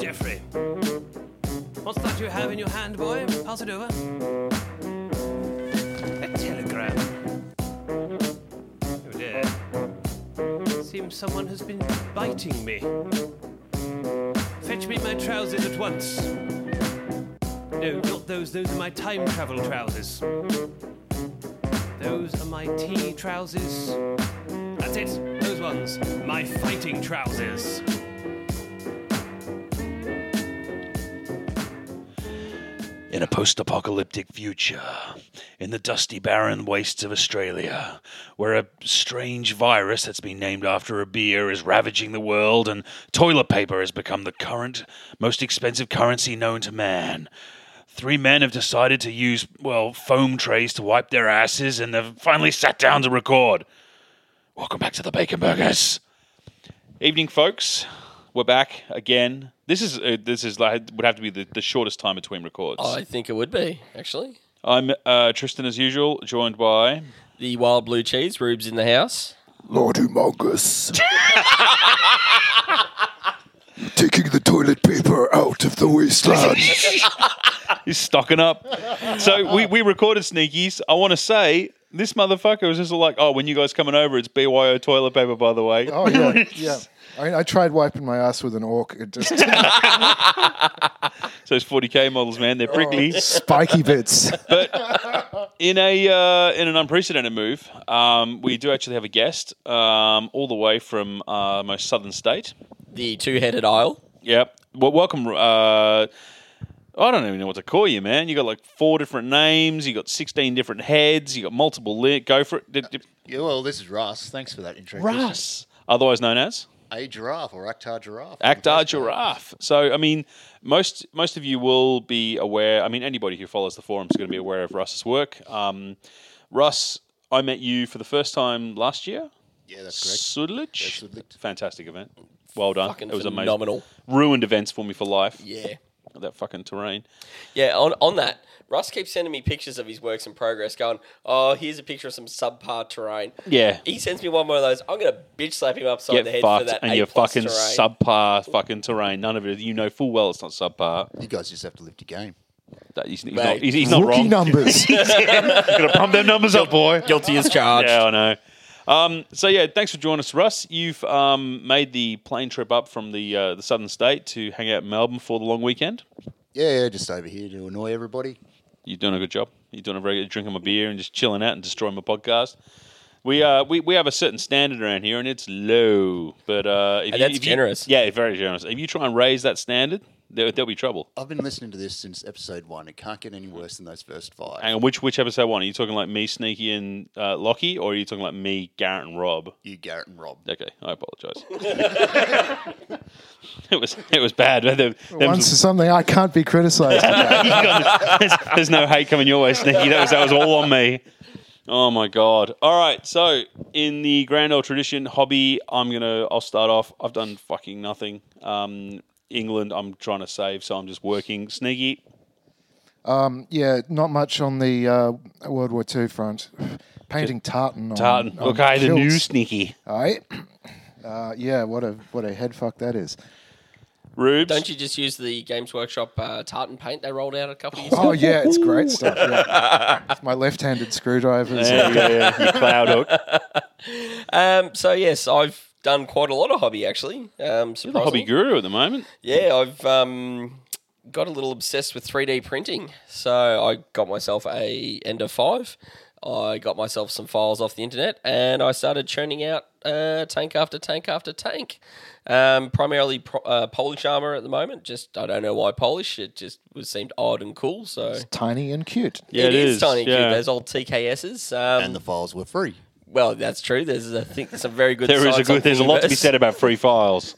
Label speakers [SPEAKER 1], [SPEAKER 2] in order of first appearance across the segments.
[SPEAKER 1] Jeffrey. What's that you have in your hand, boy? Pass it over. A telegram. Oh dear. Seems someone has been biting me. Fetch me my trousers at once. No, not those. Those are my time travel trousers. Those are my tea trousers. That's it. Those ones. My fighting trousers.
[SPEAKER 2] In a post apocalyptic future, in the dusty barren wastes of Australia, where a strange virus that's been named after a beer is ravaging the world and toilet paper has become the current, most expensive currency known to man, three men have decided to use, well, foam trays to wipe their asses and they've finally sat down to record. Welcome back to the Bacon Burgers. Evening, folks. We're back again. This is uh, this is like would have to be the, the shortest time between records.
[SPEAKER 3] I think it would be, actually.
[SPEAKER 2] I'm uh, Tristan as usual, joined by
[SPEAKER 3] The wild blue cheese, Rube's in the house.
[SPEAKER 4] Lord Humongous. Taking the toilet paper out of the wasteland.
[SPEAKER 2] he's stocking up. So we, we recorded sneakies. I want to say this motherfucker was just like, oh, when you guys coming over, it's BYO toilet paper, by the way.
[SPEAKER 5] Oh yeah, yeah. I mean, I tried wiping my ass with an orc. It just
[SPEAKER 2] So it's 40k models, man. They're prickly.
[SPEAKER 5] Oh. spiky bits.
[SPEAKER 2] in a uh, in an unprecedented move, um, we do actually have a guest, um, all the way from uh, my southern state.
[SPEAKER 3] The two headed aisle.
[SPEAKER 2] Yep. Well, welcome. Uh, I don't even know what to call you, man. You got like four different names. You got sixteen different heads. You got multiple lit. Go for it. D- d-
[SPEAKER 6] Yeah, well, this is Russ. Thanks for that introduction.
[SPEAKER 2] Russ, otherwise known as
[SPEAKER 6] A giraffe or Akhtar giraffe.
[SPEAKER 2] Actar Giraffe. So, I mean, most most of you will be aware. I mean, anybody who follows the forum is going to be aware of Russ's work. Um, Russ, I met you for the first time last year.
[SPEAKER 6] Yeah, that's correct.
[SPEAKER 2] Sudlich.
[SPEAKER 6] Yeah, Sudlich.
[SPEAKER 2] Fantastic event. Well done.
[SPEAKER 3] Fucking
[SPEAKER 2] it was
[SPEAKER 3] phenomenal.
[SPEAKER 2] amazing. Ruined events for me for life.
[SPEAKER 3] Yeah.
[SPEAKER 2] That fucking terrain.
[SPEAKER 3] Yeah, on, on that, Russ keeps sending me pictures of his works in progress, going, oh, here's a picture of some subpar terrain.
[SPEAKER 2] Yeah.
[SPEAKER 3] He sends me one more of those. I'm going to bitch slap him upside the
[SPEAKER 2] Get
[SPEAKER 3] head for
[SPEAKER 2] fucked
[SPEAKER 3] that.
[SPEAKER 2] and
[SPEAKER 3] A
[SPEAKER 2] you're
[SPEAKER 3] plus
[SPEAKER 2] fucking
[SPEAKER 3] terrain.
[SPEAKER 2] subpar fucking terrain. None of it. You know full well it's not subpar.
[SPEAKER 6] You guys just have to lift your game.
[SPEAKER 2] That- He's, he's
[SPEAKER 3] Mate.
[SPEAKER 2] not, he's, he's not
[SPEAKER 5] Rookie
[SPEAKER 2] wrong.
[SPEAKER 5] numbers.
[SPEAKER 2] Gonna pump them numbers up, boy.
[SPEAKER 3] Guilty as charged.
[SPEAKER 2] Yeah, I know. Um, so yeah, thanks for joining us, Russ. You've um, made the plane trip up from the uh, the southern state to hang out in Melbourne for the long weekend.
[SPEAKER 6] Yeah, just over here to annoy everybody.
[SPEAKER 2] You're doing a good job. You're doing a very good drinking my beer and just chilling out and destroying my podcast. We uh we, we have a certain standard around here and it's low. But uh if
[SPEAKER 3] And
[SPEAKER 2] you,
[SPEAKER 3] that's
[SPEAKER 2] if you-
[SPEAKER 3] generous.
[SPEAKER 2] yeah, very generous. If you try and raise that standard, there, there'll be trouble.
[SPEAKER 6] I've been listening to this since episode one. It can't get any worse than those first five.
[SPEAKER 2] Hang on, which which episode one? Are you talking like me, Sneaky, and uh, Lockie, or are you talking like me, Garrett, and Rob?
[SPEAKER 6] You, Garrett, and Rob.
[SPEAKER 2] Okay, I apologise. it was it was bad. Them-
[SPEAKER 5] Once
[SPEAKER 2] them's-
[SPEAKER 5] something I can't be criticised. about.
[SPEAKER 2] there's, there's no hate coming your way, Sneaky. That was that was all on me. Oh my god! All right, so in the grand old tradition hobby, I'm gonna I'll start off. I've done fucking nothing. Um, England, I'm trying to save, so I'm just working. Sneaky,
[SPEAKER 5] Yeah, not much on the uh, World War II front. Painting tartan. On,
[SPEAKER 2] Tartan.
[SPEAKER 5] on
[SPEAKER 2] okay, the new
[SPEAKER 5] kilts.
[SPEAKER 2] Sneaky.
[SPEAKER 5] Aye. Uh, yeah, what a what a head fuck that is.
[SPEAKER 2] Rubes,
[SPEAKER 3] Don't you just use the Games Workshop uh, tartan paint they rolled out a couple of years ago?
[SPEAKER 5] Oh yeah, it's great stuff. Yeah. With my left-handed screwdrivers.
[SPEAKER 2] Yeah, yeah, yeah. You cloud hook.
[SPEAKER 3] Um, so, yes, I've done quite a lot of hobby, actually. Um,
[SPEAKER 2] You're the hobby
[SPEAKER 3] surprisingly.
[SPEAKER 2] guru at the moment.
[SPEAKER 3] Yeah, I've um, got a little obsessed with 3D printing. So I got myself a Ender 5. I got myself some files off the internet and I started churning out uh, tank after tank after tank. Um, primarily pro- uh, Polish armor at the moment. Just, I don't know why Polish. It just was seemed odd and cool. So
[SPEAKER 5] Tiny and cute.
[SPEAKER 2] Yeah, it is.
[SPEAKER 3] tiny
[SPEAKER 2] Yeah.
[SPEAKER 3] cute. Those old TKSs. Um,
[SPEAKER 6] And the files were free.
[SPEAKER 3] well, that's true. There's, I think, some very good
[SPEAKER 2] There is a
[SPEAKER 3] sites on
[SPEAKER 2] good. There's a lot to be
[SPEAKER 3] Thingiverse.
[SPEAKER 2] said about free files.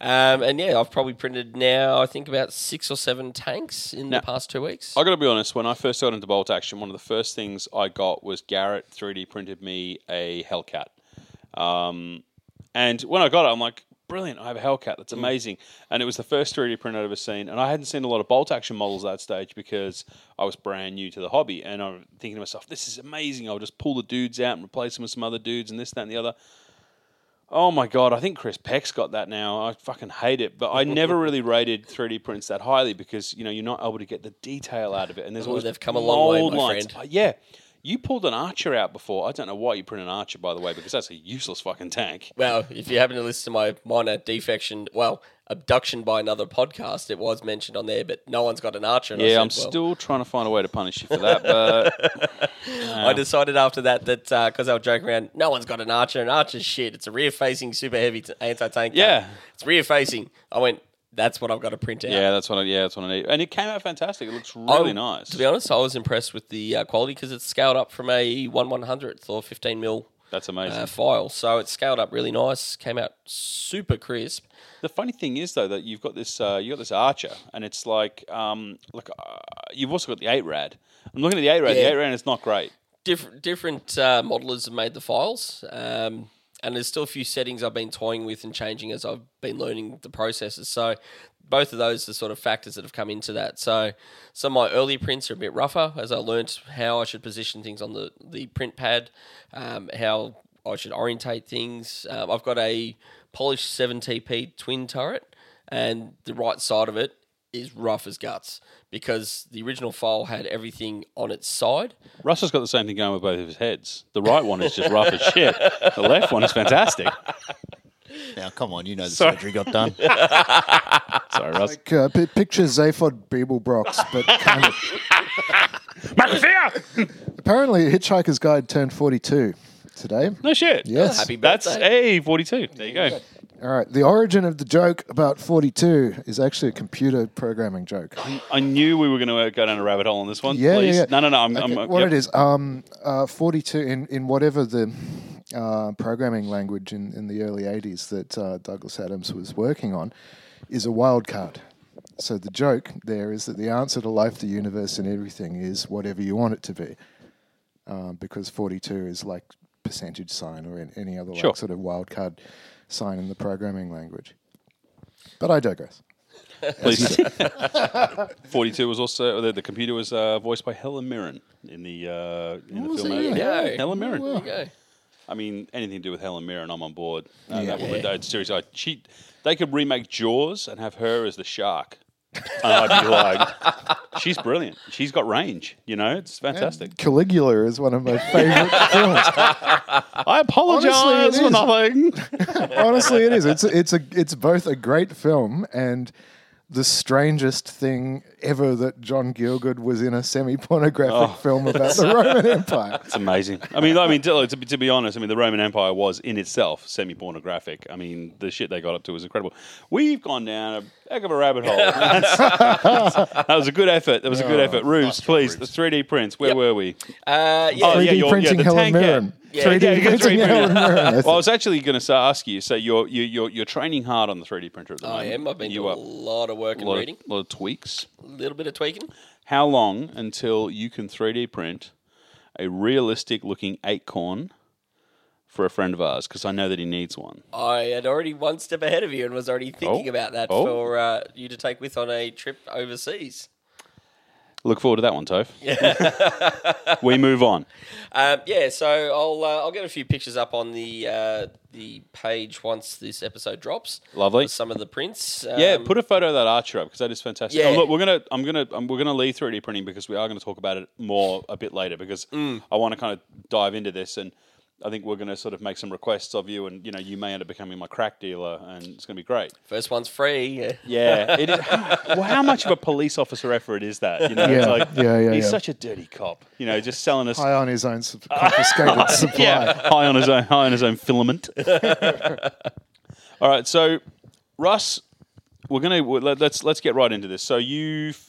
[SPEAKER 3] Um, and yeah, I've probably printed now, I think, about six or seven tanks in
[SPEAKER 2] Now-
[SPEAKER 3] the past two weeks.
[SPEAKER 2] I got to be honest. When I first got into bolt action, one of the first things I got was Garrett 3D printed me a Hellcat. Um, and when I got it, I'm like, brilliant! I have a Hellcat. That's amazing. And it was the first 3D print I'd ever seen. And I hadn't seen a lot of bolt action models at that stage because I was brand new to the hobby. And I'm thinking to myself, this is amazing. I'll just pull the dudes out and replace them with some other dudes and this, that, and the other. Oh my god, I think Chris Peck's got that now. I fucking hate it, but I never really rated 3D prints that highly because you know you're not able to get the detail out of it, and there's
[SPEAKER 3] Oh,
[SPEAKER 2] always
[SPEAKER 3] they've come a long way,
[SPEAKER 2] mold
[SPEAKER 3] my
[SPEAKER 2] lines.
[SPEAKER 3] friend.
[SPEAKER 2] Uh, yeah, you pulled an archer out before. I don't know why you print an archer, by the way, because that's a useless fucking tank.
[SPEAKER 3] Well, if you happen to listen to my minor defection, well, abduction by another podcast, it was mentioned on there, but no one's got an archer. And I
[SPEAKER 2] Yeah,
[SPEAKER 3] said,
[SPEAKER 2] I'm
[SPEAKER 3] well,
[SPEAKER 2] still trying to find a way to punish you for that, but uh,
[SPEAKER 3] I decided after that that uh, because I was joking around, no one's got an archer. An archer's shit. It's a rear facing, super heavy t- anti tank.
[SPEAKER 2] Yeah.
[SPEAKER 3] It's rear facing. I went, that's what I've got to print out.
[SPEAKER 2] yeah, that's what I, yeah, that's what I need. And it came out fantastic. It looks
[SPEAKER 3] I-
[SPEAKER 2] really nice.
[SPEAKER 3] Oh, To be honest, I was impressed with the uh, quality because it's scaled up from a 1 100th or 15 mil
[SPEAKER 2] that's amazing.
[SPEAKER 3] uh, file. So it's scaled up really nice, came out super crisp.
[SPEAKER 2] The funny thing is, though, that you've got this uh, you got this Archer, and it's like, um, look, uh, you've also got the eight rad. I'm looking at the eight rad.
[SPEAKER 3] Yeah.
[SPEAKER 2] The eight rad is not great.
[SPEAKER 3] different different uh, modelers have made the files, um, and there's still a few settings I've been toying with and changing as I've been learning the processes. So both of those are sort of factors that have come into that. So some of my early prints are a bit rougher as I learnt how I should position things on the the print pad, um, how I should orientate things. Um, I've got a polished 7TP twin turret, and the right side of it is rough as guts because the original file had everything on its side
[SPEAKER 2] Russell's got the same thing going with both of his heads. The right one is just rough as shit. The left one is fantastic.
[SPEAKER 6] Now, come on, you know the surgery got done.
[SPEAKER 2] Sorry, Russ.
[SPEAKER 5] Like, uh, pi- picture Zaphod Beeblebrox, but kind of. Apparently, Hitchhiker's Guide turned 42 today.
[SPEAKER 2] No shit.
[SPEAKER 5] Yes.
[SPEAKER 3] Happy
[SPEAKER 2] That's
[SPEAKER 3] birthday.
[SPEAKER 2] a 42. There you go.
[SPEAKER 5] All right. The origin of the joke about 42 is actually a computer programming joke.
[SPEAKER 2] I knew we were going to uh, go down a rabbit hole on this one.
[SPEAKER 5] Yeah, yeah,
[SPEAKER 2] Please.
[SPEAKER 5] yeah.
[SPEAKER 2] No, no, no. I'm, uh,
[SPEAKER 5] Okay,
[SPEAKER 2] I'm,
[SPEAKER 5] what
[SPEAKER 2] yep.
[SPEAKER 5] it is, um, uh, 42 in, in whatever the uh, programming language in, in the early 80s that uh, Douglas Adams was working on is a wild card. So the joke there is that the answer to life, the universe, and everything is whatever you want it to be. Um, because 42 is like percentage sign or an- any other
[SPEAKER 2] Sure.
[SPEAKER 5] like sort of wild card sign in the programming language. But I digress.
[SPEAKER 2] Please. 42 was also, the, the computer was uh, voiced by Helen Mirren in the, uh,
[SPEAKER 5] Oh,
[SPEAKER 2] in the film.
[SPEAKER 3] it?
[SPEAKER 2] Yeah,
[SPEAKER 3] Yeah.
[SPEAKER 2] Helen Mirren.
[SPEAKER 3] Okay.
[SPEAKER 2] I mean, anything to do with Helen Mirren, I'm on board. Uh, that woman, that- seriously, I, she, they could remake Jaws and have her as the shark. And I'd be like, she's brilliant. She's got range. You know, it's fantastic.
[SPEAKER 5] Caligula is one of my favorite films.
[SPEAKER 2] I apologize
[SPEAKER 5] Uh, Honestly, it
[SPEAKER 2] for
[SPEAKER 5] is.
[SPEAKER 2] nothing.
[SPEAKER 5] Honestly, it is. It's it's a it's both a great film and the strangest thing ever that John Gielgud was in a semi-pornographic
[SPEAKER 2] Oh.
[SPEAKER 5] film about the Roman Empire.
[SPEAKER 2] It's amazing. I mean, I mean, to, to, be- to be honest, I mean, the Roman Empire was in itself semi-pornographic. I mean, the shit they got up to was incredible. We've gone down a heck of a rabbit hole. That's- that was a good effort. That was a good effort. Ruse, please, the 3D prints. Where were we?
[SPEAKER 3] Uh, yeah.
[SPEAKER 2] Oh,
[SPEAKER 5] 3D
[SPEAKER 2] yeah, your- yeah,
[SPEAKER 5] printing
[SPEAKER 2] the
[SPEAKER 5] Helen
[SPEAKER 2] tank ad.
[SPEAKER 5] Mirren.
[SPEAKER 2] Yeah,
[SPEAKER 5] 3D
[SPEAKER 2] yeah, you got
[SPEAKER 5] printing
[SPEAKER 2] 3D
[SPEAKER 5] Helen Mirren.
[SPEAKER 2] Well, I was actually going to ask you. So you're you you're, you're training hard on the 3D printer at the
[SPEAKER 3] I
[SPEAKER 2] moment.
[SPEAKER 3] am. I've been
[SPEAKER 2] Oh, you
[SPEAKER 3] doing
[SPEAKER 2] are
[SPEAKER 3] a lot of work and
[SPEAKER 2] lot
[SPEAKER 3] reading,
[SPEAKER 2] of, lot of tweaks.
[SPEAKER 3] a little bit of tweaking.
[SPEAKER 2] How long until you can 3D print a realistic looking acorn for a friend of ours? Because I know that he needs one.
[SPEAKER 3] I had already one step ahead of you and was already thinking
[SPEAKER 2] Oh.
[SPEAKER 3] about that
[SPEAKER 2] Oh.
[SPEAKER 3] for uh, you to take with on a trip overseas.
[SPEAKER 2] Look forward to that one, Toph. we move on.
[SPEAKER 3] Um, yeah, so I'll uh, I'll get a few pictures up on the uh, the page once this episode drops.
[SPEAKER 2] Lovely.
[SPEAKER 3] Of Some of the prints. Um,
[SPEAKER 2] Yeah, put a photo of that archer up because that is fantastic.
[SPEAKER 3] Yeah.
[SPEAKER 2] Oh, look, we're gonna, I'm gonna, um, we're gonna leave 3D printing because we are gonna talk about it more a bit later because
[SPEAKER 3] Mm.
[SPEAKER 2] I want to kind of dive into this and I think we're gonna sort of make some requests of you and you know you may end up becoming my crack dealer and it's gonna be great.
[SPEAKER 3] first one's free. Yeah.
[SPEAKER 2] Yeah, it is, well, how much of a police officer effort is that? You know, it's
[SPEAKER 5] Yeah,
[SPEAKER 2] like
[SPEAKER 5] yeah, yeah,
[SPEAKER 2] he's
[SPEAKER 5] yeah.
[SPEAKER 2] such a dirty cop. You know, just selling us
[SPEAKER 5] High on his own sup- confiscated supply.
[SPEAKER 2] yeah, high on his own, high on his own filament. All right, so Russ, we're gonna we- let- let's let's get right into this. So you've,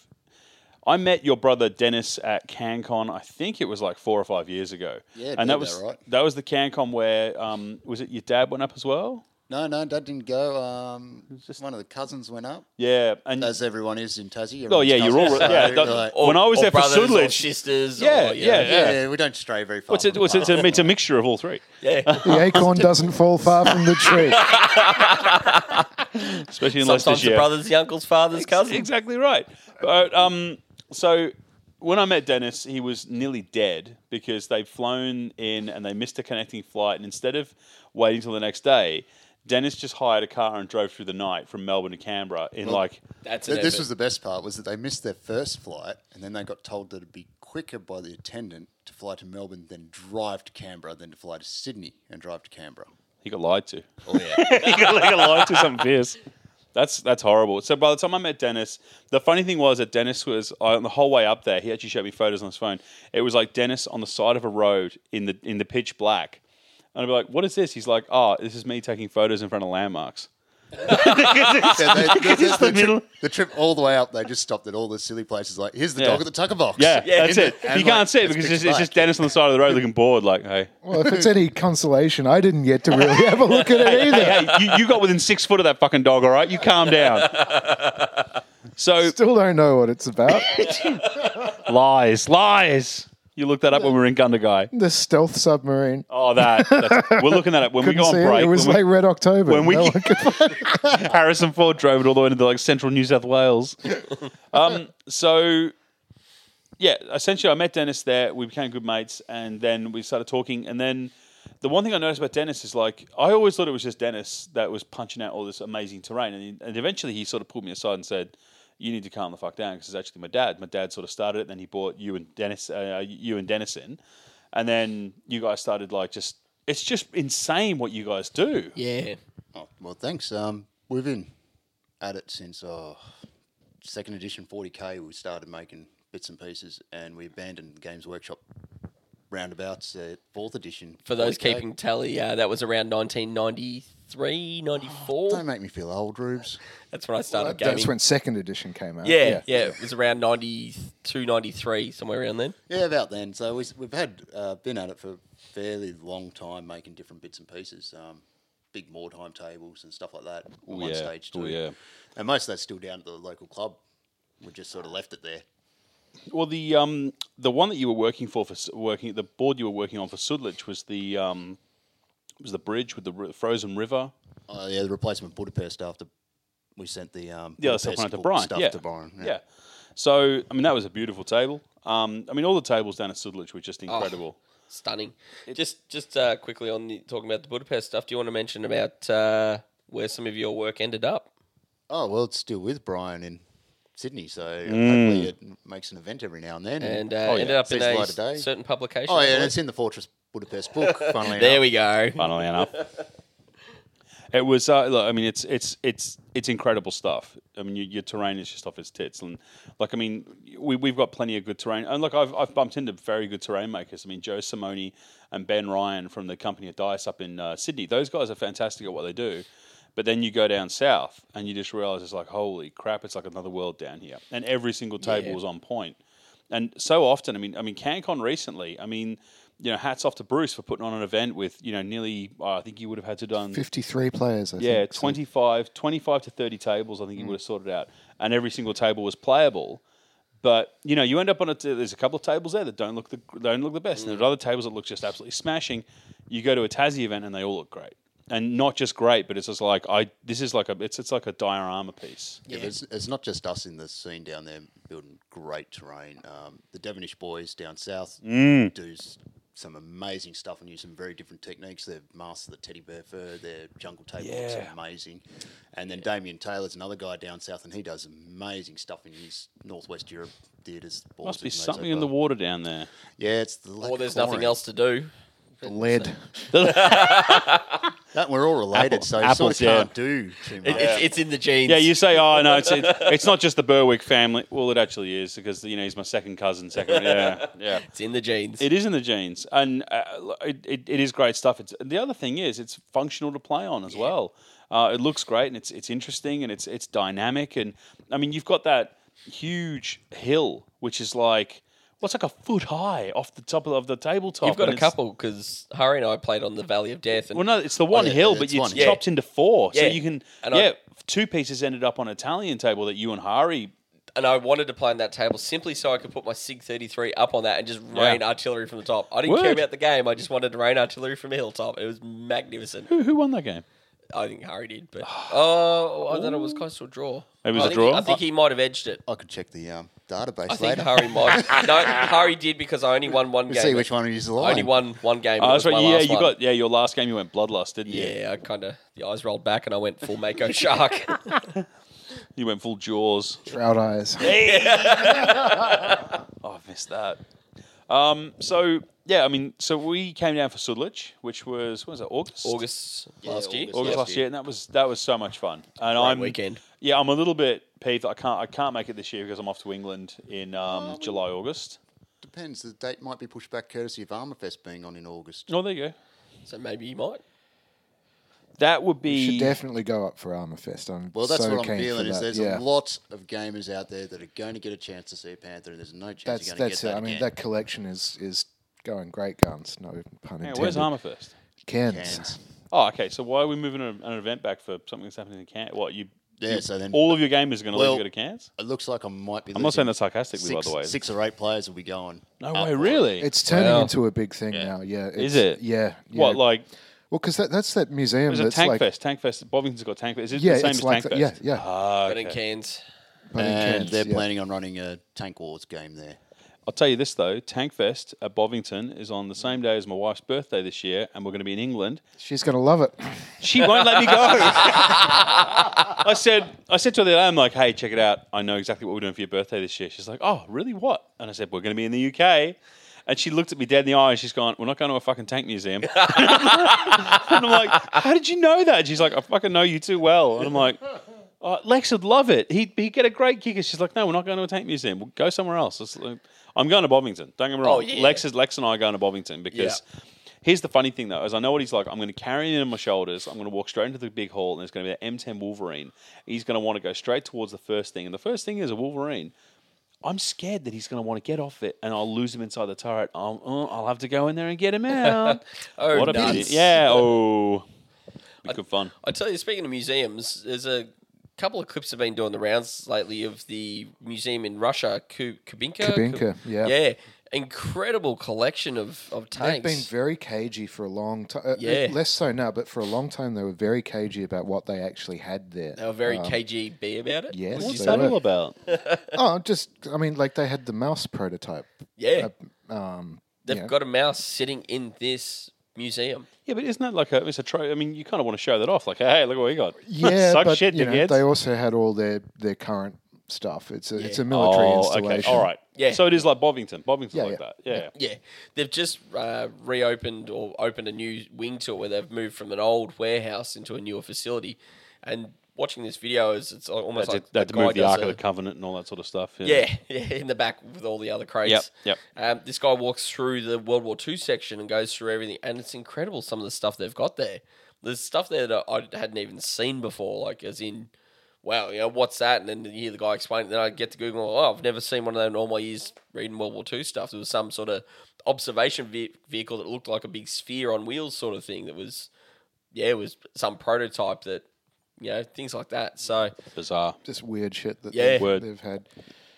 [SPEAKER 2] I met your brother Dennis at CanCon. I think it was like four or five years ago.
[SPEAKER 6] Yeah,
[SPEAKER 2] and that
[SPEAKER 6] about
[SPEAKER 2] was
[SPEAKER 6] right.
[SPEAKER 2] that was the CanCon where um, was it your dad went up as well?
[SPEAKER 6] No, no, Dad didn't go. Um, one of the cousins went up,
[SPEAKER 2] Yeah, and
[SPEAKER 6] as everyone is in Tassie.
[SPEAKER 2] oh yeah, you're all
[SPEAKER 6] everyone's cousins,
[SPEAKER 2] yeah.
[SPEAKER 6] so,
[SPEAKER 2] that-
[SPEAKER 6] like-
[SPEAKER 2] when I was
[SPEAKER 3] or
[SPEAKER 2] there for
[SPEAKER 3] brothers or
[SPEAKER 2] Sudlich,
[SPEAKER 3] sisters.
[SPEAKER 2] Yeah,
[SPEAKER 3] or,
[SPEAKER 2] yeah, yeah.
[SPEAKER 6] yeah, we don't stray very far.
[SPEAKER 2] what's it?
[SPEAKER 6] from
[SPEAKER 2] What's
[SPEAKER 6] the
[SPEAKER 2] it? It's a mixture of all three.
[SPEAKER 3] yeah.
[SPEAKER 5] The acorn doesn't fall far from the tree.
[SPEAKER 2] especially in
[SPEAKER 3] Sometimes
[SPEAKER 2] Leicestershire.
[SPEAKER 3] the brothers, the uncles, fathers, cousins.
[SPEAKER 2] Exactly right. But um, so when I met Dennis, he was nearly dead because they'd flown in and they missed a connecting flight. And instead of waiting till the next day, Dennis just hired a car and drove through the night from Melbourne to Canberra in like
[SPEAKER 3] That's an
[SPEAKER 6] Th- this
[SPEAKER 3] effort.
[SPEAKER 6] was the best part was that they missed their first flight and then they got told that it'd be quicker by the attendant to fly to Melbourne than drive to Canberra than to fly to Sydney and drive to Canberra.
[SPEAKER 2] he got lied to.
[SPEAKER 6] Oh yeah.
[SPEAKER 2] he got like a lie to something fierce. That's that's horrible. So by the time I met Dennis, the funny thing was that Dennis was on the whole way up there. He actually showed me photos on his phone. It was like Dennis on the side of a road in the in the pitch black, and I'd be like, "What is this?" He's like, "Oh, this is me taking photos in front of landmarks."
[SPEAKER 6] Yeah, they- the, the- the
[SPEAKER 2] middle.
[SPEAKER 6] trip, the trip all the way up, they just stopped at all the silly places. Like, here's the
[SPEAKER 2] Yeah.
[SPEAKER 6] dog at the tucker box.
[SPEAKER 2] Yeah, that's
[SPEAKER 6] In
[SPEAKER 2] it.
[SPEAKER 6] the-
[SPEAKER 2] You
[SPEAKER 6] and,
[SPEAKER 2] can't
[SPEAKER 6] like,
[SPEAKER 2] see it because
[SPEAKER 6] picture
[SPEAKER 2] it's, it's just
[SPEAKER 6] black.
[SPEAKER 2] Dennis on the side of the road looking bored. Like, hey,
[SPEAKER 5] Well, if it's any consolation, I didn't get to really have a look at it either.
[SPEAKER 2] hey, you, you got within six foot of that fucking dog. All right, you calm down. So
[SPEAKER 5] Still don't know what it's about.
[SPEAKER 2] lies, lies. You looked that up when we were in Gundagai.
[SPEAKER 5] the stealth submarine.
[SPEAKER 2] Oh, that. That's, we're looking that up when we
[SPEAKER 5] Couldn't
[SPEAKER 2] go on
[SPEAKER 5] see it.
[SPEAKER 2] break.
[SPEAKER 5] It was
[SPEAKER 2] when
[SPEAKER 5] like Red October.
[SPEAKER 2] when we-
[SPEAKER 5] No one could-
[SPEAKER 2] we, Harrison Ford drove it all the way into like central New South Wales. um, so, yeah, essentially, I met Dennis there. We became good mates, and then we started talking. And then the one thing I noticed about Dennis is like I always thought it was just Dennis that was punching out all this amazing terrain, and, he- and eventually he sort of pulled me aside and said. You need to calm the fuck down because it's actually my dad. My dad sort of started it, then he bought you and Dennis, uh, you and Dennis in, and then you guys started like just. It's just insane what you guys do.
[SPEAKER 3] yeah.
[SPEAKER 6] Oh, well, thanks. Um, we've been at it since oh, second edition 40k. We started making bits and pieces, and we abandoned the Games Workshop roundabouts at fourth edition.
[SPEAKER 3] For those
[SPEAKER 6] 40K.
[SPEAKER 3] keeping tally, uh, that was around 1993, 94.
[SPEAKER 6] don't make me feel old, Rubes.
[SPEAKER 3] That's when I started gaming.
[SPEAKER 5] That's when second edition came out.
[SPEAKER 3] yeah, yeah, it was around 92, 93, somewhere around then.
[SPEAKER 6] Yeah, about then. So we, we've had uh, been at it for a fairly long time, making different bits and pieces, um, big Mordheim tables and stuff like that. on one
[SPEAKER 2] yeah.
[SPEAKER 6] stage
[SPEAKER 2] Oh,
[SPEAKER 6] too.
[SPEAKER 2] yeah.
[SPEAKER 6] And most of that's still down at the local club. We just sort of left it there.
[SPEAKER 2] Well, the um, the one that you were working for for S- working the board you were working on for Sudlich was the um, was the bridge with the r- frozen river.
[SPEAKER 6] Oh yeah, the replacement Budapest after we sent the um,
[SPEAKER 2] Yeah, that's
[SPEAKER 6] Budapest
[SPEAKER 2] one to
[SPEAKER 6] book
[SPEAKER 2] Brian.
[SPEAKER 6] stuff
[SPEAKER 2] yeah.
[SPEAKER 6] to Brian.
[SPEAKER 2] Yeah. So I mean, that was a beautiful table. Um, I mean, all the tables down at Sudlich were
[SPEAKER 6] Oh.
[SPEAKER 2] just incredible.
[SPEAKER 3] Stunning. just just uh, quickly on the, talking about the Budapest stuff, do you want to mention about uh, where some of your work ended up?
[SPEAKER 6] Oh well, it's still with Brian in Sydney, so
[SPEAKER 2] Mm.
[SPEAKER 6] hopefully it makes an event every now and then.
[SPEAKER 3] And uh,
[SPEAKER 6] Oh,
[SPEAKER 2] Oh,
[SPEAKER 6] yeah.
[SPEAKER 3] ended up in
[SPEAKER 6] Sees the
[SPEAKER 3] a
[SPEAKER 6] light of day.
[SPEAKER 3] s- certain publication.
[SPEAKER 6] oh
[SPEAKER 3] I
[SPEAKER 6] yeah, and
[SPEAKER 3] believe.
[SPEAKER 6] it's in the Fortress Budapest book. Funnily
[SPEAKER 3] there
[SPEAKER 6] enough.
[SPEAKER 3] we go.
[SPEAKER 2] Funnily enough, it was. Uh, look, I mean, it's it's it's it's incredible stuff. I mean, your, your terrain is just off its tits, and like, I mean, we we've got plenty of good terrain. And look, I've I've bumped into very good terrain makers. I mean, Joe Simone and Ben Ryan from the company at Dice up in uh, Sydney. Those guys are fantastic at what they do. But then you go down south, and you just realize it's like, holy crap, it's like another world down here. And every single table was on point and so often, I mean, I mean, CanCon recently, I mean, you know, hats off to Bruce for putting on an event with, you know, nearly, uh, I think you would have had to done,
[SPEAKER 5] 53 players, I
[SPEAKER 2] yeah,
[SPEAKER 5] think. So
[SPEAKER 2] 25, 25 to 30 tables, I think you would have sorted out. And every single table was playable. But, you know, you end up on a, t- there's a couple of tables there that don't look the, don't look the best. And there's other tables that look just absolutely smashing. You go to a Tassie event and they all look great. And not just great, but it's just like, I, this is like a, it's, it's like a diorama piece.
[SPEAKER 6] Yeah, there's, it's not just us in the scene down there building great terrain. Um, the Devonish boys down south
[SPEAKER 2] Mm.
[SPEAKER 6] do s- some amazing stuff and use some very different techniques. They've mastered the teddy bear fur, their jungle table looks
[SPEAKER 2] Yeah.
[SPEAKER 6] amazing. And then Damien Taylor's another guy down south, and he does amazing stuff in his Northwest Europe theatres.
[SPEAKER 2] Must be something in the water down there.
[SPEAKER 6] Yeah, it's the lack
[SPEAKER 3] Or
[SPEAKER 6] of
[SPEAKER 3] there's
[SPEAKER 6] chlorine.
[SPEAKER 3] nothing else to do.
[SPEAKER 5] lead.
[SPEAKER 6] That, we're all related,
[SPEAKER 2] Apple-
[SPEAKER 6] so you
[SPEAKER 2] apples,
[SPEAKER 6] sort of
[SPEAKER 2] yeah.
[SPEAKER 6] can't do too much.
[SPEAKER 3] It's, it's in the genes.
[SPEAKER 2] Yeah, you say, oh no, it's it's it's not just the Berwick family. Well, it actually is because you know he's my second cousin. Second, yeah, yeah.
[SPEAKER 3] it's in the genes.
[SPEAKER 2] It is in the genes, and uh, it, it, it is great stuff. It's the other thing is it's functional to play on as well. Uh, it looks great, and it's it's interesting, and it's it's dynamic, and I mean you've got that huge hill which is like what's like a foot high off the top of the tabletop.
[SPEAKER 3] You've got
[SPEAKER 2] and
[SPEAKER 3] a
[SPEAKER 2] it's-
[SPEAKER 3] couple because Harry and I played on the Valley of Death, and
[SPEAKER 2] Well, no, it's the one
[SPEAKER 6] yeah,
[SPEAKER 2] hill,
[SPEAKER 6] it's
[SPEAKER 2] but it's,
[SPEAKER 6] one hill.
[SPEAKER 2] chopped into four, so
[SPEAKER 3] Yeah.
[SPEAKER 2] you can.
[SPEAKER 3] And I-
[SPEAKER 2] yeah, two pieces ended up on an Italian table that you and Hari
[SPEAKER 3] and I wanted to play on that table simply so I could put my Sig 33 up on that and just rain artillery from the top. I didn't care
[SPEAKER 2] Word.
[SPEAKER 3] about the game. I just wanted to rain artillery from the hilltop. It was magnificent.
[SPEAKER 2] Who, who won that game?
[SPEAKER 3] I think Harry did, but oh, I thought it was close to a draw.
[SPEAKER 2] It was
[SPEAKER 3] I
[SPEAKER 2] a
[SPEAKER 3] think
[SPEAKER 2] draw?
[SPEAKER 3] He, I think he might have edged it.
[SPEAKER 6] I could check the um, database
[SPEAKER 3] I think
[SPEAKER 6] later.
[SPEAKER 3] Harry might. no, Harry did because I only won one
[SPEAKER 6] We'll
[SPEAKER 3] game.
[SPEAKER 6] see which one is
[SPEAKER 3] I
[SPEAKER 6] lying.
[SPEAKER 3] only won one game.
[SPEAKER 2] Oh,
[SPEAKER 3] It
[SPEAKER 2] that's
[SPEAKER 3] was
[SPEAKER 2] right.
[SPEAKER 3] my
[SPEAKER 2] Yeah,
[SPEAKER 3] last
[SPEAKER 2] you
[SPEAKER 3] one.
[SPEAKER 2] got yeah. Your last game, you went bloodlust, didn't you?
[SPEAKER 3] Yeah, I kind of the eyes rolled back and I went full Mako shark.
[SPEAKER 2] You went full jaws.
[SPEAKER 5] Trout eyes.
[SPEAKER 2] Oh, I've missed that. Um, so yeah, I mean, so we came down for Sudlich, which was what was it August?
[SPEAKER 3] August last year.
[SPEAKER 2] August
[SPEAKER 6] August. Last
[SPEAKER 2] last year,
[SPEAKER 6] year.
[SPEAKER 2] and that was that was so much fun. And
[SPEAKER 3] Great
[SPEAKER 2] I'm
[SPEAKER 3] weekend.
[SPEAKER 2] Yeah, I'm a little bit peeved. that I can't I can't make it this year because I'm off to England in um, July August.
[SPEAKER 6] Depends. The date might be pushed back courtesy of Armourfest being on in August.
[SPEAKER 2] Oh, there you go.
[SPEAKER 3] So maybe you might.
[SPEAKER 2] That would
[SPEAKER 5] You
[SPEAKER 2] be
[SPEAKER 5] should definitely go up for Armour Fest. I'm
[SPEAKER 6] Well, that's
[SPEAKER 5] so
[SPEAKER 6] what
[SPEAKER 5] keen
[SPEAKER 6] I'm feeling.
[SPEAKER 5] for
[SPEAKER 6] Is
[SPEAKER 5] that.
[SPEAKER 6] there's
[SPEAKER 5] yeah.
[SPEAKER 6] a lot of gamers out there that are going to get a chance to see Panther, and there's no chance
[SPEAKER 5] That's
[SPEAKER 6] you're going to
[SPEAKER 5] that's
[SPEAKER 6] get
[SPEAKER 5] it.
[SPEAKER 6] that
[SPEAKER 5] I mean,
[SPEAKER 6] again.
[SPEAKER 5] that collection is is going great guns. No pun
[SPEAKER 2] Yeah,
[SPEAKER 5] intended.
[SPEAKER 2] where's Armorfest?
[SPEAKER 5] Cairns.
[SPEAKER 6] Cans.
[SPEAKER 2] Oh, okay. So why are we moving an, an event back for something that's happening in Cairns? What you?
[SPEAKER 6] Yeah,
[SPEAKER 2] you-
[SPEAKER 6] so then-
[SPEAKER 2] all of your gamers are going to
[SPEAKER 6] Well-
[SPEAKER 2] leave you to Cairns.
[SPEAKER 6] It looks like I might be.
[SPEAKER 2] I'm not
[SPEAKER 6] losing
[SPEAKER 2] saying that sarcastically,
[SPEAKER 6] Six,
[SPEAKER 2] by the way.
[SPEAKER 6] six or eight players will be going.
[SPEAKER 2] no
[SPEAKER 6] up
[SPEAKER 2] way,
[SPEAKER 6] on it.
[SPEAKER 2] really?
[SPEAKER 5] uh, It's turning
[SPEAKER 3] Wow.
[SPEAKER 5] into a big thing now. Yeah. It's,
[SPEAKER 2] Is it?
[SPEAKER 5] Yeah. yeah.
[SPEAKER 2] what like
[SPEAKER 5] Well, because that, that's that museum
[SPEAKER 2] there's a
[SPEAKER 5] that's
[SPEAKER 2] tank
[SPEAKER 5] like
[SPEAKER 2] fest? Tank fest. Bovington's got tank fest. Is it
[SPEAKER 5] yeah,
[SPEAKER 2] the same
[SPEAKER 5] it's
[SPEAKER 2] as
[SPEAKER 5] like
[SPEAKER 2] tank
[SPEAKER 5] that.
[SPEAKER 2] fest?
[SPEAKER 5] yeah, yeah.
[SPEAKER 2] Ah,
[SPEAKER 3] But in
[SPEAKER 2] okay.
[SPEAKER 3] Cairns,
[SPEAKER 5] But in
[SPEAKER 6] And
[SPEAKER 5] Cairns,
[SPEAKER 6] they're
[SPEAKER 5] yeah.
[SPEAKER 6] planning on running a Tank Wars game there.
[SPEAKER 2] I'll tell you this though, Tankfest at Bovington is on the same day as my wife's birthday this year, and we're going to be in England.
[SPEAKER 5] She's gonna love it.
[SPEAKER 2] She won't let me go. I said, I said to her, the other day, I'm like, hey, check it out. I know exactly what we're doing for your birthday this year. She's like, oh, really? What? And I said, we're going to be in the UK. And she looked at me dead in the eye and she's gone, We're not going to a fucking tank museum. and I'm like, How did you know that? And she's like, I fucking know you too well. And I'm like, oh, Lex would love it. He'd, he'd get a great kick. And she's like, No, we're not going to a tank museum. We'll go somewhere else. It's like- I'm going to Bovington. Don't get me wrong.
[SPEAKER 3] Oh, yeah.
[SPEAKER 2] Lex, is, Lex and I are going to Bovington because Here's the funny thing, though, is I know what he's like. I'm going to carry him on my shoulders. I'm going to walk straight into the big hall, and there's going to be an M10 Wolverine. He's going to want to go straight towards the first thing, and the first thing is a Wolverine. I'm scared that he's going to want to get off it, and I'll lose him inside the turret. I'll, oh, I'll have to go in there and get him out.
[SPEAKER 3] Oh,
[SPEAKER 2] what a
[SPEAKER 3] nuts.
[SPEAKER 2] pity. Yeah. Oh, be good fun.
[SPEAKER 3] I tell you, speaking of museums, there's a couple of clips have been doing the rounds lately of the museum in Russia, Ku- Kubinka.
[SPEAKER 5] Kubinka, yeah.
[SPEAKER 3] Yeah. Incredible collection of, of
[SPEAKER 5] They've
[SPEAKER 3] tanks.
[SPEAKER 5] been very cagey for a long time.
[SPEAKER 3] Yeah.
[SPEAKER 5] less so now, but for a long time they were very cagey about what they actually had there.
[SPEAKER 3] they were very KGB about it.
[SPEAKER 5] yes,
[SPEAKER 2] What's
[SPEAKER 5] they
[SPEAKER 2] that
[SPEAKER 5] were.
[SPEAKER 2] all about?
[SPEAKER 5] Oh, just I mean, like they had the mouse prototype.
[SPEAKER 3] Yeah.
[SPEAKER 5] Um,
[SPEAKER 3] They've
[SPEAKER 5] yeah.
[SPEAKER 3] got a mouse sitting in this museum.
[SPEAKER 2] yeah, but isn't that like a? It's a tro- I mean, you kind of want to show that off, like, hey, look what we got.
[SPEAKER 5] yeah,
[SPEAKER 2] suck
[SPEAKER 5] but
[SPEAKER 2] shit,
[SPEAKER 5] you know,
[SPEAKER 2] dickheads.
[SPEAKER 5] they also had all their their current stuff. It's a it's a military
[SPEAKER 2] oh,
[SPEAKER 5] installation.
[SPEAKER 2] okay, all right.
[SPEAKER 3] Yeah.
[SPEAKER 2] So it is like Bovington. Bovington's
[SPEAKER 5] Yeah,
[SPEAKER 2] like
[SPEAKER 5] yeah.
[SPEAKER 2] that. Yeah.
[SPEAKER 3] Yeah, they've just uh, reopened or opened a new wing to it where they've moved from an old warehouse into a newer facility. And watching this video is it's al- almost
[SPEAKER 2] That's
[SPEAKER 3] like
[SPEAKER 2] it. They had to
[SPEAKER 3] guy
[SPEAKER 2] move the
[SPEAKER 3] does
[SPEAKER 2] Ark
[SPEAKER 3] a-
[SPEAKER 2] of the Covenant and all that sort of stuff.
[SPEAKER 3] Yeah, yeah, in the back with all the other crates.
[SPEAKER 2] Yep,
[SPEAKER 3] Um, this guy walks through the World War II section and goes through everything, and it's incredible some of the stuff they've got there. There's stuff there that I hadn't even seen before, like as in, wow, you know, what's that? And then you hear the guy explain it. Then I get to Google, oh, I've never seen one of them in all my years reading World War II stuff. There was some sort of observation ve- vehicle that looked like a big sphere on wheels sort of thing that was, yeah, it was some prototype that, you know, things like that. So,
[SPEAKER 2] Bizarre.
[SPEAKER 5] Just weird shit that
[SPEAKER 3] Yeah.
[SPEAKER 5] they've,
[SPEAKER 2] Word.
[SPEAKER 5] they've had.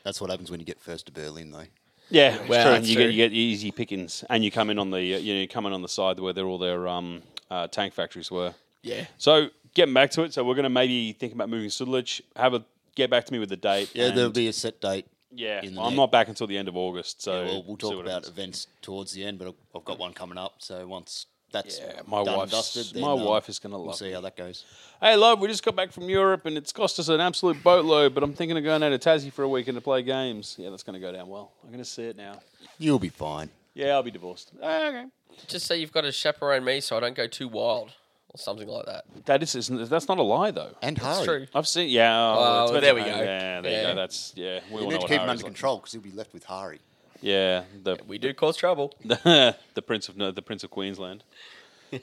[SPEAKER 6] That's what happens when you get first to Berlin, though.
[SPEAKER 2] Yeah, it's
[SPEAKER 3] Well,
[SPEAKER 2] true.
[SPEAKER 3] that's
[SPEAKER 2] you
[SPEAKER 3] true.
[SPEAKER 2] get you get easy pickings, and you come in on the uh, you know you come in on the side where they're all their um, uh, tank factories were.
[SPEAKER 3] yeah.
[SPEAKER 2] So getting back to it, so we're going to maybe think about moving Sudlich. Have a get back to me with the date.
[SPEAKER 6] Yeah,
[SPEAKER 2] and-
[SPEAKER 6] there'll be a set date.
[SPEAKER 2] yeah.
[SPEAKER 6] in the
[SPEAKER 2] well, I'm
[SPEAKER 6] next-
[SPEAKER 2] not back until the end of August, so
[SPEAKER 6] Yeah, well, we'll
[SPEAKER 2] see
[SPEAKER 6] talk
[SPEAKER 2] what
[SPEAKER 6] about
[SPEAKER 2] happens.
[SPEAKER 6] events towards the end, but I've- I've got one coming up. So once that's
[SPEAKER 2] Yeah, my
[SPEAKER 6] done and
[SPEAKER 2] wife's-
[SPEAKER 6] dusted, then,
[SPEAKER 2] my
[SPEAKER 6] um,
[SPEAKER 2] wife is gonna
[SPEAKER 6] We'll
[SPEAKER 2] love
[SPEAKER 6] see
[SPEAKER 2] me.
[SPEAKER 6] how that goes.
[SPEAKER 2] Hey, love, we just got back from Europe, and it's cost us an absolute boatload. But I'm thinking of going out to Tassie for a weekend to play games. Yeah, that's going to go down well. I'm going to see it now.
[SPEAKER 6] You'll be fine.
[SPEAKER 2] Yeah, I'll be divorced. Ah, okay.
[SPEAKER 3] Just say you've got to chaperone me so I don't go too wild or something like that.
[SPEAKER 2] That is, isn't, that's not a lie though.
[SPEAKER 6] And
[SPEAKER 3] That's
[SPEAKER 6] Harry.
[SPEAKER 3] true.
[SPEAKER 2] I've seen. Yeah. Oh, it's better
[SPEAKER 3] well, there we
[SPEAKER 2] than-
[SPEAKER 3] go.
[SPEAKER 2] Yeah, there you
[SPEAKER 3] Yeah.
[SPEAKER 2] go. That's yeah. We all
[SPEAKER 6] You
[SPEAKER 2] know
[SPEAKER 6] need to
[SPEAKER 2] what
[SPEAKER 6] keep him
[SPEAKER 2] Harry's
[SPEAKER 6] under
[SPEAKER 2] like.
[SPEAKER 6] control because he'll be left with Harry.
[SPEAKER 2] Yeah, the
[SPEAKER 3] We do cause trouble.
[SPEAKER 2] the, prince of no, the prince of Queensland,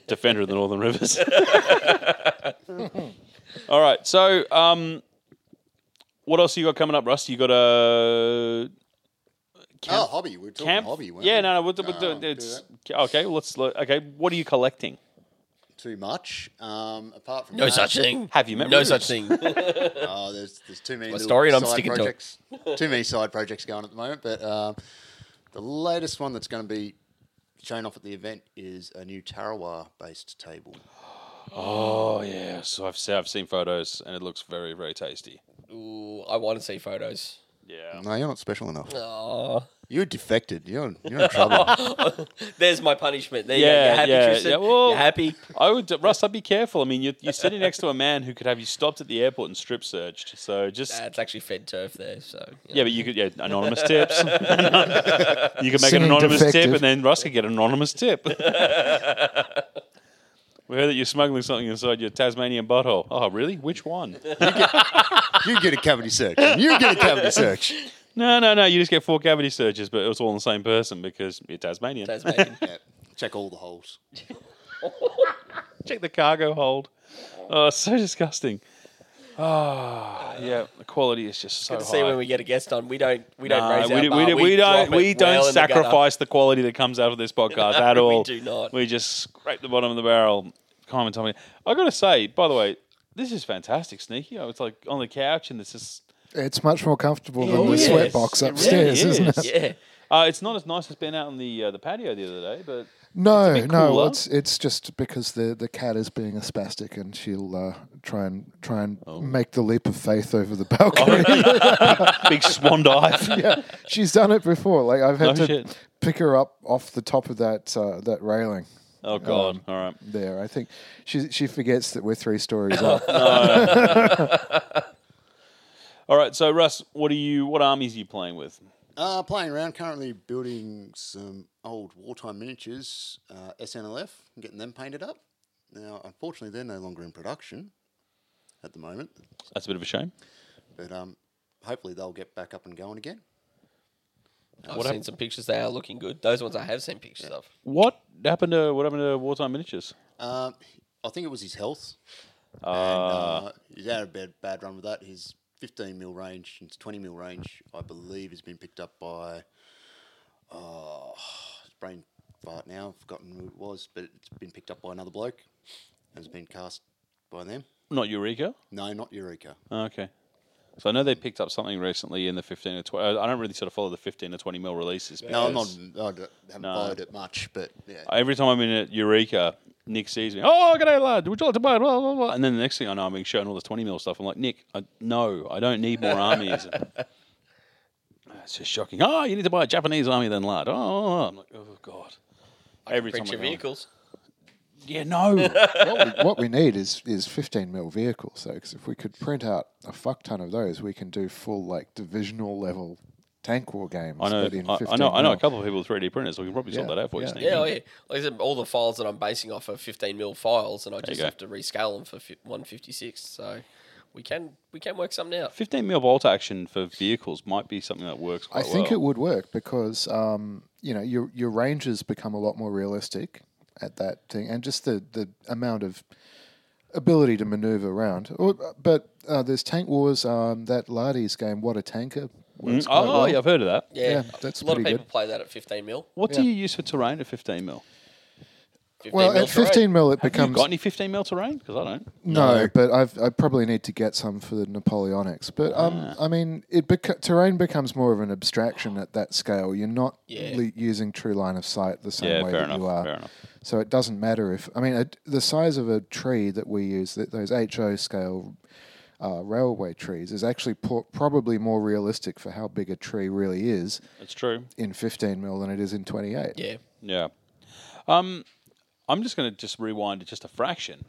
[SPEAKER 2] defender of the Northern Rivers. All right. So, um, what else you got coming up, Russ? You got a
[SPEAKER 6] oh, hobby. We We're talking
[SPEAKER 2] camp?
[SPEAKER 6] hobby, weren't
[SPEAKER 2] yeah,
[SPEAKER 6] we?
[SPEAKER 2] no, no. We'll, do- we'll do-
[SPEAKER 6] don't do
[SPEAKER 2] it's okay. well, Let's look. okay. What are you collecting?
[SPEAKER 6] Too much. Um, apart from
[SPEAKER 3] No
[SPEAKER 6] that,
[SPEAKER 3] such thing.
[SPEAKER 2] Have you met
[SPEAKER 3] No
[SPEAKER 2] Ruse?
[SPEAKER 3] such thing.
[SPEAKER 6] Oh, there's there's too many
[SPEAKER 3] My
[SPEAKER 6] little
[SPEAKER 3] story and I'm
[SPEAKER 6] side
[SPEAKER 3] sticking to it.
[SPEAKER 6] projects. too many side projects going at the moment. But uh, the latest one that's going to be shown off at the event is a new Tarawa based table.
[SPEAKER 2] Oh yeah. So I've seen, I've seen photos, and it looks very very tasty.
[SPEAKER 3] Ooh, I want to see photos.
[SPEAKER 2] Yeah.
[SPEAKER 6] No, you're not special enough.
[SPEAKER 3] Oh,
[SPEAKER 6] You defected. You're you're in trouble.
[SPEAKER 3] there's my punishment. There
[SPEAKER 2] Yeah,
[SPEAKER 3] you go. You're happy,
[SPEAKER 2] yeah,
[SPEAKER 3] Tristan?
[SPEAKER 2] yeah, well-
[SPEAKER 3] You're happy?
[SPEAKER 2] I would, Russ. I'd be careful. I mean, you're, you're sitting next to a man who could have you stopped at the airport and strip searched. So just
[SPEAKER 3] Nah, it's actually Fed turf there, so you
[SPEAKER 2] yeah, but you could yeah anonymous tips. you could make an
[SPEAKER 5] Singing
[SPEAKER 2] anonymous tip,
[SPEAKER 5] defective.
[SPEAKER 2] and then Russ could get an anonymous tip. we heard that you're smuggling something inside your Tasmanian butthole. Oh, really? Which one?
[SPEAKER 6] you get a cavity search. You get a cavity search.
[SPEAKER 2] no, no, no. You just get four cavity searches, but it was all on the same person because you're Tasmanian.
[SPEAKER 3] know, Tasmanian.
[SPEAKER 6] Yeah, check all the holes.
[SPEAKER 2] Check the cargo hold. Oh, it's so disgusting. Oh, yeah. The quality is just so
[SPEAKER 3] Good to
[SPEAKER 2] high.
[SPEAKER 3] see when we get a guest on. We don't we don't
[SPEAKER 2] Uh,
[SPEAKER 3] raise
[SPEAKER 2] we,
[SPEAKER 3] our
[SPEAKER 2] do-
[SPEAKER 3] bar.
[SPEAKER 2] we, do- we
[SPEAKER 3] drop
[SPEAKER 2] don't
[SPEAKER 3] it
[SPEAKER 2] we don't
[SPEAKER 3] well in the gutter.
[SPEAKER 2] sacrifice the quality that comes out of this podcast at
[SPEAKER 3] We
[SPEAKER 2] all.
[SPEAKER 3] do not.
[SPEAKER 2] We just scrape the bottom of the barrel. Common Tommy. I gotta say, by the way, this is fantastic, sneaky. I was like on the couch, and this is
[SPEAKER 5] It's much more comfortable than the
[SPEAKER 3] is.
[SPEAKER 5] sweat box
[SPEAKER 2] It really
[SPEAKER 5] upstairs, isn't
[SPEAKER 2] is.
[SPEAKER 5] it?
[SPEAKER 3] Yeah.
[SPEAKER 2] uh, it's not as nice as being out on the uh, the patio the other day, but
[SPEAKER 5] No,
[SPEAKER 2] bit
[SPEAKER 5] no,
[SPEAKER 2] cooler.
[SPEAKER 5] it's it's just because the, the cat is being a spastic and she'll uh, try and try and
[SPEAKER 2] Oh.
[SPEAKER 5] make the leap of faith over the balcony.
[SPEAKER 2] big swan dive.
[SPEAKER 5] yeah, she's done it before. Like I've had
[SPEAKER 2] No
[SPEAKER 5] to
[SPEAKER 2] shit.
[SPEAKER 5] pick her up off the top of that uh, that railing
[SPEAKER 2] Oh god! all right.
[SPEAKER 5] there. I think she she forgets that we're three stories up.
[SPEAKER 2] All right. So Russ, what are you? What armies are you playing with?
[SPEAKER 6] Uh, playing around, currently building some old wartime miniatures, uh, SNLF, and getting them painted up. Now, unfortunately, they're no longer in production at the moment,
[SPEAKER 2] That's a bit of a shame.
[SPEAKER 6] but um, hopefully they'll get back up and going again.
[SPEAKER 3] I've seen some pictures. They are looking good. Those ones I have seen pictures of.
[SPEAKER 2] What happened to what happened to wartime miniatures?
[SPEAKER 6] Um, I think it was his health. and, uh, he's had a bad, bad run with that. His 15 mil range and 20 mil range, I believe, has been picked up by. Oh, his brain fart now. I've forgotten who it was, but it's been picked up by another bloke. and Has been cast by them.
[SPEAKER 2] Not Eureka.
[SPEAKER 6] No, not Eureka.
[SPEAKER 2] Okay. So I know they picked up something recently in the 15 or 20. uh, I don't really sort of follow the 15 or 20 mil releases.
[SPEAKER 6] No, I'm not.
[SPEAKER 2] because
[SPEAKER 6] I don't- haven't followed it much, but yeah.
[SPEAKER 2] Every time I'm in at Eureka, Nick sees me. Oh, g'day, lad. Would you like to buy it? Blah, blah, blah. And then the next thing I know, I'm being shown all this 20 mil stuff. I'm like, Nick, I, no, I don't need more armies. it's just shocking. Oh, you need to buy a Japanese army then, lad. Oh, oh, oh. I'm like, oh, God. Every time
[SPEAKER 3] Print
[SPEAKER 2] I
[SPEAKER 3] your
[SPEAKER 2] go on.
[SPEAKER 3] vehicles.
[SPEAKER 2] Yeah, no.
[SPEAKER 5] what, we, what we need is is fifteen mil vehicles, though, because if we could print out a fuck ton of those, we can do full like divisional level tank war games.
[SPEAKER 2] I know,
[SPEAKER 5] but in
[SPEAKER 2] I,
[SPEAKER 5] 15
[SPEAKER 2] I know, I know a
[SPEAKER 5] mil.
[SPEAKER 2] couple of people with 3D printers. We can probably sort
[SPEAKER 5] Yeah,
[SPEAKER 2] that out for you.
[SPEAKER 5] yeah.
[SPEAKER 2] Sneaky.
[SPEAKER 3] Yeah, oh, yeah. Like I said, all the files that I'm basing off are 15 mil files, and I just
[SPEAKER 2] go.
[SPEAKER 3] have to rescale them for fi- 156. So we can we can work something out.
[SPEAKER 2] 15 mil bolt action for vehicles might be something that works
[SPEAKER 5] I
[SPEAKER 2] quite
[SPEAKER 5] think
[SPEAKER 2] well.
[SPEAKER 5] it would work because um, you know your your ranges become a lot more realistic at that thing, and just the the amount of ability to maneuver around. Or, but uh, there's tank wars. Um, that Lardy's game, what a tanker. works quite
[SPEAKER 2] Oh,
[SPEAKER 5] well.
[SPEAKER 2] yeah, I've heard of that.
[SPEAKER 3] Yeah,
[SPEAKER 5] Yeah, that's
[SPEAKER 3] a lot of
[SPEAKER 5] pretty
[SPEAKER 3] people
[SPEAKER 5] good.
[SPEAKER 3] play that at 15 mil.
[SPEAKER 2] What do
[SPEAKER 5] Yeah.
[SPEAKER 2] you use for terrain at 15 mil?
[SPEAKER 3] 15
[SPEAKER 5] Well,
[SPEAKER 3] mil
[SPEAKER 5] at
[SPEAKER 3] terrain.
[SPEAKER 5] 15 mil, it
[SPEAKER 2] Have you
[SPEAKER 5] becomes
[SPEAKER 2] got any 15 mil terrain? Because I don't.
[SPEAKER 5] No, but I've, I probably need to get some for the Napoleonics. But um, I mean, it beca- terrain becomes more of an abstraction at that scale. You're not
[SPEAKER 3] Yeah.
[SPEAKER 5] le- using true line of sight the same
[SPEAKER 2] Yeah,
[SPEAKER 5] way
[SPEAKER 2] fair
[SPEAKER 5] that
[SPEAKER 2] enough,
[SPEAKER 5] you are.
[SPEAKER 2] fair enough.
[SPEAKER 5] So it doesn't matter if I mean a, the size of a tree that we use, that those HO scale uh, railway trees, is actually po- probably more realistic for how big a tree really is
[SPEAKER 2] That's true.
[SPEAKER 5] in 15 mil than it is in 28.
[SPEAKER 3] Yeah.
[SPEAKER 2] Yeah. Um, I'm just going to just rewind to just a fraction.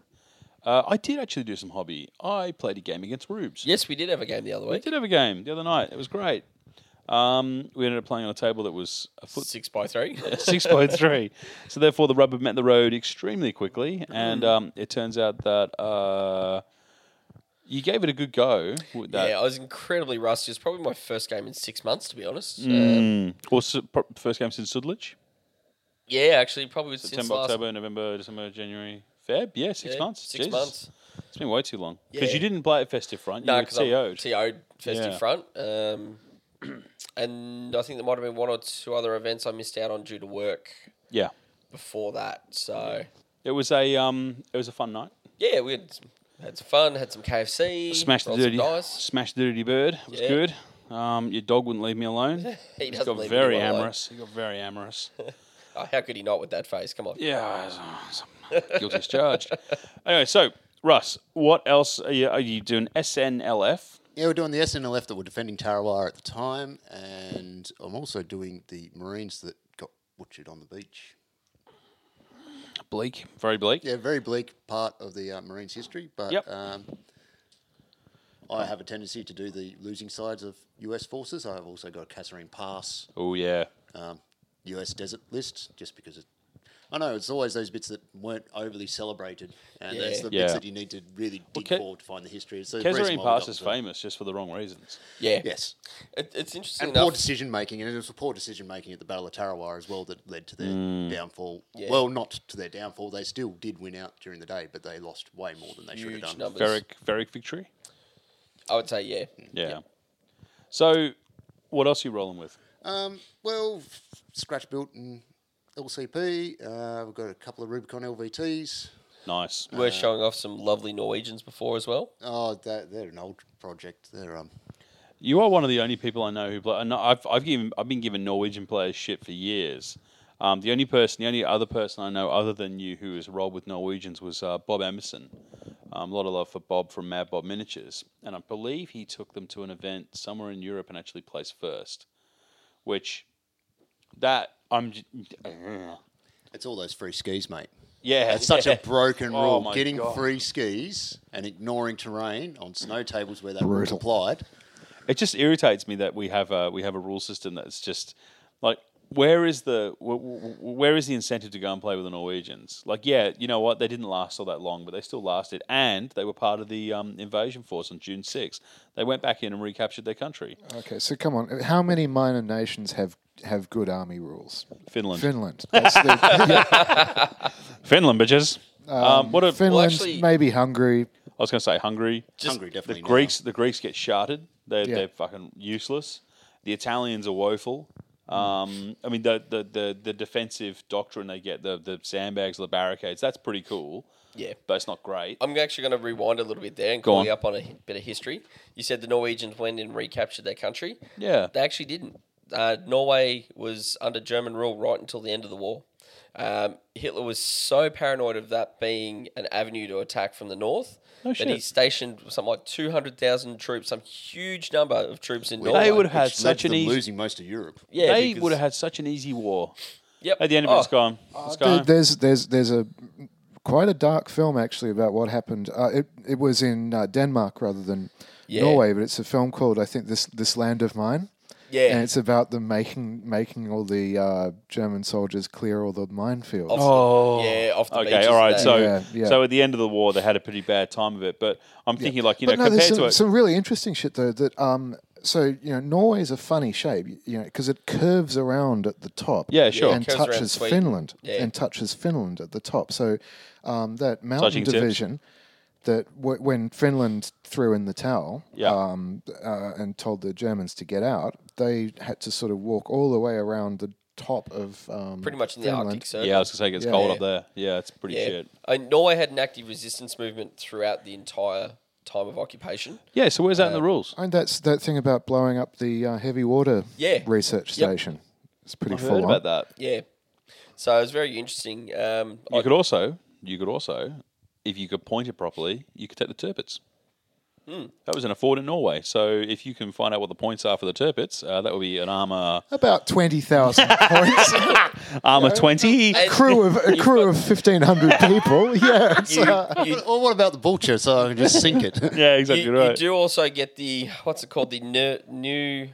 [SPEAKER 2] Uh, I did actually do some hobby. I played a game against Rubes.
[SPEAKER 3] Yes, we did have a game the other
[SPEAKER 2] We
[SPEAKER 3] week.
[SPEAKER 2] did have a game the other night. It was great. Um, we ended up playing on a table that was a foot
[SPEAKER 3] Six by three.
[SPEAKER 2] six by three. So therefore, the rubber met the road extremely quickly, and um, it turns out that uh, you gave it a good go. With that,
[SPEAKER 3] Yeah, I was incredibly rusty. It's probably my first game in six months, to be honest.
[SPEAKER 2] Hmm.
[SPEAKER 3] Um,
[SPEAKER 2] Mm. Or s- pro- first game since Sudlage,
[SPEAKER 3] yeah, actually, probably since
[SPEAKER 2] September,
[SPEAKER 3] last
[SPEAKER 2] October, November, December, January, Feb. Yeah, six
[SPEAKER 3] yeah,
[SPEAKER 2] months.
[SPEAKER 3] Six
[SPEAKER 2] Jeez.
[SPEAKER 3] months.
[SPEAKER 2] It's been way too long because
[SPEAKER 3] Yeah.
[SPEAKER 2] you didn't play at Festive Front. You
[SPEAKER 3] No,
[SPEAKER 2] were
[SPEAKER 3] because I'm
[SPEAKER 2] TO'd.
[SPEAKER 3] TO'd festive
[SPEAKER 2] Yeah.
[SPEAKER 3] front. Um, and I think there might have been one or two other events I missed out on due to work
[SPEAKER 2] yeah,
[SPEAKER 3] before that. So
[SPEAKER 2] it was a um, it was a fun night.
[SPEAKER 3] yeah, we had, some- had some fun, had some KFC,
[SPEAKER 2] Smash the
[SPEAKER 3] rolled some
[SPEAKER 2] dirty,
[SPEAKER 3] dice.
[SPEAKER 2] smash the dirty bird. It was
[SPEAKER 3] Yeah.
[SPEAKER 2] good. Um, your dog wouldn't leave me alone.
[SPEAKER 3] He
[SPEAKER 2] He
[SPEAKER 3] doesn't
[SPEAKER 2] got
[SPEAKER 3] leave me
[SPEAKER 2] very
[SPEAKER 3] alone.
[SPEAKER 2] amorous. He got very amorous.
[SPEAKER 3] Oh, how could he not with that face? Come on.
[SPEAKER 2] Yeah, uh, it's- it's- guilty as charged. Anyway, so Russ, what else are you, are you doing? SNLF.
[SPEAKER 6] Yeah, we're doing the SNLF that were defending Tarawar at the time, and I'm also doing the Marines that got butchered on the beach.
[SPEAKER 7] Bleak.
[SPEAKER 2] Very bleak.
[SPEAKER 6] Yeah, very bleak part of the uh, Marines' history, but
[SPEAKER 2] Yep.
[SPEAKER 6] um, I have a tendency to do the losing sides of US forces. I've also got Kasserine Pass,
[SPEAKER 2] Oh yeah.
[SPEAKER 6] um, US desert list, just because it, I know it's always those bits that weren't overly celebrated, and that's
[SPEAKER 3] Yeah.
[SPEAKER 6] the
[SPEAKER 2] Yeah.
[SPEAKER 6] bits that you need to really dig
[SPEAKER 2] Ke-
[SPEAKER 6] for to find the history. It's the reason
[SPEAKER 2] Kesarine
[SPEAKER 6] why we got
[SPEAKER 2] Pass is
[SPEAKER 6] the-
[SPEAKER 2] famous just for the wrong reasons.
[SPEAKER 3] Yeah,
[SPEAKER 6] Yes.
[SPEAKER 3] It, it's interesting
[SPEAKER 6] and
[SPEAKER 3] enough.
[SPEAKER 6] poor decision making, and it was poor decision making at the Battle of Tarawa as well that led to their
[SPEAKER 2] Mm.
[SPEAKER 6] downfall. Well, not to their downfall; they still did win out during the day, but they lost way more than they should have
[SPEAKER 3] huge
[SPEAKER 6] done.
[SPEAKER 3] numbers.
[SPEAKER 2] Ferric Ferric victory.
[SPEAKER 3] I would say yeah.
[SPEAKER 2] Yeah. So, what else are you rolling with?
[SPEAKER 6] Um, well, f- scratch built and LCP. Uh, we've got a couple of Rubicon LVTs.
[SPEAKER 2] Nice.
[SPEAKER 3] We're showing off some lovely Norwegians before as well.
[SPEAKER 6] Oh, they're, they're an old project. They're um,
[SPEAKER 2] You are one of the only people I know who play. And I've I've given I've been giving Norwegian players shit for years. Um, the only person, the only other person I know other than you who has rolled with Norwegians was uh, Bob Emerson. Um, a lot of love for Bob from Mad Bob Miniatures, and I believe he took them to an event somewhere in Europe and actually placed first, which that I'm j-
[SPEAKER 6] it's all those free skis, mate.
[SPEAKER 2] yeah
[SPEAKER 6] That's such a broken
[SPEAKER 2] Oh
[SPEAKER 6] rule.
[SPEAKER 2] my
[SPEAKER 6] Getting
[SPEAKER 2] God.
[SPEAKER 6] free skis and ignoring terrain on snow tables where that rule's
[SPEAKER 5] Brutal.
[SPEAKER 6] applied.
[SPEAKER 2] it just irritates me that we have a we have a rule system that's just like where is the wh- wh- where is the incentive to go and play with the Norwegians? Like, yeah, you know what? They didn't last all that long, but they still lasted, and they were part of the um, invasion force on June 6th. They went back in and recaptured their country,
[SPEAKER 5] Okay, so come on. How many minor nations have have good army rules?
[SPEAKER 2] Finland.
[SPEAKER 5] Finland. That's the,
[SPEAKER 2] Finland, bitches. Um, what a,
[SPEAKER 5] Finland,
[SPEAKER 3] actually-
[SPEAKER 5] maybe Hungary.
[SPEAKER 2] I was going to say Hungary.
[SPEAKER 6] Hungary
[SPEAKER 2] the
[SPEAKER 6] definitely. now.
[SPEAKER 2] Greeks, the Greeks get sharded. They're,
[SPEAKER 5] Yeah.
[SPEAKER 2] they're fucking useless. The Italians are woeful. Um, I mean, the, the the the defensive doctrine they get, the the sandbags, the barricades, that's pretty cool.
[SPEAKER 3] Yeah. Oh,
[SPEAKER 2] but it's not great.
[SPEAKER 3] I'm actually going to rewind a little bit there and call
[SPEAKER 2] on.
[SPEAKER 3] you up on a hi- bit of history. You said the Norwegians went and recaptured their country.
[SPEAKER 2] Yeah.
[SPEAKER 3] They actually didn't. Uh, Norway was under German rule right until the end of the war. Um, Hitler was so paranoid of that being an avenue to attack from the north that he
[SPEAKER 2] shit.
[SPEAKER 3] stationed something like 200,000 troops, some huge number of troops in Norway.
[SPEAKER 2] They would have had
[SPEAKER 6] which led
[SPEAKER 2] such
[SPEAKER 6] to
[SPEAKER 2] an
[SPEAKER 6] them
[SPEAKER 2] easy.
[SPEAKER 6] losing most of Europe.
[SPEAKER 3] Yeah,
[SPEAKER 2] they
[SPEAKER 3] because-
[SPEAKER 2] would have had such an easy war.
[SPEAKER 3] Yep.
[SPEAKER 2] At the end of it, it's
[SPEAKER 3] Oh,
[SPEAKER 2] gone. It's
[SPEAKER 5] There-
[SPEAKER 2] gone.
[SPEAKER 5] There's there's there's a quite a dark film actually about what happened. Uh, it it was in uh, Denmark rather than
[SPEAKER 3] Yeah.
[SPEAKER 5] Norway, but it's a film called I think this this land of mine.
[SPEAKER 3] Yeah.
[SPEAKER 5] and it's about them making making all the uh, German soldiers clear all the minefields.
[SPEAKER 2] Oh,
[SPEAKER 3] Yeah, off the
[SPEAKER 2] okay,
[SPEAKER 3] beaches
[SPEAKER 2] all right.
[SPEAKER 3] there.
[SPEAKER 2] So,
[SPEAKER 5] Yeah, yeah.
[SPEAKER 2] so at the end of the war, they had a pretty bad time of it. But I'm thinking, like you know,
[SPEAKER 5] but no, there's
[SPEAKER 2] compared
[SPEAKER 5] some,
[SPEAKER 2] to it,
[SPEAKER 5] some really interesting shit though. That um, so you know, Norway's a funny shape, you know, because it curves around at the top.
[SPEAKER 2] Yeah, sure.
[SPEAKER 5] And
[SPEAKER 3] Curves around
[SPEAKER 5] touches
[SPEAKER 3] Sweden.
[SPEAKER 5] Finland
[SPEAKER 3] Yeah.
[SPEAKER 5] and touches Finland at the top. So um, that mountain
[SPEAKER 2] Touching tips.
[SPEAKER 5] division. That w- when Finland threw in the towel
[SPEAKER 2] Yeah.
[SPEAKER 5] um, uh, and told the Germans to get out, they had to sort of walk all the way around the top of um,
[SPEAKER 3] pretty much in the
[SPEAKER 5] Finland.
[SPEAKER 3] Arctic Circle.
[SPEAKER 2] yeah, I was gonna say it gets cold
[SPEAKER 3] Yeah.
[SPEAKER 2] up there. Yeah, it's pretty shit.
[SPEAKER 3] And Norway had an active resistance movement throughout the entire time of occupation.
[SPEAKER 2] Yeah, so where's that in
[SPEAKER 5] Uh,
[SPEAKER 2] the rules?
[SPEAKER 5] And that's that thing about blowing up the uh, heavy water
[SPEAKER 3] Yeah.
[SPEAKER 5] research
[SPEAKER 3] Yep.
[SPEAKER 5] station. It's pretty
[SPEAKER 2] I
[SPEAKER 5] full
[SPEAKER 2] heard
[SPEAKER 5] on.
[SPEAKER 2] about that.
[SPEAKER 3] Yeah. So it was very interesting. Um,
[SPEAKER 2] You
[SPEAKER 3] I-
[SPEAKER 2] could also, you could also, if you could point it properly, you could take the turpits.
[SPEAKER 3] Hmm.
[SPEAKER 2] That was in a ford in Norway. So if you can find out what the points are for the turpits, uh, that would be an armor
[SPEAKER 5] About twenty thousand points.
[SPEAKER 2] armor twenty.
[SPEAKER 5] a crew of a crew of fifteen hundred people. Yeah, it's, uh,
[SPEAKER 3] you,
[SPEAKER 6] Or what about the vulture? So I can just sink it.
[SPEAKER 2] Yeah,
[SPEAKER 3] you,
[SPEAKER 2] exactly
[SPEAKER 3] you
[SPEAKER 2] right.
[SPEAKER 3] do also get the what's it called the new, new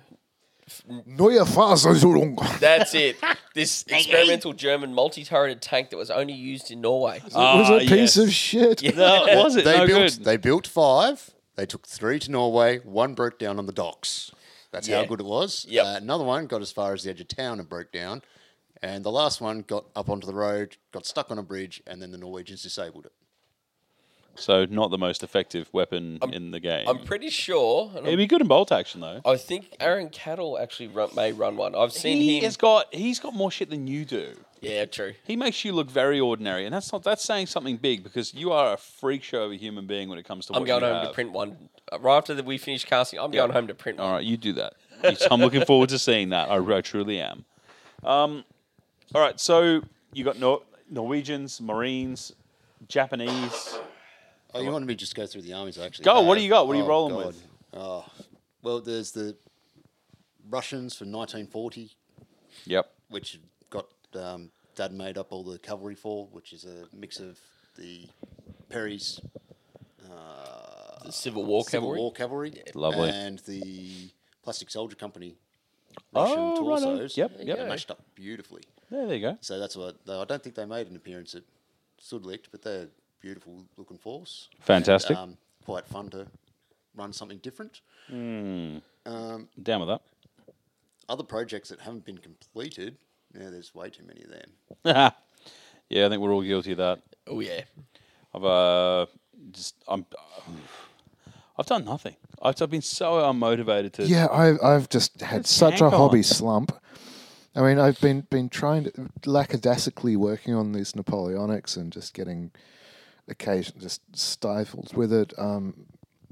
[SPEAKER 5] Neue Faserung.
[SPEAKER 3] that's it this experimental German multi-turreted tank that was only used in Norway. Um,
[SPEAKER 2] Ah,
[SPEAKER 5] it was a
[SPEAKER 2] yes.
[SPEAKER 5] piece of shit.
[SPEAKER 2] No, it wasn't.
[SPEAKER 6] They
[SPEAKER 2] no
[SPEAKER 6] built
[SPEAKER 2] good.
[SPEAKER 6] they built five. They took three to Norway. One broke down on the docks. That's
[SPEAKER 3] Yeah.
[SPEAKER 6] how good it was.
[SPEAKER 3] Yep.
[SPEAKER 6] Uh, another one got as far as the edge of town and broke down. And the last one got up onto the road, got stuck on a bridge, and then the Norwegians disabled it. Oh,
[SPEAKER 2] So not the most effective weapon in the game.
[SPEAKER 3] I'm pretty sure. And
[SPEAKER 2] It'd
[SPEAKER 3] I'm,
[SPEAKER 2] be good in bolt action though.
[SPEAKER 3] I think Aaron Cattle actually run, may run one. I've seen
[SPEAKER 2] He
[SPEAKER 3] him.
[SPEAKER 2] has got he's got more shit than you do.
[SPEAKER 3] yeah, true.
[SPEAKER 2] He makes you look very ordinary, and that's not that's saying something big because you are a freak show of a human being when it comes to.
[SPEAKER 3] I'm
[SPEAKER 2] what
[SPEAKER 3] going
[SPEAKER 2] you
[SPEAKER 3] home to
[SPEAKER 2] have.
[SPEAKER 3] print one Uh, right after that we finish casting. I'm going home to print one.
[SPEAKER 2] All right, you do that. I'm looking forward to seeing that. I, I truly am. Um, all right, so you got Nor- Norwegians, Marines, Japanese.
[SPEAKER 6] Oh, you wanted me to just go through the armies, actually?
[SPEAKER 2] Go,
[SPEAKER 6] Uh,
[SPEAKER 2] what do you got? What are you
[SPEAKER 6] oh,
[SPEAKER 2] rolling
[SPEAKER 6] God.
[SPEAKER 2] with?
[SPEAKER 6] Oh, Well, there's the Russians for 1940,
[SPEAKER 2] Yep.
[SPEAKER 6] which got um, Dad made up all the cavalry for, which is a mix of the Perry's
[SPEAKER 3] The Civil War
[SPEAKER 6] Civil
[SPEAKER 3] cavalry.
[SPEAKER 6] War cavalry,
[SPEAKER 2] Lovely.
[SPEAKER 6] and the Plastic Soldier Company Russian
[SPEAKER 2] Oh, righto.
[SPEAKER 6] torsos.
[SPEAKER 2] Yep,
[SPEAKER 6] They
[SPEAKER 2] yep.
[SPEAKER 6] matched up beautifully.
[SPEAKER 2] There, there you go.
[SPEAKER 6] So that's what though I don't think they made an appearance at Sudlicht, but they're a beautiful looking force.
[SPEAKER 2] Fantastic.
[SPEAKER 6] um, quite fun to run something different.
[SPEAKER 2] Down with that.
[SPEAKER 6] Other projects that haven't been completed. Yeah, there's way too many of them.
[SPEAKER 2] yeah, I think we're all guilty of that.
[SPEAKER 3] Oh yeah.
[SPEAKER 2] I've uh, just I'm I've done nothing. I've, I've been so unmotivated to.
[SPEAKER 5] Yeah, I've, I've just had such a
[SPEAKER 2] tank on.
[SPEAKER 5] hobby slump. I mean, I've been been trying to lackadaisically working on these Napoleonics and just getting occasion just stifled with it. Um,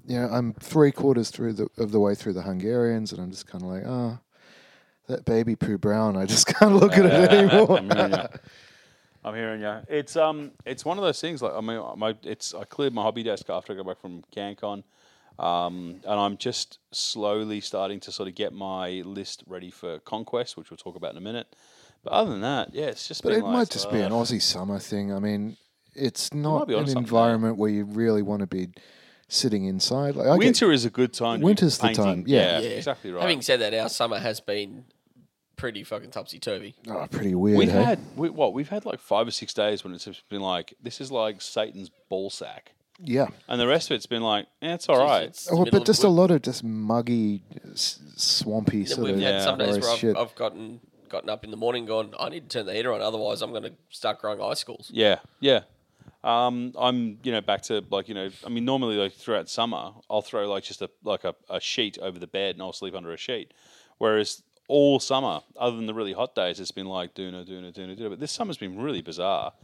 [SPEAKER 5] you know, I'm three quarters through the of the way through the Hungarians, and I'm just kind of like, ah, that baby poo brown. I just can't look at it anymore.
[SPEAKER 2] I'm hearing you. It's um, it's one of those things. Like I mean, my it's I cleared my hobby desk after I got back from CanCon, um, and I'm just slowly starting to sort of get my list ready for Conquest, which we'll talk about in a minute. But other than that, yeah, it's just.
[SPEAKER 5] But
[SPEAKER 2] been
[SPEAKER 5] it
[SPEAKER 2] like,
[SPEAKER 5] might just be an
[SPEAKER 2] uh,
[SPEAKER 5] Aussie summer thing. I mean, it's not
[SPEAKER 2] be onto
[SPEAKER 5] an
[SPEAKER 2] something there.
[SPEAKER 5] environment where you really want to be sitting inside. Like I get-
[SPEAKER 2] Winter is a good time. to be
[SPEAKER 5] Winter's the
[SPEAKER 2] painting.
[SPEAKER 5] time, yeah.
[SPEAKER 3] Yeah.
[SPEAKER 2] exactly right.
[SPEAKER 3] Having said that, our summer has been pretty fucking topsy turvy.
[SPEAKER 5] oh, pretty weird.
[SPEAKER 2] We've
[SPEAKER 5] hey?
[SPEAKER 2] had we, what we've had like five or six days when it's just been like this is like Satan's ball sack,
[SPEAKER 5] yeah.
[SPEAKER 2] and the rest of it's been like eh, it's all right.
[SPEAKER 5] Oh, but just a lot of just muggy, s- swampy sort
[SPEAKER 3] We've
[SPEAKER 5] of
[SPEAKER 3] had some days
[SPEAKER 5] gross
[SPEAKER 3] where I've,
[SPEAKER 5] shit.
[SPEAKER 3] I've gotten gotten up in the morning, gone. I need to turn the heater on, otherwise I'm going to start growing icicles.
[SPEAKER 2] Yeah, yeah. Um, I'm you know back to like you know I mean normally like throughout summer I'll throw like just a like a, a sheet over the bed and I'll sleep under a sheet, whereas all summer other than the really hot days it's been like doona doona doona doona. But this summer's been really bizarre,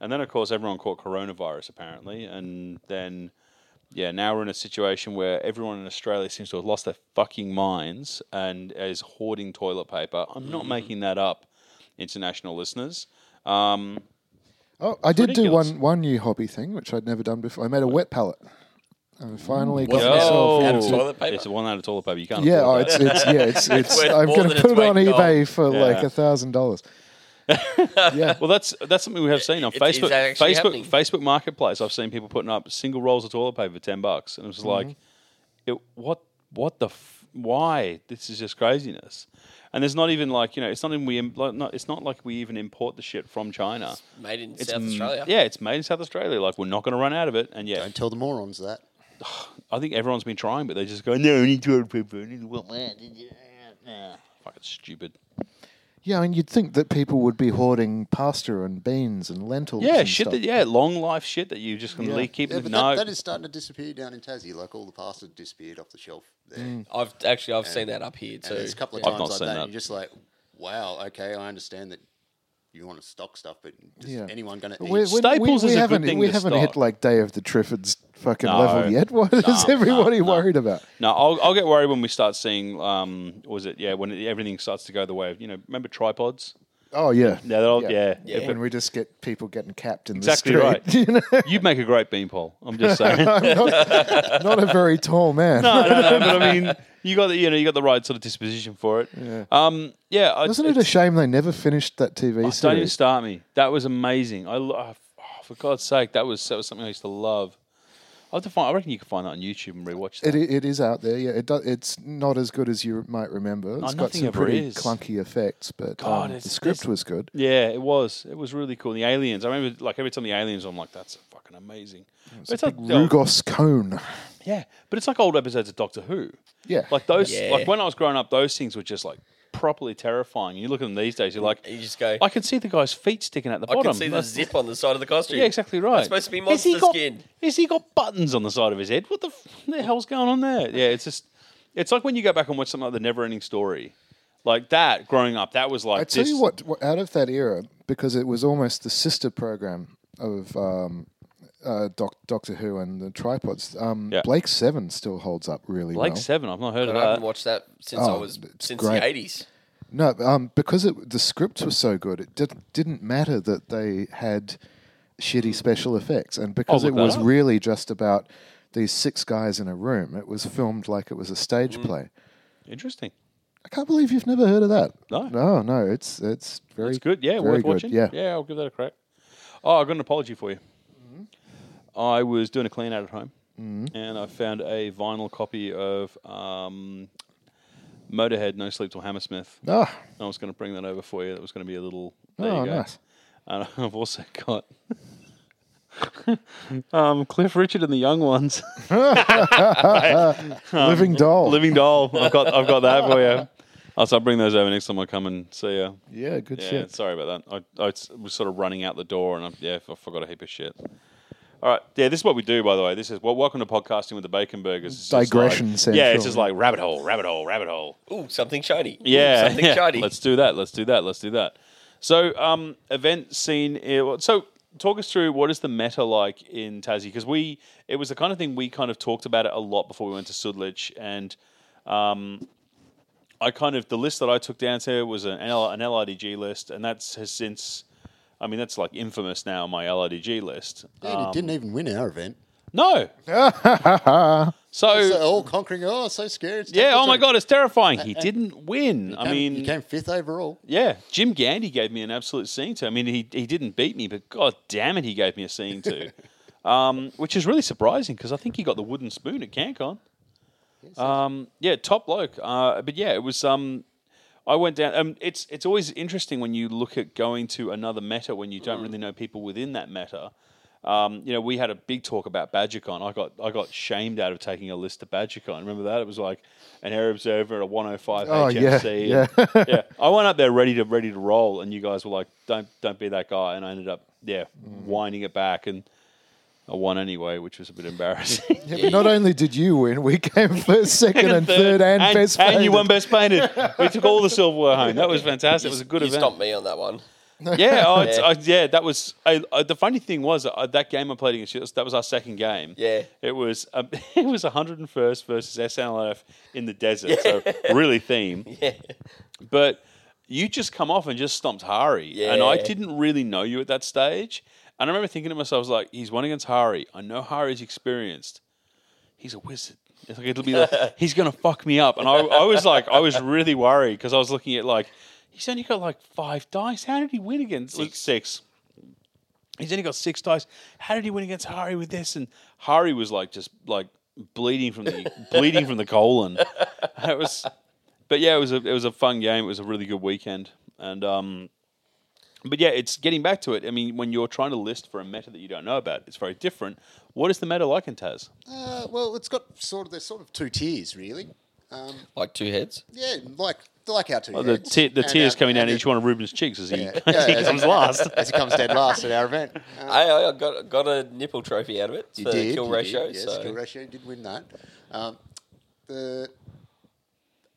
[SPEAKER 2] and then of course everyone caught coronavirus apparently, and then yeah now we're in a situation where everyone in Australia seems to have lost their fucking minds and is hoarding toilet paper. I'm not making that up, international listeners. Um,
[SPEAKER 5] oh, I did do
[SPEAKER 2] ridiculous.
[SPEAKER 5] one one new hobby thing which I'd never done before. I made a wet palette. I finally got
[SPEAKER 3] What's that?
[SPEAKER 5] myself.
[SPEAKER 3] Oh. Out
[SPEAKER 5] into-
[SPEAKER 3] of toilet paper?
[SPEAKER 2] It's one out of toilet paper. You can't.
[SPEAKER 5] Yeah, oh,
[SPEAKER 2] afford
[SPEAKER 5] it's,
[SPEAKER 2] that.
[SPEAKER 5] it's yeah, it's it's.
[SPEAKER 3] worth
[SPEAKER 5] I'm
[SPEAKER 3] more
[SPEAKER 5] going
[SPEAKER 3] than
[SPEAKER 5] to
[SPEAKER 3] its
[SPEAKER 5] put it on
[SPEAKER 3] weight in gold.
[SPEAKER 5] eBay for like
[SPEAKER 2] Yeah.
[SPEAKER 5] a thousand dollars. Yeah,
[SPEAKER 2] well, that's that's something we have seen on
[SPEAKER 3] It- it's
[SPEAKER 2] Facebook.
[SPEAKER 3] actually
[SPEAKER 2] Facebook,
[SPEAKER 3] happening.
[SPEAKER 2] Facebook Marketplace. I've seen people putting up single rolls of toilet paper for ten bucks, and it was just
[SPEAKER 5] Mm-hmm.
[SPEAKER 2] like, it, what, what the, f- why? This is just craziness. And there's not even like you know, it's not even we im- like, not, it's not like we even import the shit from China.
[SPEAKER 3] Made in
[SPEAKER 2] It's
[SPEAKER 3] South
[SPEAKER 2] m-
[SPEAKER 3] Australia.
[SPEAKER 2] Yeah, it's made in South Australia. Like we're not going to run out of it. And yeah,
[SPEAKER 6] Don't tell the morons that.
[SPEAKER 2] I think everyone's been trying, but they just go, no, I need toilet paper. I need to want that. Fucking stupid.
[SPEAKER 5] yeah. I mean, you'd think that people would be hoarding pasta and beans and lentils.
[SPEAKER 2] Yeah,
[SPEAKER 5] and
[SPEAKER 2] shit.
[SPEAKER 5] stuff.
[SPEAKER 2] That, yeah, long life shit that you just can
[SPEAKER 5] Yeah.
[SPEAKER 2] leak, keep.
[SPEAKER 6] Yeah,
[SPEAKER 2] it
[SPEAKER 6] but
[SPEAKER 2] no,
[SPEAKER 6] that, that is starting to disappear down in Tassie. Like all the pasta disappeared off the shelf there.
[SPEAKER 3] I've actually I've seen that up here
[SPEAKER 6] And
[SPEAKER 3] too.
[SPEAKER 6] there's a couple of
[SPEAKER 2] Mm. I've not
[SPEAKER 6] times like
[SPEAKER 2] seen
[SPEAKER 6] that,
[SPEAKER 2] that.
[SPEAKER 6] and you're just like, wow, okay, I understand that you want to stock stuff, but is
[SPEAKER 5] Yeah.
[SPEAKER 6] anyone going to
[SPEAKER 5] We-
[SPEAKER 6] eat?
[SPEAKER 5] we- we-
[SPEAKER 2] Staples
[SPEAKER 5] we
[SPEAKER 2] is a good
[SPEAKER 5] haven't,
[SPEAKER 2] thing
[SPEAKER 5] We
[SPEAKER 2] to
[SPEAKER 5] haven't
[SPEAKER 2] stock.
[SPEAKER 5] hit like Day of the Triffids fucking
[SPEAKER 2] No.
[SPEAKER 5] level yet. What is
[SPEAKER 2] No, no,
[SPEAKER 5] everybody
[SPEAKER 2] no.
[SPEAKER 5] worried about?
[SPEAKER 2] no. I'll, I'll get worried when we start seeing. Um, what was it yeah? When it- everything starts to go the way of you know. Remember tripods?
[SPEAKER 5] Oh yeah,
[SPEAKER 2] Yeah, they'll, yeah.
[SPEAKER 3] Yeah.
[SPEAKER 5] When we just get people getting capped in
[SPEAKER 2] Exactly
[SPEAKER 5] the
[SPEAKER 2] right.
[SPEAKER 5] street. You know?
[SPEAKER 2] You'd make a great beanpole. I'm just saying. no,
[SPEAKER 5] I'm not, not a very tall man.
[SPEAKER 2] no, no. But I mean, you got the you know you got the right sort of disposition for it. Yeah. Um. Yeah. I,
[SPEAKER 5] Isn't it a
[SPEAKER 2] it's-
[SPEAKER 5] shame they never finished that TV
[SPEAKER 2] oh, Don't even
[SPEAKER 5] series?
[SPEAKER 2] start me. That was amazing. I lo- oh, for God's sake, that was that was something I used to love. I have to find. I reckon you can find that on YouTube and rewatch that.
[SPEAKER 5] It, it is out there. Yeah, it do, it's not as good as you might remember. It's got
[SPEAKER 2] Oh, nothing
[SPEAKER 5] some
[SPEAKER 2] ever
[SPEAKER 5] pretty
[SPEAKER 2] is.
[SPEAKER 5] clunky effects, but
[SPEAKER 2] God,
[SPEAKER 5] um, the
[SPEAKER 2] it's-
[SPEAKER 5] script
[SPEAKER 2] this-
[SPEAKER 5] was good.
[SPEAKER 2] Yeah, it was. It was really cool. And the aliens. I remember, like every time the aliens, I'm like, "That's fucking amazing." But It's like,
[SPEAKER 5] Rugos Cone.
[SPEAKER 2] yeah, but it's like old episodes of Doctor Who.
[SPEAKER 5] Yeah.
[SPEAKER 2] Like those.
[SPEAKER 3] Yeah.
[SPEAKER 2] Like when I was growing up, those things were just like properly terrifying. You look at them these days, you're like,
[SPEAKER 3] You just go.
[SPEAKER 2] "I can see the guy's feet sticking out the
[SPEAKER 3] I
[SPEAKER 2] bottom."
[SPEAKER 3] can see the
[SPEAKER 2] That's-
[SPEAKER 3] zip on the side of the costume.
[SPEAKER 2] yeah, exactly right.
[SPEAKER 3] That's supposed to be
[SPEAKER 2] Has he
[SPEAKER 3] monster
[SPEAKER 2] got-
[SPEAKER 3] skin.
[SPEAKER 2] Has he got buttons on the side of his head? What the, f- the hell's going on there? Yeah, it's just. It's like when you go back and watch something like The Never Ending Story. Like that, growing up, that was like.
[SPEAKER 5] I tell
[SPEAKER 2] this,
[SPEAKER 5] you what, what, out of that era, because it was almost the sister program of um, uh, Doc, Doctor Who and the tripods. Um,
[SPEAKER 2] Yeah.
[SPEAKER 5] Blake Seven still holds up really
[SPEAKER 2] Blake
[SPEAKER 5] well.
[SPEAKER 2] Seven, I've not heard
[SPEAKER 3] I
[SPEAKER 2] of
[SPEAKER 3] haven't
[SPEAKER 2] that.
[SPEAKER 3] watched that since I
[SPEAKER 5] Oh,
[SPEAKER 3] was
[SPEAKER 5] it's
[SPEAKER 3] since
[SPEAKER 5] great.
[SPEAKER 3] the eighties.
[SPEAKER 5] No, um, because it, the scripts were so good, it did, didn't matter that they had shitty special effects, and because
[SPEAKER 2] Oh, look
[SPEAKER 5] it
[SPEAKER 2] that
[SPEAKER 5] was
[SPEAKER 2] up.
[SPEAKER 5] really just about these six guys in a room. It was filmed like it was a stage
[SPEAKER 2] Mm.
[SPEAKER 5] play.
[SPEAKER 2] Interesting.
[SPEAKER 5] I can't believe you've never heard of that.
[SPEAKER 2] No.
[SPEAKER 5] no, no. It's it's very
[SPEAKER 2] It's good. Yeah,
[SPEAKER 5] very
[SPEAKER 2] worth
[SPEAKER 5] good,
[SPEAKER 2] watching.
[SPEAKER 5] Yeah.
[SPEAKER 2] yeah, I'll give that a crack. Oh, I got an apology for you.
[SPEAKER 5] Mm-hmm.
[SPEAKER 2] I was doing a clean out at home, and I found a vinyl copy of um, Motorhead, No Sleep Till Hammersmith.
[SPEAKER 5] Ah,
[SPEAKER 2] I was going to bring that over for you. That was going to be a little. There
[SPEAKER 5] oh,
[SPEAKER 2] you go.
[SPEAKER 5] nice.
[SPEAKER 2] And I've also got um, Cliff Richard and the Young Ones, Um,
[SPEAKER 5] Living doll.
[SPEAKER 2] Living Doll. I've got I've got that for you. Oh, so I'll bring those over next time I come and see you.
[SPEAKER 5] yeah, good
[SPEAKER 2] Yeah,
[SPEAKER 5] shit.
[SPEAKER 2] sorry about that. I, I s- was sort of running out the door, and I, yeah, I forgot a heap of shit. All right, yeah, this is what we do, by the way. This is well, welcome to podcasting with the Bacon Burgers. It's just like-
[SPEAKER 5] Digression
[SPEAKER 2] yeah,
[SPEAKER 5] central.
[SPEAKER 2] it's just like rabbit hole, rabbit hole, rabbit hole.
[SPEAKER 3] Ooh, something shiny. Ooh,
[SPEAKER 2] Yeah,
[SPEAKER 3] something
[SPEAKER 2] yeah.
[SPEAKER 3] shiny.
[SPEAKER 2] Let's do that. Let's do that. Let's do that. So, um, event scene. eh, well, So, talk us through what is the meta like in Tassie? Because we, it was the kind of thing we kind of talked about it a lot before we went to Sudlich, and um, I kind of the list that I took down to was an, L, an LIDG list, and that's has since. I mean, that's like infamous now. My LIDG list. Uh,
[SPEAKER 6] Dude, it didn't even win our event.
[SPEAKER 2] No.
[SPEAKER 6] So
[SPEAKER 2] so.
[SPEAKER 6] all conquering. Oh, so scared. it's
[SPEAKER 2] Yeah.
[SPEAKER 6] terrible
[SPEAKER 2] Oh my
[SPEAKER 6] too.
[SPEAKER 2] God, it's terrifying. He didn't win. I
[SPEAKER 6] Came-
[SPEAKER 2] mean,
[SPEAKER 6] you came fifth overall.
[SPEAKER 2] Yeah, Jim Gandy gave me an absolute seeing to. I mean, he, he didn't beat me, but god damn it, he gave me a seeing to, um, which is really surprising because I think he got the wooden spoon at CanCon. Um, yeah, top bloke. Uh, but yeah, it was. Um, I went down. Um, it's it's always interesting when you look at going to another meta when you
[SPEAKER 5] Mm.
[SPEAKER 2] don't really know people within that meta. Um, you know, we had a big talk about BadgerCon. I got I got shamed out of taking a list to BadgerCon. Remember that? It was like an Air Observer, a 105
[SPEAKER 5] Oh, yeah,
[SPEAKER 2] HFC. yeah. yeah. I went up there ready to ready to roll, and you guys were like, "Don't don't be that guy," and I ended up yeah
[SPEAKER 5] Mm.
[SPEAKER 2] winding it back, and I won anyway, which was a bit embarrassing.
[SPEAKER 5] Yeah, but not only did you win, we came first, second, and third, and, best.
[SPEAKER 2] and you won
[SPEAKER 5] painted.
[SPEAKER 2] best painted. We took all the silverware home. That was fantastic. It was a good
[SPEAKER 3] you
[SPEAKER 2] event.
[SPEAKER 3] stopped me on that one.
[SPEAKER 2] Yeah, oh, it's,
[SPEAKER 3] Yeah.
[SPEAKER 2] I, yeah, that was. I, I, the funny thing was uh, that game I played against you. That was our second game.
[SPEAKER 3] Yeah.
[SPEAKER 2] it was. Um, it was 101st versus SNLF in the desert. So really theme. Yeah, but you just come off and just stomped Hari, and I
[SPEAKER 3] Yeah.
[SPEAKER 2] didn't really know you at that stage. And I remember thinking to myself, I was like, he's won against Hari. I know Hari's experienced. He's a wizard. It's like it'll be like he's gonna fuck me up, and I, I was like, I was really worried because I was looking at like he's only got like five dice. How did he win against six? six. He's only got six dice. How did he win against Hari with this? And Hari was like just like bleeding from the bleeding from the colon. It was, but yeah, it was a it was a fun game. It was a really good weekend, and um, but yeah, it's getting back to it. I mean, when you're trying to list for a meta that you don't know about, it's very different. What is the meta like in Taz?
[SPEAKER 6] Uh, well, it's got sort of there's sort of two tiers really. Um,
[SPEAKER 3] Like two heads.
[SPEAKER 6] yeah, like like our two.
[SPEAKER 2] Oh, the
[SPEAKER 6] heads.
[SPEAKER 2] te- the
[SPEAKER 6] And
[SPEAKER 2] tears
[SPEAKER 6] our-
[SPEAKER 2] coming down
[SPEAKER 6] and
[SPEAKER 2] each one of Ruben's cheeks as he,
[SPEAKER 6] Yeah,
[SPEAKER 2] as he
[SPEAKER 6] as-
[SPEAKER 2] comes last.
[SPEAKER 6] as it comes dead last at our event. Uh,
[SPEAKER 3] I, I got got a nipple trophy out of it for the kill
[SPEAKER 6] you
[SPEAKER 3] ratio.
[SPEAKER 6] Yes,
[SPEAKER 3] so
[SPEAKER 6] kill ratio did win that. Um, the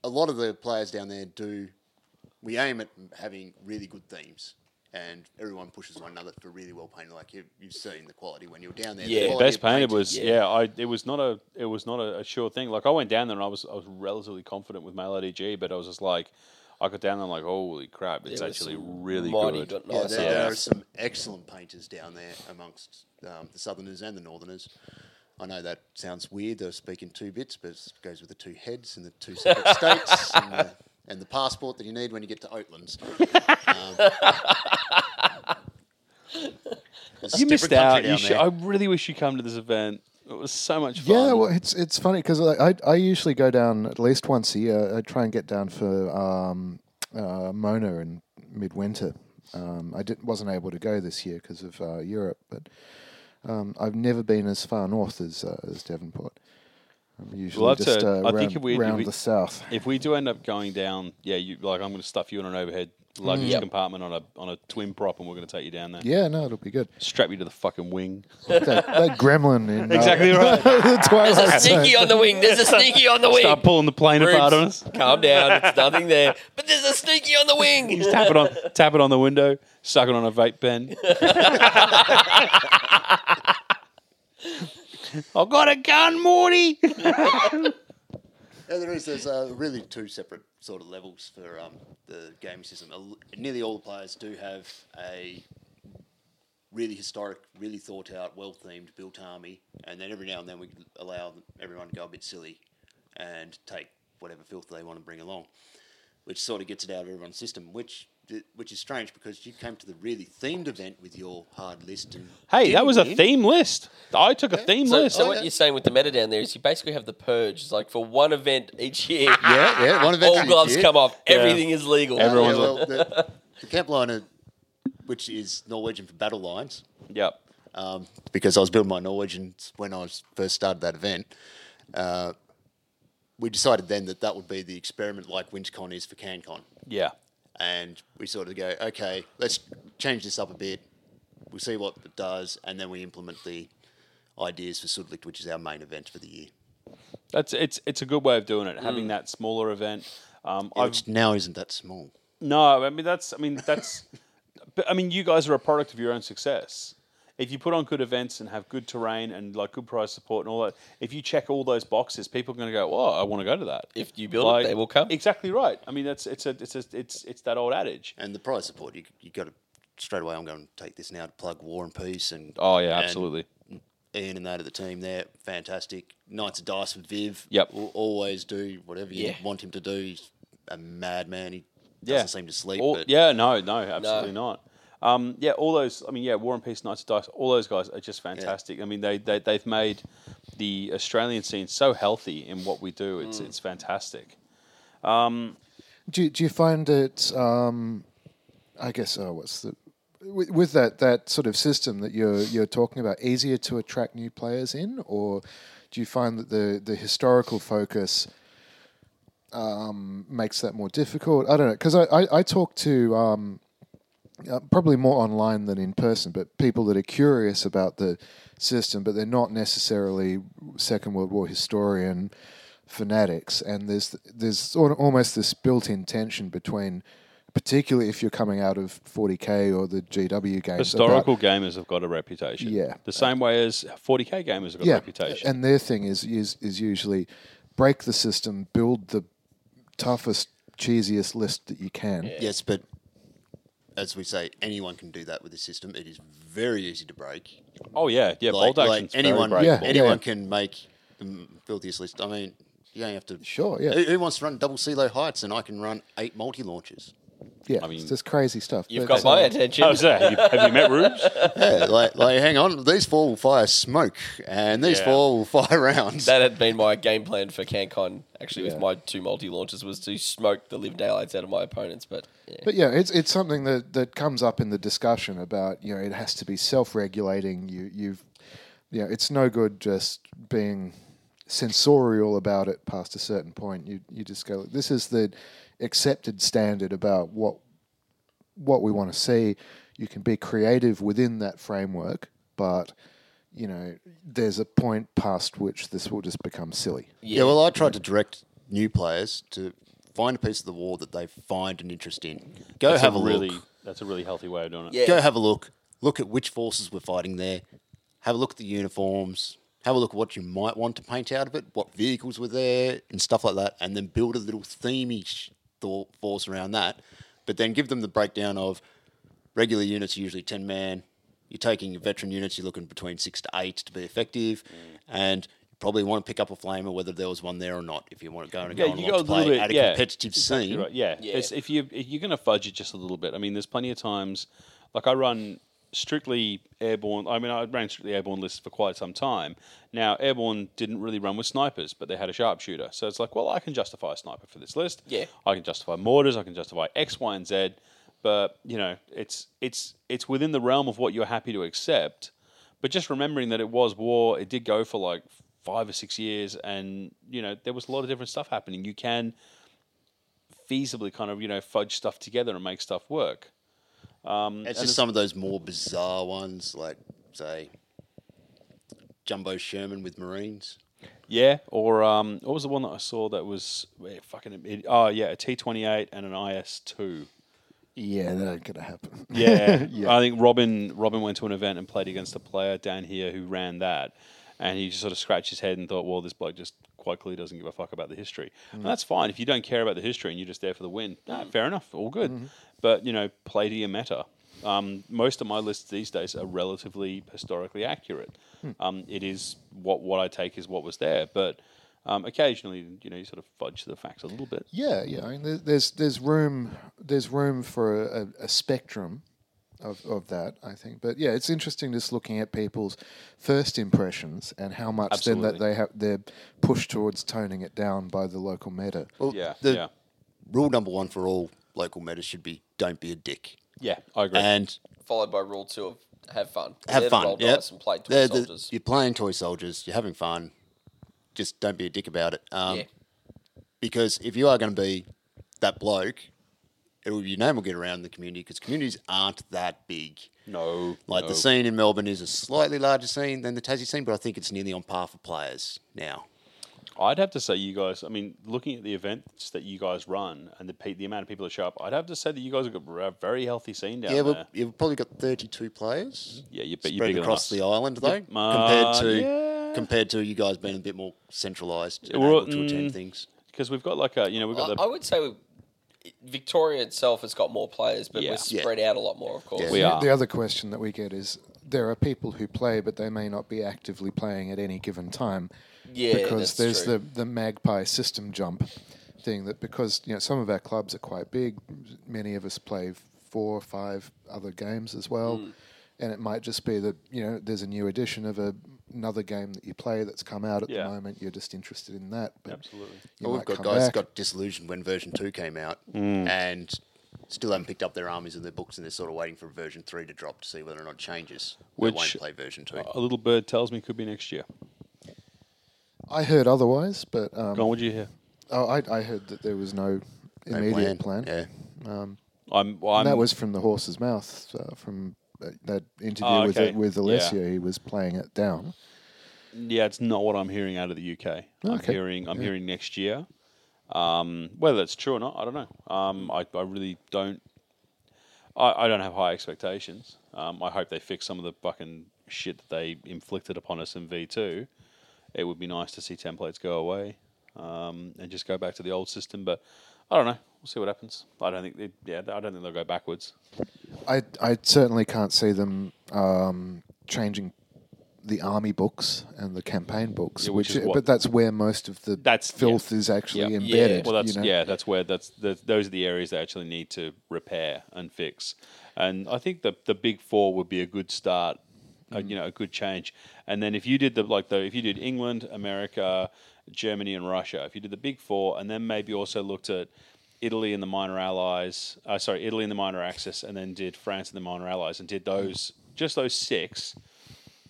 [SPEAKER 6] a lot of the players down there do. We aim at having really good themes, and everyone pushes one another for really well painted. Like you, you've seen the quality when you're down there. the
[SPEAKER 3] Yeah.
[SPEAKER 6] quality
[SPEAKER 2] Best
[SPEAKER 6] of
[SPEAKER 2] painted
[SPEAKER 6] painting.
[SPEAKER 2] was yeah.
[SPEAKER 3] yeah.
[SPEAKER 2] I it was not a it was not a, a sure thing. Like I went down there and I was I was relatively confident with my LDG, but I was just like I got down there and I'm like holy crap, it's
[SPEAKER 3] There was
[SPEAKER 2] actually
[SPEAKER 3] some
[SPEAKER 2] really
[SPEAKER 3] mighty
[SPEAKER 2] good.
[SPEAKER 3] good
[SPEAKER 6] Yeah,
[SPEAKER 3] nice
[SPEAKER 6] there,
[SPEAKER 3] art.
[SPEAKER 6] there are some excellent painters down there amongst um, the Southerners and the Northerners. I know that sounds weird. They're speaking two bits, but it goes with the two heads and the two separate states and the, and the passport that you need when you get to Oatlands. Um,
[SPEAKER 2] You missed out. You should, I really wish you come to this event. It was so much fun.
[SPEAKER 5] Yeah, well, it's it's funny because I, I I usually go down at least once a year. I try and get down for um, uh, Mona in midwinter. Um, I didn't wasn't able to go this year because of uh, Europe, but um, I've never been as far north as uh, as Devonport. I'm usually
[SPEAKER 2] have
[SPEAKER 5] just
[SPEAKER 2] to-
[SPEAKER 5] uh,
[SPEAKER 2] I
[SPEAKER 5] round,
[SPEAKER 2] think if we- if
[SPEAKER 5] round
[SPEAKER 2] we-
[SPEAKER 5] the south.
[SPEAKER 2] if we do end up going down, yeah, you like I'm going to stuff you in an overhead luggage
[SPEAKER 3] Yep.
[SPEAKER 2] compartment on a on a twin prop, and we're going to take you down there.
[SPEAKER 5] Yeah, no, it'll be good.
[SPEAKER 2] Strap you to the fucking wing.
[SPEAKER 5] That, that gremlin in uh,
[SPEAKER 2] Exactly right.
[SPEAKER 5] the Twilight Zone.
[SPEAKER 3] Sneaky on the wing. There's a sneaky on the wing.
[SPEAKER 2] Start pulling the plane
[SPEAKER 3] Rubes,
[SPEAKER 2] apart on us.
[SPEAKER 3] Calm down. It's nothing there. But there's a sneaky on the wing.
[SPEAKER 2] tap it on tap it on the window, suck it on a vape pen. I've got a gun, Morty.
[SPEAKER 6] Yeah, there is. There's uh, really two separate sort of levels for um, the game system. A l- Nearly all the players do have a really historic, really thought out, well themed, built army, and then every now and then we allow them- everyone to go a bit silly and take whatever filth they want to bring along, which sort of gets it out of everyone's system, which. Which is strange because you came to the really themed event with your hard list and
[SPEAKER 2] Hey, that
[SPEAKER 6] didn't
[SPEAKER 2] was a
[SPEAKER 6] win.
[SPEAKER 2] theme list. I took a theme
[SPEAKER 3] So, oh,
[SPEAKER 2] list.
[SPEAKER 3] so what you're saying with the meta down there is you basically have the purge. It's like for one event each year,
[SPEAKER 6] Yeah, yeah. One event.
[SPEAKER 3] all gloves come off. Everything is legal.
[SPEAKER 2] Everyone's
[SPEAKER 6] yeah, well, the, the camp liner, which is Norwegian for battle lines,
[SPEAKER 2] yep.
[SPEAKER 6] um, because I was building my Norwegians when I was first started that event. Uh, we decided then that that would be the experiment like WinchCon is for CanCon,
[SPEAKER 2] Yeah.
[SPEAKER 6] and we sort of go, okay, let's change this up a bit. We'll see what it does, and then we implement the ideas for Sudlicht, which is our main event for the year,
[SPEAKER 2] That's it's it's a good way of doing it. Having that smaller event. Um, I've
[SPEAKER 6] which now isn't that small.
[SPEAKER 2] No, I mean that's. I mean that's. but, I mean, you guys are a product of your own success. If you put on good events and have good terrain and like good prize support and all that, if you check all those boxes, people are going to go, "Oh, I want to go to that."
[SPEAKER 3] If you build
[SPEAKER 2] Like,
[SPEAKER 3] it, they will come.
[SPEAKER 2] Exactly right. I mean, that's it's a it's a, it's it's that old adage.
[SPEAKER 6] And the prize support, you you got to straight away. I'm going to take this now to plug War and Peace and
[SPEAKER 2] Oh yeah,
[SPEAKER 6] and
[SPEAKER 2] absolutely.
[SPEAKER 6] Ian and that of the team there, fantastic. Knights of Dice with Viv.
[SPEAKER 2] Yep.
[SPEAKER 6] will always do whatever you
[SPEAKER 3] Yeah.
[SPEAKER 6] want him to do. He's a madman. He
[SPEAKER 2] Yeah.
[SPEAKER 6] doesn't seem to sleep.
[SPEAKER 2] All-
[SPEAKER 6] but
[SPEAKER 2] yeah, no, no, absolutely not. Um, yeah, all those. I mean, yeah, War and Peace, Knights of Dice. All those guys are just fantastic. I mean, they, they they've made the Australian scene so healthy in what we do. It's it's fantastic.
[SPEAKER 5] Do, do you find it? Um, I guess. Oh, what's the with, with that that sort of system that you're you're talking about easier to attract new players in, or do you find that the the historical focus um, makes that more difficult? I don't know because I, I I talk to um, uh, probably more online than in person, but people that are curious about the system, but they're not necessarily Second World War historian fanatics. And there's there's sort of almost this built-in tension between, particularly if you're coming out of 40k or the GW games,
[SPEAKER 2] Historical
[SPEAKER 5] about-
[SPEAKER 2] gamers have got a reputation.
[SPEAKER 5] Yeah.
[SPEAKER 2] The same way as 40k gamers have got a
[SPEAKER 5] yeah,
[SPEAKER 2] reputation.
[SPEAKER 5] and their thing is is is usually break the system, build the toughest, cheesiest list that you can.
[SPEAKER 6] Yes, but as we say, anyone can do that with the system. It is very easy to break.
[SPEAKER 2] oh yeah, yeah.
[SPEAKER 6] Like,
[SPEAKER 2] bold
[SPEAKER 6] like
[SPEAKER 2] action's very
[SPEAKER 6] anyone,
[SPEAKER 2] brave.
[SPEAKER 5] Yeah.
[SPEAKER 6] anyone can make the filthiest list. I mean, you don't have to.
[SPEAKER 5] Sure, yeah.
[SPEAKER 6] Who, who wants to run double silo heights and I can run eight multi launches?
[SPEAKER 5] Yeah,
[SPEAKER 2] mean-
[SPEAKER 5] it's just crazy stuff.
[SPEAKER 3] You've
[SPEAKER 5] But,
[SPEAKER 3] got my
[SPEAKER 5] uh,
[SPEAKER 3] attention.
[SPEAKER 2] How's that? Have you, have you met Rubes?
[SPEAKER 6] Yeah, like, like, hang on. These four will fire smoke, and these
[SPEAKER 2] Yeah.
[SPEAKER 6] four will fire rounds.
[SPEAKER 3] That had been my game plan for CanCon, actually, with my two multi launches, was to smoke the live daylights out of my opponents. But yeah.
[SPEAKER 5] But yeah, it's it's something that that comes up in the discussion about you know it has to be self-regulating. You you've you know it's no good just being sensorial about it past a certain point. You you just go this is the accepted standard about what what we want to see. You can be creative within that framework, but you know there's a point past which this will just become silly.
[SPEAKER 6] Yeah. well, I tried to direct new players to find a piece of the war that they find an interest in. Go
[SPEAKER 2] That's
[SPEAKER 6] have a,
[SPEAKER 2] really,
[SPEAKER 6] look.
[SPEAKER 2] That's a really healthy way of doing it.
[SPEAKER 3] Yeah.
[SPEAKER 6] Go have a look. Look at which forces were fighting there. Have a look at the uniforms. Have a look at what you might want to paint out of it, what vehicles were there, and stuff like that. And then build a little themey sh- thought force around that. But then give them the breakdown of regular units, are usually 10 man. You're taking your veteran units, you're looking between six to eight to be effective.
[SPEAKER 2] Mm.
[SPEAKER 6] And you probably want to pick up a flamer, whether there was one there or not, if you want to go and
[SPEAKER 2] Yeah,
[SPEAKER 6] go on
[SPEAKER 2] you
[SPEAKER 6] along
[SPEAKER 2] go a
[SPEAKER 6] to
[SPEAKER 2] little
[SPEAKER 6] play
[SPEAKER 2] bit-
[SPEAKER 6] at a
[SPEAKER 2] yeah,
[SPEAKER 6] competitive scene.
[SPEAKER 2] You're right. Yeah.
[SPEAKER 3] Yeah.
[SPEAKER 2] It's, if you if you're going to fudge it just a little bit, I mean, there's plenty of times. Like I run strictly airborne. I mean, I ran strictly airborne lists for quite some time. Now, airborne didn't really run with snipers, but they had a sharpshooter. So it's like, well, I can justify a sniper for this list.
[SPEAKER 3] Yeah.
[SPEAKER 2] I can justify mortars. I can justify X, Y, and Z. But you know, it's it's it's within the realm of what you're happy to accept. But just remembering that it was war, it did go for like five or six years, and you know there was a lot of different stuff happening. You can feasibly kind of you know fudge stuff together and make stuff work.
[SPEAKER 6] It's just some of those more bizarre ones, like say Jumbo Sherman with Marines.
[SPEAKER 2] Yeah, or um, what was the one that I saw that was eh, fucking? It, oh yeah, a T twenty eight and an IS two.
[SPEAKER 5] Yeah, that ain't gonna happen.
[SPEAKER 2] Yeah. I think Robin Robin went to an event and played against a player down here who ran that, and he just sort of scratched his head and thought, well, this bloke just quite clearly doesn't give a fuck about the history.
[SPEAKER 6] Mm.
[SPEAKER 2] And that's fine if you
[SPEAKER 6] Mm-hmm.
[SPEAKER 2] don't care about the history and you're just there for the win. Nah, fair enough, all good. But you know, play to your meta. Um, most of my lists these days are relatively historically accurate.
[SPEAKER 6] Hmm.
[SPEAKER 2] Um, it is what what I take is what was there, but um, occasionally, you know, you sort of fudge the facts a little bit.
[SPEAKER 5] Yeah, yeah. I mean, there- there's there's room there's room for a, a spectrum of, of that, I think. But yeah, it's interesting just looking at people's first impressions and how much then that
[SPEAKER 2] Absolutely.
[SPEAKER 5] they have they're pushed towards toning it down by the local meta.
[SPEAKER 6] Well,
[SPEAKER 2] Yeah,
[SPEAKER 6] the
[SPEAKER 2] yeah,
[SPEAKER 6] Rule number one for all local metas should be don't be a dick.
[SPEAKER 2] yeah. I agree.
[SPEAKER 6] And
[SPEAKER 3] Followed by rule two of have fun.
[SPEAKER 6] have
[SPEAKER 3] They're the
[SPEAKER 6] fun.
[SPEAKER 3] roll
[SPEAKER 6] Yeah,
[SPEAKER 3] dice and play toy
[SPEAKER 6] They're the-
[SPEAKER 3] soldiers.
[SPEAKER 6] you're playing toy soldiers. You're having fun. Just don't be a dick about it. Um,
[SPEAKER 3] Yeah.
[SPEAKER 6] Because if you are going to be that bloke, it will, your name will get around the community because communities aren't that big.
[SPEAKER 2] no,
[SPEAKER 6] Like
[SPEAKER 2] no.
[SPEAKER 6] the scene in Melbourne is a slightly larger scene than the Tassie scene, but I think it's nearly on par for players now.
[SPEAKER 2] I'd have to say you guys. I mean, looking at the events that you guys run and the pe- the amount of people that show up, I'd have to say that you guys have got a very healthy scene down
[SPEAKER 6] Yeah,
[SPEAKER 2] there.
[SPEAKER 6] well, you've probably got 32 players
[SPEAKER 2] yeah, you bet you're
[SPEAKER 6] spread
[SPEAKER 2] bigger
[SPEAKER 6] across
[SPEAKER 2] than
[SPEAKER 6] the
[SPEAKER 2] us.
[SPEAKER 6] island, though,
[SPEAKER 2] uh,
[SPEAKER 6] compared to
[SPEAKER 2] yeah.
[SPEAKER 6] compared to you guys being a bit more centralised and
[SPEAKER 2] Well,
[SPEAKER 6] able to attend
[SPEAKER 2] mm,
[SPEAKER 6] things.
[SPEAKER 2] because we've got like a you know we've got
[SPEAKER 3] I,
[SPEAKER 2] the
[SPEAKER 3] I would say we, Victoria itself has got more players, but
[SPEAKER 2] Yeah.
[SPEAKER 3] we're
[SPEAKER 2] Yeah.
[SPEAKER 3] spread out a lot more, of course.
[SPEAKER 6] Yeah.
[SPEAKER 2] we
[SPEAKER 5] The-
[SPEAKER 2] are
[SPEAKER 5] The other question that we get is there are people who play, but they may not be actively playing at any given time.
[SPEAKER 3] Yeah,
[SPEAKER 5] because
[SPEAKER 3] that's
[SPEAKER 5] there's
[SPEAKER 3] true.
[SPEAKER 5] the the magpie system jump thing that because you know some of our clubs are quite big, many of us play four or five other games as well, and it might just be that you know there's a new edition of a, another game that you play that's come out at
[SPEAKER 2] Yeah.
[SPEAKER 5] the moment. You're just interested in that, but
[SPEAKER 2] absolutely.
[SPEAKER 5] you
[SPEAKER 6] Well,
[SPEAKER 5] might
[SPEAKER 6] we've got
[SPEAKER 5] come
[SPEAKER 6] guys
[SPEAKER 5] back.
[SPEAKER 6] got disillusioned when version two came out
[SPEAKER 2] Mm.
[SPEAKER 6] and still haven't picked up their armies and their books, and they're sort of waiting for version three to drop to see whether or not it changes. they
[SPEAKER 2] Which- uh,
[SPEAKER 6] won't play version two.
[SPEAKER 2] A little bird tells me could be next year.
[SPEAKER 5] I heard otherwise, but
[SPEAKER 2] Go
[SPEAKER 5] um,
[SPEAKER 2] on, what'd you hear?
[SPEAKER 5] oh, I, I heard that there was no
[SPEAKER 6] No
[SPEAKER 5] immediate plan.
[SPEAKER 6] Yeah.
[SPEAKER 2] I'm, well, I'm
[SPEAKER 5] And that was from the horse's mouth, uh, from uh, that interview
[SPEAKER 2] Oh,
[SPEAKER 5] with,
[SPEAKER 2] okay.
[SPEAKER 5] with
[SPEAKER 2] Yeah.
[SPEAKER 5] Alessio. He was playing it down.
[SPEAKER 2] yeah, it's not what I'm hearing out of the UK. I'm
[SPEAKER 5] Okay.
[SPEAKER 2] hearing I'm hearing next year. Um, whether that's true or not, I don't know. Um, I, I really don't. I, I don't have high expectations. Um, I hope they fix some of the fucking shit that they inflicted upon us in V2. It would be nice to see templates go away um, and just go back to the old system, but I don't know. We'll see what happens. I don't think. They, yeah, I don't think they'll go backwards.
[SPEAKER 5] I, I certainly can't see them um, changing the army books and the campaign books,
[SPEAKER 2] Yeah, which
[SPEAKER 5] which, uh,
[SPEAKER 2] is what-
[SPEAKER 5] but that's where most of the
[SPEAKER 2] That's-
[SPEAKER 5] filth is actually
[SPEAKER 2] Yeah.
[SPEAKER 5] embedded.
[SPEAKER 2] Well, that's
[SPEAKER 5] you know?
[SPEAKER 2] yeah, that's where that's the, those are the areas they actually need to repair and fix. And I think the the big four would be a good start, uh,
[SPEAKER 5] Mm-hmm.
[SPEAKER 2] you know, a good change. And then if you did the like the if you did England, America, Germany, and Russia, if you did the big four, and then maybe also looked at Italy and the minor allies, uh, sorry, Italy and the minor axis, and then did France and the minor allies, and did
[SPEAKER 5] Mm-hmm.
[SPEAKER 2] those just those six,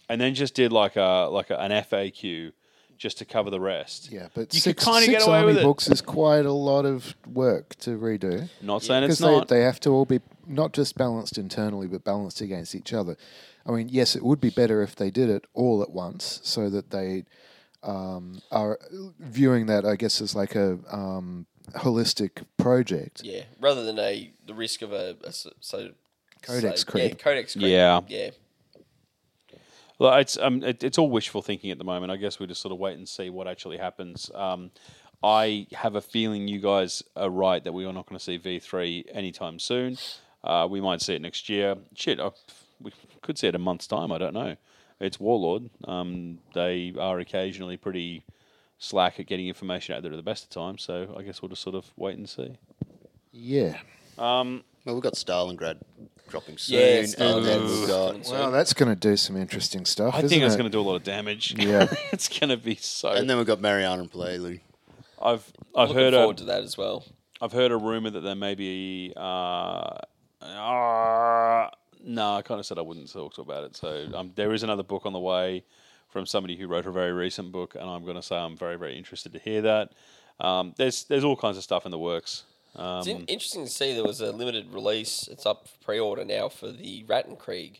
[SPEAKER 2] and then just did like a like a, an FAQ. Just to cover the rest.
[SPEAKER 5] Yeah, but
[SPEAKER 2] You could
[SPEAKER 5] six,
[SPEAKER 2] kinda get
[SPEAKER 5] six
[SPEAKER 2] away
[SPEAKER 5] army
[SPEAKER 2] with it.
[SPEAKER 5] books is quite a lot of work to redo.
[SPEAKER 2] Not saying it's
[SPEAKER 5] Because
[SPEAKER 2] not.
[SPEAKER 5] they, they have to all be not just balanced internally, but balanced against each other. I mean, yes, it would be better if they did it all at once so that they um, are viewing that, I guess, as like a um, holistic project.
[SPEAKER 3] Yeah, rather than a the risk of a, a so, so
[SPEAKER 5] Codex
[SPEAKER 3] say-
[SPEAKER 5] creep.
[SPEAKER 3] Yeah, codex creep.
[SPEAKER 2] Yeah.
[SPEAKER 3] yeah.
[SPEAKER 2] Well, it's um, it, it's all wishful thinking at the moment. I guess we just sort of wait and see what actually happens. Um, I have a feeling you guys are right that we are not going to see V three anytime soon. Uh, we might see it next year. Shit, I, we could see it in a month's time. I don't know. It's Warlord. Um, they are occasionally pretty slack at getting information out there at the best of times. So I guess we'll just sort of wait and see.
[SPEAKER 5] Yeah.
[SPEAKER 6] Well, we've got Stalingrad dropping soon,
[SPEAKER 3] Yeah,
[SPEAKER 6] and then
[SPEAKER 3] Stalingrad.
[SPEAKER 6] we've got
[SPEAKER 5] Well, that's going to do some interesting stuff.
[SPEAKER 2] I
[SPEAKER 5] isn't
[SPEAKER 2] think it's
[SPEAKER 5] it?
[SPEAKER 2] going to do a lot of damage.
[SPEAKER 5] Yeah.
[SPEAKER 2] it's going to be so.
[SPEAKER 6] and then we've got Mariana and Palelu.
[SPEAKER 2] I've I've
[SPEAKER 3] Looking
[SPEAKER 2] heard uh,
[SPEAKER 3] forward
[SPEAKER 2] a,
[SPEAKER 3] to that as well.
[SPEAKER 2] I've heard a rumor that there may be. Uh, uh, no, I kind of said I wouldn't talk about it. So um, there is another book on the way from somebody who wrote a very recent book, and I'm going to say I'm very very interested to hear that. Um, there's there's all kinds of stuff in the works. Um,
[SPEAKER 3] It's in- interesting to see there was a limited release. It's up for pre-order now for the Rattenkrieg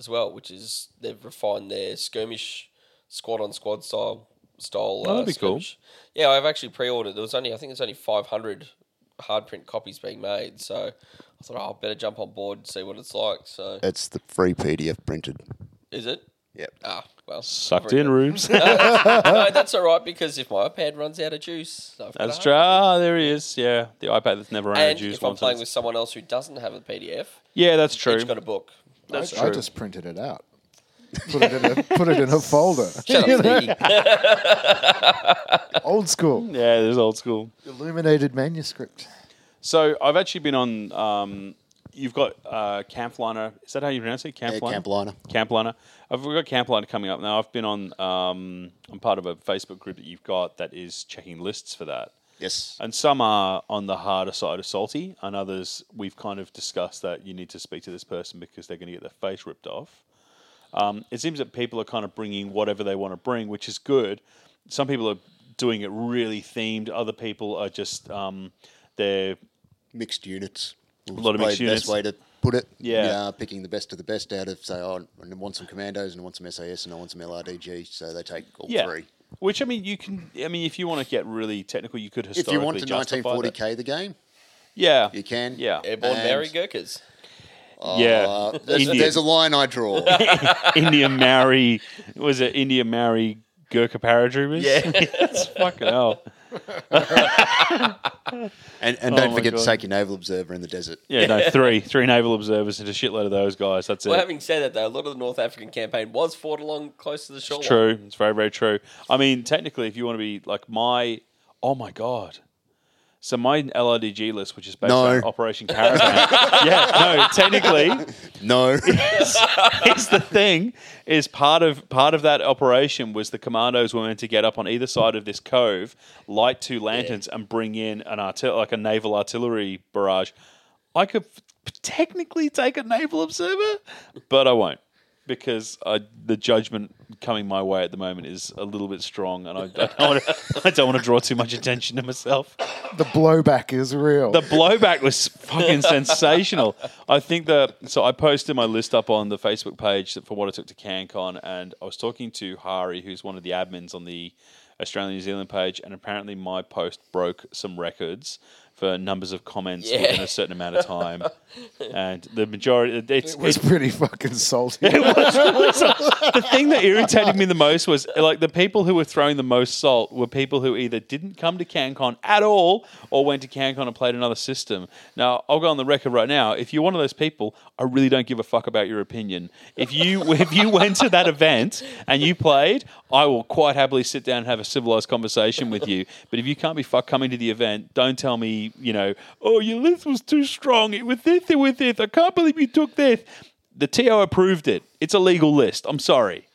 [SPEAKER 3] as well, which is they've refined their skirmish squad on squad style style. uh,
[SPEAKER 2] Oh, that'd be cool.
[SPEAKER 3] skirmish. Yeah, I've actually pre-ordered. There was only I think there's only 500 hard print copies being made, so I thought oh, I'll better jump on board and see what it's like. So
[SPEAKER 6] It's the free PDF printed.
[SPEAKER 3] is it?
[SPEAKER 6] Yep.
[SPEAKER 3] Ah, well,
[SPEAKER 2] Sucked
[SPEAKER 3] very
[SPEAKER 2] in
[SPEAKER 3] good.
[SPEAKER 2] rooms.
[SPEAKER 3] no, that's all right because if my iPad runs out of juice, I've got
[SPEAKER 2] That's
[SPEAKER 3] a
[SPEAKER 2] true.
[SPEAKER 3] hard-
[SPEAKER 2] Ah, there he is. Yeah, the iPad that's never ran out of
[SPEAKER 3] And
[SPEAKER 2] juice
[SPEAKER 3] if I'm
[SPEAKER 2] once
[SPEAKER 3] playing
[SPEAKER 2] it's-
[SPEAKER 3] with someone else who doesn't have a PDF,
[SPEAKER 2] yeah, that's true.
[SPEAKER 3] each got a book.
[SPEAKER 2] that's
[SPEAKER 5] I just printed it out. Put it in a, put it in a folder.
[SPEAKER 3] Shut up, Stevie.
[SPEAKER 5] Old school.
[SPEAKER 2] yeah, there's old school.
[SPEAKER 5] Illuminated manuscript.
[SPEAKER 2] So I've actually been on. Um, you've got uh, Campliner. Is that how you pronounce it?
[SPEAKER 6] Yeah,
[SPEAKER 2] Campliner.
[SPEAKER 6] Camp Liner.
[SPEAKER 2] Campliner. I've we've got Campliner coming up now. I've been on. Um, I'm part of a Facebook group that you've got that is checking lists for that.
[SPEAKER 6] Yes.
[SPEAKER 2] And some are on the harder side of salty, and others we've kind of discussed that you need to speak to this person because they're going to get their face ripped off. Um, it seems that people are kind of bringing whatever they want to bring, which is good. Some people are doing it really themed. Other people are just um, they're
[SPEAKER 6] Mixed units. A
[SPEAKER 2] lot of mixed units.
[SPEAKER 6] Best way to put it.
[SPEAKER 2] Yeah.
[SPEAKER 6] are picking the best of the best out of, say, oh, I want some commandos and I want some SAS and I want some LRDG. So they take all
[SPEAKER 2] yeah.
[SPEAKER 6] three.
[SPEAKER 2] Which I mean, you can. I mean, if you want to get really technical, you could
[SPEAKER 6] If
[SPEAKER 2] historically
[SPEAKER 6] you want to
[SPEAKER 2] justify that.
[SPEAKER 6] 1940k the game,
[SPEAKER 2] yeah,
[SPEAKER 6] you can.
[SPEAKER 2] Yeah,
[SPEAKER 3] Airborne
[SPEAKER 6] And-
[SPEAKER 3] Mary Gurkhas.
[SPEAKER 2] yeah.
[SPEAKER 6] Uh, there's,
[SPEAKER 2] Indian.
[SPEAKER 6] there's a line I draw.
[SPEAKER 2] India Maori was it India Maori Gurkha paratroopers?
[SPEAKER 3] Yeah.
[SPEAKER 2] it's fucking hell.
[SPEAKER 6] And, and
[SPEAKER 2] Oh
[SPEAKER 6] don't
[SPEAKER 2] my
[SPEAKER 6] forget
[SPEAKER 2] God.
[SPEAKER 6] to take your naval observer in the desert.
[SPEAKER 2] Yeah, no, three, three naval observers and a shitload of those guys. That's
[SPEAKER 3] Well,
[SPEAKER 2] it.
[SPEAKER 3] having said that, though, a lot of the North African campaign was fought along close to the shoreline.
[SPEAKER 2] It's true. It's very, very true. I mean, technically, if you want to be like my, oh my god. So my LRDG list, which is based
[SPEAKER 6] No.
[SPEAKER 2] on Operation Caravan, yeah, no, technically,
[SPEAKER 6] No.
[SPEAKER 2] it's the thing is part of part of that operation was the commandos were meant to get up on either side of this cove, light two lanterns, and bring in an artil- like a naval artillery barrage. I could f- technically take a naval observer, but I won't because I, the judgment coming my way at the moment is a little bit strong, and I, I don't want to, I don't want to draw too much attention to myself.
[SPEAKER 5] The blowback is real.
[SPEAKER 2] The blowback was fucking sensational. I think that so I posted my list up on the Facebook page for what I took to CanCon, and I was talking to Hari, who's one of the admins on the Australian New Zealand page, and apparently my post broke some records for numbers of comments
[SPEAKER 3] Yeah.
[SPEAKER 2] within a certain amount of time, and the majority it's,
[SPEAKER 5] it was
[SPEAKER 2] it's-
[SPEAKER 5] pretty fucking salty.
[SPEAKER 2] the thing that irritated me the most was like the people who were throwing the most salt were people who either didn't come to CanCon at all or went to CanCon and played another system. Now, I'll go on the record right now. If you're one of those people, I really don't give a fuck about your opinion. If you if you went to that event and you played, I will quite happily sit down and have a civilized conversation with you. But if you can't be fuck coming to the event, don't tell me, you know, oh, your list was too strong. It was this, it was this. I can't believe you took this. The TO approved it. It's a legal list. I'm sorry.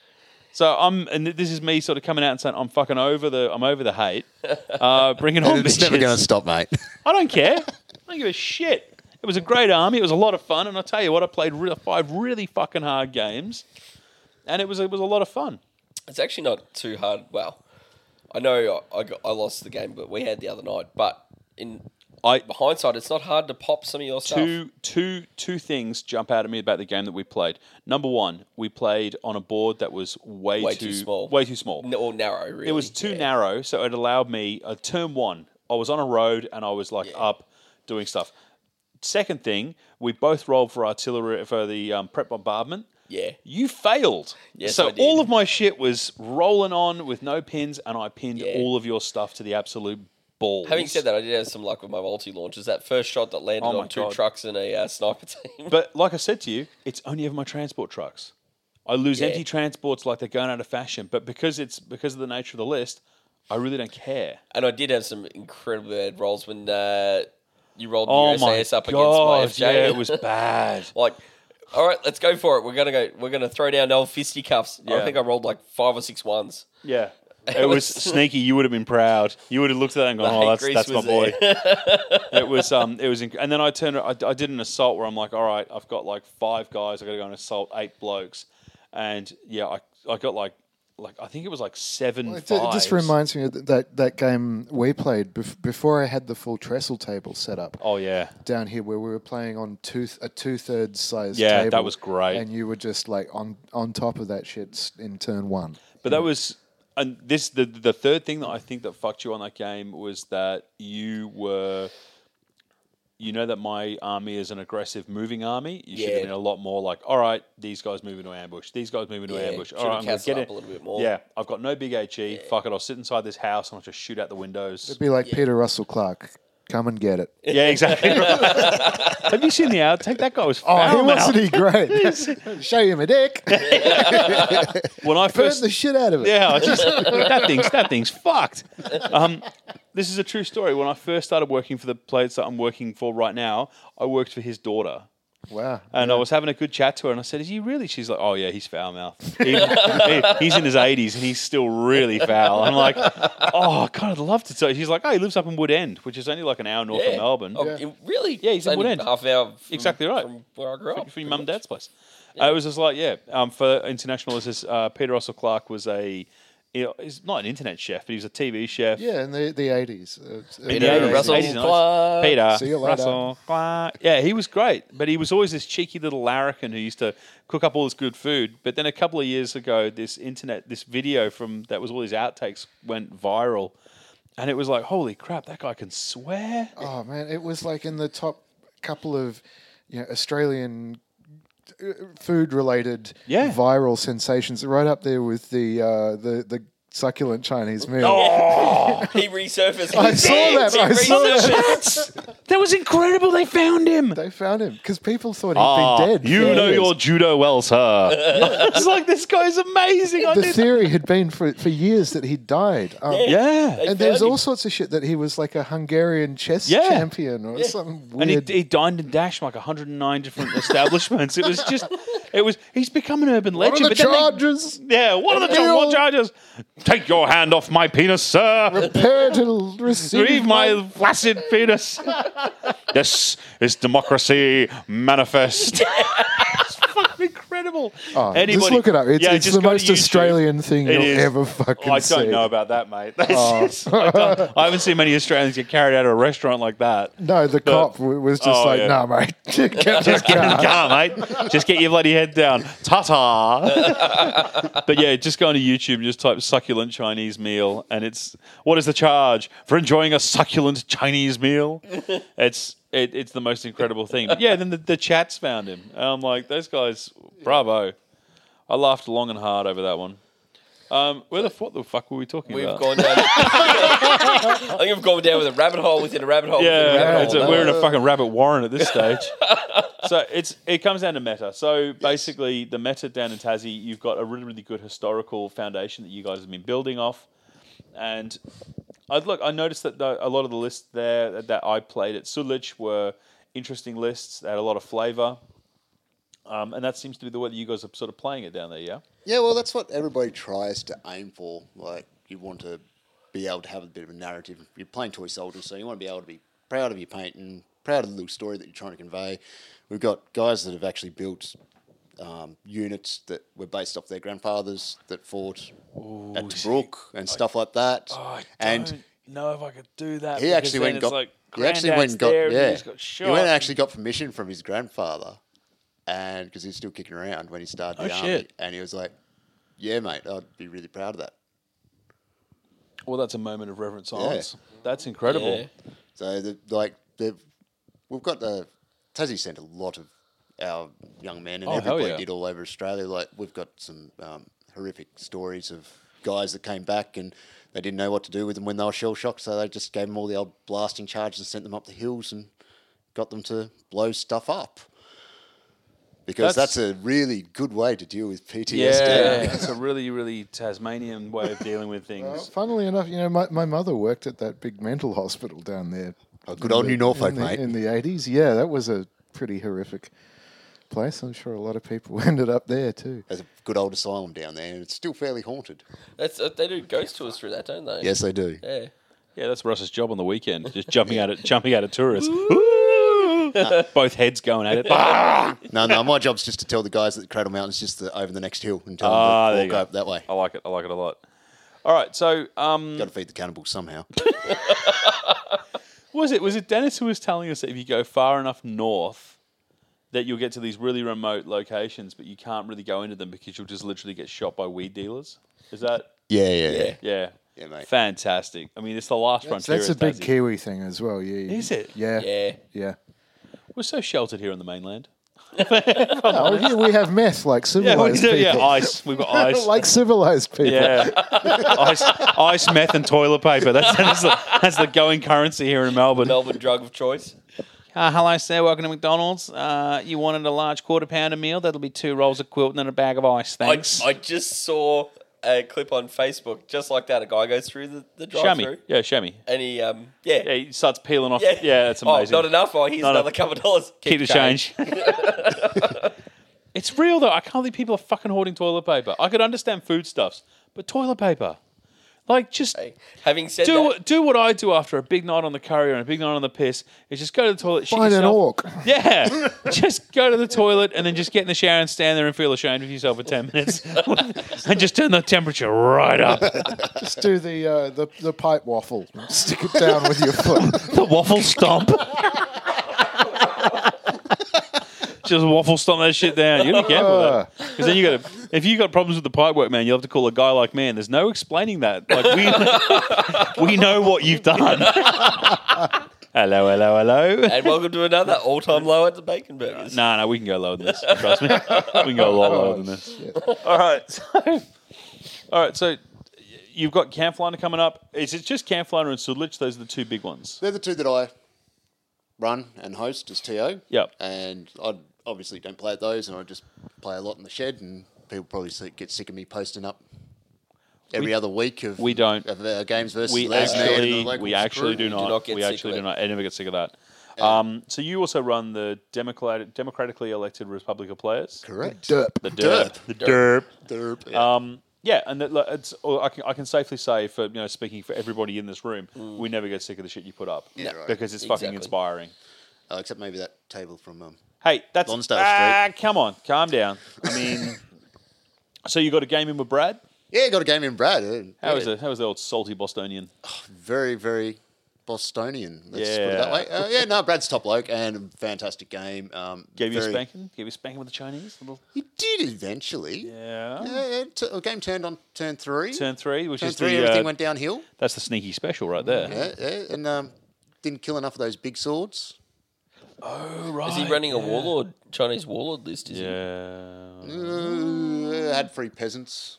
[SPEAKER 2] So I'm, and this is me sort of coming out and saying I'm fucking over the, I'm over the hate. Uh, bring it on,
[SPEAKER 6] it's
[SPEAKER 2] bitches.
[SPEAKER 6] never going to stop, mate.
[SPEAKER 2] I don't care. I don't give a shit. It was a great army. It was a lot of fun, and I tell you what, I played re- five really fucking hard games, and it was it was a lot of fun.
[SPEAKER 3] It's actually not too hard. Well, I know I, I, got, I lost the game, but we had the other night. But in
[SPEAKER 2] I
[SPEAKER 3] hindsight, it's not hard to pop some of your stuff.
[SPEAKER 2] two two two things jump out at me about the game that we played. Number one, we played on a board that was way,
[SPEAKER 3] Way too small.
[SPEAKER 2] way too small.
[SPEAKER 3] N- or narrow, really.
[SPEAKER 2] It was too
[SPEAKER 3] yeah.
[SPEAKER 2] narrow, so it allowed me uh, turn one. I was on a road and I was like up doing stuff. Second thing, we both rolled for artillery for the um, prep bombardment.
[SPEAKER 3] Yeah.
[SPEAKER 2] You failed.
[SPEAKER 3] Yes,
[SPEAKER 2] so
[SPEAKER 3] I did.
[SPEAKER 2] all of my shit was rolling on with no pins, and I pinned
[SPEAKER 3] Yeah.
[SPEAKER 2] all of your stuff to the absolute balls.
[SPEAKER 3] Having said that, I did have some luck with my multi launches. That first shot that landed
[SPEAKER 2] Oh my
[SPEAKER 3] on two
[SPEAKER 2] God.
[SPEAKER 3] trucks and a uh, sniper team.
[SPEAKER 2] But like I said to you, it's only over my transport trucks. I lose
[SPEAKER 3] Yeah.
[SPEAKER 2] empty transports like they're going out of fashion. But because it's because of the nature of the list, I really don't care.
[SPEAKER 3] and I did have some incredible bad rolls when uh, you rolled
[SPEAKER 2] Oh
[SPEAKER 3] your
[SPEAKER 2] my
[SPEAKER 3] SAS up
[SPEAKER 2] god!
[SPEAKER 3] against my FJ.
[SPEAKER 2] Yeah, it was bad.
[SPEAKER 3] like, all right, let's go for it. We're gonna go. We're gonna throw down old fisticuffs.
[SPEAKER 2] Yeah.
[SPEAKER 3] I think I rolled like five or six ones.
[SPEAKER 2] Yeah. It was sneaky. You would have been proud. You would have looked at that and gone,
[SPEAKER 3] The
[SPEAKER 2] "Oh,
[SPEAKER 3] hate
[SPEAKER 2] that's
[SPEAKER 3] grease
[SPEAKER 2] that's my
[SPEAKER 3] was
[SPEAKER 2] boy." it was um, it was, inc- and then I turned. I, I did an assault where I'm like, "All right, I've got like five guys. I got to go and assault eight blokes," and yeah, I I got like like I think it was like seven.
[SPEAKER 5] It ju- it just
[SPEAKER 2] fives.
[SPEAKER 5] reminds me of th- that, that game we played bef- before I had the full trestle table set up
[SPEAKER 2] Oh yeah,
[SPEAKER 5] down here where we were playing on two th- a two thirds size
[SPEAKER 2] Yeah, that
[SPEAKER 5] table.
[SPEAKER 2] was great.
[SPEAKER 5] And you were just like on, on top of that shit s- in turn one.
[SPEAKER 2] but that was. And this the the third thing that I think that fucked you on that game was that you were you know that my army is an aggressive moving army. You should
[SPEAKER 3] Yeah.
[SPEAKER 2] have been a lot more like, all right, these guys move into ambush. These guys move into
[SPEAKER 3] Yeah,
[SPEAKER 2] ambush.
[SPEAKER 3] should
[SPEAKER 2] All
[SPEAKER 3] have
[SPEAKER 2] right, I'm going to
[SPEAKER 3] castled
[SPEAKER 2] get
[SPEAKER 3] up
[SPEAKER 2] it.
[SPEAKER 3] a little bit more.
[SPEAKER 2] Yeah, I've got no big HE. Fuck it. I'll sit inside this house and I'll just shoot out the windows.
[SPEAKER 5] It'd be like Peter Russell Clark. Come and get it.
[SPEAKER 2] yeah, exactly. Have you seen the outtake? That guy was
[SPEAKER 5] Oh,
[SPEAKER 2] foul
[SPEAKER 5] he
[SPEAKER 2] mouthed.
[SPEAKER 5] wasn't he great? Show him a dick.
[SPEAKER 2] When I
[SPEAKER 5] Burn
[SPEAKER 2] first
[SPEAKER 5] the shit out of it.
[SPEAKER 2] Yeah, I just, that thing's that thing's fucked. Um, this is a true story. When I first started working for the place that I'm working for right now, I worked for his daughter.
[SPEAKER 5] Wow.
[SPEAKER 2] And I was having a good chat to her, and I said, "Is he really?" She's like, "Oh yeah, he's foul mouthed. He- he- he's in his 80s, and he's still really foul." I'm like, "Oh God, I'd love to tell." you. She's like, "Oh, he lives up in Wood End, which is only like an hour north
[SPEAKER 3] Yeah.
[SPEAKER 2] of Melbourne."
[SPEAKER 3] Oh, it- really? Yeah,
[SPEAKER 2] he's in
[SPEAKER 3] only
[SPEAKER 2] Woodend.
[SPEAKER 3] half hour. From,
[SPEAKER 2] Exactly right.
[SPEAKER 3] From where I grew up.
[SPEAKER 2] from your mum and dad's place. Uh, it was just like, yeah, um, for international listeners, uh, Peter Russell Clark was a, you know, he's not an internet chef, but he was a TV chef.
[SPEAKER 5] Yeah, in the, Uh, the 80s. It's-
[SPEAKER 3] Peter
[SPEAKER 2] Yeah,
[SPEAKER 3] Russell
[SPEAKER 2] he's- he's nice.
[SPEAKER 3] Clark.
[SPEAKER 2] Peter
[SPEAKER 5] See you later.
[SPEAKER 2] Russell Clark. Yeah, he was great, but he was always this cheeky little larrikin who used to cook up all this good food. But then a couple of years ago, this internet, this video from that was all his outtakes went viral, and it was like, holy crap, that guy can swear.
[SPEAKER 5] Oh, man. It was like in the top couple of you know, Australian food related
[SPEAKER 2] Yeah.
[SPEAKER 5] viral sensations, right up there with the, uh, the, the succulent Chinese meal.
[SPEAKER 2] Oh.
[SPEAKER 3] He resurfaced.
[SPEAKER 5] I saw that,
[SPEAKER 3] He
[SPEAKER 5] I saw
[SPEAKER 2] That was incredible. They found him.
[SPEAKER 5] They found him because people thought he
[SPEAKER 2] Ah,
[SPEAKER 5] had been dead.
[SPEAKER 2] You
[SPEAKER 5] for
[SPEAKER 2] know
[SPEAKER 5] years.
[SPEAKER 2] your judo well, sir. it's like this guy's amazing. I
[SPEAKER 5] The
[SPEAKER 2] did-
[SPEAKER 5] theory had been for, for years that he died. Um,
[SPEAKER 2] yeah.
[SPEAKER 3] They
[SPEAKER 5] And there's
[SPEAKER 3] found him.
[SPEAKER 5] all sorts of shit that he was like a Hungarian chess
[SPEAKER 2] Yeah.
[SPEAKER 5] champion or something
[SPEAKER 2] and he,
[SPEAKER 5] weird.
[SPEAKER 2] he dined and dashed from like 109 different establishments. It was just, it was. He's become an urban
[SPEAKER 5] what
[SPEAKER 2] legend.
[SPEAKER 5] are the
[SPEAKER 2] but then they-
[SPEAKER 5] charges?
[SPEAKER 2] yeah, what are the
[SPEAKER 5] Ew.
[SPEAKER 2] cha- what charges? Take your hand off my penis, sir.
[SPEAKER 5] Prepare to receive
[SPEAKER 2] Leave
[SPEAKER 5] my.
[SPEAKER 2] my flaccid penis. this is democracy manifest. it's fucking incredible.
[SPEAKER 5] Oh, just look it up. It's,
[SPEAKER 2] Yeah,
[SPEAKER 5] it's
[SPEAKER 2] just
[SPEAKER 5] the
[SPEAKER 2] go to
[SPEAKER 5] most
[SPEAKER 2] YouTube.
[SPEAKER 5] Australian thing
[SPEAKER 2] It
[SPEAKER 5] you'll
[SPEAKER 2] is. Oh,
[SPEAKER 5] ever fucking
[SPEAKER 2] I don't
[SPEAKER 5] see.
[SPEAKER 2] know about that, mate. That's just- I, don't- I haven't seen many Australians get carried out of a restaurant like that.
[SPEAKER 5] No, the cop w- was just
[SPEAKER 2] Oh,
[SPEAKER 5] like,
[SPEAKER 2] yeah.
[SPEAKER 5] nah, mate. Get the
[SPEAKER 2] Just get in the car, mate. Just get your bloody head down. Ta-ta. but yeah, just go onto YouTube and just type succulent Chinese meal, and it's what is the charge for enjoying a succulent Chinese meal? It's it, it's the most incredible thing. But yeah, then the, the chats found him. And I'm like, those guys, bravo. I laughed long and hard over that one. Um, where the what the fuck were we talking
[SPEAKER 3] We've
[SPEAKER 2] about?
[SPEAKER 3] gone down. I think I've gone down with a rabbit hole within a rabbit hole.
[SPEAKER 2] Yeah,
[SPEAKER 3] within a rabbit
[SPEAKER 2] it's
[SPEAKER 3] hole.
[SPEAKER 2] a- we're in a fucking rabbit warren at this stage. so it's it comes down to meta. So basically, the meta down in Tassie, you've got a really really good historical foundation that you guys have been building off. And I look, I noticed that the, a lot of the lists there that, that I played at Sulich were interesting lists. They had a lot of flavour. Um, and that seems to be the way that you guys are sort of playing it down there, yeah?
[SPEAKER 6] Yeah, well, that's what everybody tries to aim for. Like, you want to be able to have a bit of a narrative. You're playing toy soldiers, so you want to be able to be proud of your painting, proud of the little story that you're trying to convey. We've got guys that have actually built um, units that were based off their grandfathers that fought at Tobruk and stuff like that. and
[SPEAKER 2] know if I could do that.
[SPEAKER 6] he actually went and got. he actually went and got. yeah, he went and actually got permission from his grandfather, and because he was still kicking around when he started the
[SPEAKER 2] Oh,
[SPEAKER 6] army,
[SPEAKER 2] shit.
[SPEAKER 6] and he was like, "Yeah, mate, I'd be really proud of that."
[SPEAKER 2] Well, that's a moment of reverent silence. That's incredible.
[SPEAKER 3] Yeah.
[SPEAKER 6] So, the, like, the, we've got the Tassie sent a lot of our young men, and
[SPEAKER 2] Oh, hell
[SPEAKER 6] everybody
[SPEAKER 2] yeah.
[SPEAKER 6] did all over Australia. Like, we've got some um, horrific stories of guys that came back and they didn't know what to do with them when they were shell shocked, so they just gave them all the old blasting charges and sent them up the hills and got them to blow stuff up. Because
[SPEAKER 2] That's-
[SPEAKER 6] that's, a really good way to deal with PTSD.
[SPEAKER 2] Yeah, it's a really, really Tasmanian way of dealing with things.
[SPEAKER 5] Funnily enough, you know, my, my mother worked at that big mental hospital down there.
[SPEAKER 6] Oh, good old New Norfolk,
[SPEAKER 5] in the,
[SPEAKER 6] mate.
[SPEAKER 5] In the 80s. Yeah, that was a pretty horrific place. I'm sure a lot of people ended up there too.
[SPEAKER 6] There's a good old asylum down there, and it's still fairly haunted.
[SPEAKER 3] That's, uh, they do ghost tours through that, don't they?
[SPEAKER 6] Yes, they do.
[SPEAKER 3] Yeah.
[SPEAKER 2] Yeah, that's Russ's job on the weekend, just jumping out at jumping out at tourists. Ooh! Both heads going at it. Ah!
[SPEAKER 6] No, no, my job's just to tell the guys at the Cradle Mountains just the, over the next hill and tell
[SPEAKER 2] Ah, there
[SPEAKER 6] them
[SPEAKER 2] you
[SPEAKER 6] to
[SPEAKER 2] go.
[SPEAKER 6] walk up that way.
[SPEAKER 2] I like it. I like it a lot. All right, so um,
[SPEAKER 6] Got to feed the cannibals somehow.
[SPEAKER 2] was it was it Dennis who was telling us that if you go far enough north, that you'll get to these really remote locations, but you can't really go into them because you'll just literally get shot by weed dealers. Is that
[SPEAKER 6] Yeah, yeah, yeah.
[SPEAKER 2] yeah?
[SPEAKER 6] Yeah, mate.
[SPEAKER 2] Fantastic. I mean, it's the last
[SPEAKER 5] That's,
[SPEAKER 2] frontier.
[SPEAKER 5] that's a
[SPEAKER 2] of
[SPEAKER 5] big
[SPEAKER 2] Tassie.
[SPEAKER 5] Kiwi thing as well. Yeah. you-
[SPEAKER 2] Is it?
[SPEAKER 5] Yeah.
[SPEAKER 3] Yeah.
[SPEAKER 5] Yeah.
[SPEAKER 2] We're so sheltered here on the mainland.
[SPEAKER 5] Oh, here we have meth like
[SPEAKER 2] Yeah, we
[SPEAKER 5] civilized
[SPEAKER 2] do. Yeah,
[SPEAKER 5] people.
[SPEAKER 2] ice. We've got ice.
[SPEAKER 5] like civilized people.
[SPEAKER 2] yeah, ice, ice, meth, and toilet paper. That's, that's, the, that's the going currency here in Melbourne.
[SPEAKER 3] Melbourne drug of choice.
[SPEAKER 2] Uh, hello, sir. Welcome to McDonald's. Uh, you wanted a large quarter pounder meal? That'll be two rolls of quilt and then a bag of ice.
[SPEAKER 3] I,
[SPEAKER 2] Thanks.
[SPEAKER 3] I just saw a clip on Facebook just like that. A guy goes through the, the
[SPEAKER 2] show
[SPEAKER 3] drive
[SPEAKER 2] me.
[SPEAKER 3] through
[SPEAKER 2] Yeah, show me.
[SPEAKER 3] and he, um, yeah.
[SPEAKER 2] Yeah, he starts peeling off.
[SPEAKER 3] Yeah.
[SPEAKER 2] Yeah, that's amazing.
[SPEAKER 3] Oh, not enough. Oh, here's
[SPEAKER 2] Not
[SPEAKER 3] another
[SPEAKER 2] enough.
[SPEAKER 3] couple of dollars.
[SPEAKER 2] Keep the change. it's real though. I can't believe people are fucking hoarding toilet paper. I could understand foodstuffs, but toilet paper, like just
[SPEAKER 3] Hey, Having said
[SPEAKER 2] do
[SPEAKER 3] that,
[SPEAKER 2] do what I do after a big night on the curry and a big night on the piss is just go to the toilet. shit
[SPEAKER 5] Find an
[SPEAKER 2] yourself.
[SPEAKER 5] orc.
[SPEAKER 2] Yeah, just go to the toilet and then just get in the shower and stand there and feel ashamed of yourself for ten minutes, and just turn the temperature right up.
[SPEAKER 5] Just do the, uh, the the pipe waffle. Stick it down with your foot.
[SPEAKER 2] The waffle stomp. Just waffle stomp that shit down. You gotta be careful
[SPEAKER 5] Uh.
[SPEAKER 2] with that. Because then you gotta if you got problems with the pipe work, man, you'll have to call a guy like man. There's no explaining that. Like we We know what you've done. hello, hello, hello.
[SPEAKER 3] and welcome to another all time low at the Bacon Burgers.
[SPEAKER 2] No, no, we can go lower than this. Trust me. We can go a lot lower than this. All right. So, all right, so you've got Camfliner coming up. Is it just Camfliner and Sudlich? Those are the two big ones.
[SPEAKER 6] They're the two that I run and host as TO.
[SPEAKER 2] Yep.
[SPEAKER 6] And I obviously don't play at those, and I just play a lot in the shed, and people probably see- get sick of me posting up every other week of
[SPEAKER 2] we don't.
[SPEAKER 6] of our games versus
[SPEAKER 2] we
[SPEAKER 6] Les Ned and the
[SPEAKER 2] actually
[SPEAKER 6] local
[SPEAKER 2] we actually
[SPEAKER 6] crew.
[SPEAKER 2] do not,
[SPEAKER 3] not get
[SPEAKER 2] we
[SPEAKER 3] sick
[SPEAKER 2] actually
[SPEAKER 3] of
[SPEAKER 2] do
[SPEAKER 3] it.
[SPEAKER 2] not I never get sick of that. Um, so you also run the democratic, democratically elected Republic of Players,
[SPEAKER 6] Correct.
[SPEAKER 5] Derp.
[SPEAKER 2] the DERP.
[SPEAKER 6] Derp.
[SPEAKER 2] the DERP.
[SPEAKER 6] Derp, yeah.
[SPEAKER 2] Um, yeah, and that, like, it's or I can I can safely say for you know speaking for everybody in this room, we never get sick of the shit you put up
[SPEAKER 6] Yeah, right.
[SPEAKER 2] because it's fucking
[SPEAKER 3] Exactly.
[SPEAKER 2] inspiring.
[SPEAKER 6] Oh, except maybe that table from um,
[SPEAKER 2] Hey, that's
[SPEAKER 6] Lonsdale
[SPEAKER 2] ah, come on, calm down. I mean, so you got a game in with Brad?
[SPEAKER 6] yeah, got a game in Brad. eh?
[SPEAKER 2] How was
[SPEAKER 6] Yeah. Oh,
[SPEAKER 2] the how was the old salty Bostonian?
[SPEAKER 6] Very very Bostonian. Let's put it
[SPEAKER 2] Yeah.
[SPEAKER 6] that way. Uh, yeah, no, Brad's top bloke and fantastic game. Um,
[SPEAKER 2] Gave you a
[SPEAKER 6] very-
[SPEAKER 2] spanking? Gave you a spanking with the Chinese? Little,
[SPEAKER 6] He did eventually.
[SPEAKER 2] yeah.
[SPEAKER 6] Yeah, yeah, t- uh, game turned on turn three.
[SPEAKER 2] Turn three, which
[SPEAKER 6] Turn
[SPEAKER 2] is
[SPEAKER 6] three,
[SPEAKER 2] the
[SPEAKER 6] everything
[SPEAKER 2] uh,
[SPEAKER 6] went downhill.
[SPEAKER 2] That's the sneaky special right there.
[SPEAKER 6] Yeah, yeah, and um, didn't kill enough of those big swords.
[SPEAKER 3] Is he running a warlord, Chinese warlord list? Is he?
[SPEAKER 2] Yeah.
[SPEAKER 6] Uh, had free peasants.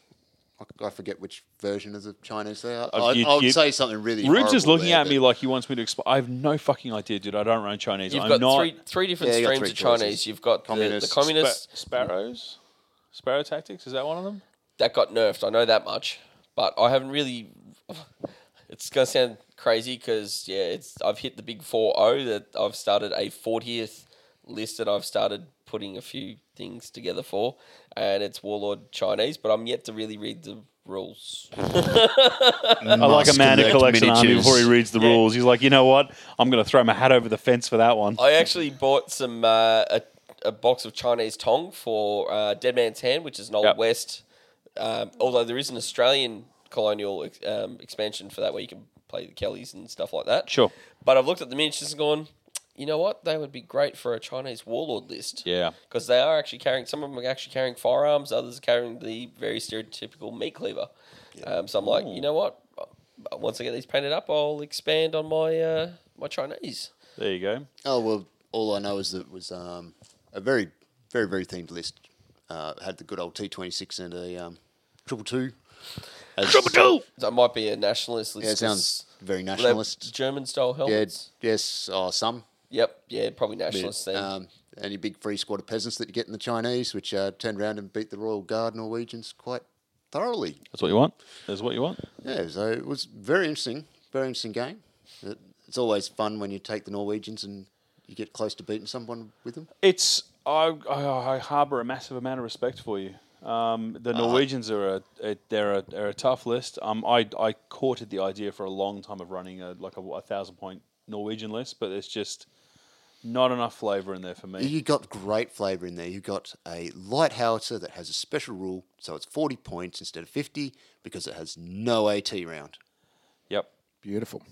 [SPEAKER 6] I- I forget which version of the Chinese they are. I,
[SPEAKER 2] you-
[SPEAKER 6] I would
[SPEAKER 2] you-
[SPEAKER 6] say something really.
[SPEAKER 2] Rubes is
[SPEAKER 6] horrible
[SPEAKER 2] looking
[SPEAKER 6] there,
[SPEAKER 2] at
[SPEAKER 6] but-
[SPEAKER 2] me like he wants me to explain. I have no fucking idea, dude. I don't run Chinese.
[SPEAKER 3] You've
[SPEAKER 2] I'm
[SPEAKER 3] got
[SPEAKER 2] not.
[SPEAKER 3] three three different
[SPEAKER 6] Yeah, you got
[SPEAKER 3] streams
[SPEAKER 6] three
[SPEAKER 3] of Chinese.
[SPEAKER 6] choices.
[SPEAKER 3] You've got
[SPEAKER 6] Communists,
[SPEAKER 3] the, the communists
[SPEAKER 2] Spa- sparrows? Sparrow tactics? Is that one of them?
[SPEAKER 3] that got nerfed. I know that much, but I haven't really. It's gonna sound crazy because yeah, it's I've hit the big four zero that I've started a fortieth list that I've started putting a few things together for, and it's Warlord Chinese, but I'm yet to really read the rules.
[SPEAKER 2] I like a man who
[SPEAKER 6] collect
[SPEAKER 2] collects an army
[SPEAKER 6] miniatures.
[SPEAKER 2] before he reads the rules. He's like, you know what? I'm going to throw my hat over the fence for that one.
[SPEAKER 3] I actually bought some uh, a, a box of Chinese tong for uh, Dead Man's Hand, which is an old
[SPEAKER 2] Yep.
[SPEAKER 3] West. Um, although there is an Australian colonial ex- um, expansion for that, where you can play the Kellys and stuff like that.
[SPEAKER 2] Sure.
[SPEAKER 3] But I've looked at the miniatures and gone, you know what? They would be great for a Chinese warlord list.
[SPEAKER 2] Yeah.
[SPEAKER 3] Because they are actually carrying, some of them are actually carrying firearms, others are carrying the very stereotypical meat cleaver. Um, so I'm like, you know what? Once I get these painted up, I'll expand on my uh, my Chinese.
[SPEAKER 2] There you go.
[SPEAKER 6] Oh well, all I know is that it was um, a very, very, very themed list. Uh, had the good old T twenty six and a um, triple two. Triple two.
[SPEAKER 3] That might be a nationalist list.
[SPEAKER 6] Yeah, it sounds very nationalist.
[SPEAKER 3] German style
[SPEAKER 6] Yeah,
[SPEAKER 3] helmets.
[SPEAKER 6] yes, oh, some.
[SPEAKER 3] Yep. Yeah, probably nationalist then.
[SPEAKER 6] Um, and your big free squad of peasants that you get in the Chinese, which uh, turned around and beat the Royal Guard Norwegians quite thoroughly.
[SPEAKER 2] That's what you want. That's what you want.
[SPEAKER 6] Yeah, so it was very interesting, very interesting game. It- It's always fun when you take the Norwegians and you get close to beating someone with them.
[SPEAKER 2] It's I, I, I harbour a massive amount of respect for you. Um, the Norwegians are a, a they're a they're a tough list. Um, I I courted the idea for a long time of running a like a, a thousand point Norwegian list, but there's just not enough flavour in there for me.
[SPEAKER 6] You got great flavour in there. You got a light howitzer that has a special rule, so it's 40 points instead of 50 because it has no AT round.
[SPEAKER 2] Yep.
[SPEAKER 5] Beautiful.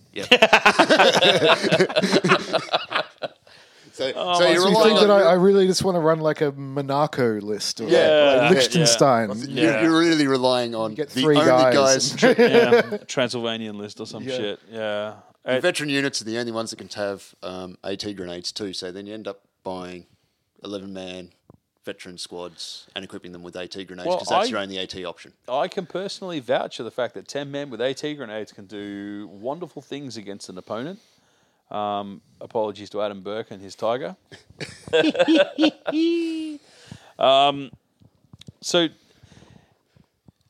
[SPEAKER 6] So, so you're
[SPEAKER 5] Makes me
[SPEAKER 6] relying
[SPEAKER 5] think
[SPEAKER 6] on,
[SPEAKER 5] that Oh, I, I really just want to run like a Monaco list or yeah,
[SPEAKER 2] Yeah.
[SPEAKER 5] Liechtenstein.
[SPEAKER 6] you're, you're really relying on
[SPEAKER 5] Get
[SPEAKER 6] the
[SPEAKER 5] three
[SPEAKER 6] only
[SPEAKER 5] guys.
[SPEAKER 6] guys
[SPEAKER 2] Yeah. Transylvanian list or some shit. Yeah.
[SPEAKER 6] The veteran units are the only ones that can have um, AT grenades too. So then you end up buying 11 man veteran squads and equipping them with AT grenades
[SPEAKER 2] Well,
[SPEAKER 6] because that's
[SPEAKER 2] I-
[SPEAKER 6] your only AT option.
[SPEAKER 2] I can personally vouch for the fact that 10 men with AT grenades can do wonderful things against an opponent. Um, apologies to Adam Burke and his Tiger. um, so,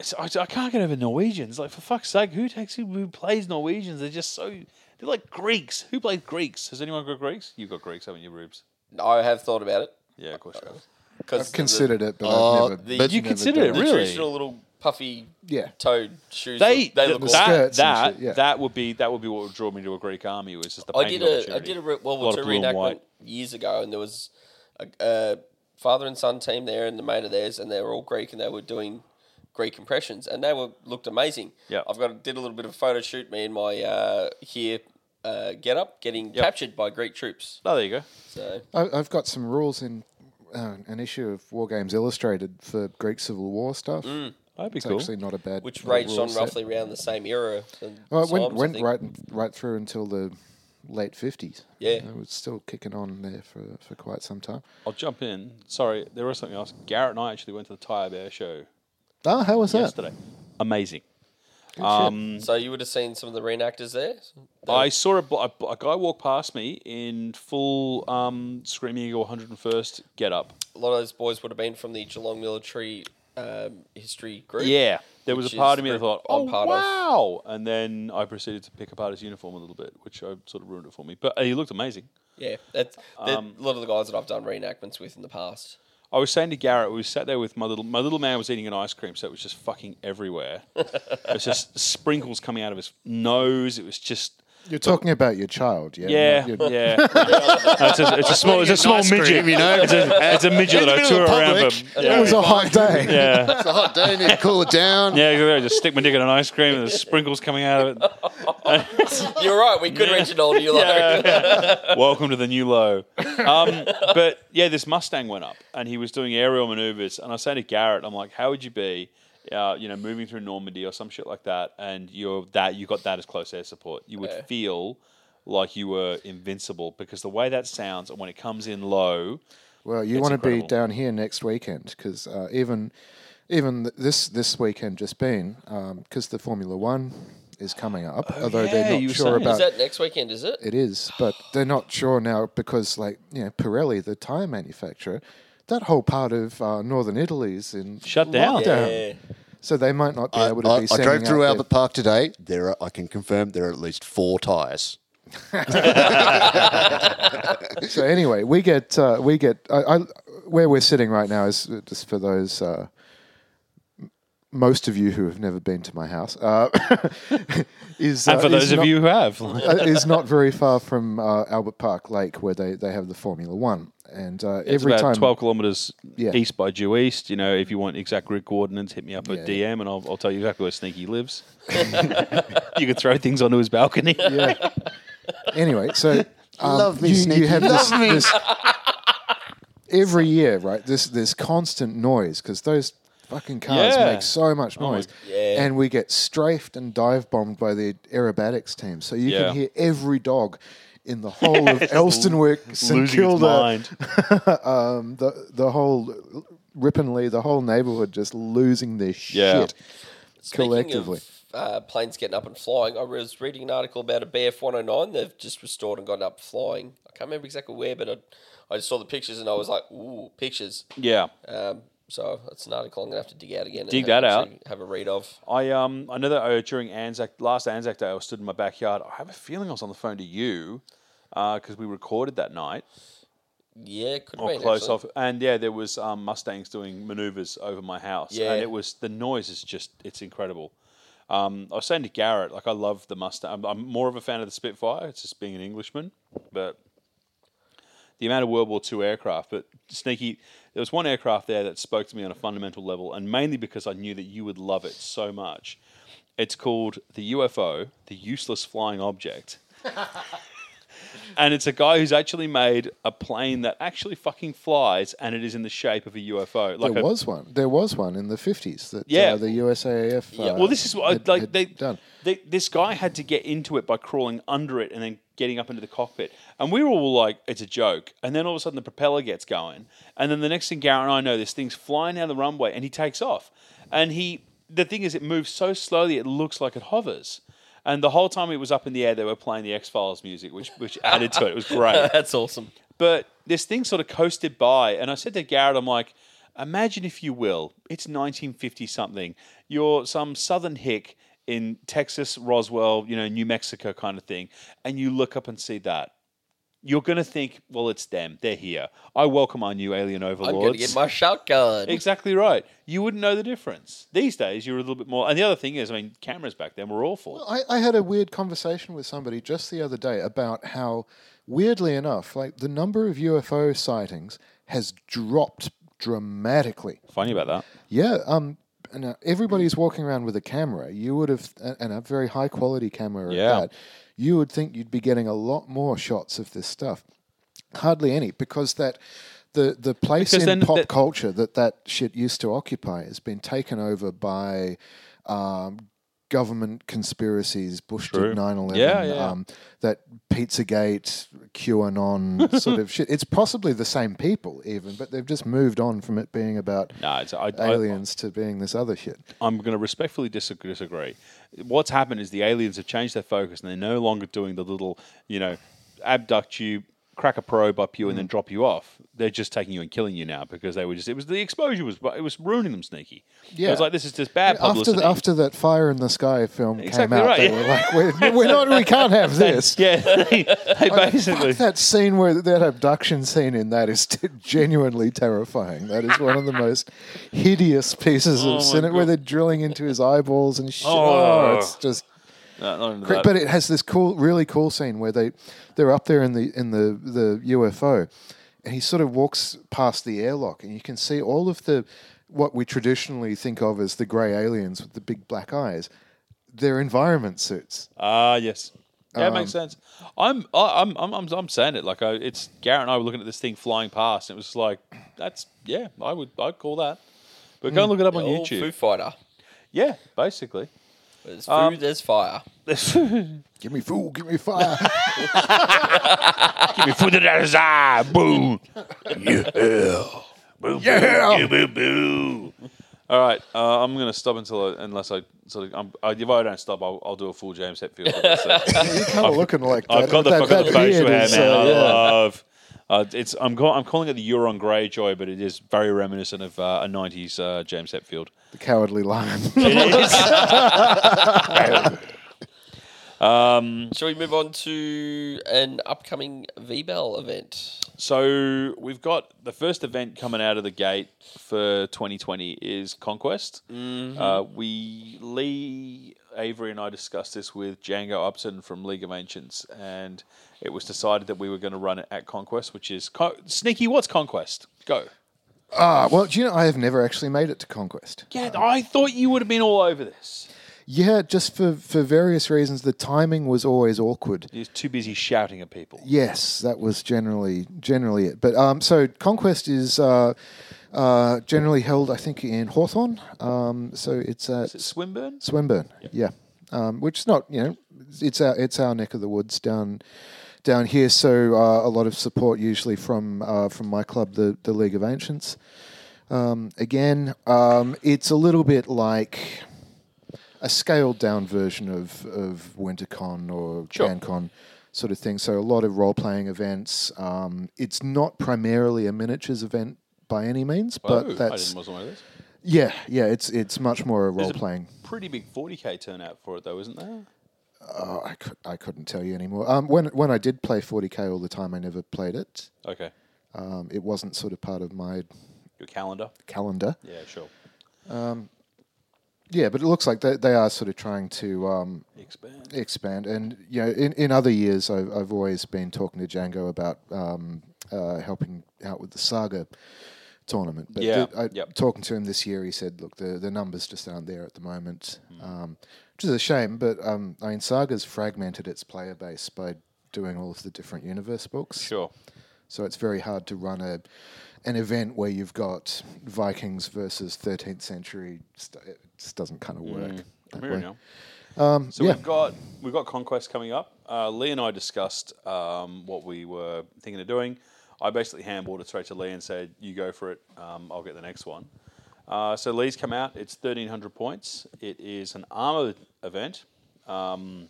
[SPEAKER 2] so I, I can't get over Norwegians. Like, for fuck's sake, who takes who plays Norwegians? They're just so. They're like Greeks. Who plays Greeks? Has anyone got Greeks? You've got Greeks, haven't you, Rubes?
[SPEAKER 6] um,
[SPEAKER 3] I have thought about it
[SPEAKER 2] Yeah, of course you have.
[SPEAKER 3] because
[SPEAKER 5] Considered it, but
[SPEAKER 6] Oh,
[SPEAKER 5] I've never.
[SPEAKER 6] the-
[SPEAKER 5] but
[SPEAKER 2] You
[SPEAKER 5] never
[SPEAKER 2] consider
[SPEAKER 5] done
[SPEAKER 2] it,
[SPEAKER 3] the
[SPEAKER 2] really?
[SPEAKER 3] traditional little puffy
[SPEAKER 5] Yeah.
[SPEAKER 3] toed shoes.
[SPEAKER 2] They,
[SPEAKER 3] look- they
[SPEAKER 2] th-
[SPEAKER 3] look
[SPEAKER 5] the
[SPEAKER 3] awesome.
[SPEAKER 2] that,
[SPEAKER 5] skirts and
[SPEAKER 2] that,
[SPEAKER 5] shit, yeah.
[SPEAKER 2] that would be that would be what would draw me to a Greek army was just the
[SPEAKER 3] I
[SPEAKER 2] painting
[SPEAKER 3] did a I
[SPEAKER 2] opportunity.
[SPEAKER 3] did a re- World
[SPEAKER 2] lot
[SPEAKER 3] War
[SPEAKER 2] of
[SPEAKER 3] Two
[SPEAKER 2] blue and
[SPEAKER 3] reenactment
[SPEAKER 2] white.
[SPEAKER 3] years ago, and there was a, a father and son team there, and the mate of theirs, and they were all Greek, and they were doing Greek impressions, and they were looked amazing.
[SPEAKER 2] Yeah.
[SPEAKER 3] I've got did a little bit of photo shoot. Me and my uh, here uh, get up getting captured by Greek troops.
[SPEAKER 2] Oh, there you go.
[SPEAKER 3] So
[SPEAKER 5] I, I've got some rules in uh, an issue of War Games Illustrated for Greek Civil War stuff.
[SPEAKER 2] That'd be
[SPEAKER 5] It's
[SPEAKER 2] cool.
[SPEAKER 5] actually not a bad.
[SPEAKER 3] which
[SPEAKER 5] little
[SPEAKER 3] raged
[SPEAKER 5] rule
[SPEAKER 3] on
[SPEAKER 5] set.
[SPEAKER 3] roughly around the same era. and
[SPEAKER 5] Well, it went,
[SPEAKER 3] times, I
[SPEAKER 5] went
[SPEAKER 3] think.
[SPEAKER 5] right right through until the late fifties.
[SPEAKER 3] Yeah.
[SPEAKER 5] it was still kicking on there for, for quite some time.
[SPEAKER 2] I'll jump in. Sorry, there was something else. Garrett and I actually went to the Tire Bear show
[SPEAKER 5] Oh, how was that?
[SPEAKER 2] yesterday. Amazing.
[SPEAKER 5] Good shit.
[SPEAKER 2] Um,
[SPEAKER 3] So you would have seen some of the reenactors there.
[SPEAKER 2] I saw a, bl- a, bl- a guy walk past me in full um, Screaming Eagle 101st get up.
[SPEAKER 3] A lot of those boys would have been from the Geelong military um, history group.
[SPEAKER 2] Yeah. There was
[SPEAKER 3] Which
[SPEAKER 2] a part
[SPEAKER 3] is
[SPEAKER 2] of me that
[SPEAKER 3] the-
[SPEAKER 2] thought,
[SPEAKER 3] I'm
[SPEAKER 2] oh,
[SPEAKER 3] part of."
[SPEAKER 2] wow. And then I proceeded to pick apart his uniform a little bit, which I sort of ruined it for me. But uh, he looked amazing.
[SPEAKER 3] Yeah, that's they're
[SPEAKER 2] Um,
[SPEAKER 3] a lot of the guys that I've done reenactments with in the past.
[SPEAKER 2] I was saying to Garrett, we sat there with my little my little man was eating an ice cream, so it was just fucking everywhere. it was just sprinkles coming out of his nose. It was just
[SPEAKER 5] You're talking about your child, yeah?
[SPEAKER 2] yeah,
[SPEAKER 5] Not your-
[SPEAKER 2] yeah. No, it's, a, it's a small, it's a small midget, you know. It's a, it's a midget that I
[SPEAKER 6] middle
[SPEAKER 2] tour
[SPEAKER 6] of
[SPEAKER 2] around
[SPEAKER 6] public.
[SPEAKER 2] him.
[SPEAKER 5] It was
[SPEAKER 2] Yeah,
[SPEAKER 5] a hot day.
[SPEAKER 2] yeah,
[SPEAKER 6] It's a hot day, need to cool it down.
[SPEAKER 2] yeah. exactly. I just stick my dick in an ice cream, and there's sprinkles coming out of it.
[SPEAKER 3] You're right. We could reach an older you like.
[SPEAKER 2] Welcome to the new low. Um, but yeah, this Mustang went up, and he was doing aerial maneuvers. And I say to Garrett, I'm like, "How would you be, uh, you know, moving through Normandy or some shit like that, and you're that you got that as close air support? You would
[SPEAKER 3] Yeah.
[SPEAKER 2] feel like you were invincible because the way that sounds, and when it comes in low,
[SPEAKER 5] Well, you
[SPEAKER 2] It's
[SPEAKER 5] want to be
[SPEAKER 2] incredible.
[SPEAKER 5] down here next weekend because uh, even even th- this this weekend just been because the Formula One is coming up, although
[SPEAKER 2] Oh, yeah,
[SPEAKER 5] they're
[SPEAKER 2] you
[SPEAKER 5] not
[SPEAKER 2] were
[SPEAKER 5] sure
[SPEAKER 2] saying.
[SPEAKER 5] about
[SPEAKER 3] Is that next weekend? Is it?
[SPEAKER 5] it is, but they're not sure now because like you know Pirelli, the tire manufacturer, that whole part of uh, northern Italy is in
[SPEAKER 2] Shut down.
[SPEAKER 5] lockdown. so they might not be
[SPEAKER 6] I,
[SPEAKER 5] able to
[SPEAKER 6] I-
[SPEAKER 5] be.
[SPEAKER 6] I
[SPEAKER 5] sending
[SPEAKER 6] drove
[SPEAKER 5] out
[SPEAKER 6] through
[SPEAKER 5] their-
[SPEAKER 6] Albert Park today. There, are, I can confirm there are at least four tyres.
[SPEAKER 5] So anyway, we get uh, we get I, I, where we're sitting right now is uh, just for those uh, m- most of you who have never been to my house uh, is
[SPEAKER 2] and
[SPEAKER 5] uh,
[SPEAKER 2] for
[SPEAKER 5] is
[SPEAKER 2] those of
[SPEAKER 5] not-
[SPEAKER 2] you who have,
[SPEAKER 5] uh, is not very far from uh, Albert Park Lake where they, they have the Formula One and uh,
[SPEAKER 2] it's
[SPEAKER 5] every
[SPEAKER 2] about
[SPEAKER 5] time
[SPEAKER 2] 12 kilometers
[SPEAKER 5] Yeah.
[SPEAKER 2] east by due east. You know, if you want exact grid coordinates, hit me up at
[SPEAKER 5] Yeah.
[SPEAKER 2] DM, and I'll, I'll tell you exactly where Sneaky lives. you can throw things onto his balcony.
[SPEAKER 5] yeah. anyway so um,
[SPEAKER 6] Love me,
[SPEAKER 5] you,
[SPEAKER 6] Sneaky,
[SPEAKER 5] you have this, this every year right this this constant noise because those fucking cars
[SPEAKER 2] Yeah. Oh
[SPEAKER 5] make so much noise
[SPEAKER 3] Yeah.
[SPEAKER 5] and we get strafed and dive bombed by the aerobatics team so you
[SPEAKER 2] Yeah.
[SPEAKER 5] can hear every dog in the whole of Elstonwick,
[SPEAKER 2] Losing
[SPEAKER 5] St
[SPEAKER 2] his
[SPEAKER 5] Kilda,
[SPEAKER 2] mind.
[SPEAKER 5] um, the the whole Ripponlea, the whole neighbourhood just losing their
[SPEAKER 2] Yeah.
[SPEAKER 5] shit.
[SPEAKER 3] Speaking
[SPEAKER 5] collectively.
[SPEAKER 3] Of, uh, planes getting up and flying. I was reading an article about a BF 109. They've just restored and gone up flying. I can't remember exactly where, but I, I just saw the pictures and I was like, ooh, pictures.
[SPEAKER 2] Yeah,
[SPEAKER 3] Um, so that's an article I'm going to have to dig out again.
[SPEAKER 2] Dig
[SPEAKER 3] and
[SPEAKER 2] that out.
[SPEAKER 3] actually Have a read of.
[SPEAKER 2] I um I know that uh, during Anzac last Anzac Day, I stood in my backyard. I have a feeling I was on the phone to you because we recorded that night
[SPEAKER 3] Yeah, could have
[SPEAKER 2] or
[SPEAKER 3] been.
[SPEAKER 2] close
[SPEAKER 3] actually.
[SPEAKER 2] off. And yeah, there was um, Mustangs doing maneuvers over my house,
[SPEAKER 3] Yeah.
[SPEAKER 2] and it was the noise is just it's incredible. Um, I was saying to Garrett, like I love the Mustang. I'm, I'm more of a fan of the Spitfire. It's just being an Englishman, but the amount of World War II aircraft. But sneaky, there was one aircraft there that spoke to me on a fundamental level, and mainly because I knew that you would love it so much. It's called the UFO, the useless flying object. and it's a guy who's actually made a plane that actually fucking flies, and it is in the shape of a UFO. Like
[SPEAKER 5] There
[SPEAKER 2] a-
[SPEAKER 5] was one. There was one in the fifties that
[SPEAKER 2] Yeah.
[SPEAKER 5] uh, the USAF. Uh,
[SPEAKER 2] well, this is what I,
[SPEAKER 5] had-
[SPEAKER 2] like
[SPEAKER 5] had
[SPEAKER 2] they,
[SPEAKER 5] done.
[SPEAKER 2] they. This guy had to get into it by crawling under it and then getting up into the cockpit. And we were all like, it's a joke. And then all of a sudden the propeller gets going. And then the next thing Garrett and I know, this thing's flying down the runway and he takes off. And he, the thing is, it moves so slowly, it looks like it hovers. And the whole time it was up in the air, they were playing the X Files music, which, which added to it. It was great.
[SPEAKER 3] That's awesome.
[SPEAKER 2] But this thing sort of coasted by, and I said to Garrett, I'm like, imagine if you will, it's 1950 something. You're some southern hick in Texas, Roswell, you know, New Mexico kind of thing, and you look up and see that. You're going to think, well, it's them. They're here. I welcome our new alien
[SPEAKER 3] I'm
[SPEAKER 2] overlords.
[SPEAKER 3] going to get my shotgun.
[SPEAKER 2] Exactly right. You wouldn't know the difference. These days, you're a little bit more. And the other thing is, I mean, cameras back then were awful.
[SPEAKER 5] I, I had a weird conversation with somebody just the other day about how, weirdly enough, like the number of UFO sightings has dropped dramatically.
[SPEAKER 2] Funny about that.
[SPEAKER 5] Yeah. Um. Now everybody's walking around with a camera. You would have, and- and a very high quality camera at
[SPEAKER 2] Yeah.
[SPEAKER 5] that. You would think you'd be getting a lot more shots of this stuff. Hardly any, because that the the place
[SPEAKER 2] Because then
[SPEAKER 5] in pop
[SPEAKER 2] that-
[SPEAKER 5] culture that that shit used to occupy has been taken over by. Um, Government conspiracies, Bush
[SPEAKER 2] True.
[SPEAKER 5] did 9 11,
[SPEAKER 2] Yeah, yeah.
[SPEAKER 5] Um, that Pizzagate, QAnon sort of shit. It's possibly the same people, even, but they've just moved on from it being about
[SPEAKER 2] No, it's, I, I,
[SPEAKER 5] aliens to being this other shit.
[SPEAKER 2] I'm going to respectfully disagree, disagree. What's happened is the aliens have changed their focus and they're no longer doing the little, you know, abduct you, crack a probe up you, and
[SPEAKER 5] Mm.
[SPEAKER 2] then drop you off. They're just taking you and killing you now because they were just. It was the exposure was it was ruining them sneaky. it
[SPEAKER 5] Yeah.
[SPEAKER 2] was like this is just bad
[SPEAKER 5] After,
[SPEAKER 2] publicity.
[SPEAKER 5] the, after that Fire in the Sky film
[SPEAKER 2] Exactly
[SPEAKER 5] came out,
[SPEAKER 2] right,
[SPEAKER 5] they
[SPEAKER 2] yeah.
[SPEAKER 5] were like, we're, we're not, we can't have this.
[SPEAKER 2] yeah, they, they basically.
[SPEAKER 5] That scene where that abduction scene in that is genuinely terrifying. That is one of the most hideous pieces
[SPEAKER 2] Oh my
[SPEAKER 5] of cinema where they're drilling into his eyeballs and shit.
[SPEAKER 2] Oh.
[SPEAKER 5] Oh, it's just
[SPEAKER 2] No, not into
[SPEAKER 5] Cra-
[SPEAKER 2] that.
[SPEAKER 5] But it has this cool, really cool scene where they they're up there in the in the the UFO, and he sort of walks past the airlock, and you can see all of the what we traditionally think of as the grey aliens with the big black eyes. Their environment suits.
[SPEAKER 2] Ah, yes. Yeah, it makes
[SPEAKER 5] Um,
[SPEAKER 2] sense. I'm, I- I'm, I'm, I'm, I'm saying it like I, it's Garrett and I were looking at this thing flying past, and it was just like, that's yeah, I would, I'd call that. But go and look it up on
[SPEAKER 3] All
[SPEAKER 2] YouTube.
[SPEAKER 3] Oh, Foo Fighter.
[SPEAKER 2] Yeah, basically.
[SPEAKER 3] There's food,
[SPEAKER 2] Um,
[SPEAKER 3] there's fire.
[SPEAKER 5] Give me fool, give me fire.
[SPEAKER 7] Give me food that is ah, boom. Yeah. Boo, yeah. Boo, boo, boo.
[SPEAKER 2] All right, uh, I'm gonna stop until I, unless I sort of I'm, I, if I don't stop, I'll, I'll do a full James Hetfield. for this, so.
[SPEAKER 5] You're kind of looking like that.
[SPEAKER 2] I've got the
[SPEAKER 5] that,
[SPEAKER 2] fucking
[SPEAKER 5] that
[SPEAKER 2] facial
[SPEAKER 5] beard
[SPEAKER 2] hair,
[SPEAKER 5] is,
[SPEAKER 2] man.
[SPEAKER 5] uh,
[SPEAKER 2] I
[SPEAKER 5] yeah.
[SPEAKER 2] love. Uh, it's I'm call, I'm calling it the Euron Greyjoy, but it is very reminiscent of uh, a '90s uh, James Hetfield.
[SPEAKER 5] the cowardly lion.
[SPEAKER 3] Shall we move on to an upcoming V-Bell event?
[SPEAKER 2] So we've got the first event coming out of the gate for 2020 is Conquest. Uh, we Lee Avery and I discussed this with Django Upton from League of Ancients, and it was decided that we were going to run it at Conquest, which is Con- sneaky. What's Conquest? Go.
[SPEAKER 5] ah, well, do you know I have never actually made it to conquest.
[SPEAKER 2] Yeah, Um, I thought you would have been all over this.
[SPEAKER 5] Yeah, just for for various reasons, the timing was always awkward.
[SPEAKER 2] You're too busy shouting at people.
[SPEAKER 5] Yes, that was generally generally it. But um, so conquest is uh, uh, generally held, I think, in Hawthorne. Um, so it's at
[SPEAKER 2] Is it Swinburne?
[SPEAKER 5] Swinburne. Yeah. Um, which is not, you know, it's our it's our neck of the woods down down here. So uh, a lot of support usually from uh, from my club, the the League of Ancients. Um, again, um, it's a little bit like a scaled down version of of WinterCon or CanCon sort of thing. So a lot of role playing events. Um, it's not primarily a miniatures event by any means, but
[SPEAKER 2] oh, I
[SPEAKER 5] that's
[SPEAKER 2] didn't wasn't aware of this.
[SPEAKER 5] yeah, yeah. It's it's much more a role
[SPEAKER 2] a-
[SPEAKER 5] playing.
[SPEAKER 2] Pretty big 40k turnout for it though, isn't there?
[SPEAKER 5] Oh, I, cou- I couldn't tell you anymore. Um, when when I did play 40k all the time, I never played it.
[SPEAKER 2] Okay,
[SPEAKER 5] Um, it wasn't sort of part of my
[SPEAKER 2] your calendar.
[SPEAKER 5] calendar.
[SPEAKER 2] Yeah, sure.
[SPEAKER 5] Yeah, but it looks like they, they are sort of trying to um,
[SPEAKER 2] Expand.
[SPEAKER 5] expand. And you know, in, in other years, I've, I've always been talking to Django about um, uh, helping out with the saga tournament. But
[SPEAKER 2] Yeah,
[SPEAKER 5] the- I,
[SPEAKER 2] yep.
[SPEAKER 5] talking to him this year, he said, "Look, the, the numbers just aren't there at the moment,"
[SPEAKER 2] Hmm.
[SPEAKER 5] um, which is a shame. But um, I mean, saga's fragmented its player base by doing all of the different universe books.
[SPEAKER 2] Sure.
[SPEAKER 5] So it's very hard to run a an event where you've got
[SPEAKER 2] Mm.
[SPEAKER 5] Vikings versus 13th century. St- it just doesn't kind of work. that
[SPEAKER 2] Fair
[SPEAKER 5] way.
[SPEAKER 2] enough.
[SPEAKER 6] Um,
[SPEAKER 2] So
[SPEAKER 5] yeah.
[SPEAKER 2] we've got we've got conquest coming up. Uh, Lee and I discussed um, what we were thinking of doing. I basically handballed it straight to Lee and said, "You go for it. Um, I'll get the next one." Uh, so Lee's come out. It's thirteen hundred points. It is an armor event, um,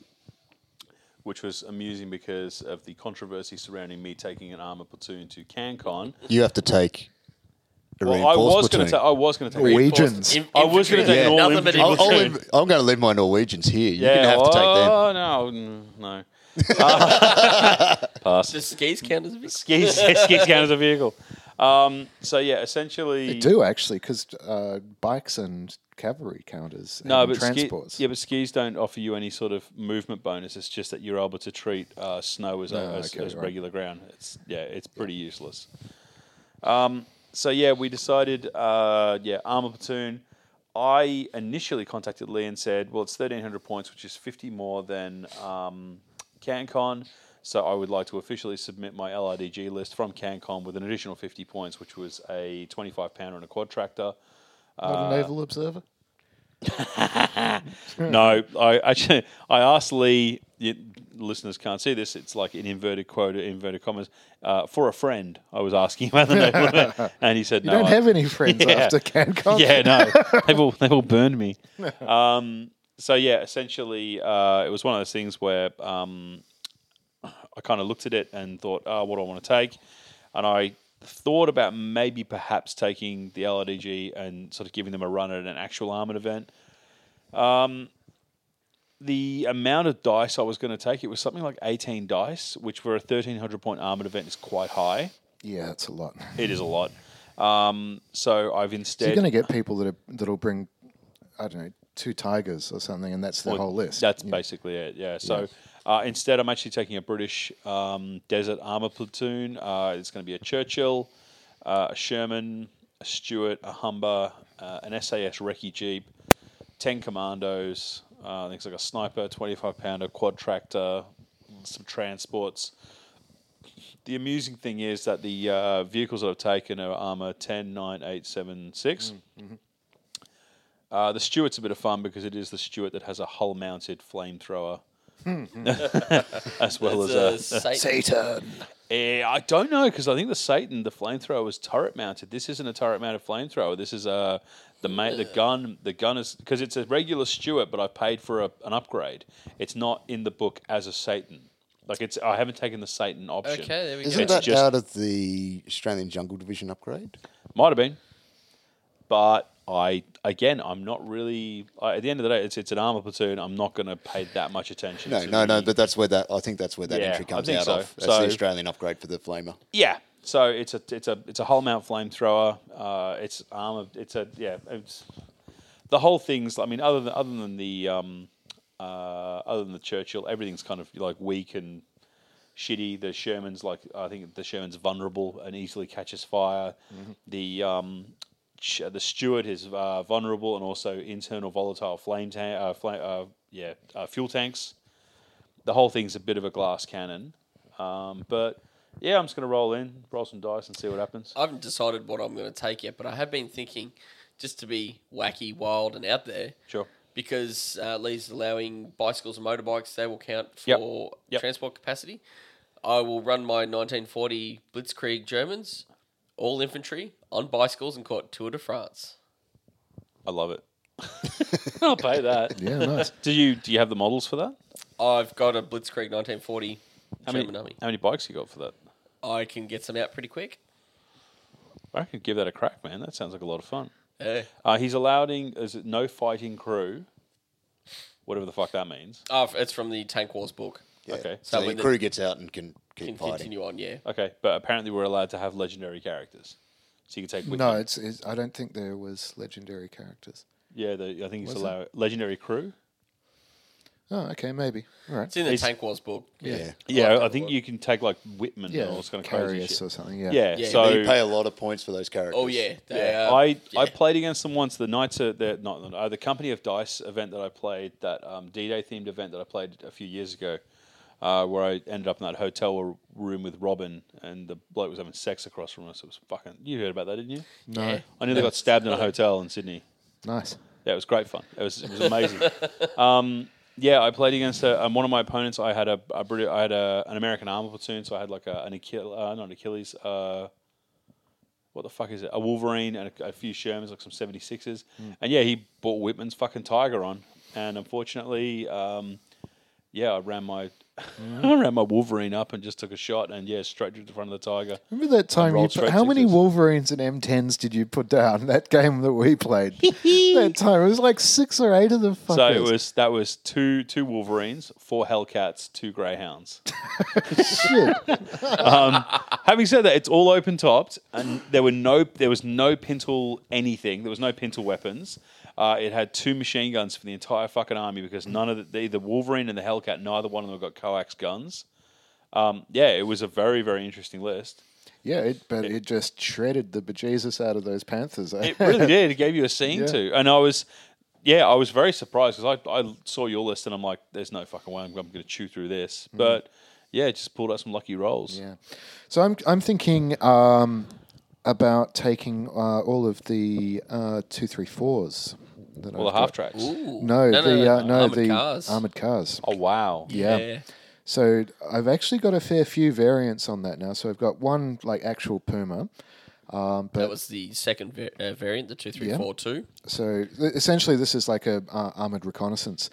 [SPEAKER 2] which was amusing because of the controversy surrounding me taking an armor platoon to CanCon.
[SPEAKER 6] You have to take a
[SPEAKER 2] Well, I
[SPEAKER 6] reinforced
[SPEAKER 2] was going
[SPEAKER 6] platoon.
[SPEAKER 2] to take. I was going to take.
[SPEAKER 5] Norwegians.
[SPEAKER 3] In-
[SPEAKER 2] I was gonna
[SPEAKER 3] infantry.
[SPEAKER 2] take an all
[SPEAKER 3] Nothing but
[SPEAKER 2] infantry
[SPEAKER 6] I'll, I'll
[SPEAKER 3] infantry.
[SPEAKER 6] leave, I'm going to leave my Norwegians here. You're going to have to take them.
[SPEAKER 2] oh, no, mm, no. Uh, Pass.
[SPEAKER 3] Does skis count as a victim?
[SPEAKER 2] skis, skis count as a vehicle. Um, so yeah, essentially
[SPEAKER 5] They do actually, because uh, bikes and cavalry counters and
[SPEAKER 2] No, but ski-
[SPEAKER 5] transports.
[SPEAKER 2] yeah, but skis don't offer you any sort of movement bonus. It's just that you're able to treat uh, snow as, a, as,
[SPEAKER 5] Ah, okay,
[SPEAKER 2] as
[SPEAKER 5] right.
[SPEAKER 2] regular ground. It's yeah, it's pretty useless. Um, so yeah, we decided uh, yeah, armor platoon. I initially contacted Lee and said, well, it's 1300 points, which is 50 more than um, CanCon. So I would like to officially submit my LRDG list from CanCon with an additional 50 points, which was a 25 pounder and a quad tractor.
[SPEAKER 5] Not
[SPEAKER 2] uh,
[SPEAKER 5] a naval observer.
[SPEAKER 2] No, I actually I asked Lee. You, listeners can't see this. It's like an inverted quote, inverted commas, uh, for a friend. I was asking about the name, of it, and he said,
[SPEAKER 5] You
[SPEAKER 2] "No,
[SPEAKER 5] don't
[SPEAKER 2] I-
[SPEAKER 5] have any friends
[SPEAKER 2] Yeah.
[SPEAKER 5] after CanCon.
[SPEAKER 2] yeah, no, they've all they've all burned me." Um, so yeah, essentially, uh, it was one of those things where um, I kind of looked at it and thought, "Oh, what do I want to take?" And I thought about maybe perhaps taking the LRDG and sort of giving them a run at an actual armored event. Um, the amount of dice I was going to take, it was something like 18 dice, which for a 1300 point armored event is quite high.
[SPEAKER 5] Yeah, that's a lot.
[SPEAKER 2] It is a lot. Um, so I've instead.
[SPEAKER 5] So you're going to get people that are, that'll bring, I don't know, two tigers or something, and that's the
[SPEAKER 2] Well,
[SPEAKER 5] whole list.
[SPEAKER 2] That's
[SPEAKER 5] You-
[SPEAKER 2] basically it. Yeah. So Uh, instead, I'm actually taking a British um, desert armor platoon. Uh, it's going to be a Churchill, uh, a Sherman, a Stuart, a Humber, uh, an SAS recce jeep, ten commandos. Uh, I think it's like a sniper, 25 pounder, quad tractor, some transports. The amusing thing is that the uh, vehicles that I've taken are armor 10, 9, 8, 7, 6.
[SPEAKER 3] Mm, mm-hmm.
[SPEAKER 2] Uh, the Stuart's a bit of fun because it is the Stuart that has a hull mounted flamethrower.
[SPEAKER 3] Mm-hmm.
[SPEAKER 2] as well as a,
[SPEAKER 3] It's a Satan.
[SPEAKER 4] Satan.
[SPEAKER 2] Eh, I don't know because I think the Satan, the flamethrower, was turret mounted. This isn't a turret mounted flamethrower. This is a the ma- the gun. The gun is because it's a regular Stuart, but I paid for a, an upgrade. It's not in the book as a Satan. Like it's I haven't taken the Satan option.
[SPEAKER 3] Okay, there we go.
[SPEAKER 2] Isn't
[SPEAKER 6] Isn't
[SPEAKER 2] It's
[SPEAKER 6] that
[SPEAKER 2] that just- out
[SPEAKER 6] out of the Australian Jungle Division upgrade?
[SPEAKER 2] Might have been, but I again I'm not really. I, at the end of the day, it's it's an armor platoon. I'm not going to pay that much attention.
[SPEAKER 6] No,
[SPEAKER 2] to
[SPEAKER 6] no, no.
[SPEAKER 2] the-
[SPEAKER 6] But that's where that I think that's where that
[SPEAKER 2] Yeah,
[SPEAKER 6] entry
[SPEAKER 2] I
[SPEAKER 6] comes
[SPEAKER 2] think
[SPEAKER 6] out
[SPEAKER 2] so.
[SPEAKER 6] of. That's
[SPEAKER 2] So-
[SPEAKER 6] the Australian upgrade for the flamer.
[SPEAKER 2] Yeah. So it's a it's a it's a hull mount flamethrower. Uh, it's armor. It's a yeah. It's the whole thing's. I mean, other than other than the um, uh, other than the Churchill, everything's kind of like weak and shitty. The Sherman's like I think the Sherman's vulnerable and easily catches fire. The um, Ch- the Stewart is uh, vulnerable and also internal volatile flame tank. Uh, flame, uh, yeah, uh, fuel tanks. The whole thing's a bit of a glass cannon, um, but yeah, I'm just gonna roll in, roll some dice, and see what happens.
[SPEAKER 3] I haven't decided what I'm going to take yet, but I have been thinking just to be wacky, wild, and out there.
[SPEAKER 2] Sure.
[SPEAKER 3] Because uh, Lee's allowing bicycles and motorbikes, they will count
[SPEAKER 2] Yep.
[SPEAKER 3] for
[SPEAKER 2] Yep.
[SPEAKER 3] transport capacity. I will run my 1940 Blitzkrieg Germans, all infantry, on bicycles and caught Tour de France.
[SPEAKER 2] I love it. I'll pay that.
[SPEAKER 5] Yeah, nice.
[SPEAKER 2] Do you do you have the models for that?
[SPEAKER 3] I've got a Blitzkrieg 1940
[SPEAKER 2] How
[SPEAKER 3] German
[SPEAKER 2] many
[SPEAKER 3] army.
[SPEAKER 2] how many bikes you got for that?
[SPEAKER 3] I can get some out pretty quick.
[SPEAKER 2] I could give that a crack, man. That sounds like a lot of fun.
[SPEAKER 3] Yeah.
[SPEAKER 2] Uh, he's allowing is it no fighting crew, whatever the fuck that means.
[SPEAKER 3] Oh, it's from the Tank Wars book.
[SPEAKER 6] Yeah.
[SPEAKER 2] Okay.
[SPEAKER 6] So,
[SPEAKER 3] So
[SPEAKER 6] the
[SPEAKER 3] when the-
[SPEAKER 6] crew gets out and can keep
[SPEAKER 3] Can
[SPEAKER 6] fighting.
[SPEAKER 3] continue on, yeah.
[SPEAKER 2] Okay, but apparently we're allowed to have legendary characters, so you can take with
[SPEAKER 5] no,
[SPEAKER 2] you.
[SPEAKER 5] it's, it's. I don't think there was legendary characters.
[SPEAKER 2] yeah. The, I think it's allowed legendary crew.
[SPEAKER 5] Oh, okay, maybe. All right.
[SPEAKER 3] It's in the
[SPEAKER 2] It's-
[SPEAKER 3] Tank Wars book.
[SPEAKER 6] Yeah.
[SPEAKER 2] Yeah,
[SPEAKER 3] like
[SPEAKER 2] I
[SPEAKER 3] that
[SPEAKER 2] think
[SPEAKER 3] one.
[SPEAKER 2] you can take like Whitman
[SPEAKER 5] Yeah,
[SPEAKER 2] or it's kind of crazy
[SPEAKER 5] Carius
[SPEAKER 2] shit.
[SPEAKER 5] or something. Yeah.
[SPEAKER 2] Yeah,
[SPEAKER 3] Yeah,
[SPEAKER 2] so
[SPEAKER 6] you pay a lot of points for those characters.
[SPEAKER 3] Oh, yeah. They
[SPEAKER 2] Yeah,
[SPEAKER 3] are-
[SPEAKER 2] I, I
[SPEAKER 3] yeah.
[SPEAKER 2] played against them once. The Knights are the not uh, the Company of Dice event that I played, that um, D Day themed event that I played a few years ago, uh, where I ended up in that hotel room with Robin, and the bloke was having sex across from us. It was fucking. You heard about that, didn't you?
[SPEAKER 5] No.
[SPEAKER 3] Yeah.
[SPEAKER 2] I nearly got stabbed in a hotel in Sydney.
[SPEAKER 5] Nice.
[SPEAKER 2] Yeah, it was great fun. It was, it was amazing. um, Yeah, I played against a, um, one of my opponents. I had a, a Brit- I had a, an American armor platoon, so I had like a, an Achilles, uh, not an Achilles. Uh, what the fuck is it? A Wolverine and a, a few Shermans, like some 76s. And yeah, he bought Whitman's fucking Tiger on. And unfortunately, um, yeah, I ran my I ran my Wolverine up and just took a shot and yeah, straight to the front of the Tiger.
[SPEAKER 5] Remember that time you
[SPEAKER 2] rolled
[SPEAKER 5] put,
[SPEAKER 2] straight
[SPEAKER 5] how many
[SPEAKER 2] sixes.
[SPEAKER 5] Wolverines and M10s did you put down that game that we played? that time it was like six or eight of the fuckers.
[SPEAKER 2] So it was that was two two Wolverines, four Hellcats, two Greyhounds.
[SPEAKER 5] shit.
[SPEAKER 2] Having said that, it's all open topped, and there were no there was no pintle anything. There was no pintle weapons. Uh, it had two machine guns for the entire fucking army because none of the the Wolverine and the Hellcat, neither one of them got coax guns. Um, yeah, it was a very very interesting list.
[SPEAKER 5] Yeah, it, but it just shredded the bejesus out of those Panthers. eh?
[SPEAKER 2] It really did. It gave you a scene
[SPEAKER 5] Yeah.
[SPEAKER 2] to, and I was. Yeah, I was very surprised because I, I saw your list and I'm like, there's no fucking way I'm, I'm going to chew through this. But yeah, it just pulled out some lucky rolls.
[SPEAKER 5] Mm. Yeah. So I'm I'm thinking um, about taking uh, all of the uh, two three fours. That
[SPEAKER 2] All
[SPEAKER 5] I've
[SPEAKER 2] the half
[SPEAKER 5] got.
[SPEAKER 2] tracks.
[SPEAKER 3] Ooh.
[SPEAKER 5] No, the Uh, no
[SPEAKER 3] armored
[SPEAKER 5] the
[SPEAKER 3] cars.
[SPEAKER 5] armored cars.
[SPEAKER 2] Oh, wow.
[SPEAKER 5] yeah. So I've actually got a fair few variants on that now. So I've got one like actual Puma.
[SPEAKER 3] that was the second va- uh, variant, the two three
[SPEAKER 5] Yeah.
[SPEAKER 3] four two.
[SPEAKER 5] So th- essentially, this is like a uh, armored reconnaissance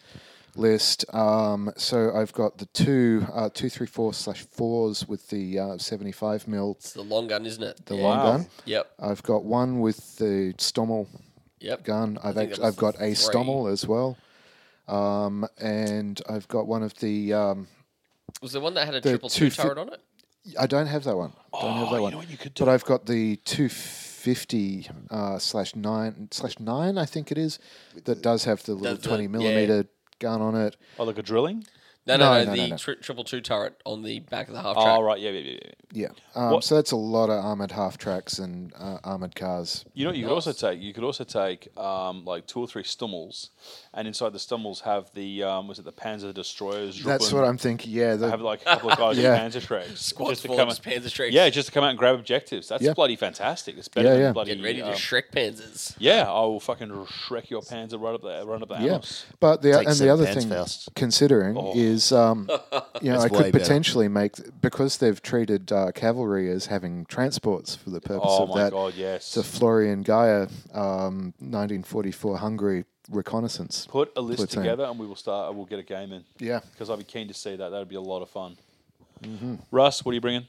[SPEAKER 5] list. Um, so I've got the two uh, two three four slash fours with the uh, seventy five mil
[SPEAKER 3] It's the long gun, isn't it?
[SPEAKER 5] the long gun.
[SPEAKER 3] Yep.
[SPEAKER 5] I've got one with the Stommel
[SPEAKER 3] Yep.
[SPEAKER 5] gun. I've
[SPEAKER 3] think
[SPEAKER 5] act-
[SPEAKER 3] that was
[SPEAKER 5] I've got a
[SPEAKER 3] three.
[SPEAKER 5] Stommel as well, um, and I've got one of the. Um,
[SPEAKER 3] Was the one that had a
[SPEAKER 5] The
[SPEAKER 3] triple two
[SPEAKER 5] 250
[SPEAKER 3] turret on it?
[SPEAKER 5] I don't have that one. Don't have that one.
[SPEAKER 2] what Oh, you could
[SPEAKER 5] but I've got the two fifty uh, slash nine slash nine. I think it is that does have the little
[SPEAKER 3] the-
[SPEAKER 5] twenty
[SPEAKER 3] yeah.
[SPEAKER 5] millimeter gun on it.
[SPEAKER 2] Oh, like a drilling?
[SPEAKER 3] No, no,
[SPEAKER 5] No,
[SPEAKER 3] no.
[SPEAKER 5] no,
[SPEAKER 3] the
[SPEAKER 5] no, no.
[SPEAKER 3] Tri- triple two turret on the back of the half track.
[SPEAKER 2] Oh, right. Yeah, yeah, yeah. yeah.
[SPEAKER 5] Yeah. Um,
[SPEAKER 2] What-
[SPEAKER 5] so that's a lot of armored half tracks and uh, armored cars.
[SPEAKER 2] You know, what you could also take. You could also take um, like two or three stummels, and inside the stummels have the um, was it the Panzer destroyers?
[SPEAKER 5] That's what I'm thinking. Yeah. The,
[SPEAKER 2] Have like a couple of guys
[SPEAKER 5] Yeah.
[SPEAKER 2] with Panzer Shreks.
[SPEAKER 3] Squads
[SPEAKER 2] just to
[SPEAKER 3] full
[SPEAKER 2] come
[SPEAKER 3] of
[SPEAKER 2] out-
[SPEAKER 3] Panzer Shreks.
[SPEAKER 2] Yeah, just to come out and grab objectives. That's
[SPEAKER 5] Yeah.
[SPEAKER 2] bloody fantastic. It's better
[SPEAKER 5] Yeah,
[SPEAKER 2] than
[SPEAKER 5] yeah.
[SPEAKER 2] bloody.
[SPEAKER 3] Getting ready to
[SPEAKER 2] um,
[SPEAKER 3] Shrek Panzers.
[SPEAKER 2] yeah, I will fucking Shrek your Panzer right up the right up the
[SPEAKER 5] yeah.
[SPEAKER 2] house.
[SPEAKER 5] But the
[SPEAKER 6] Take
[SPEAKER 5] and the
[SPEAKER 6] seven
[SPEAKER 5] other
[SPEAKER 6] pants
[SPEAKER 5] thing
[SPEAKER 6] first.
[SPEAKER 5] considering
[SPEAKER 2] Oh.
[SPEAKER 5] is um, you know I
[SPEAKER 6] way
[SPEAKER 5] could
[SPEAKER 6] better.
[SPEAKER 5] potentially make because they've treated uh, cavalry as having transports for the purpose
[SPEAKER 2] Oh
[SPEAKER 5] of
[SPEAKER 2] my
[SPEAKER 5] that.
[SPEAKER 2] god, yes.
[SPEAKER 5] The Florian Gaia, um, 1944 Hungary reconnaissance.
[SPEAKER 2] Put a list
[SPEAKER 5] platoon.
[SPEAKER 2] together, and we will start. and We'll get a game in.
[SPEAKER 5] Yeah. Mm-hmm.
[SPEAKER 2] because I'd be keen to see that. That'd be a lot of fun. Russ, what are you bringing?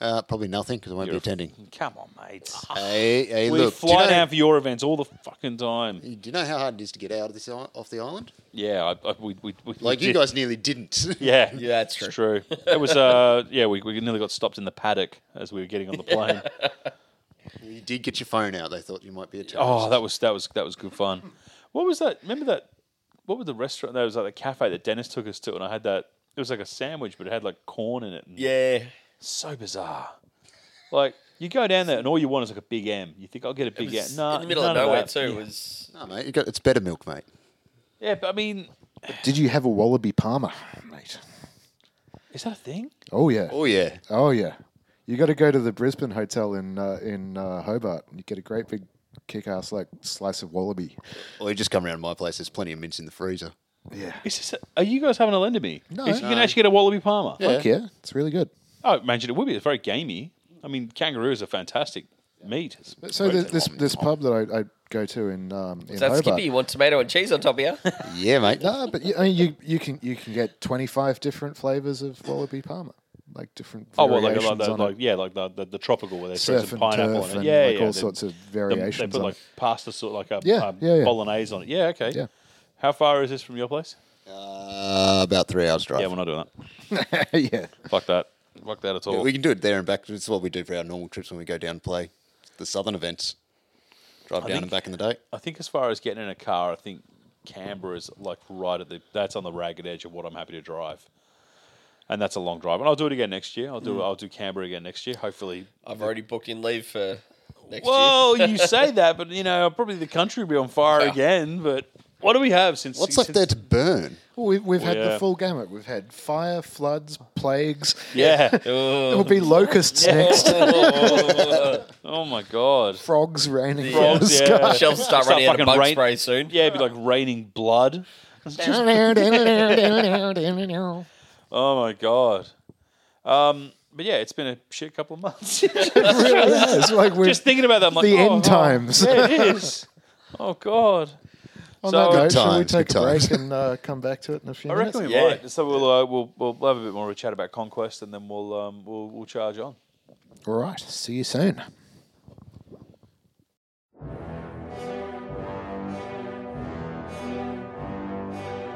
[SPEAKER 6] Uh, probably nothing because I won't be attending.
[SPEAKER 2] Come on, mate.
[SPEAKER 6] Hey, hey,
[SPEAKER 2] We
[SPEAKER 6] look. do you
[SPEAKER 2] fly
[SPEAKER 6] know-
[SPEAKER 2] down for your events all the fucking time.
[SPEAKER 6] Do you know how hard it is to get out of this i- off the island?
[SPEAKER 2] Yeah, I, I, we, we, we
[SPEAKER 6] Like
[SPEAKER 2] we
[SPEAKER 6] you
[SPEAKER 2] did-
[SPEAKER 6] guys nearly didn't.
[SPEAKER 2] Yeah,
[SPEAKER 3] Yeah, that's
[SPEAKER 2] it's true. It was uh, yeah, we, we nearly got stopped in the paddock as we were getting on the plane.
[SPEAKER 6] you did get your phone out. They thought you might be a terrorist.
[SPEAKER 2] oh, that was that was that was good fun. What was that? Remember that? What was the restaurant? That was like the cafe that Dennis took us to, and I had that. It was like a sandwich, but it had like corn in it. And
[SPEAKER 3] Yeah.
[SPEAKER 2] so bizarre. Like you go down there, and all you want is like a big M. You think I'll get a big M? No,
[SPEAKER 3] in the middle
[SPEAKER 2] none
[SPEAKER 3] of nowhere
[SPEAKER 2] that.
[SPEAKER 3] too. It was
[SPEAKER 6] no, mate. You got, it's better milk, mate.
[SPEAKER 2] Yeah, but I mean,
[SPEAKER 5] Did you have a Wallaby Palmer,
[SPEAKER 2] Oh,
[SPEAKER 5] mate?
[SPEAKER 2] is that a thing?
[SPEAKER 5] Oh yeah.
[SPEAKER 6] Oh yeah.
[SPEAKER 5] Oh yeah, you got to go to the Brisbane Hotel in uh, in uh, Hobart. You get a great big kick-ass like slice of wallaby.
[SPEAKER 6] Or you just come around my place. There's plenty of mints in the freezer.
[SPEAKER 5] Yeah,
[SPEAKER 2] Is this a- are you guys having a lend to me?
[SPEAKER 5] No.
[SPEAKER 2] Is- you can actually get a wallaby palmer.
[SPEAKER 5] Fuck yeah, it's really good.
[SPEAKER 2] Oh, imagine it would be. It's very gamey. I mean, kangaroos are fantastic meat. It's
[SPEAKER 5] So this this, this pub that I, I go to in um, in
[SPEAKER 3] that
[SPEAKER 5] Hobart.
[SPEAKER 3] Skippy. You want tomato and cheese on top of you?
[SPEAKER 6] Yeah, mate.
[SPEAKER 5] No, but you, I mean, you you can you can get twenty five different flavors of wallaby palmer, like different
[SPEAKER 2] oh well, like,
[SPEAKER 5] variations
[SPEAKER 2] like, the-
[SPEAKER 5] on
[SPEAKER 2] like
[SPEAKER 5] it.
[SPEAKER 2] yeah, like the, the, the tropical where they throw
[SPEAKER 5] Surf
[SPEAKER 2] some
[SPEAKER 5] and
[SPEAKER 2] pineapple
[SPEAKER 5] turf
[SPEAKER 2] on it.
[SPEAKER 5] and
[SPEAKER 2] Yeah,
[SPEAKER 5] like
[SPEAKER 2] yeah,
[SPEAKER 5] all
[SPEAKER 2] they-
[SPEAKER 5] sorts of
[SPEAKER 2] the- They
[SPEAKER 5] variations
[SPEAKER 2] put
[SPEAKER 5] on
[SPEAKER 2] like
[SPEAKER 5] it.
[SPEAKER 2] pasta sort like a
[SPEAKER 5] Yeah,
[SPEAKER 2] um,
[SPEAKER 5] yeah, yeah.
[SPEAKER 2] bolognese on it. Yeah, okay.
[SPEAKER 5] Yeah.
[SPEAKER 2] How far is this from your place?
[SPEAKER 6] Uh, about three hours drive.
[SPEAKER 2] Yeah, we're not doing that.
[SPEAKER 5] yeah,
[SPEAKER 2] Fuck that. Fuck that at all.
[SPEAKER 6] Yeah, we can do it there and back. It's what we do for our normal trips when we go down and play the southern events. Drive down and
[SPEAKER 2] think-
[SPEAKER 6] back in the day.
[SPEAKER 2] I think as far as getting in a car, I think Canberra is like right at the that's on the ragged edge of what I'm happy to drive. And that's a long drive. And I'll do it again next year. I'll do I'll do Canberra again next year. Hopefully.
[SPEAKER 3] I've already booked in leave for next year.
[SPEAKER 2] Well, you say that, but you know, probably the country will be on fire
[SPEAKER 3] Yeah.
[SPEAKER 2] again. But what do we have since?
[SPEAKER 6] What's
[SPEAKER 2] since,
[SPEAKER 6] left there to burn?
[SPEAKER 5] well, we've we've had
[SPEAKER 2] oh, yeah.
[SPEAKER 5] the full gamut. We've had fire, floods, plagues.
[SPEAKER 2] Yeah.
[SPEAKER 5] There will be locusts next,
[SPEAKER 2] oh my god.
[SPEAKER 5] frogs raining. from
[SPEAKER 2] Frogs,
[SPEAKER 5] the
[SPEAKER 2] yeah.
[SPEAKER 5] sky.
[SPEAKER 3] Shelves start
[SPEAKER 2] Start
[SPEAKER 3] running out
[SPEAKER 2] fucking
[SPEAKER 3] of bug
[SPEAKER 2] rain-
[SPEAKER 3] spray soon.
[SPEAKER 2] Yeah, it'd be like raining blood. Oh my god. Um, but yeah, it's been a shit couple of months.
[SPEAKER 5] really is. Like we're
[SPEAKER 2] Just thinking about that, I'm like,
[SPEAKER 5] the
[SPEAKER 2] oh,
[SPEAKER 5] end
[SPEAKER 2] oh,
[SPEAKER 5] times.
[SPEAKER 2] yeah, it is. Oh god.
[SPEAKER 5] On
[SPEAKER 2] So-
[SPEAKER 5] that note, shall we
[SPEAKER 4] Times,
[SPEAKER 5] take
[SPEAKER 4] good
[SPEAKER 5] a break
[SPEAKER 4] times.
[SPEAKER 5] and uh, come back to it in a few
[SPEAKER 2] I
[SPEAKER 5] minutes?
[SPEAKER 2] reckon we
[SPEAKER 3] Yeah.
[SPEAKER 2] might. So we'll, uh, we'll we'll we'll have a bit more of a chat about conquest, and then we'll um, we'll we'll charge on.
[SPEAKER 5] All right. See you soon.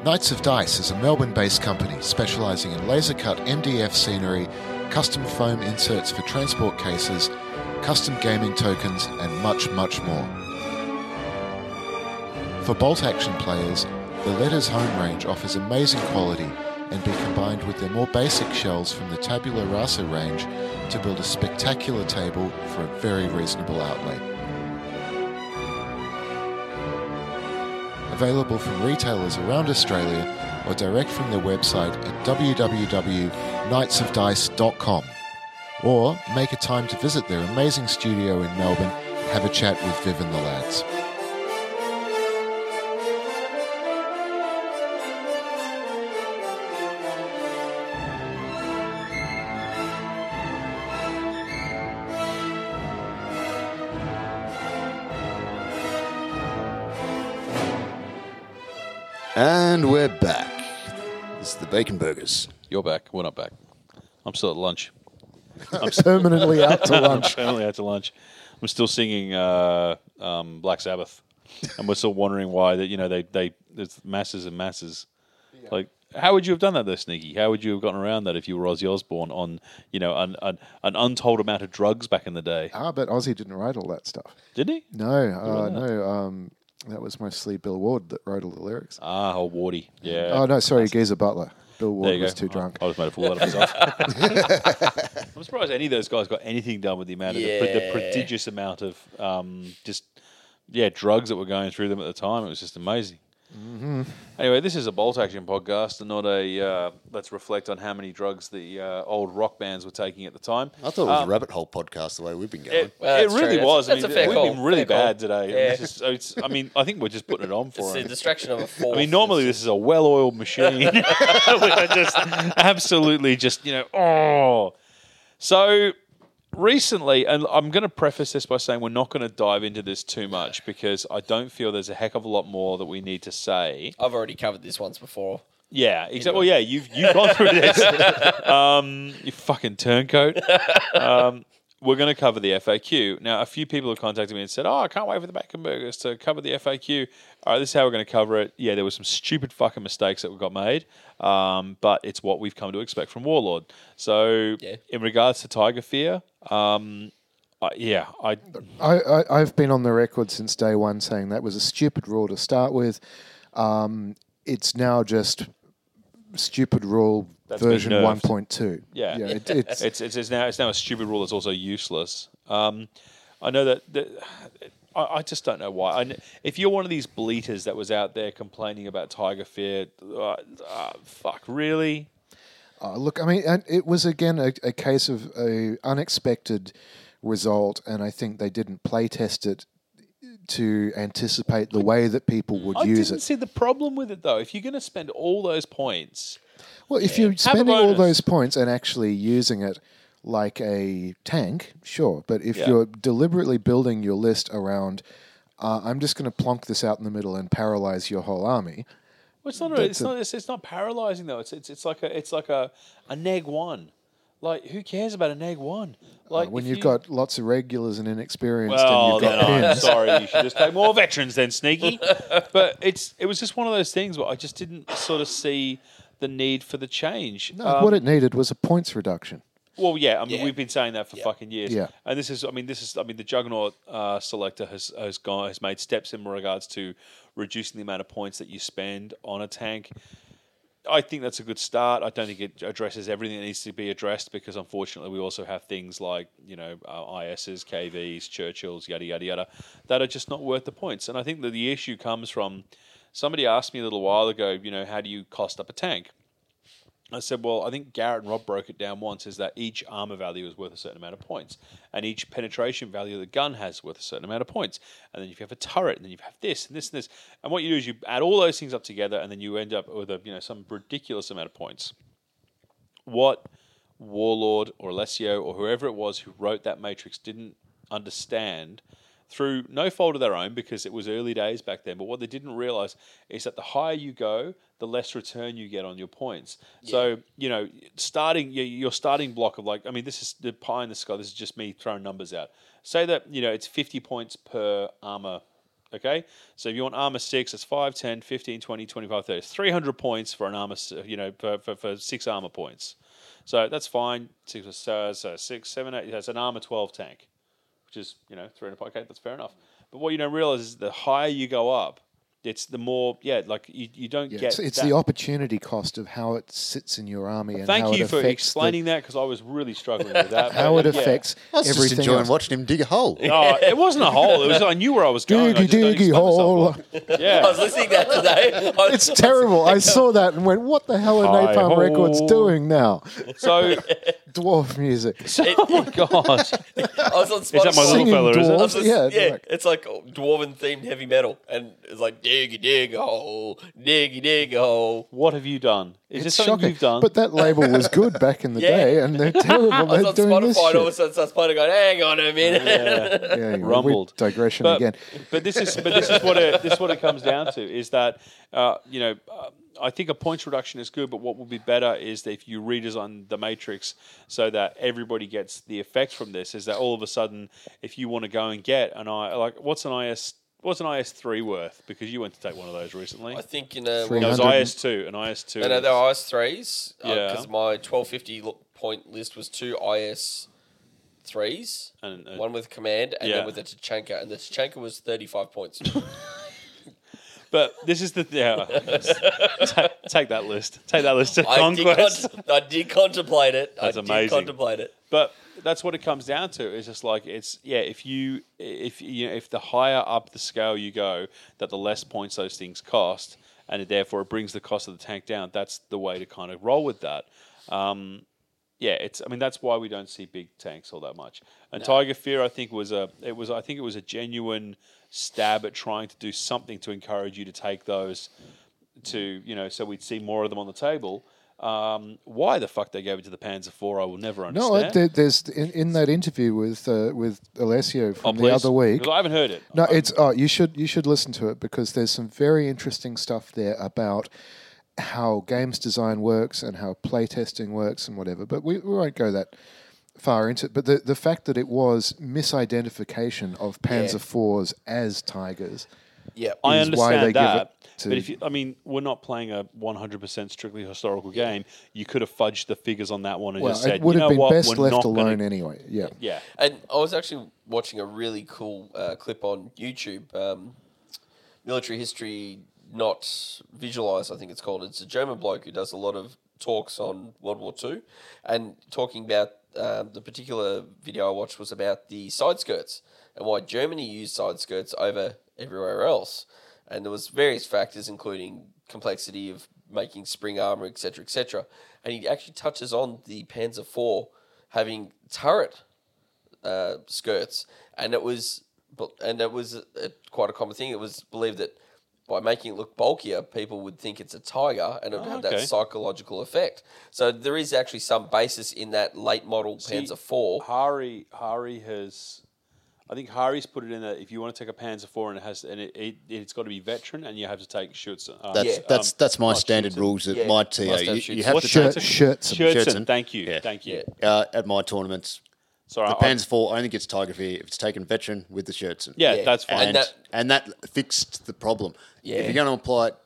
[SPEAKER 8] Knights of Dice is a Melbourne based company specialising in laser cut MDF scenery, custom foam inserts for transport cases, custom gaming tokens, and much, much more. For bolt action players, the Letters Home range offers amazing quality and be combined with their more basic shells from the Tabula Rasa range to build a spectacular table for a very reasonable outlay. available from retailers around Australia or direct from their website at www.knightsofdice.com. Or make a time to visit their amazing studio in Melbourne, have a chat with Viv and the lads.
[SPEAKER 6] And we're back. This is the Bacon Burgers.
[SPEAKER 2] You're back. We're not back. I'm still at lunch.
[SPEAKER 5] Permanently out to
[SPEAKER 2] I'm
[SPEAKER 5] lunch.
[SPEAKER 2] finally out to lunch. I'm still singing uh, um, Black Sabbath, and we're still wondering why that you know they they there's masses and masses. Like, how would you have done that though, Sneaky? How would you have gotten around that if you were Ozzy Osbourne on you know an an, an untold amount of drugs back in the day?
[SPEAKER 5] Ah, but Ozzy didn't write all that stuff.
[SPEAKER 2] Did he?
[SPEAKER 5] No, uh, no. Um, that was mostly Bill Ward that wrote all the lyrics.
[SPEAKER 2] Ah, oh, Wardy. Yeah.
[SPEAKER 5] Oh no, sorry, Geezer Butler. Bill
[SPEAKER 2] There
[SPEAKER 5] Ward
[SPEAKER 2] you
[SPEAKER 5] was
[SPEAKER 2] go. Oh,
[SPEAKER 5] too
[SPEAKER 2] I-
[SPEAKER 5] drunk.
[SPEAKER 2] I, was made a fool out of myself. I'm surprised any of those guys got anything done with the amount of the, pro- the
[SPEAKER 3] Yeah.
[SPEAKER 2] prodigious amount of um, just yeah drugs that were going through them at the time. It was just amazing.
[SPEAKER 5] Mm-hmm.
[SPEAKER 2] Anyway, this is a bolt action podcast and not a uh, let's reflect on how many drugs the uh, old rock bands were taking at the time.
[SPEAKER 6] I thought it was a rabbit hole podcast the way we've been going.
[SPEAKER 2] It,
[SPEAKER 3] Well,
[SPEAKER 2] it
[SPEAKER 3] that's true.
[SPEAKER 2] really
[SPEAKER 3] That's-
[SPEAKER 2] was. I
[SPEAKER 3] that's
[SPEAKER 2] mean,
[SPEAKER 3] a fair
[SPEAKER 2] we've
[SPEAKER 3] call.
[SPEAKER 2] been really
[SPEAKER 3] Fair call.
[SPEAKER 2] bad today.
[SPEAKER 3] Yeah.
[SPEAKER 2] This is- it's- I mean, I think we're just putting it on for
[SPEAKER 3] It's a
[SPEAKER 2] them.
[SPEAKER 3] distraction of a fourth.
[SPEAKER 2] I mean, normally this is a well-oiled machine. we are just absolutely just you know. Oh, so recently, and I'm going to preface this by saying we're not going to dive into this too much because I don't feel there's a heck of a lot more that we need to say.
[SPEAKER 3] I've already covered this once before.
[SPEAKER 2] Yeah, exactly. Well, yeah, you've you've gone through this. um, you fucking turncoat. Um, we're going to cover the FAQ now. A few people have contacted me and said, "Oh, I can't wait for the Bacon Burgers to cover the FAQ." All right, this is how we're going to cover it. Yeah, there were some stupid fucking mistakes that we got made, um, but it's what we've come to expect from Warlord. So,
[SPEAKER 3] Yeah.
[SPEAKER 2] in regards to Tiger Fear, um, I, yeah, I
[SPEAKER 5] I, I, I've been on the record since day one saying that was a stupid rule to start with. Um, it's now just stupid rule
[SPEAKER 2] been
[SPEAKER 5] version
[SPEAKER 2] nerfed.
[SPEAKER 5] 1.2.
[SPEAKER 2] Yeah.
[SPEAKER 5] it, it's,
[SPEAKER 2] it's, it's, it's now it's now a stupid rule that's also useless. Um, I know that. that I, I just don't know why. I kn- if you're one of these bleaters that was out there complaining about Tiger Fear, uh, uh, fuck, really?
[SPEAKER 5] Uh, look, I mean, and it was again a, a case of a unexpected result, and I think they didn't play test it to anticipate the way that people would
[SPEAKER 2] I
[SPEAKER 5] use
[SPEAKER 2] Oh, didn't
[SPEAKER 5] it.
[SPEAKER 2] see the problem with it though. If you're going to spend all those points,
[SPEAKER 5] Well, if you're spending all
[SPEAKER 2] bonus.
[SPEAKER 5] those points and actually using it like a tank, sure. But if
[SPEAKER 2] Yeah.
[SPEAKER 5] you're deliberately building your list around, uh, I'm just going to plonk this out in the middle and paralyze your whole army.
[SPEAKER 2] well, it's not. A, it's not. It's, it's not paralyzing though. It's, it's it's like a it's like a a neg one. Like who cares about a neg one? Like
[SPEAKER 5] uh, When
[SPEAKER 2] if
[SPEAKER 5] you've
[SPEAKER 2] you-
[SPEAKER 5] got lots of regulars and inexperienced,
[SPEAKER 2] Well,
[SPEAKER 5] and you've
[SPEAKER 2] then
[SPEAKER 5] got
[SPEAKER 2] I'm
[SPEAKER 5] pins.
[SPEAKER 2] sorry. You should just take more veterans then, Sneaky. But it's it was just one of those things where I just didn't sort of see the need for the change.
[SPEAKER 5] No,
[SPEAKER 2] Um,
[SPEAKER 5] what it needed was a points reduction.
[SPEAKER 2] well, yeah, I mean,
[SPEAKER 3] Yeah.
[SPEAKER 2] we've been saying that for fucking years.
[SPEAKER 5] Yeah.
[SPEAKER 2] And this is, I mean, this is, I mean, the Juggernaut uh, selector has has gone has made steps in regards to reducing the amount of points that you spend on a tank. I think that's a good start. I don't think it addresses everything that needs to be addressed because, unfortunately, we also have things like you know uh, ISs, KVs, Churchills, yada yada yada, that are just not worth the points. And I think that the issue comes from somebody asked me a little while ago, you know, how do you cost up a tank? I said, well, I think Garrett and Rob broke it down once is that each armor value is worth a certain amount of points, and each penetration value the gun has is worth a certain amount of points. And then if you have a turret, and then you have this and this and this, and what you do is you add all those things up together, and then you end up with a you know some ridiculous amount of points. What Warlord or Alessio or whoever it was who wrote that matrix didn't understand through no fault of their own because it was early days back then. But what they didn't realize is that the higher you go, the less return you get on your points. So, you know, starting your- your starting block of like, I mean, this is the pie in the sky. This is just me throwing numbers out. Say that, you know, it's 50 points per armor Okay, so if you want armor six, it's 5, 10, 15, 20, 25, 30. It's 300 points for an armor, s- you know, for, for, for six armor points. So that's fine. Six, so, so six, seven, eight. That's an armor 12 tank, which is, you know, 300 points. Okay, that's fair enough. But what you don't realize is the higher you go up, it's the more, yeah, like you, you don't
[SPEAKER 5] Yeah,
[SPEAKER 2] get.
[SPEAKER 5] it's it's
[SPEAKER 2] that-
[SPEAKER 5] the opportunity cost of how it sits in your army and how
[SPEAKER 2] Thank
[SPEAKER 5] it
[SPEAKER 2] you for
[SPEAKER 5] affects the-
[SPEAKER 2] explaining that because I was really struggling with that.
[SPEAKER 5] how
[SPEAKER 2] but
[SPEAKER 5] it
[SPEAKER 2] yeah.
[SPEAKER 5] affects
[SPEAKER 4] I was
[SPEAKER 5] everything.
[SPEAKER 4] just enjoying
[SPEAKER 5] else.
[SPEAKER 4] watching him dig a hole.
[SPEAKER 2] No, it wasn't a hole. It was I knew where I was going. I
[SPEAKER 5] Diggy
[SPEAKER 2] just don't
[SPEAKER 5] diggy
[SPEAKER 2] explain
[SPEAKER 5] hole.
[SPEAKER 2] myself.
[SPEAKER 3] I
[SPEAKER 2] Yeah.
[SPEAKER 3] was listening to that today. I-
[SPEAKER 5] It's terrible. I saw that and went, "What the hell are
[SPEAKER 2] Hi ho.
[SPEAKER 5] Napalm Records doing now?"
[SPEAKER 2] So,
[SPEAKER 5] Dwarf music.
[SPEAKER 2] oh my god.
[SPEAKER 3] I was on
[SPEAKER 2] Is that my
[SPEAKER 3] Spotify.
[SPEAKER 2] little
[SPEAKER 5] Singing
[SPEAKER 2] fella? Is
[SPEAKER 5] dwarf.
[SPEAKER 2] it?
[SPEAKER 3] I was just-
[SPEAKER 5] Yeah,
[SPEAKER 3] yeah,
[SPEAKER 5] it's like-
[SPEAKER 3] it's like dwarven themed heavy metal, and it's like diggy dig hole, diggy dig hole.
[SPEAKER 2] What have you done? Is this
[SPEAKER 5] It's
[SPEAKER 2] something
[SPEAKER 5] shocking.
[SPEAKER 2] you've done?
[SPEAKER 5] But that label was good back in the
[SPEAKER 3] Yeah.
[SPEAKER 5] day, and they're terrible.
[SPEAKER 3] I was
[SPEAKER 5] They're
[SPEAKER 3] on
[SPEAKER 5] doing this
[SPEAKER 3] Spotify,
[SPEAKER 5] shit.
[SPEAKER 3] and all of a sudden starts playing. Going, hang on a minute.
[SPEAKER 5] Yeah, anyway, we-
[SPEAKER 2] rumbled.
[SPEAKER 5] digression
[SPEAKER 2] but,
[SPEAKER 5] again.
[SPEAKER 2] But this is but this is what it this is what it comes down to is that uh, you know uh, I think a points reduction is good, but what would be better is that if you redesign the matrix so that everybody gets the effect from this. Is that all of a sudden if you want to go and get an I like what's an IS what's an IS three worth because you went to take one of those recently.
[SPEAKER 3] I think in a
[SPEAKER 5] Three
[SPEAKER 2] No, it
[SPEAKER 5] hundred
[SPEAKER 2] was IS two and IS two.
[SPEAKER 3] no, no, they're IS threes.
[SPEAKER 2] Yeah.
[SPEAKER 3] because uh, my twelve fifty point list was two IS threes,
[SPEAKER 2] And, uh,
[SPEAKER 3] one with command, and
[SPEAKER 2] yeah.
[SPEAKER 3] then with the Tachanka, and the Tachanka was thirty five points.
[SPEAKER 2] But this is the yeah. Ta- take that list. Take that list. to
[SPEAKER 3] I did,
[SPEAKER 2] Conquest.
[SPEAKER 3] con- I did contemplate it.
[SPEAKER 2] That's
[SPEAKER 3] I did
[SPEAKER 2] amazing.
[SPEAKER 3] contemplate it.
[SPEAKER 2] But that's what it comes down to. It's just like it's yeah. If you if you know, if the higher up the scale you go, that the less points those things cost, and therefore it brings the cost of the tank down. That's the way to kind of roll with that. Um, yeah, it's. I mean, that's why we don't see big tanks all that much. And Tiger Fear, I think, was a. It was. I think it was a genuine stab at trying to do something to encourage you to take those to you know, so we'd see more of them on the table. Um, why the fuck they gave it to the Panzer Four, I will never understand.
[SPEAKER 5] No, it- there, there's in, in that interview with uh, with Alessio
[SPEAKER 2] Oh,
[SPEAKER 5] from
[SPEAKER 2] please.
[SPEAKER 5] the other week.
[SPEAKER 2] 'Cause I haven't heard it.
[SPEAKER 5] No, it's oh, you should you should listen to it because there's some very interesting stuff there about how games design works and how playtesting works and whatever. But we, we won't go that far into it. But the, the fact that it was misidentification of Panzer IVs as tigers.
[SPEAKER 3] Yeah,
[SPEAKER 2] I
[SPEAKER 5] is why
[SPEAKER 2] understand
[SPEAKER 5] they give
[SPEAKER 2] that,
[SPEAKER 5] it to-
[SPEAKER 2] but if you, I mean, we're not playing a 100% strictly historical game. You could have fudged the figures on that one and
[SPEAKER 5] Well,
[SPEAKER 2] just said,
[SPEAKER 5] it would
[SPEAKER 2] you know
[SPEAKER 5] have been
[SPEAKER 2] what,
[SPEAKER 5] best
[SPEAKER 2] we're
[SPEAKER 5] left
[SPEAKER 2] not
[SPEAKER 5] alone
[SPEAKER 2] Gonna,
[SPEAKER 5] anyway. Yeah.
[SPEAKER 2] yeah,
[SPEAKER 3] And I was actually watching a really cool uh, clip on YouTube, um, military history not visualized. I think it's called. It's a German bloke who does a lot of talks on World War II, and talking about um, the particular video I watched was about the side skirts and why Germany used side skirts over everywhere else. And there was various factors, including complexity of making spring armor, etc., etc. And he actually touches on the Panzer IV having turret uh, skirts, and it was bu- and it was uh quite a common thing. It was believed that by making it look bulkier, people would think it's a tiger, and it would
[SPEAKER 2] Oh,
[SPEAKER 3] have
[SPEAKER 2] okay.
[SPEAKER 3] that psychological effect. So there is actually some basis in that late model Panzer IV.
[SPEAKER 2] oh, Hari Hari has. I think Hari's put it in that if you want to take a Panzer Four and it has and it, it it's got to be veteran and you have to take shoots. Uh,
[SPEAKER 6] That's
[SPEAKER 3] Yeah.
[SPEAKER 6] that's
[SPEAKER 2] um,
[SPEAKER 6] that's my
[SPEAKER 2] not
[SPEAKER 6] standard
[SPEAKER 2] Schutzen.
[SPEAKER 6] rules at
[SPEAKER 3] Yeah,
[SPEAKER 6] my
[SPEAKER 3] must
[SPEAKER 6] TO.
[SPEAKER 3] have
[SPEAKER 6] You, you
[SPEAKER 3] Schutzen.
[SPEAKER 6] have
[SPEAKER 2] What's
[SPEAKER 6] to
[SPEAKER 5] Shirt,
[SPEAKER 2] That's a-
[SPEAKER 5] shirts. and-
[SPEAKER 2] Schutzen,
[SPEAKER 6] Schutzen.
[SPEAKER 2] Thank you,
[SPEAKER 6] Yeah.
[SPEAKER 2] thank you.
[SPEAKER 3] Yeah.
[SPEAKER 6] uh, at my tournaments.
[SPEAKER 2] Sorry,
[SPEAKER 6] The
[SPEAKER 2] I-
[SPEAKER 6] Panzer IV only gets Tiger Fear if it's taken veteran with the shirts. and-
[SPEAKER 2] yeah,
[SPEAKER 3] Yeah.
[SPEAKER 2] that's fine.
[SPEAKER 6] and
[SPEAKER 3] And
[SPEAKER 6] that,
[SPEAKER 3] that-
[SPEAKER 6] and that fixed the problem. If
[SPEAKER 3] Yeah.
[SPEAKER 6] you're going to apply it,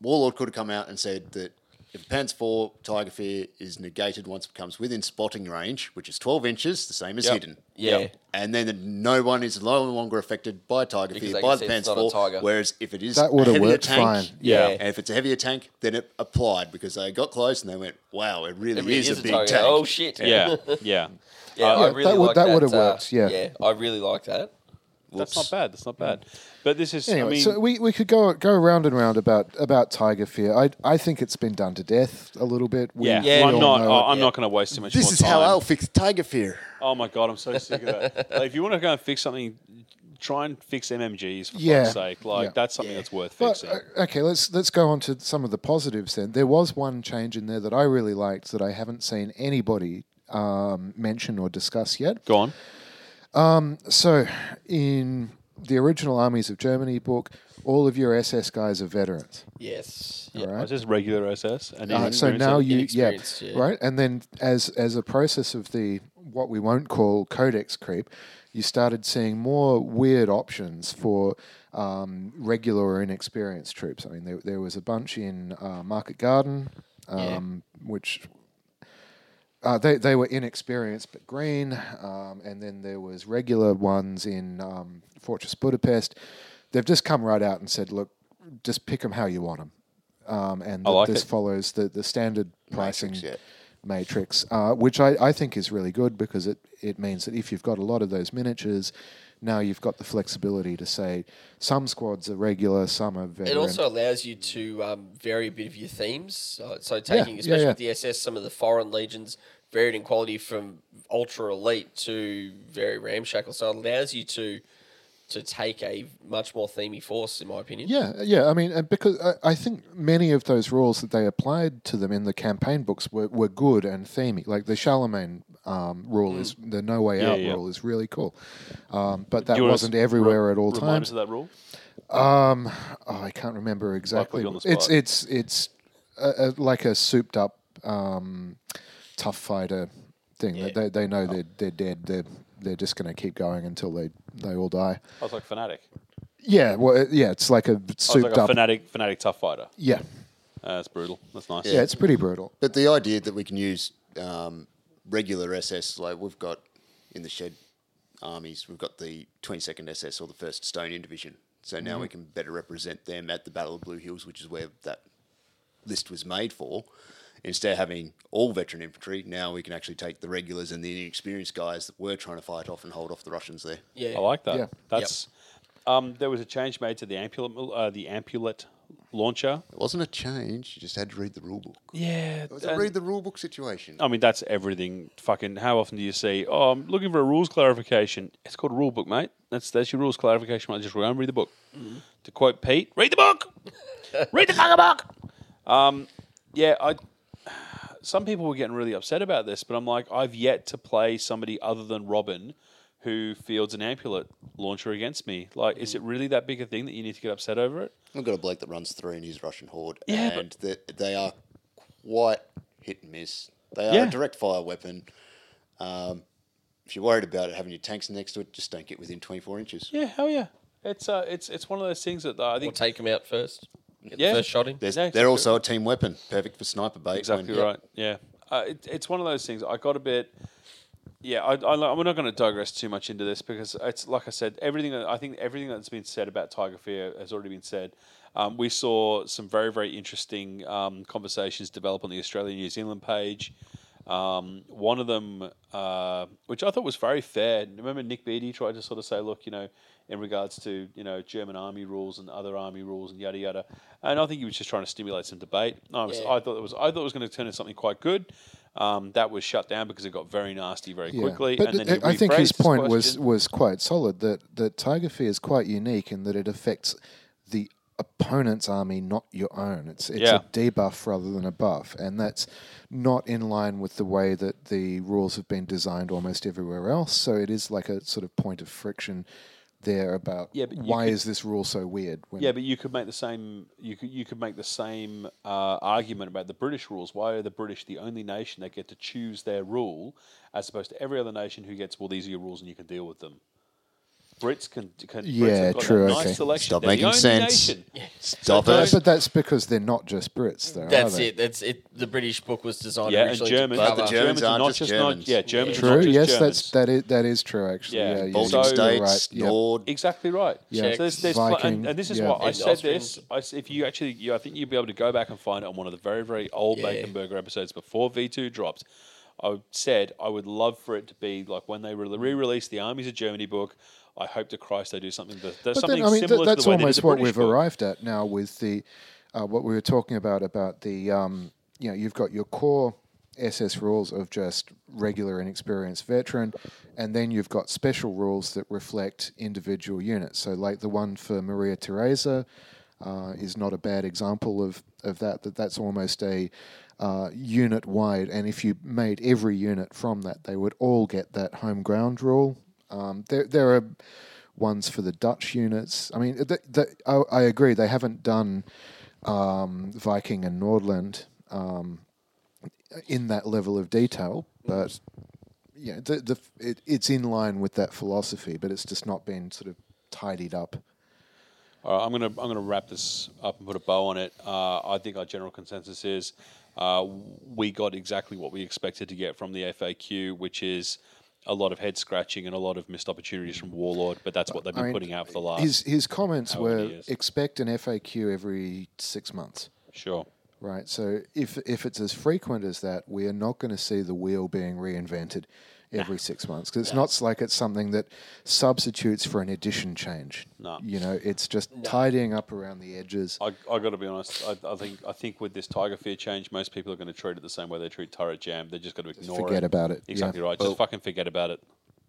[SPEAKER 6] Warlord could have come out and said that if Panzer IV Tiger Fear is negated once it comes within spotting range, which is 12 inches, the same as
[SPEAKER 2] Yep.
[SPEAKER 6] hidden.
[SPEAKER 3] Yeah.
[SPEAKER 6] And then no one is no longer affected by Tiger
[SPEAKER 3] Because
[SPEAKER 6] Fear
[SPEAKER 3] they
[SPEAKER 6] by
[SPEAKER 3] can
[SPEAKER 6] the
[SPEAKER 3] see it's
[SPEAKER 6] Panzer
[SPEAKER 3] not a
[SPEAKER 6] IV.
[SPEAKER 3] tiger.
[SPEAKER 6] Whereas if it is
[SPEAKER 5] That would
[SPEAKER 6] a
[SPEAKER 5] have
[SPEAKER 6] heavier
[SPEAKER 5] worked
[SPEAKER 6] tank,
[SPEAKER 5] fine.
[SPEAKER 3] Yeah.
[SPEAKER 6] and if it's a heavier tank, then it applied because they got close and they went, wow, it really
[SPEAKER 3] It really
[SPEAKER 6] is, a big
[SPEAKER 3] tiger.
[SPEAKER 6] tank.
[SPEAKER 3] Oh shit!
[SPEAKER 2] yeah, yeah.
[SPEAKER 3] yeah. I
[SPEAKER 5] Yeah,
[SPEAKER 3] really
[SPEAKER 5] that would-
[SPEAKER 3] like
[SPEAKER 5] that would have
[SPEAKER 3] uh,
[SPEAKER 5] worked, yeah.
[SPEAKER 3] yeah, I really like that.
[SPEAKER 2] That's not bad. That's not bad. But this is,
[SPEAKER 5] Anyway,
[SPEAKER 2] I mean,
[SPEAKER 5] so we, we could go go round and round about about Tiger Fear. I I think it's been done to death a little bit. We-
[SPEAKER 2] yeah,
[SPEAKER 5] we
[SPEAKER 3] Yeah,
[SPEAKER 5] all
[SPEAKER 2] I'm not.
[SPEAKER 5] know it.
[SPEAKER 2] I'm not going to waste too much.
[SPEAKER 6] This
[SPEAKER 2] more
[SPEAKER 6] is how
[SPEAKER 2] time.
[SPEAKER 6] I'll fix Tiger Fear.
[SPEAKER 2] Oh my god, I'm so sick of that. Like, if you want to go and fix something, try and fix MMGs for
[SPEAKER 5] Yeah.
[SPEAKER 2] fuck's sake. Like
[SPEAKER 5] Yeah.
[SPEAKER 2] that's something that's worth
[SPEAKER 5] But,
[SPEAKER 2] fixing.
[SPEAKER 5] uh, okay, let's let's go on to some of the positives then. There was one change in there that I really liked that I haven't seen anybody um, mention or discuss yet.
[SPEAKER 2] go on.
[SPEAKER 5] So, in the original Armies of Germany book, all of your SS guys are veterans.
[SPEAKER 3] Yes.
[SPEAKER 5] All
[SPEAKER 3] Yeah.
[SPEAKER 5] right.
[SPEAKER 2] It's just Oh, regular SS. And
[SPEAKER 5] Uh,
[SPEAKER 2] even
[SPEAKER 5] so
[SPEAKER 2] experience
[SPEAKER 5] now
[SPEAKER 2] it.
[SPEAKER 5] you, yeah,
[SPEAKER 3] inexperienced, yeah.
[SPEAKER 5] right. And then as as a process of the what we won't call codex creep, you started seeing more weird options for um, regular or inexperienced troops. I mean, there there was a bunch in uh, Market Garden, um, which. Uh, they, they were inexperienced but green, um, and then there was regular ones in um, Fortress Budapest. They've just come right out and said, look, just pick them how you want them um, and
[SPEAKER 2] I
[SPEAKER 5] that
[SPEAKER 2] like
[SPEAKER 5] this
[SPEAKER 2] it.
[SPEAKER 5] follows the, the standard pricing matrix,
[SPEAKER 6] yeah.
[SPEAKER 5] uh, which I, I think is really good because it, it means that if you've got a lot of those miniatures, now you've got the flexibility to say some squads are regular, some are veteran.
[SPEAKER 3] It also allows you to um, vary a bit of your themes. So, so taking,
[SPEAKER 5] yeah,
[SPEAKER 3] especially
[SPEAKER 5] yeah.
[SPEAKER 3] with the SS, some of the foreign legions varied in quality from ultra elite to very ramshackle. So it allows you to to take a much more themey force, in my opinion.
[SPEAKER 5] yeah, yeah. I mean, and because I, I think many of those rules that they applied to them in the campaign books were, were good and themey. Like the Charlemagne um, rule is the No Way Out
[SPEAKER 2] Mm. yeah.
[SPEAKER 5] rule is really cool, um, but that
[SPEAKER 2] You wanna
[SPEAKER 5] wasn't
[SPEAKER 2] s-
[SPEAKER 5] everywhere
[SPEAKER 2] re-
[SPEAKER 5] at all
[SPEAKER 2] Remind
[SPEAKER 5] times.
[SPEAKER 2] us of that rule.
[SPEAKER 5] Oh, I can't remember exactly.
[SPEAKER 2] you on the
[SPEAKER 5] It's
[SPEAKER 2] spot.
[SPEAKER 5] it's it's uh uh like a souped up um, tough fighter thing. They they
[SPEAKER 2] Oh.
[SPEAKER 5] know they're they're dead. They're they're just going to keep going until they they all die.
[SPEAKER 2] I was like fanatic.
[SPEAKER 5] Yeah, well, uh, yeah, it's like a
[SPEAKER 2] I was
[SPEAKER 5] souped
[SPEAKER 2] Oh, like a
[SPEAKER 5] up.
[SPEAKER 2] fanatic, fanatic tough fighter.
[SPEAKER 5] Yeah,
[SPEAKER 2] Uh, that's brutal. That's nice.
[SPEAKER 5] yeah, it's pretty brutal.
[SPEAKER 6] But the idea that we can use um, regular SS, like we've got in the shed armies, we've got the 22nd SS or the 1st Estonian Division. So now we can better represent them at the Battle of Blue Hills, which is where that list was made for. Instead of having all veteran infantry, now we can actually take the regulars and the inexperienced guys that were trying to fight off and hold off the Russians there.
[SPEAKER 3] Yeah.
[SPEAKER 2] I like that.
[SPEAKER 5] Yeah.
[SPEAKER 2] That's. Um, there was a change made to the ampullet, uh, the ampullet launcher.
[SPEAKER 6] It wasn't a change, you just had to read the rule book.
[SPEAKER 2] Yeah,
[SPEAKER 6] It was a read the rule book situation.
[SPEAKER 2] I mean, that's everything. Fucking, how often do you see? Oh, I'm looking for a rules clarification. It's called a rule book, mate. That's that's your rules clarification. I just go and read the book. To quote Pete, read the book. read the fucking book. Um, yeah, I. Some people were getting really upset about this, but I'm like, I've yet to play somebody other than Robin who fields an ampullet launcher against me. Like, is it really that big a thing that you need to get upset over it?
[SPEAKER 6] We've got a bloke that runs through in his Russian horde,
[SPEAKER 2] Yeah,
[SPEAKER 6] and the, they are quite hit and miss. They are
[SPEAKER 2] Yeah.
[SPEAKER 6] a direct fire weapon. Um, if you're worried about it, having your tanks next to it, just don't get within 24 inches.
[SPEAKER 2] Yeah, hell yeah. It's uh, it's it's one of those things that uh, I
[SPEAKER 3] Or
[SPEAKER 2] think.
[SPEAKER 3] take them out first. Get
[SPEAKER 2] Yeah.
[SPEAKER 3] the first shot in.
[SPEAKER 6] There's-
[SPEAKER 2] Yeah, exactly.
[SPEAKER 6] they're also a team weapon, perfect for sniper bait.
[SPEAKER 2] Exactly
[SPEAKER 6] when-
[SPEAKER 2] right. Yeah, uh, it, it's one of those things. I got a bit. Yeah, I, I, li- we're not going to digress too much into this because it's like I said, everything. that- I think everything that's been said about Tiger Fear has already been said. Um, we saw some very very interesting um, conversations develop on the Australia New Zealand page. Um, one of them, uh, which I thought was very fair. Remember, Nick Beattie tried to sort of say, look, you know, in regards to you know German army rules and other army rules and yada yada. And I think he was just trying to stimulate some debate. I was,
[SPEAKER 3] Yeah.
[SPEAKER 2] I thought it was, I thought it was going to turn into something quite good. Um, that was shut down because it got very nasty very
[SPEAKER 5] Yeah.
[SPEAKER 2] quickly.
[SPEAKER 5] but
[SPEAKER 2] and then he
[SPEAKER 5] I I think his
[SPEAKER 2] rephrased his
[SPEAKER 5] point was
[SPEAKER 2] question.
[SPEAKER 5] was quite solid. That that Tiger Fear is quite unique in that it affects the opponent's army, not your own. It's it's
[SPEAKER 2] Yeah.
[SPEAKER 5] a debuff rather than a buff, and that's not in line with the way that the rules have been designed almost everywhere else. So it is like a sort of point of friction there about
[SPEAKER 2] Yeah, but you
[SPEAKER 5] why is this rule so weird? When,
[SPEAKER 2] Yeah, but you could make the same. You could you could make the same uh, argument about the British rules. Why are the British the only nation that get to choose their rule, as opposed to every other nation who gets well? These are your rules, and you can deal with them. Brits can. can Brits
[SPEAKER 5] Yeah,
[SPEAKER 2] have got
[SPEAKER 5] true,
[SPEAKER 2] That
[SPEAKER 5] okay.
[SPEAKER 2] Nice selection. They're
[SPEAKER 6] Stop
[SPEAKER 2] the
[SPEAKER 6] making
[SPEAKER 2] only
[SPEAKER 6] sense.
[SPEAKER 2] nation.
[SPEAKER 6] Stop
[SPEAKER 2] But-
[SPEAKER 6] it.
[SPEAKER 5] but that's because they're not just Brits, though.
[SPEAKER 3] That's
[SPEAKER 5] are they?
[SPEAKER 3] it. That's it. The British book was designed
[SPEAKER 2] Yeah, and
[SPEAKER 3] originally
[SPEAKER 2] Germans.
[SPEAKER 3] to
[SPEAKER 6] But
[SPEAKER 3] cover.
[SPEAKER 6] the Germans
[SPEAKER 2] are
[SPEAKER 6] aren't
[SPEAKER 2] not
[SPEAKER 6] just
[SPEAKER 2] just Not,
[SPEAKER 6] Germans.
[SPEAKER 2] yeah, Germans are
[SPEAKER 5] True.
[SPEAKER 2] not just
[SPEAKER 5] Yes,
[SPEAKER 2] Germans.
[SPEAKER 5] that's that is that is true. Actually,
[SPEAKER 2] Yeah.
[SPEAKER 5] yeah, yeah,
[SPEAKER 6] Baltic
[SPEAKER 2] So-
[SPEAKER 5] you're right,
[SPEAKER 6] states,
[SPEAKER 5] yeah.
[SPEAKER 6] Nord.
[SPEAKER 2] Exactly right.
[SPEAKER 5] Yeah.
[SPEAKER 2] So there's, there's and,
[SPEAKER 5] Viking,
[SPEAKER 2] and this is
[SPEAKER 5] yeah.
[SPEAKER 2] what I
[SPEAKER 3] And
[SPEAKER 2] said.
[SPEAKER 3] Austrians.
[SPEAKER 2] This I s if you actually, you, I think you'll be able to go back and find it on one of the very, very old Baconburger episodes before V two dropped. I said I would love for it to be like when they re release the Armies of Germany book. I hope to Christ they do something, that, that's
[SPEAKER 5] But
[SPEAKER 2] something
[SPEAKER 5] then, I mean,
[SPEAKER 2] similar
[SPEAKER 5] th- that's
[SPEAKER 2] to the way they did
[SPEAKER 5] almost
[SPEAKER 2] the
[SPEAKER 5] what
[SPEAKER 2] British
[SPEAKER 5] we've
[SPEAKER 2] book.
[SPEAKER 5] arrived at now with the uh, what we were talking about about the um, you know you've got your core SS rules of just regular and experienced veteran, and then you've got special rules that reflect individual units. So, like the one for Maria Theresa. Uh, is not a bad example of, of that. That that's almost a uh, unit wide, and if you made every unit from that, they would all get that home ground rule. Um, there there are ones for the Dutch units. I mean, th th I, I agree they haven't done um, Viking and Nordland um, in that level of detail, but yeah, the, the it, it's in line with that philosophy, but it's just not been sort of tidied up.
[SPEAKER 2] All right, I'm gonna I'm gonna wrap this up and put a bow on it. Uh, I think our general consensus is uh, we got exactly what we expected to get from the FAQ, which is a lot of head scratching and a lot of missed opportunities from Warlord. But that's what they've been
[SPEAKER 5] I mean, uh,
[SPEAKER 2] putting out for the last.
[SPEAKER 5] His his comments
[SPEAKER 2] How many
[SPEAKER 5] were
[SPEAKER 2] years?
[SPEAKER 5] expect an FAQ every six months.
[SPEAKER 2] Sure.
[SPEAKER 5] Right. So if if it's as frequent as that, we are not going to see the wheel being reinvented every six months because it's not s- like it's something that substitutes for an edition change.
[SPEAKER 2] No.
[SPEAKER 5] You know, it's just tidying up around the edges.
[SPEAKER 2] I, I got to be honest. I, I think I think with this Tiger Fear change, most people are going to treat it the same way they treat Turret Jam. They're just going to ignore
[SPEAKER 5] forget
[SPEAKER 2] it.
[SPEAKER 5] about it, yeah.
[SPEAKER 2] Exactly right. Just fucking forget about it.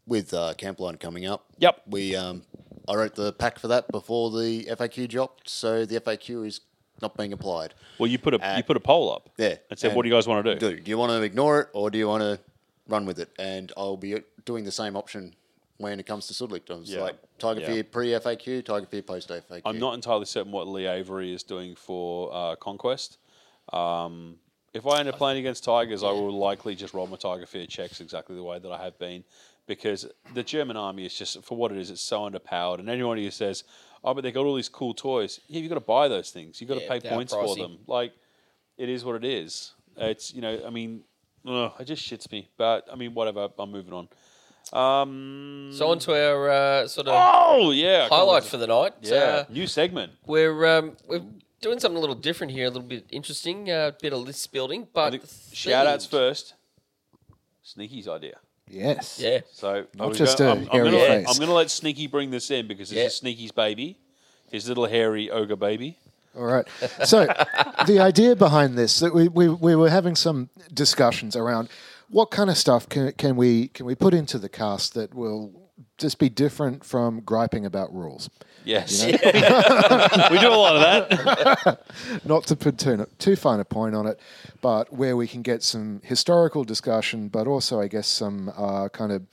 [SPEAKER 6] With uh, Campline coming up.
[SPEAKER 2] Yep.
[SPEAKER 6] We um, I wrote the pack for that before the FAQ dropped, so the FAQ is not being applied.
[SPEAKER 2] Well, you put a
[SPEAKER 6] Uh,
[SPEAKER 2] you put a poll up.
[SPEAKER 6] Yeah.
[SPEAKER 2] And said, what do you guys want to do?
[SPEAKER 6] Do do you want to ignore it or do you want to run with it? And I'll be doing the same option when it comes to Sudlicht. I was
[SPEAKER 2] Yeah.
[SPEAKER 6] like Tiger
[SPEAKER 2] Yeah.
[SPEAKER 6] Fear pre FAQ, Tiger Fear post FAQ.
[SPEAKER 2] I'm not entirely certain what Lee Avery is doing for uh, Conquest. Um, if I end up playing against Tigers, I will likely just roll my Tiger Fear checks exactly the way that I have been because the German army is just, for what it is, it's so underpowered. And anyone who says, oh, but they got all these cool toys, yeah, you've got to buy those things. You've got
[SPEAKER 3] Yeah,
[SPEAKER 2] to pay
[SPEAKER 3] they're
[SPEAKER 2] points for
[SPEAKER 3] pricey.
[SPEAKER 2] them. Like, it is what it is. It's, you know, I mean, ugh, it just shits me. But, I mean, whatever. I'm moving on. Um,
[SPEAKER 3] So on to our uh, sort of
[SPEAKER 2] oh, yeah. I can't
[SPEAKER 3] highlight
[SPEAKER 2] wait
[SPEAKER 3] for the night.
[SPEAKER 2] to- Yeah.
[SPEAKER 3] Uh,
[SPEAKER 2] new segment.
[SPEAKER 3] we're um, we're doing something a little different here, a little bit interesting, a uh, bit of list building, but themed.
[SPEAKER 2] Shout outs first. Sneaky's idea.
[SPEAKER 5] Yes.
[SPEAKER 3] Yeah,
[SPEAKER 2] So
[SPEAKER 5] Not
[SPEAKER 2] we
[SPEAKER 5] just
[SPEAKER 2] go-
[SPEAKER 5] a
[SPEAKER 2] I'm, I'm
[SPEAKER 5] hairy
[SPEAKER 2] gonna let,
[SPEAKER 5] face.
[SPEAKER 2] I'm gonna let Sneaky bring this in because this
[SPEAKER 3] Yeah.
[SPEAKER 2] is Sneaky's baby, his little hairy ogre baby.
[SPEAKER 5] All right. So the idea behind this that we, we, we were having some discussions around what kind of stuff can, can we can we put into the cast that will just be different from griping about rules.
[SPEAKER 2] Yes, we do a lot of that.
[SPEAKER 5] not to put too, too fine a point on it, but where we can get some historical discussion, but also, I guess, some uh, kind of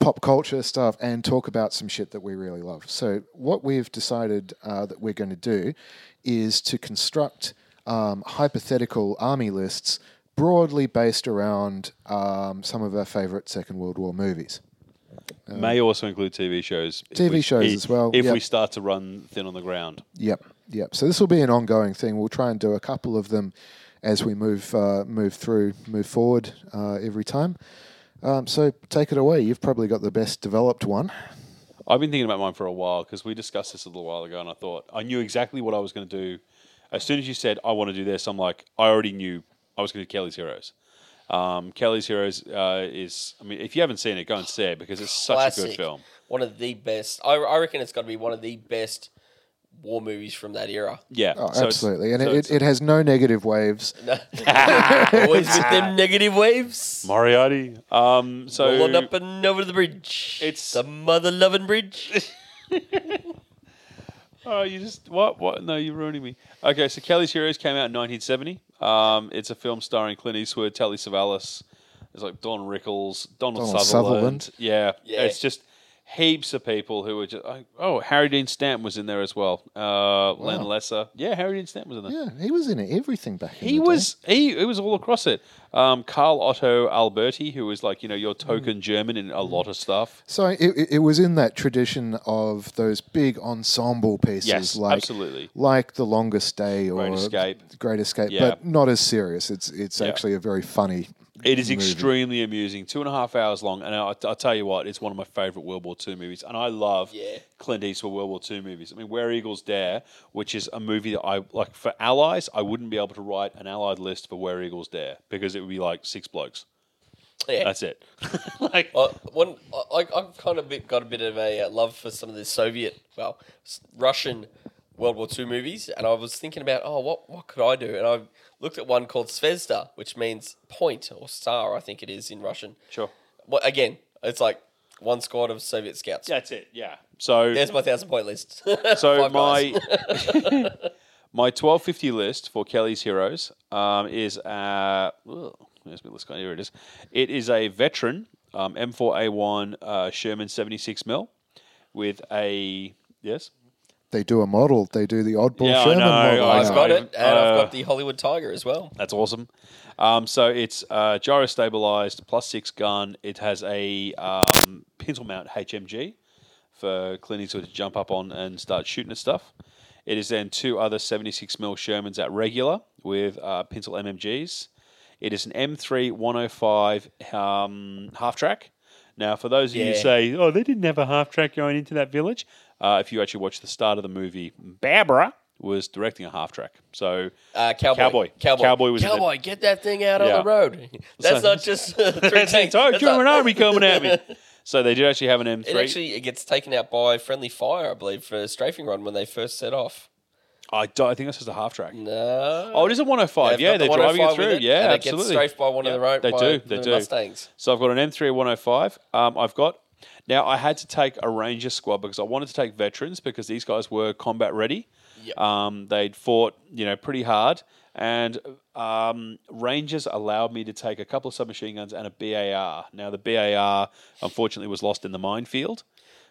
[SPEAKER 5] pop culture stuff and talk about some shit that we really love. So, what we've decided uh, that we're going to do is to construct um, hypothetical army lists broadly based around um, some of our favorite Second World War movies.
[SPEAKER 2] May also include TV shows. if
[SPEAKER 5] TV
[SPEAKER 2] we-
[SPEAKER 5] shows
[SPEAKER 2] if-
[SPEAKER 5] as well,
[SPEAKER 2] If
[SPEAKER 5] yeah.
[SPEAKER 2] we start to run thin on the ground,
[SPEAKER 5] Yep, yep. So this will be an ongoing thing. We'll try and do a couple of them as we move uh, move through, move forward uh, every time. Um, so take it away. You've probably got the best developed one.
[SPEAKER 2] I've been thinking about mine for a while because we discussed this a little while ago, and I thought I knew exactly what I was going to do. As soon as you said I want to do this, I'm like, I already knew I was going to do Kelly's Heroes. Um, Kelly's Heroes uh, is, I mean, if you haven't seen it, go and see it because it's such a good
[SPEAKER 3] classic.
[SPEAKER 2] film.
[SPEAKER 3] One of the best. I, I reckon it's got to be one of the best war movies from that era.
[SPEAKER 2] Yeah, so
[SPEAKER 5] Oh,
[SPEAKER 2] it's-
[SPEAKER 5] absolutely, and
[SPEAKER 2] so
[SPEAKER 5] it,
[SPEAKER 2] it's-
[SPEAKER 5] it, it has no negative waves.
[SPEAKER 3] Always with them negative waves.
[SPEAKER 2] Moriarty. Um, so
[SPEAKER 3] Rolling up and over the bridge.
[SPEAKER 2] It's-
[SPEAKER 3] the mother loving bridge.
[SPEAKER 2] Oh, you just what? What? No, you're ruining me. Okay, so Kelly's Heroes came out in 1970. Um, it's a film starring Clint Eastwood, Telly Savalas. There's like Don Rickles, Donald,
[SPEAKER 5] Donald
[SPEAKER 2] Sutherland.
[SPEAKER 5] Sutherland.
[SPEAKER 2] Yeah,
[SPEAKER 3] Yeah.
[SPEAKER 2] it's just heaps of people who were just. Like, oh, Harry Dean Stanton was in there as well. Uh, Len Lesser. Yeah, Harry Dean Stanton was in there.
[SPEAKER 5] Yeah, he was in everything back. in
[SPEAKER 2] He
[SPEAKER 5] the day.
[SPEAKER 2] was he, he was all across it. Um, Carl Otto Alberti, who was like you know your
[SPEAKER 5] Mm.
[SPEAKER 2] token German in a lot of stuff.
[SPEAKER 5] So it, it- it was in that tradition of those big ensemble pieces,
[SPEAKER 2] Yes,
[SPEAKER 5] like
[SPEAKER 2] absolutely.
[SPEAKER 5] like The Longest Day or
[SPEAKER 2] Great Escape.
[SPEAKER 5] Great Escape,
[SPEAKER 2] Yeah.
[SPEAKER 5] but not as serious. It's it's
[SPEAKER 2] Yeah.
[SPEAKER 5] actually a very funny.
[SPEAKER 2] It is
[SPEAKER 5] movie.
[SPEAKER 2] extremely amusing. Two and a half hours long, and I, I'll tell you what, it's one of my favorite World War II movies, and I love
[SPEAKER 3] Yeah.
[SPEAKER 2] Clint Eastwood World War II movies. I mean, Where Eagles Dare, which is a movie that I like for allies, I wouldn't be able to write an allied list for Where Eagles Dare because it would be like six blokes.
[SPEAKER 3] Yeah.
[SPEAKER 2] That's it. like,
[SPEAKER 3] Uh, one, I, I- I've kind of bit, got a bit of a uh, love for some of the Soviet, well, s- Russian World War II movies, and I was thinking about, oh, what, what could I do? And I looked at one called Svezda, which means point or star, I think it is in Russian.
[SPEAKER 2] Sure.
[SPEAKER 3] Well, again, it's like one squad of Soviet scouts.
[SPEAKER 2] that's it. Yeah. So
[SPEAKER 3] There's my thousand point list.
[SPEAKER 2] So
[SPEAKER 3] Five
[SPEAKER 2] my
[SPEAKER 3] guys.
[SPEAKER 2] my twelve fifty list for Kelly's Heroes um, is uh, ugh, where's my list gone? Here it is. It is a veteran um, M four A one uh, Sherman seventy six mil with a yes.
[SPEAKER 5] They do a model. They do the oddball
[SPEAKER 2] Yeah, I
[SPEAKER 5] Sherman
[SPEAKER 2] know, Oh,
[SPEAKER 5] model.
[SPEAKER 2] I
[SPEAKER 3] I've
[SPEAKER 5] now.
[SPEAKER 2] know.
[SPEAKER 3] got it, and I've
[SPEAKER 2] Uh,
[SPEAKER 3] got the Hollywood Tiger as well.
[SPEAKER 2] That's awesome. Um, so it's uh, gyro stabilized, plus six gun. It has a um, pintle mount HMG for Clint Eastwood to jump up on and start shooting at stuff. It is then two other 76 mil Shermans at regular with uh, pintle MMGs. It is an M3 105 um, half track. Now, for those of you who
[SPEAKER 3] Yeah.
[SPEAKER 2] say, oh, they didn't have a half track going into that village, uh, if you actually watch the start of the movie, Barbara was directing a half track. So
[SPEAKER 3] Uh, cowboy.
[SPEAKER 2] Cowboy.
[SPEAKER 3] Cowboy.
[SPEAKER 2] Cowboy was in
[SPEAKER 3] Cowboy, get that thing out
[SPEAKER 2] Yeah.
[SPEAKER 3] on the road. That's
[SPEAKER 2] So-
[SPEAKER 3] not just.
[SPEAKER 2] That's the entire German army coming at me. So they did actually have an M3.
[SPEAKER 3] It actually it gets taken out by friendly fire, I believe, for a strafing run when they first set off.
[SPEAKER 2] I, don't, I think that's just a half track.
[SPEAKER 3] No.
[SPEAKER 2] Oh, it is a 105.
[SPEAKER 3] Mm. They've
[SPEAKER 2] yeah,
[SPEAKER 3] got the
[SPEAKER 2] they're driving it
[SPEAKER 3] 105
[SPEAKER 2] through.
[SPEAKER 3] with
[SPEAKER 2] yeah,
[SPEAKER 3] and
[SPEAKER 2] absolutely.
[SPEAKER 3] It gets strafed by one
[SPEAKER 2] Yeah,
[SPEAKER 3] of the road.
[SPEAKER 2] They
[SPEAKER 3] by
[SPEAKER 2] do.
[SPEAKER 3] the
[SPEAKER 2] They do.
[SPEAKER 3] Mustangs.
[SPEAKER 2] So I've got an M3 105. Um, I've got now I had to take a Ranger squad because I wanted to take veterans because these guys were combat ready.
[SPEAKER 3] Yep.
[SPEAKER 2] Um, they'd fought, you know, pretty hard, and um, Rangers allowed me to take a couple of submachine guns and a BAR. Now the BAR unfortunately was lost in the minefield.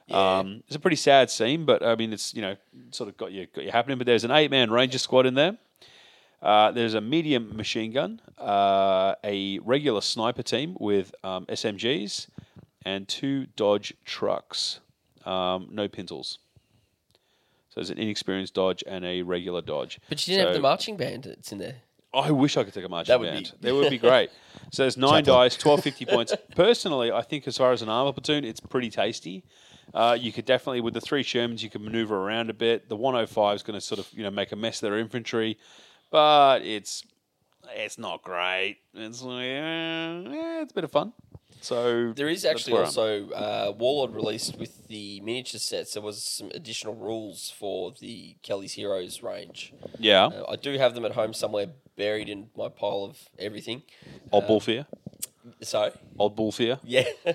[SPEAKER 2] Um, it's a pretty sad scene, but I mean, it's you know, sort of got you got you happening. But there's an eight man Ranger squad in there. Uh, there's a medium machine gun, uh, a regular sniper team with um, SMGs, and two Dodge trucks. Um, no Pintles. So there's an inexperienced Dodge and a regular Dodge.
[SPEAKER 3] But you didn't have
[SPEAKER 2] So-
[SPEAKER 3] the marching band that's in there.
[SPEAKER 2] I wish I could take a marching
[SPEAKER 3] That would
[SPEAKER 2] band.
[SPEAKER 3] be-
[SPEAKER 2] That would be great. So there's nine dice, twelve fifty points. Personally, I think as far as an armor platoon, it's pretty tasty. Uh, you could definitely with the three Shermans, you can maneuver around a bit. The 105 is going to sort of you know make a mess of their infantry, but it's it's not great. It's like, eh, eh, it's a bit of fun. So
[SPEAKER 3] There is
[SPEAKER 2] that's
[SPEAKER 3] actually
[SPEAKER 2] where I'm-
[SPEAKER 3] also uh, Warlord released with the miniature sets. There was some additional rules for the Kelly's Heroes range.
[SPEAKER 2] yeah,
[SPEAKER 3] Uh, I do have them at home somewhere, buried in my pile of everything.
[SPEAKER 2] old bull fear,
[SPEAKER 3] So
[SPEAKER 2] old bull fear.
[SPEAKER 3] Yeah.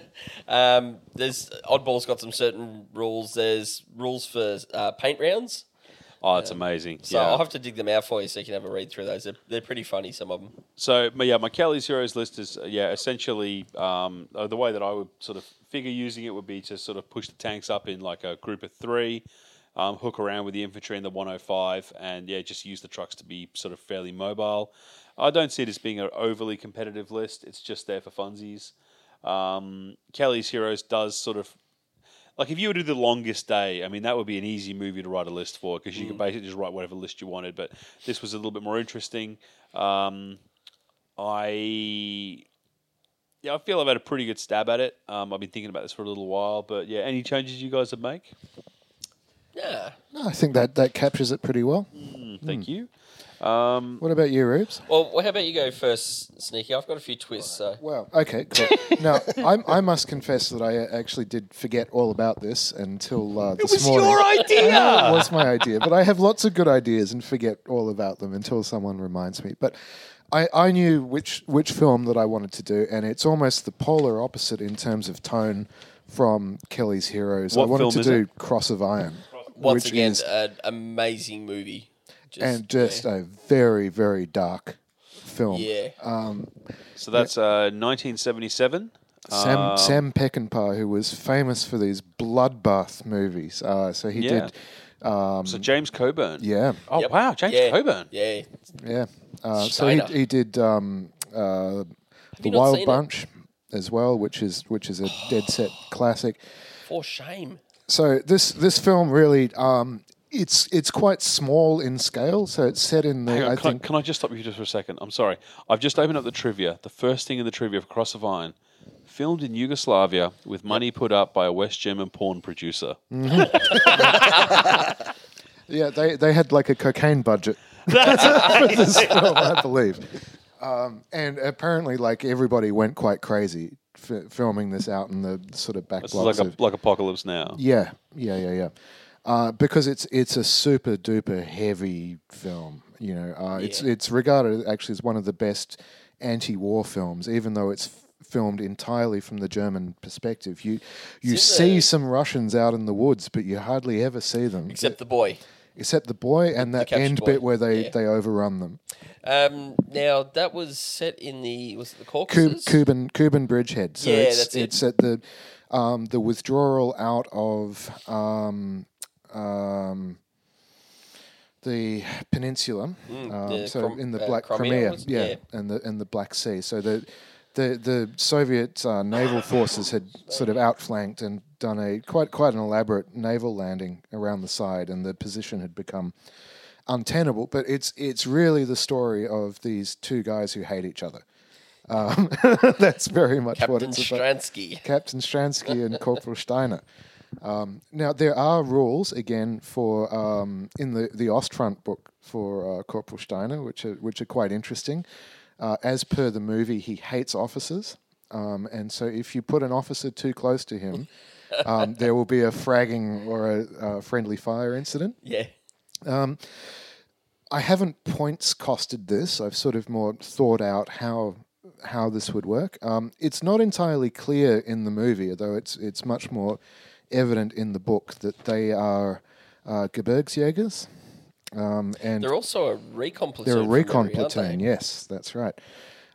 [SPEAKER 3] Um, there's Oddball's got some certain rules. There's rules for uh, paint rounds.
[SPEAKER 2] Oh, it's amazing.
[SPEAKER 3] So
[SPEAKER 2] yeah.
[SPEAKER 3] I'll have to dig them out for you so you can have a read through those. They're, they're pretty funny, some of them.
[SPEAKER 2] So my- yeah, my Kelly's Heroes list is uh, yeah essentially um, uh, the way that I would sort of figure using it would be to sort of push the tanks up in like a group of three, um, hook around with the infantry and the 105, and yeah, just use the trucks to be sort of fairly mobile. I don't see it as being an overly competitive list. It's just there for funsies. Um, Kelly's Heroes does sort of like if you were to do the longest day, I mean that would be an easy movie to write a list for because you could basically just write whatever list you wanted. But this was a little bit more interesting. Um, I yeah, I feel I've had a pretty good stab at it. Um, I've been thinking about this for a little while, but yeah, any changes you guys would make?
[SPEAKER 3] Yeah.
[SPEAKER 5] No, I think that, that captures it pretty well.
[SPEAKER 2] Thank you.
[SPEAKER 5] What about you, Rubes?
[SPEAKER 3] Well, wh- how about you go first, Sneaky? I've got a few twists, so.
[SPEAKER 5] Well, okay, cool. now, I'm, I must confess that I uh, actually did forget all about this until uh, this morning. I
[SPEAKER 2] idea.
[SPEAKER 5] know it was my idea, but I have lots of good ideas and forget all about them until someone reminds me. But I, I knew which which film that I wanted to do, and it's almost the polar opposite in terms of tone from Kelly's Heroes.
[SPEAKER 2] What
[SPEAKER 5] I wanted
[SPEAKER 2] film
[SPEAKER 5] to
[SPEAKER 2] is
[SPEAKER 5] do
[SPEAKER 2] it?
[SPEAKER 5] Cross of Iron,
[SPEAKER 3] Once
[SPEAKER 5] which
[SPEAKER 3] again,
[SPEAKER 5] is
[SPEAKER 3] an amazing movie. Just,
[SPEAKER 5] and uh, just a very very dark film.
[SPEAKER 3] Yeah.
[SPEAKER 5] uh,
[SPEAKER 2] So that's uh, 1977.
[SPEAKER 5] Sam
[SPEAKER 3] Um,
[SPEAKER 5] Sam Peckinpah, who was famous for these bloodbath movies, uh, so he
[SPEAKER 2] Yeah.
[SPEAKER 5] did.
[SPEAKER 2] so James Coburn.
[SPEAKER 5] Um, Yeah,
[SPEAKER 2] Oh
[SPEAKER 3] Yep.
[SPEAKER 2] wow, James
[SPEAKER 3] yeah.
[SPEAKER 2] Coburn.
[SPEAKER 3] Yeah.
[SPEAKER 5] Yeah. Uh, so he,
[SPEAKER 3] Steiner.
[SPEAKER 5] he did um, uh, the
[SPEAKER 3] you not
[SPEAKER 5] Wild
[SPEAKER 3] seen it?
[SPEAKER 5] Bunch as well, which is which is a dead set classic.
[SPEAKER 3] For shame.
[SPEAKER 5] So this this film really um, it's it's quite small in scale. So it's set in the
[SPEAKER 2] Hang on,
[SPEAKER 5] I
[SPEAKER 2] can,
[SPEAKER 5] think
[SPEAKER 2] I, can I just stop you just for a second? I'm sorry. I've just opened up the trivia. The first thing in the trivia of Cross of Iron, filmed in Yugoslavia with money put up by a West German porn producer.
[SPEAKER 5] Mm. yeah they, they had like a cocaine budget for this film, I believe. Um, and apparently, like everybody went quite crazy f- filming this out in the sort of
[SPEAKER 2] This is
[SPEAKER 5] backlots
[SPEAKER 2] like
[SPEAKER 5] of
[SPEAKER 2] a, like apocalypse now.
[SPEAKER 5] yeah, yeah, yeah, yeah. Uh, because it's it's a super duper heavy film. You know, uh, it's it's regarded actually as one of the best anti-war films, even though it's f- filmed entirely from the German perspective. You you see some Russians out in the woods, but you hardly ever see them
[SPEAKER 3] Except the boy.
[SPEAKER 5] except the boy and that
[SPEAKER 3] captured
[SPEAKER 5] end
[SPEAKER 3] boy.
[SPEAKER 5] bit where they
[SPEAKER 3] Yeah.
[SPEAKER 5] they overrun them.
[SPEAKER 3] Um, now that was set in the was it the
[SPEAKER 5] Cu-
[SPEAKER 3] Caucasus?
[SPEAKER 5] Cuban Cuban bridgehead. So
[SPEAKER 3] Yeah,
[SPEAKER 5] it's,
[SPEAKER 3] that's it.
[SPEAKER 5] it's at the um, the withdrawal out of um, um, the peninsula. um,
[SPEAKER 3] the
[SPEAKER 5] so
[SPEAKER 3] Crom-
[SPEAKER 5] in the
[SPEAKER 3] uh,
[SPEAKER 5] Black
[SPEAKER 3] Crimea,
[SPEAKER 5] Crimea,
[SPEAKER 3] was it?
[SPEAKER 5] yeah,
[SPEAKER 3] Yeah.
[SPEAKER 5] and the and the Black Sea. So the the the Soviet uh, naval forces had sort of outflanked and done a quite quite an elaborate naval landing around the side, and the position had become untenable. But it's it's really the story of these two guys who hate each other. Um, that's very much what
[SPEAKER 3] Captain
[SPEAKER 5] it's about.
[SPEAKER 3] Stransky.
[SPEAKER 5] Captain Stransky and Corporal Steiner. Um, now there are rules again for um, in the the Ostfront book for uh, Corporal Steiner, which are which are quite interesting. Uh, as per the movie, he hates officers, um, and so if you put an officer too close to him, um, there will be a fragging or a uh, friendly fire incident.
[SPEAKER 3] Yeah.
[SPEAKER 5] I haven't points costed this. I've sort of more thought out how how this would work. Um, it's not entirely clear in the movie, though it's it's much more evident in the book that they are uh, Gebirgsjägers, um, and
[SPEAKER 3] They're also a recon platoon.
[SPEAKER 5] they're a
[SPEAKER 3] from
[SPEAKER 5] recon
[SPEAKER 3] memory, aren't they?
[SPEAKER 5] platoon. Yes, that's right.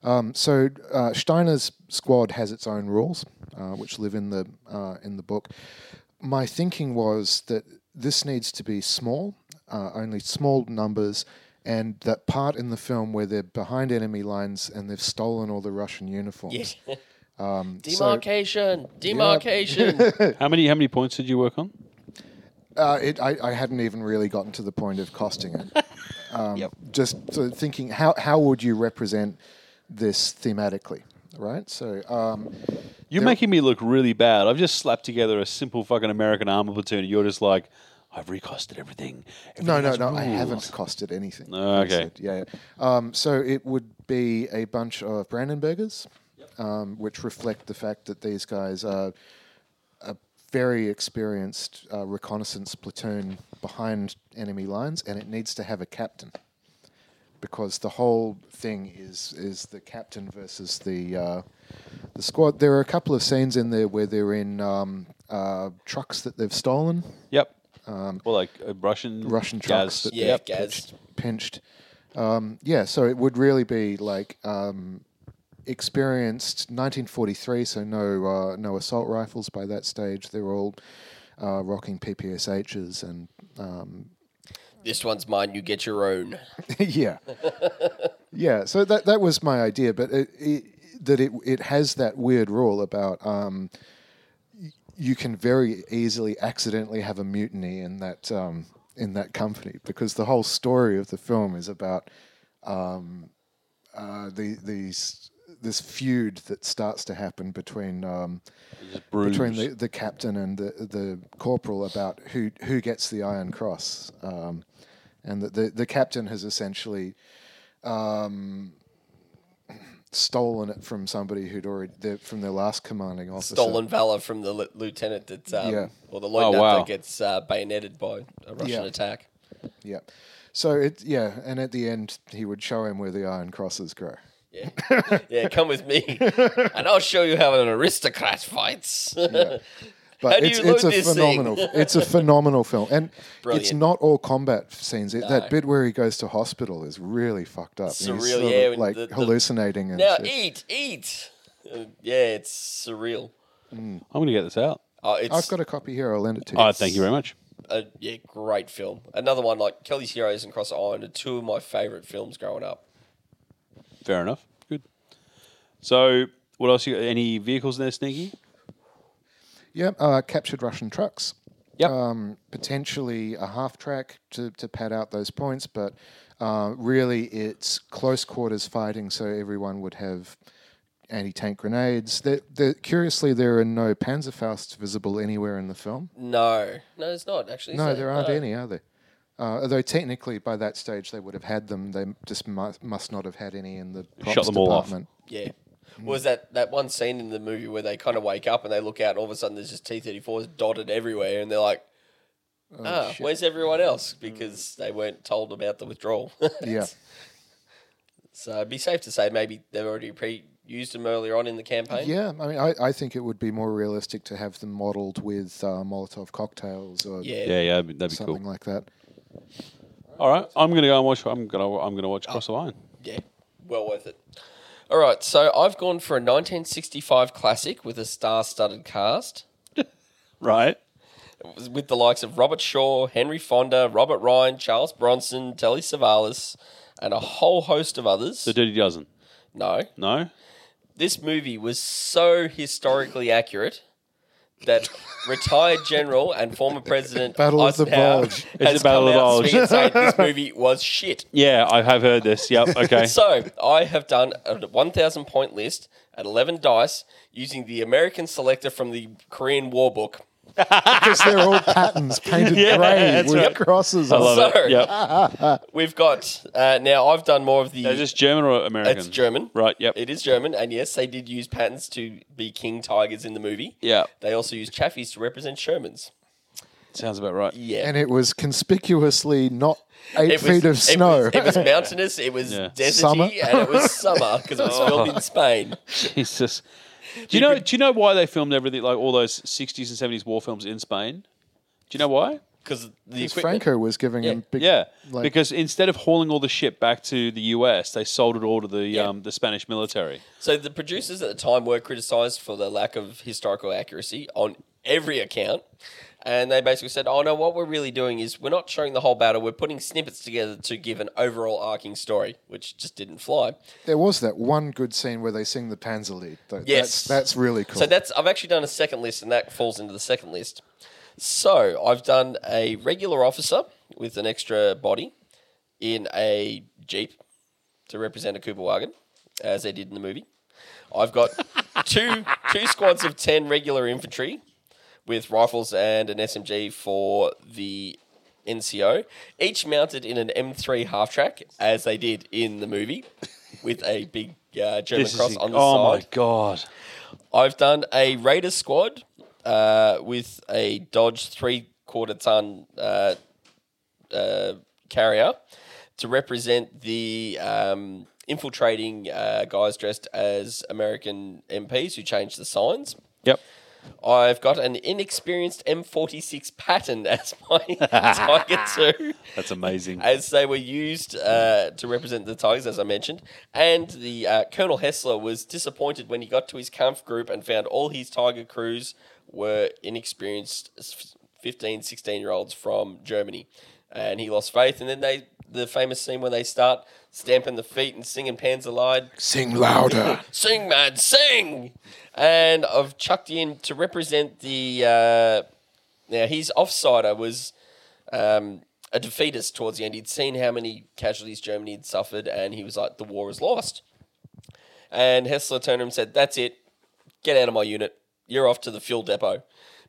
[SPEAKER 5] Um, so uh, Steiner's squad has its own rules, uh, which live in the uh, in the book. My thinking was that this needs to be small, uh, only small numbers, and that part in the film where they're behind enemy lines and they've stolen all the Russian uniforms.
[SPEAKER 3] Demarcation, demarcation.
[SPEAKER 2] How many how many points did you work on?
[SPEAKER 5] Uh, it, I, I hadn't even really gotten to the point of costing it. Um, Just sort of thinking, how, how would you represent this thematically, right? So, um,
[SPEAKER 2] You're making me look really bad. I've just slapped together a simple fucking American armor platoon. and You're just like, I've recosted everything.
[SPEAKER 5] no,
[SPEAKER 2] Everything has
[SPEAKER 5] no, no, I haven't
[SPEAKER 2] rules."
[SPEAKER 5] costed anything.
[SPEAKER 2] Oh, okay.
[SPEAKER 5] That's it, Yeah. yeah. Um, so it would be a bunch of Brandenburgers, um, which reflect the fact that these guys are a very experienced uh, reconnaissance platoon behind enemy lines, and it needs to have a captain. because the whole thing is is the captain versus the uh, the squad. There are a couple of scenes in there where they're in um, uh, trucks that they've stolen,
[SPEAKER 2] Yep. well, like uh, Russian
[SPEAKER 5] Um, Russian
[SPEAKER 2] gas.
[SPEAKER 5] trucks that
[SPEAKER 3] yeah,
[SPEAKER 5] they've
[SPEAKER 3] guys.
[SPEAKER 5] pinched. Um, yeah, so it would really be like um, experienced 1943. So no uh, no assault rifles by that stage. They're all uh, rocking PPSHs and
[SPEAKER 3] This one's mine. You get your own.
[SPEAKER 5] yeah, yeah. So that that was my idea, but it, it, that it it has that weird rule about um, y- you can very easily accidentally have a mutiny in that um, in that company because the whole story of the film is about um, uh, the these this feud that starts to happen between um, between the, the captain and the, the corporal about who, who gets the Iron Cross. Um, and that the, the captain has essentially um, stolen it from somebody who'd already, their, from their last commanding officer.
[SPEAKER 3] Stolen valor from the li- lieutenant that, um,
[SPEAKER 5] Yeah.
[SPEAKER 3] or the lieutenant
[SPEAKER 2] wow.
[SPEAKER 3] that gets uh, bayoneted by a Russian
[SPEAKER 5] Yeah.
[SPEAKER 3] attack.
[SPEAKER 5] Yeah. So it, yeah. And at the end, he would show him where the Iron Crosses grow.
[SPEAKER 3] Yeah, yeah. Come with me, and I'll show you how an aristocrat fights.
[SPEAKER 5] But
[SPEAKER 3] How do
[SPEAKER 5] it's,
[SPEAKER 3] you
[SPEAKER 5] it's
[SPEAKER 3] load
[SPEAKER 5] a
[SPEAKER 3] this thing?
[SPEAKER 5] phenomenal, it's a phenomenal film, and it's
[SPEAKER 3] Brilliant.
[SPEAKER 5] not all combat scenes. It,
[SPEAKER 3] No.
[SPEAKER 5] That bit where he goes to hospital is really fucked up. He's
[SPEAKER 3] Surreal,
[SPEAKER 5] sort of,
[SPEAKER 3] yeah, when
[SPEAKER 5] like
[SPEAKER 3] the- the-
[SPEAKER 5] hallucinating and
[SPEAKER 3] now
[SPEAKER 5] shit.
[SPEAKER 3] eat, eat. Uh, yeah, it's surreal.
[SPEAKER 2] I'm going to get this out.
[SPEAKER 3] Oh, it's
[SPEAKER 5] I've got a copy here. I'll lend it to you.
[SPEAKER 2] Oh, thank you very much.
[SPEAKER 3] a yeah, great film. Another one like Kelly's Heroes and Cross Iron are two of my favourite films growing up.
[SPEAKER 2] Fair enough. Good. So, what else? You got? Any vehicles in there, Sneaky?
[SPEAKER 5] Yeah, uh, captured Russian trucks.
[SPEAKER 2] Yep.
[SPEAKER 5] Um, potentially a half track to, to pad out those points, but uh, really it's close quarters fighting, so everyone would have anti tank grenades. There there curiously, there are no Panzerfausts visible anywhere in the film.
[SPEAKER 3] No, no, it's not actually. is
[SPEAKER 5] No,
[SPEAKER 3] there? Oh.
[SPEAKER 5] there aren't any, are there? Uh, although technically, by that stage, they would have had them. They just must, must not have had any in the props
[SPEAKER 2] Shut them all off.
[SPEAKER 5] department.
[SPEAKER 3] Yeah.
[SPEAKER 5] Mm.
[SPEAKER 3] Was that that one scene in the movie where they kind of wake up and they look out and all of a sudden there's just T34s dotted everywhere and they're like,
[SPEAKER 5] Oh,
[SPEAKER 3] ah, where's everyone else? Because they weren't told about the withdrawal.
[SPEAKER 5] Mm. Yeah.
[SPEAKER 3] so it'd be safe to say maybe they've already pre used them earlier on in the campaign.
[SPEAKER 5] Yeah, I mean, I, I think it would be more realistic to have them modelled with uh, Molotov cocktails or
[SPEAKER 3] Yeah.
[SPEAKER 2] Yeah, yeah, that'd be, that'd be
[SPEAKER 5] something
[SPEAKER 2] cool.
[SPEAKER 5] like that.
[SPEAKER 2] All right, I'm gonna go and watch. I'm gonna I'm gonna watch Cross the Line.
[SPEAKER 3] Yeah, well worth it. All right, so I've gone for a 1965 classic with a star-studded cast
[SPEAKER 2] Right.
[SPEAKER 3] with the likes of Robert Shaw, Henry Fonda, Robert Ryan, Charles Bronson, Telly Savalas, and a whole host of others.
[SPEAKER 2] The Dirty Dozen.
[SPEAKER 3] no,
[SPEAKER 2] No.
[SPEAKER 3] this movie was so historically accurate that retired general and former president
[SPEAKER 5] Battle of the
[SPEAKER 3] Eisenhower
[SPEAKER 5] Bulge.
[SPEAKER 2] It's
[SPEAKER 3] has
[SPEAKER 2] the Battle
[SPEAKER 3] come
[SPEAKER 2] of the
[SPEAKER 3] out
[SPEAKER 2] Bulge.
[SPEAKER 3] swinging and saying this movie was shit.
[SPEAKER 2] Yeah, I have heard this. Yep. Okay.
[SPEAKER 3] So I have done a 1,000 point list at 11 dice using the American selector from the Korean War book.
[SPEAKER 5] Because they're all patterns painted
[SPEAKER 2] Yeah,
[SPEAKER 5] grey
[SPEAKER 2] that's
[SPEAKER 5] with
[SPEAKER 2] right.
[SPEAKER 5] crosses. on
[SPEAKER 2] I love
[SPEAKER 3] So-
[SPEAKER 2] it. Yep.
[SPEAKER 3] We've got uh, now. I've done more of the.
[SPEAKER 2] Is this German or American?
[SPEAKER 3] It's German.
[SPEAKER 2] Right. Yep.
[SPEAKER 3] It is German, and yes, they did use patterns to be king tigers in the movie.
[SPEAKER 2] Yeah.
[SPEAKER 3] They also used chaffies to represent Shermans.
[SPEAKER 2] Sounds about right.
[SPEAKER 3] Yeah.
[SPEAKER 5] And it was conspicuously not eight
[SPEAKER 3] It was-
[SPEAKER 5] feet of
[SPEAKER 3] It
[SPEAKER 5] snow.
[SPEAKER 3] was, it was mountainous. It was
[SPEAKER 2] Yeah. Oh.
[SPEAKER 3] deserty,
[SPEAKER 5] Summer.
[SPEAKER 3] and it was summer because it was filmed in Spain.
[SPEAKER 2] Jesus. Do you know? Do you know why they filmed everything like all those '60s and '70s war films in Spain? Do you know why?
[SPEAKER 3] Because the
[SPEAKER 5] Because
[SPEAKER 3] equipment.
[SPEAKER 5] Franco was giving him big.
[SPEAKER 2] Yeah,
[SPEAKER 5] like-
[SPEAKER 2] because instead of hauling all the shit back to the US, they sold it all to the um, the Spanish military.
[SPEAKER 3] So the producers at the time were criticised for their lack of historical accuracy on every account, and they basically said, "Oh no, what we're really doing is we're not showing the whole battle. We're putting snippets together to give an overall arcing story, which just didn't fly."
[SPEAKER 5] There was that one good scene where they sing the Panzerlied. Though.
[SPEAKER 3] Yes.
[SPEAKER 5] That's, that's really cool.
[SPEAKER 3] So that's I've actually done a second list, and that falls into the second list. So I've done a regular officer with an extra body in a jeep to represent a Cooper wagon, as they did in the movie. I've got two two squads of ten regular infantry with rifles and an SMG for the NCO, each mounted in an M3 half track, as they did in the movie, with a big uh, German
[SPEAKER 2] This is
[SPEAKER 3] cross
[SPEAKER 2] inc-
[SPEAKER 3] on the
[SPEAKER 2] oh
[SPEAKER 3] side.
[SPEAKER 2] my god!
[SPEAKER 3] I've done a Raider squad uh, with a Dodge three quarter ton uh, uh, carrier to represent the um, infiltrating uh, guys dressed as American MPs who changed the signs.
[SPEAKER 2] Yep.
[SPEAKER 3] I've got an inexperienced M46 pattern as my Tiger 2
[SPEAKER 2] That's amazing.
[SPEAKER 3] as they were used uh, to represent the Tigers, as I mentioned. And the uh, Colonel Hessler was disappointed when he got to his Kampf group and found all his Tiger crews were inexperienced s- 15, 16 year olds from Germany. And he lost faith. And then they, the famous scene where they start stamping the feet and singing Panzerlied
[SPEAKER 4] Sing louder.
[SPEAKER 3] sing man sing and i've chucked in to represent the uh, now his offsider was um, a defeatist towards the end he'd seen how many casualties germany had suffered and he was like the war is lost and hessler turned to him and said that's it get out of my unit you're off to the fuel depot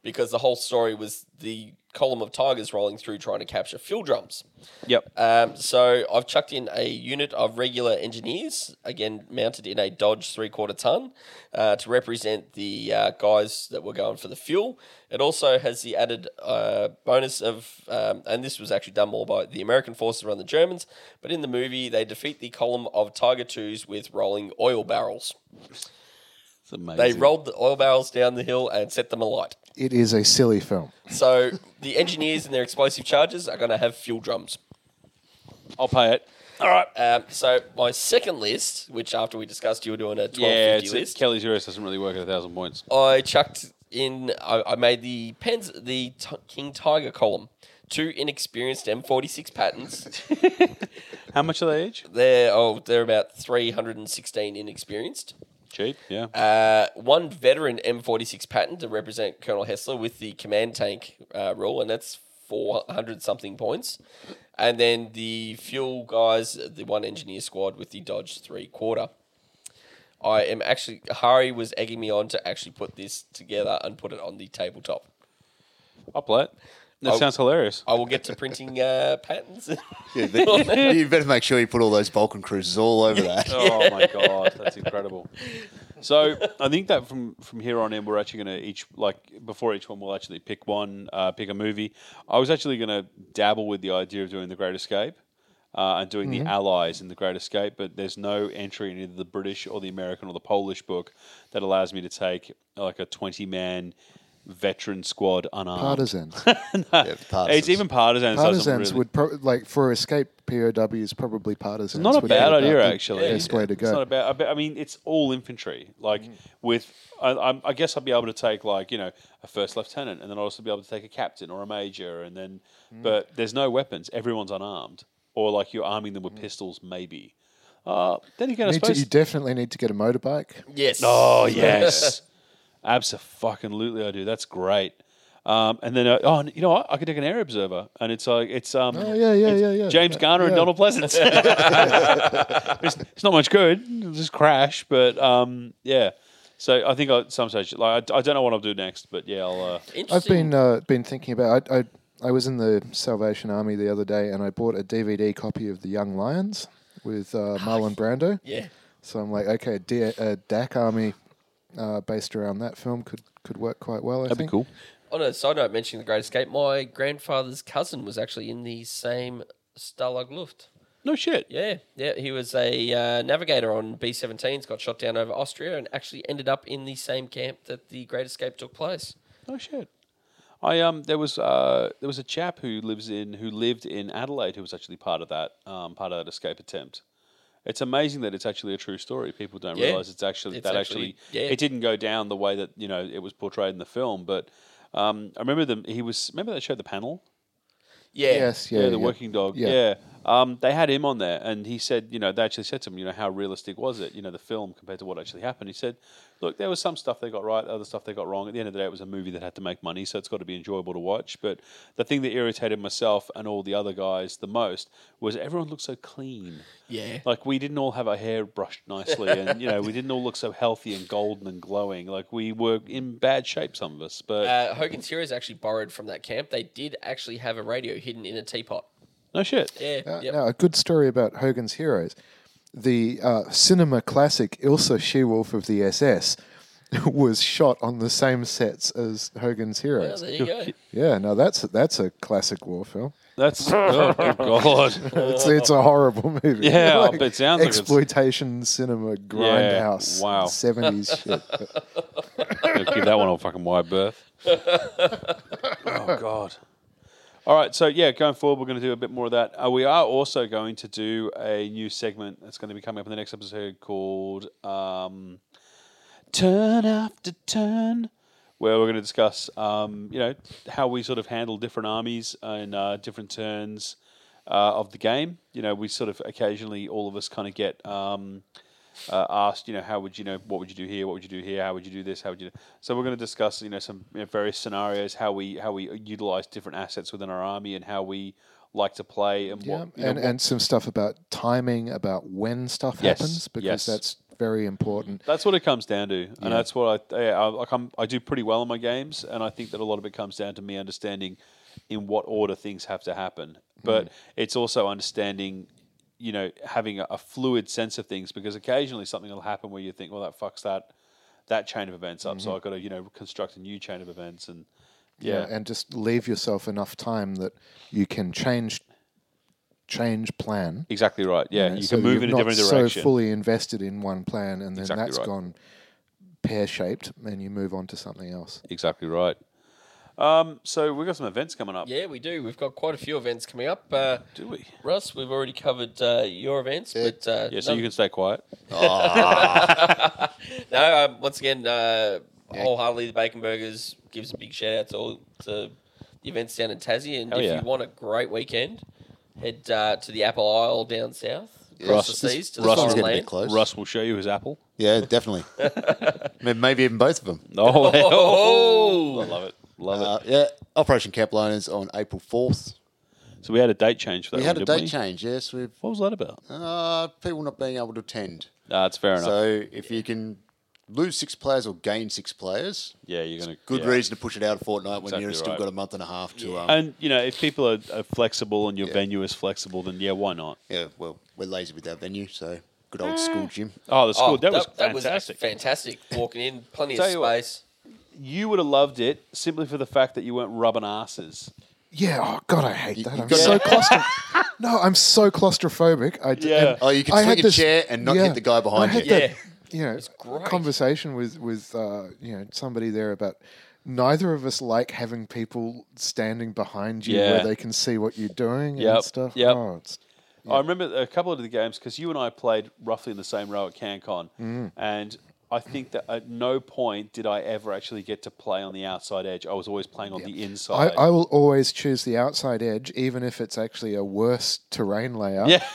[SPEAKER 3] because the whole story was the column of tigers rolling through trying to capture fuel drums
[SPEAKER 2] Yep.
[SPEAKER 3] um, so I've chucked in a unit of regular engineers, again mounted in a Dodge three quarter ton, uh, to represent the uh, guys that were going for the fuel. It also has the added uh, bonus of, um, and this was actually done more by the American forces rather than the Germans, but in the movie they defeat the column of Tiger twos with rolling oil barrels.
[SPEAKER 2] It's amazing.
[SPEAKER 3] They rolled the oil barrels down the hill and set them alight.
[SPEAKER 5] it is a silly film.
[SPEAKER 3] So the engineers and their explosive charges are going to have fuel drums.
[SPEAKER 2] I'll pay it. All right.
[SPEAKER 3] Um, so my second list, which after we discussed you were doing a twelve
[SPEAKER 2] Yeah,
[SPEAKER 3] fifty
[SPEAKER 2] it's,
[SPEAKER 3] list,
[SPEAKER 2] Kelly's US doesn't really work at a thousand points.
[SPEAKER 3] I chucked in. I, I made the pens, the t- King Tiger column. Two inexperienced M46 patterns.
[SPEAKER 2] How much are they each?
[SPEAKER 3] they're oh, they're about three hundred and sixteen inexperienced.
[SPEAKER 2] Cheap. Yeah.
[SPEAKER 3] Uh, one veteran M46 pattern to represent Colonel Hessler with the command tank uh, rule, and that's 400 something points. And then the fuel guys, the one engineer squad with the Dodge three quarter. I am actually, Hari was egging me on to actually put this together and put it on the tabletop.
[SPEAKER 2] I'll play it. That
[SPEAKER 3] oh.
[SPEAKER 2] sounds hilarious.
[SPEAKER 3] I will get to printing uh, patterns.
[SPEAKER 6] Yeah, but you better make sure you put all those Vulcan cruises all over that.
[SPEAKER 2] Oh my god, that's incredible. So I think that from from here on in, we're actually going to each like before each one, we'll actually pick one, uh, pick a movie. I was actually going to dabble with the idea of doing the Great Escape. Uh, and doing
[SPEAKER 5] Mm-hmm.
[SPEAKER 2] the Allies in the Great Escape, but there's no entry in either the British or the American or the Polish book that allows me to take like a 20 man veteran squad unarmed.
[SPEAKER 5] Partisans.
[SPEAKER 6] Yeah,
[SPEAKER 2] It's
[SPEAKER 6] passes.
[SPEAKER 2] even partisan. so it doesn't
[SPEAKER 5] Partisans
[SPEAKER 2] really-
[SPEAKER 5] would pro- like for escape POWs probably partisans.
[SPEAKER 2] Not a
[SPEAKER 5] would
[SPEAKER 2] bad
[SPEAKER 5] be
[SPEAKER 2] idea,
[SPEAKER 5] about the
[SPEAKER 2] actually.
[SPEAKER 5] Best way to
[SPEAKER 2] It's
[SPEAKER 5] go. Mm.
[SPEAKER 2] not about. I bet- I mean, it's all infantry. Like with, I, I'm- I guess I'd be able to take like you know a first lieutenant, and then I'd also be able to take a captain or a major, and then.
[SPEAKER 5] Mm.
[SPEAKER 2] But there's no weapons. Everyone's unarmed, or like you're arming them with pistols, maybe. Uh, then again, I
[SPEAKER 5] Need to-
[SPEAKER 2] suppose.
[SPEAKER 5] Mm. you definitely need to get a motorbike.
[SPEAKER 3] yes.
[SPEAKER 2] Oh yes, absolutely, I do. That's great. Um, and then, uh, oh, and you know what? I could take an air observer, and it's like it's um,
[SPEAKER 5] Oh yeah, yeah,
[SPEAKER 2] it's
[SPEAKER 5] yeah, yeah.
[SPEAKER 2] James Garner and Donald Pleasance. it's, it's not much good. It'll just crash. But um, yeah. So I think at some stage, like, I, I don't know what I'll do next, but yeah, I'll. Uh,
[SPEAKER 5] I've
[SPEAKER 3] Interesting.
[SPEAKER 5] been uh, been thinking about. I, I I was in the Salvation Army the other day, and I bought a DVD copy of The Young Lions with uh, Marlon Brando.
[SPEAKER 3] Ah, Yeah.
[SPEAKER 5] So I'm like, okay, a D- a DAC Army uh, based around that film could could work quite well. I
[SPEAKER 2] that'd be
[SPEAKER 5] think.
[SPEAKER 2] cool.
[SPEAKER 3] On a side note, mentioning the Great Escape, my grandfather's cousin was actually in the same Stalag Luft.
[SPEAKER 2] No shit.
[SPEAKER 3] Yeah, yeah. He was a uh, navigator on B 17s, got shot down over Austria, and actually ended up in the same camp that the Great Escape took place.
[SPEAKER 2] No shit. I um there was uh there was a chap who lives in who lived in Adelaide who was actually part of that um part of that escape attempt. It's amazing that it's actually a true story. People don't
[SPEAKER 3] Yeah.
[SPEAKER 2] realize it's actually
[SPEAKER 3] It's
[SPEAKER 2] that actually,
[SPEAKER 3] actually- yeah.
[SPEAKER 2] it didn't go down the way that you know it was portrayed in the film. But um, I remember them. He was remember that show the panel.
[SPEAKER 3] Yeah.
[SPEAKER 5] Yes. Yeah.
[SPEAKER 2] Yeah,
[SPEAKER 5] yeah,
[SPEAKER 2] the working dog. Yeah.
[SPEAKER 5] Yeah.
[SPEAKER 2] Um, they had him on there, and he said, you know, they actually said to him, you know, how realistic was it, you know, the film compared to what actually happened? He said, look, there was some stuff they got right, other stuff they got wrong. At the end of the day, it was a movie that had to make money, so it's got to be enjoyable to watch. But the thing that irritated myself and all the other guys the most was everyone looked so clean.
[SPEAKER 3] Yeah.
[SPEAKER 2] Like we didn't all have our hair brushed nicely, and you know we didn't all look so healthy and golden and glowing. Like we were in bad shape, some of us. But
[SPEAKER 3] Uh, Hogan's Heroes actually borrowed from that camp. They did actually have a radio hidden in a teapot.
[SPEAKER 2] no shit.
[SPEAKER 3] Yeah.
[SPEAKER 5] Uh,
[SPEAKER 3] yep.
[SPEAKER 5] Now a good story about Hogan's Heroes. The uh, cinema classic Ilsa She-Wolf of the SS was shot on the same sets as Hogan's
[SPEAKER 3] Well,
[SPEAKER 5] Heroes.
[SPEAKER 3] there you go.
[SPEAKER 5] Yeah, no, that's that's a classic war film.
[SPEAKER 2] That's oh good god.
[SPEAKER 5] It's, it's a horrible movie.
[SPEAKER 2] Yeah, I bet it sounds like it's-
[SPEAKER 5] exploitation cinema grindhouse.
[SPEAKER 2] wow.
[SPEAKER 5] seventies shit. But
[SPEAKER 2] They'll give that one a fucking wide berth. oh God. All right, so yeah, going forward, we're going to do a bit more of that. Uh, we are also going to do a new segment that's going to be coming up in the next episode called um, "Turn After Turn," where we're going to discuss, um, you know, how we sort of handle different armies and uh, different turns uh, of the game. You know, we sort of occasionally, all of us, kind of get. Um, uh, asked, you know, how would you know, what would you do here, what would you do here, how would you do this, how would you? Do? So we're going to discuss, you know, some you know, various scenarios, how we how we utilize different assets within our army and how we like to play and
[SPEAKER 5] yeah,
[SPEAKER 2] what. You know,
[SPEAKER 5] and
[SPEAKER 2] what-
[SPEAKER 5] and some stuff about timing, about when stuff
[SPEAKER 2] Yes,
[SPEAKER 5] happens, because
[SPEAKER 2] yes.
[SPEAKER 5] that's very important.
[SPEAKER 2] that's what it comes down to, and that's what I yeah, I, like I'm, I do pretty well in my games, and I think that a lot of it comes down to me understanding in what order things have to happen, but
[SPEAKER 5] Hmm.
[SPEAKER 2] it's also understanding. You know, having a, a fluid sense of things because occasionally something will happen where you think, "Well, that fucks that that chain of events up.
[SPEAKER 5] Mm-hmm.
[SPEAKER 2] So I've got to, you know, construct a new chain of events. And yeah,
[SPEAKER 5] and just leave yourself enough time that you can change change plan.
[SPEAKER 2] exactly right. Yeah,
[SPEAKER 5] know,
[SPEAKER 2] you
[SPEAKER 5] so
[SPEAKER 2] can move
[SPEAKER 5] you're
[SPEAKER 2] in a
[SPEAKER 5] not
[SPEAKER 2] different direction.
[SPEAKER 5] So fully invested in one plan, and then that's
[SPEAKER 2] Exactly right.
[SPEAKER 5] gone pear shaped, and you move on to something else.
[SPEAKER 2] exactly right. Um, so we've got some events coming up,
[SPEAKER 3] Yeah, we do. We've got quite a few events coming up. Uh,
[SPEAKER 2] do we?
[SPEAKER 3] Russ, we've already covered uh, your events, but uh,
[SPEAKER 2] Yeah, so
[SPEAKER 3] no-
[SPEAKER 2] you can stay quiet.
[SPEAKER 3] No, um, once again, uh, wholeheartedly, the Bacon Burgers gives a big shout out to all to the events down in Tassie. And
[SPEAKER 2] Hell
[SPEAKER 3] if
[SPEAKER 2] yeah.
[SPEAKER 3] you want a great weekend, head uh, to the Apple Isle down south, across
[SPEAKER 2] Russ-
[SPEAKER 3] the seas to the
[SPEAKER 2] Russ is
[SPEAKER 3] foreign
[SPEAKER 6] getting a bit
[SPEAKER 3] land.
[SPEAKER 6] close.
[SPEAKER 2] Russ will show you his apple.
[SPEAKER 6] Yeah, definitely. May- Maybe even both of them.
[SPEAKER 2] Oh,
[SPEAKER 3] Oh.
[SPEAKER 2] I love it. Love
[SPEAKER 6] Uh, yeah, Operation Cap Liners on April 4th.
[SPEAKER 2] it. So we had a date change for that.
[SPEAKER 6] We had
[SPEAKER 2] one,
[SPEAKER 6] a
[SPEAKER 2] didn't
[SPEAKER 6] date
[SPEAKER 2] Oh, we?
[SPEAKER 6] change, yes. We've
[SPEAKER 2] What was that about?
[SPEAKER 6] uh, people not being able to attend.
[SPEAKER 2] That's fair enough.
[SPEAKER 6] So if you can lose six players or gain six players.
[SPEAKER 2] Yeah, you're gonna
[SPEAKER 6] Good
[SPEAKER 2] yeah.
[SPEAKER 6] reason to push it out a fortnight when
[SPEAKER 2] Exactly
[SPEAKER 6] you're still
[SPEAKER 2] right.
[SPEAKER 6] got a month and a half to. Um,
[SPEAKER 2] And you know, if people are, are flexible and your venue is flexible, then yeah, why not?
[SPEAKER 6] yeah, well, we're lazy with our venue, so good old school gym.
[SPEAKER 2] Oh, the school
[SPEAKER 3] Oh,
[SPEAKER 2] that, was fantastic.
[SPEAKER 3] fantastic. Walking in, plenty of
[SPEAKER 2] Tell you what.
[SPEAKER 3] space.
[SPEAKER 2] you would have loved it simply for the fact that you weren't rubbing asses.
[SPEAKER 5] Yeah, oh god, I hate that.
[SPEAKER 6] you
[SPEAKER 5] I'm
[SPEAKER 6] gotta-
[SPEAKER 5] so claustrophobic. no, I'm so claustrophobic. I d-
[SPEAKER 2] Yeah.
[SPEAKER 5] and
[SPEAKER 6] Oh, you can
[SPEAKER 5] I
[SPEAKER 6] swing
[SPEAKER 5] had
[SPEAKER 6] a
[SPEAKER 5] this-
[SPEAKER 6] chair and not
[SPEAKER 5] yeah,
[SPEAKER 6] hit the guy behind
[SPEAKER 5] I
[SPEAKER 6] you.
[SPEAKER 5] had
[SPEAKER 3] Yeah.
[SPEAKER 5] that, you know,
[SPEAKER 3] great.
[SPEAKER 5] conversation with with uh, you know somebody there about neither of us like having people standing behind you
[SPEAKER 2] Yeah.
[SPEAKER 5] where they can see what you're doing
[SPEAKER 2] Yep,
[SPEAKER 5] and stuff.
[SPEAKER 2] yep.
[SPEAKER 5] Oh, it's,
[SPEAKER 2] I remember a couple of the games because you and I played roughly in the same row at CanCon, and I think that at no point did I ever actually get to play on the outside edge. I was always playing on the
[SPEAKER 5] I,
[SPEAKER 2] inside.
[SPEAKER 5] I will always choose the outside edge, even if it's actually a worse terrain layout.
[SPEAKER 2] yeah,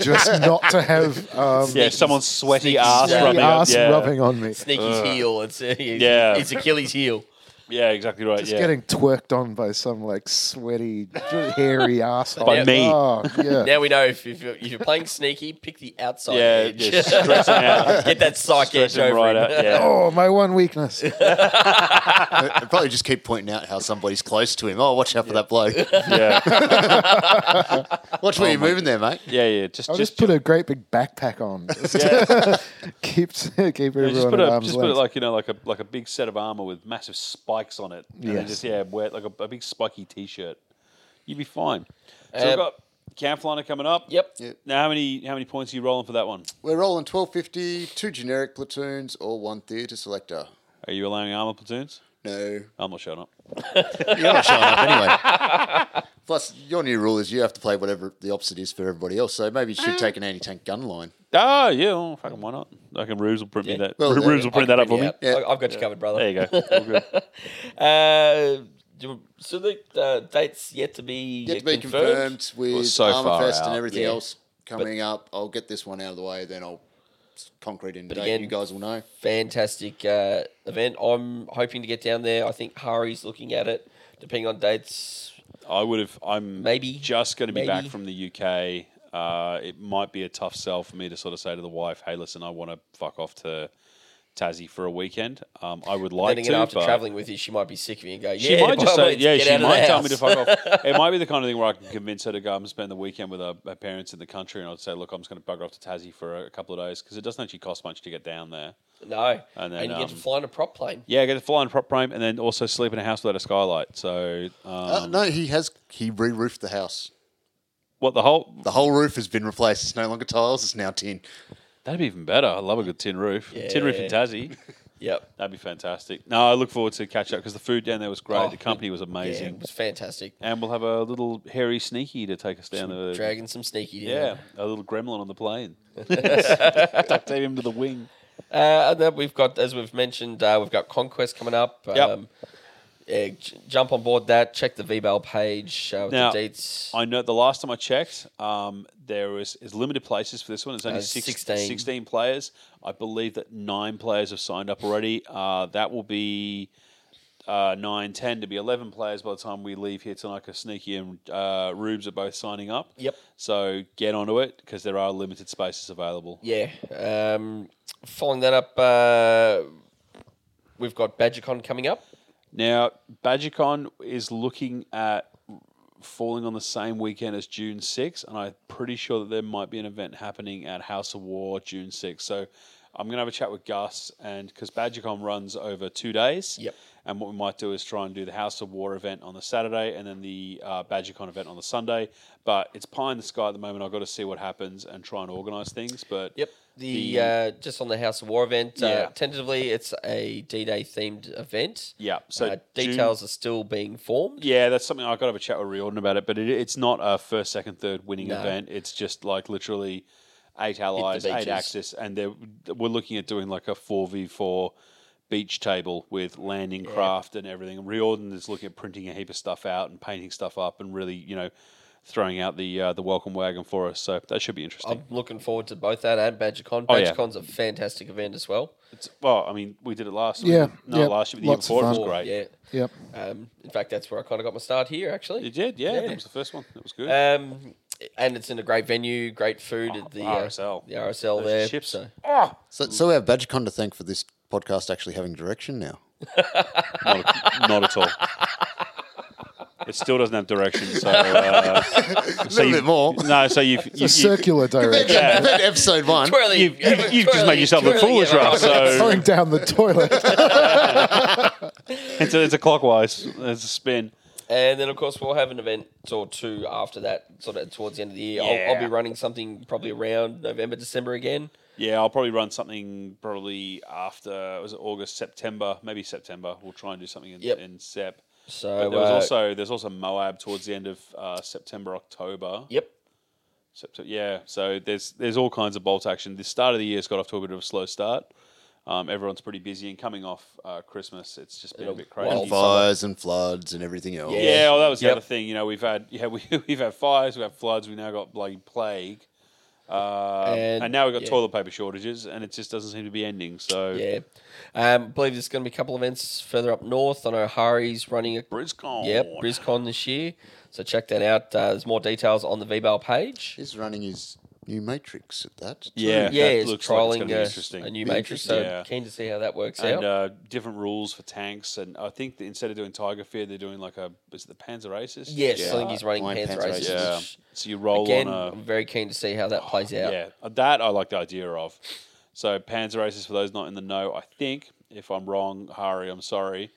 [SPEAKER 5] Just not to have um,
[SPEAKER 2] yeah, someone's sweaty
[SPEAKER 3] sneaky
[SPEAKER 2] ass
[SPEAKER 3] snake.
[SPEAKER 2] rubbing.
[SPEAKER 5] the
[SPEAKER 2] up-
[SPEAKER 5] ass
[SPEAKER 2] yeah.
[SPEAKER 5] rubbing on me.
[SPEAKER 3] Sneaky heel. It's uh,
[SPEAKER 2] Yeah.
[SPEAKER 3] it's Achilles heel.
[SPEAKER 2] Yeah, exactly right.
[SPEAKER 5] Just
[SPEAKER 2] yeah.
[SPEAKER 5] getting twerked on by some like sweaty, hairy asshole.
[SPEAKER 2] By me.
[SPEAKER 5] Oh, yeah.
[SPEAKER 3] Now we know if, if, you're, if you're playing sneaky, pick the outside
[SPEAKER 2] yeah,
[SPEAKER 3] edge.
[SPEAKER 2] yeah, stressing out,
[SPEAKER 3] Get that psych edge
[SPEAKER 2] stressing
[SPEAKER 3] over
[SPEAKER 2] right
[SPEAKER 3] him.
[SPEAKER 2] out. Yeah.
[SPEAKER 5] Oh, my one weakness.
[SPEAKER 6] I'd probably just keep pointing out how somebody's close to him. Oh, watch out for that bloke.
[SPEAKER 2] yeah,
[SPEAKER 6] Watch where you're moving there, Oh, mate.
[SPEAKER 2] yeah, yeah. Just,
[SPEAKER 5] I'll
[SPEAKER 2] just,
[SPEAKER 5] just put a great big backpack on. Just keeps keep everyone
[SPEAKER 2] Yeah, just put
[SPEAKER 5] at
[SPEAKER 2] a
[SPEAKER 5] arm's
[SPEAKER 2] just
[SPEAKER 5] length.
[SPEAKER 2] put it like you know like a like a big set of armor with massive spikes on it. And then
[SPEAKER 5] Yes.
[SPEAKER 2] just yeah, wear like a, a big spiky t-shirt. You'd be fine. So we've
[SPEAKER 3] Um,
[SPEAKER 2] got Camfliner coming up.
[SPEAKER 3] Yep.
[SPEAKER 6] Yep.
[SPEAKER 2] Now how many how many points are you rolling for that one?
[SPEAKER 6] We're rolling 1250, two generic platoons, or one theatre selector.
[SPEAKER 2] Are you allowing armor platoons?
[SPEAKER 6] No,
[SPEAKER 2] I'm not showing up.
[SPEAKER 6] You're not showing up anyway. Plus, your new rule is you have to play whatever the opposite is for everybody else. So maybe you should take an anti-tank gun line.
[SPEAKER 2] Ah, yeah, well, fucking why not? I can Ruse will print me that.
[SPEAKER 6] Well,
[SPEAKER 2] Ru-
[SPEAKER 6] yeah,
[SPEAKER 2] Ruse will print that up for me.
[SPEAKER 3] Yeah, I- I've got you covered, brother.
[SPEAKER 2] There you go. All good.
[SPEAKER 3] Uh, do- so the uh, dates yet to be
[SPEAKER 6] Yet to be
[SPEAKER 3] confirmed.
[SPEAKER 6] confirmed with
[SPEAKER 2] Well, so far
[SPEAKER 6] Armour Fest
[SPEAKER 2] out,
[SPEAKER 6] and everything
[SPEAKER 3] yeah.
[SPEAKER 6] else coming up. I'll get this one out of the way, then I'll s- concrete in date.
[SPEAKER 3] again-
[SPEAKER 6] you guys will know.
[SPEAKER 3] Fantastic uh, event. I'm hoping to get down there. I think Hari's looking at it, depending on dates.
[SPEAKER 2] I would have. I'm
[SPEAKER 3] Maybe.
[SPEAKER 2] just going to be
[SPEAKER 3] Maybe.
[SPEAKER 2] back from the UK. Uh, it might be a tough sell for me to sort of say to the wife, "Hey, listen, I want to fuck off to Tassie for a weekend." Um, I would like
[SPEAKER 3] Then again,
[SPEAKER 2] to,
[SPEAKER 3] after
[SPEAKER 2] but
[SPEAKER 3] traveling with you, she might be sick of you and go, yeah,
[SPEAKER 2] she might
[SPEAKER 3] by
[SPEAKER 2] just
[SPEAKER 3] all
[SPEAKER 2] say,
[SPEAKER 3] means,
[SPEAKER 2] "Yeah,
[SPEAKER 3] get
[SPEAKER 2] she
[SPEAKER 3] out of the
[SPEAKER 2] might tell me to
[SPEAKER 3] house."
[SPEAKER 2] fuck off." it might be the kind of thing where I can convince her to go and spend the weekend with her, her parents in the country, and I'd say, "Look, I'm just going to bugger off to Tassie for a, couple of days because it doesn't actually cost much to get down there."
[SPEAKER 3] No,
[SPEAKER 2] And
[SPEAKER 3] and,
[SPEAKER 2] then,
[SPEAKER 3] you get to
[SPEAKER 2] um,
[SPEAKER 3] fly in a prop plane.
[SPEAKER 2] Yeah, get to fly on a prop plane and then also sleep in a house without a skylight. So, um,
[SPEAKER 6] uh, no, he has he re-roofed the house.
[SPEAKER 2] what the whole
[SPEAKER 6] The whole roof has been replaced. It's no longer tiles. It's now tin.
[SPEAKER 2] that'd be even better. I love a good tin roof. Tin roof in
[SPEAKER 3] Yeah.
[SPEAKER 2] Tassie.
[SPEAKER 3] Yep.
[SPEAKER 2] That'd be fantastic. No, I look forward to catch up because the food down there was great.
[SPEAKER 3] Oh,
[SPEAKER 2] the company was
[SPEAKER 3] Yeah, it
[SPEAKER 2] amazing,
[SPEAKER 3] was fantastic.
[SPEAKER 2] and we'll have a little hairy sneaky to take us down the
[SPEAKER 3] Dragging some sneaky down.
[SPEAKER 2] Yeah, a little gremlin on the plane. Duct tape him to the wing.
[SPEAKER 3] Uh, and then we've got, as we've mentioned, uh, we've got Conquest coming up. Um,
[SPEAKER 2] Yep.
[SPEAKER 3] yeah, j- jump on board that. Check the VBAL page uh, with
[SPEAKER 2] Now,
[SPEAKER 3] the dates.
[SPEAKER 2] I know the last time I checked, um, there was is limited places for this one. There's only
[SPEAKER 3] Uh,
[SPEAKER 2] six, 16.
[SPEAKER 3] 16.
[SPEAKER 2] players. I believe that nine players have signed up already. Uh, that will be uh, 9, 10 to be 11 players by the time we leave here tonight because Sneaky and uh, Rubes are both signing up.
[SPEAKER 3] Yep.
[SPEAKER 2] So get onto it because there are limited spaces available.
[SPEAKER 3] yeah. Um, following that up, uh, we've got BadgerCon coming up.
[SPEAKER 2] Now, BadgerCon is looking at falling on the same weekend as June 6th, and I'm pretty sure that there might be an event happening at House of War June 6th. So I'm going to have a chat with Gus, and because BadgerCon runs over two days.
[SPEAKER 3] Yep.
[SPEAKER 2] And what we might do is try and do the House of War event on the Saturday and then the uh, BadgerCon event on the Sunday. But it's pie in the sky at the moment. I've got to see what happens and try and organise things. But
[SPEAKER 3] Yep. The, uh, just on the House of War event.
[SPEAKER 2] Yeah.
[SPEAKER 3] Uh, tentatively, it's a D-Day themed event.
[SPEAKER 2] yeah, so
[SPEAKER 3] uh,
[SPEAKER 2] June-
[SPEAKER 3] details are still being formed.
[SPEAKER 2] Yeah, that's something I've got to have a chat with Riordan about it, but it, it's not a first, second, third winning
[SPEAKER 3] No.
[SPEAKER 2] event. It's just like literally eight allies, eight
[SPEAKER 3] beaches.
[SPEAKER 2] axis, and they're, we're looking at doing like a 4v4 beach table with landing craft and everything. And Riordan is looking at printing a heap of stuff out and painting stuff up and really, you know, throwing out the uh, the welcome wagon for us. So that should be interesting.
[SPEAKER 5] Um,
[SPEAKER 3] I'm looking forward to both that and BadgerCon.
[SPEAKER 2] Oh, yeah.
[SPEAKER 3] BadgerCon's a fantastic event as well.
[SPEAKER 2] It's- well, I mean, we did it last year.
[SPEAKER 5] Yeah,
[SPEAKER 2] No,
[SPEAKER 5] yeah,
[SPEAKER 2] last year, but the year
[SPEAKER 5] lots of
[SPEAKER 2] before it was
[SPEAKER 5] fun.
[SPEAKER 2] great.
[SPEAKER 3] Yeah.
[SPEAKER 5] yep.
[SPEAKER 3] Um, in fact, that's where I kind of got my start here,
[SPEAKER 2] You
[SPEAKER 3] actually.
[SPEAKER 2] did, yeah. It
[SPEAKER 3] Yeah.
[SPEAKER 2] was the first one. It was
[SPEAKER 5] Uh,
[SPEAKER 2] good.
[SPEAKER 3] Um, and it's in a great venue,
[SPEAKER 2] Oh,
[SPEAKER 3] great food at the uh,
[SPEAKER 2] RSL.
[SPEAKER 3] the RSL
[SPEAKER 2] Those
[SPEAKER 3] there.
[SPEAKER 2] chips.
[SPEAKER 3] So
[SPEAKER 6] So, so we have BadgerCon to thank for this podcast actually having direction now.
[SPEAKER 2] Not, not at all. It still doesn't have direction, so uh,
[SPEAKER 6] A little bit more.
[SPEAKER 2] No, so you've you,
[SPEAKER 5] A circular direction.
[SPEAKER 6] Compared to episode one.
[SPEAKER 3] Twirly,
[SPEAKER 2] You've, you've, you've just made yourself look foolish, Rob. So
[SPEAKER 5] Going down the toilet.
[SPEAKER 2] it's a, it's a clockwise. It's a spin.
[SPEAKER 3] And then, of course, we'll have an event or two after that, sort of towards the end of the year. I'll, I'll be running something probably around November, December again.
[SPEAKER 2] Yeah, I'll probably run something probably after was it August, September, maybe September. We'll try and do something in,
[SPEAKER 3] Yep.
[SPEAKER 2] in Sep.
[SPEAKER 3] So
[SPEAKER 2] But there was
[SPEAKER 3] uh,
[SPEAKER 2] also there's also Moab towards the end of uh, September, October.
[SPEAKER 3] yep,
[SPEAKER 2] September, yeah. So there's there's all kinds of bolt action. The start of the year's got off to a bit of a slow start. Um, everyone's pretty busy, and coming off uh, Christmas, it's just been a
[SPEAKER 3] It'll-
[SPEAKER 2] bit
[SPEAKER 3] well,
[SPEAKER 2] crazy.
[SPEAKER 3] Wild
[SPEAKER 6] Fires and floods and everything else.
[SPEAKER 3] Yeah.
[SPEAKER 2] Yeah, well, that was the
[SPEAKER 3] Yep.
[SPEAKER 2] other thing. You know, we've had yeah, we, we've had fires, we've had floods, we've now got bloody plague, uh, and,
[SPEAKER 3] And-
[SPEAKER 2] now we've got
[SPEAKER 3] yeah.
[SPEAKER 2] toilet paper shortages, and it just doesn't seem to be ending. So
[SPEAKER 3] yeah. Um, I believe there's going to be a couple of events further up north. I know Hari's running a
[SPEAKER 2] Briscon,
[SPEAKER 3] yep BrizCon this year, so check that out. Uh, there's more details on the VBAL page.
[SPEAKER 6] He's running his new matrix at that.
[SPEAKER 2] yeah,
[SPEAKER 3] yeah,
[SPEAKER 2] that
[SPEAKER 3] it's
[SPEAKER 2] looks like it's
[SPEAKER 3] trialing
[SPEAKER 2] gonna be
[SPEAKER 3] a-
[SPEAKER 2] interesting.
[SPEAKER 3] a, new matrix. So
[SPEAKER 2] Yeah.
[SPEAKER 3] keen to see how that works
[SPEAKER 2] and
[SPEAKER 3] out.
[SPEAKER 2] uh, different rules for tanks, and I think that instead of doing Tiger Fear, they're doing like a is it the Panzer Aces?
[SPEAKER 3] yes,
[SPEAKER 2] yeah.
[SPEAKER 3] I think he's running
[SPEAKER 6] Blind
[SPEAKER 3] Panzer
[SPEAKER 6] Panther
[SPEAKER 3] races.
[SPEAKER 6] Races.
[SPEAKER 2] yeah.
[SPEAKER 3] which,
[SPEAKER 2] So you roll
[SPEAKER 3] Again,
[SPEAKER 2] on a Oh,
[SPEAKER 3] I'm very keen to see how that plays out.
[SPEAKER 2] Yeah, that I like the idea of. So Panzer races for those not in the know, I think if I'm wrong, Hari, I'm sorry,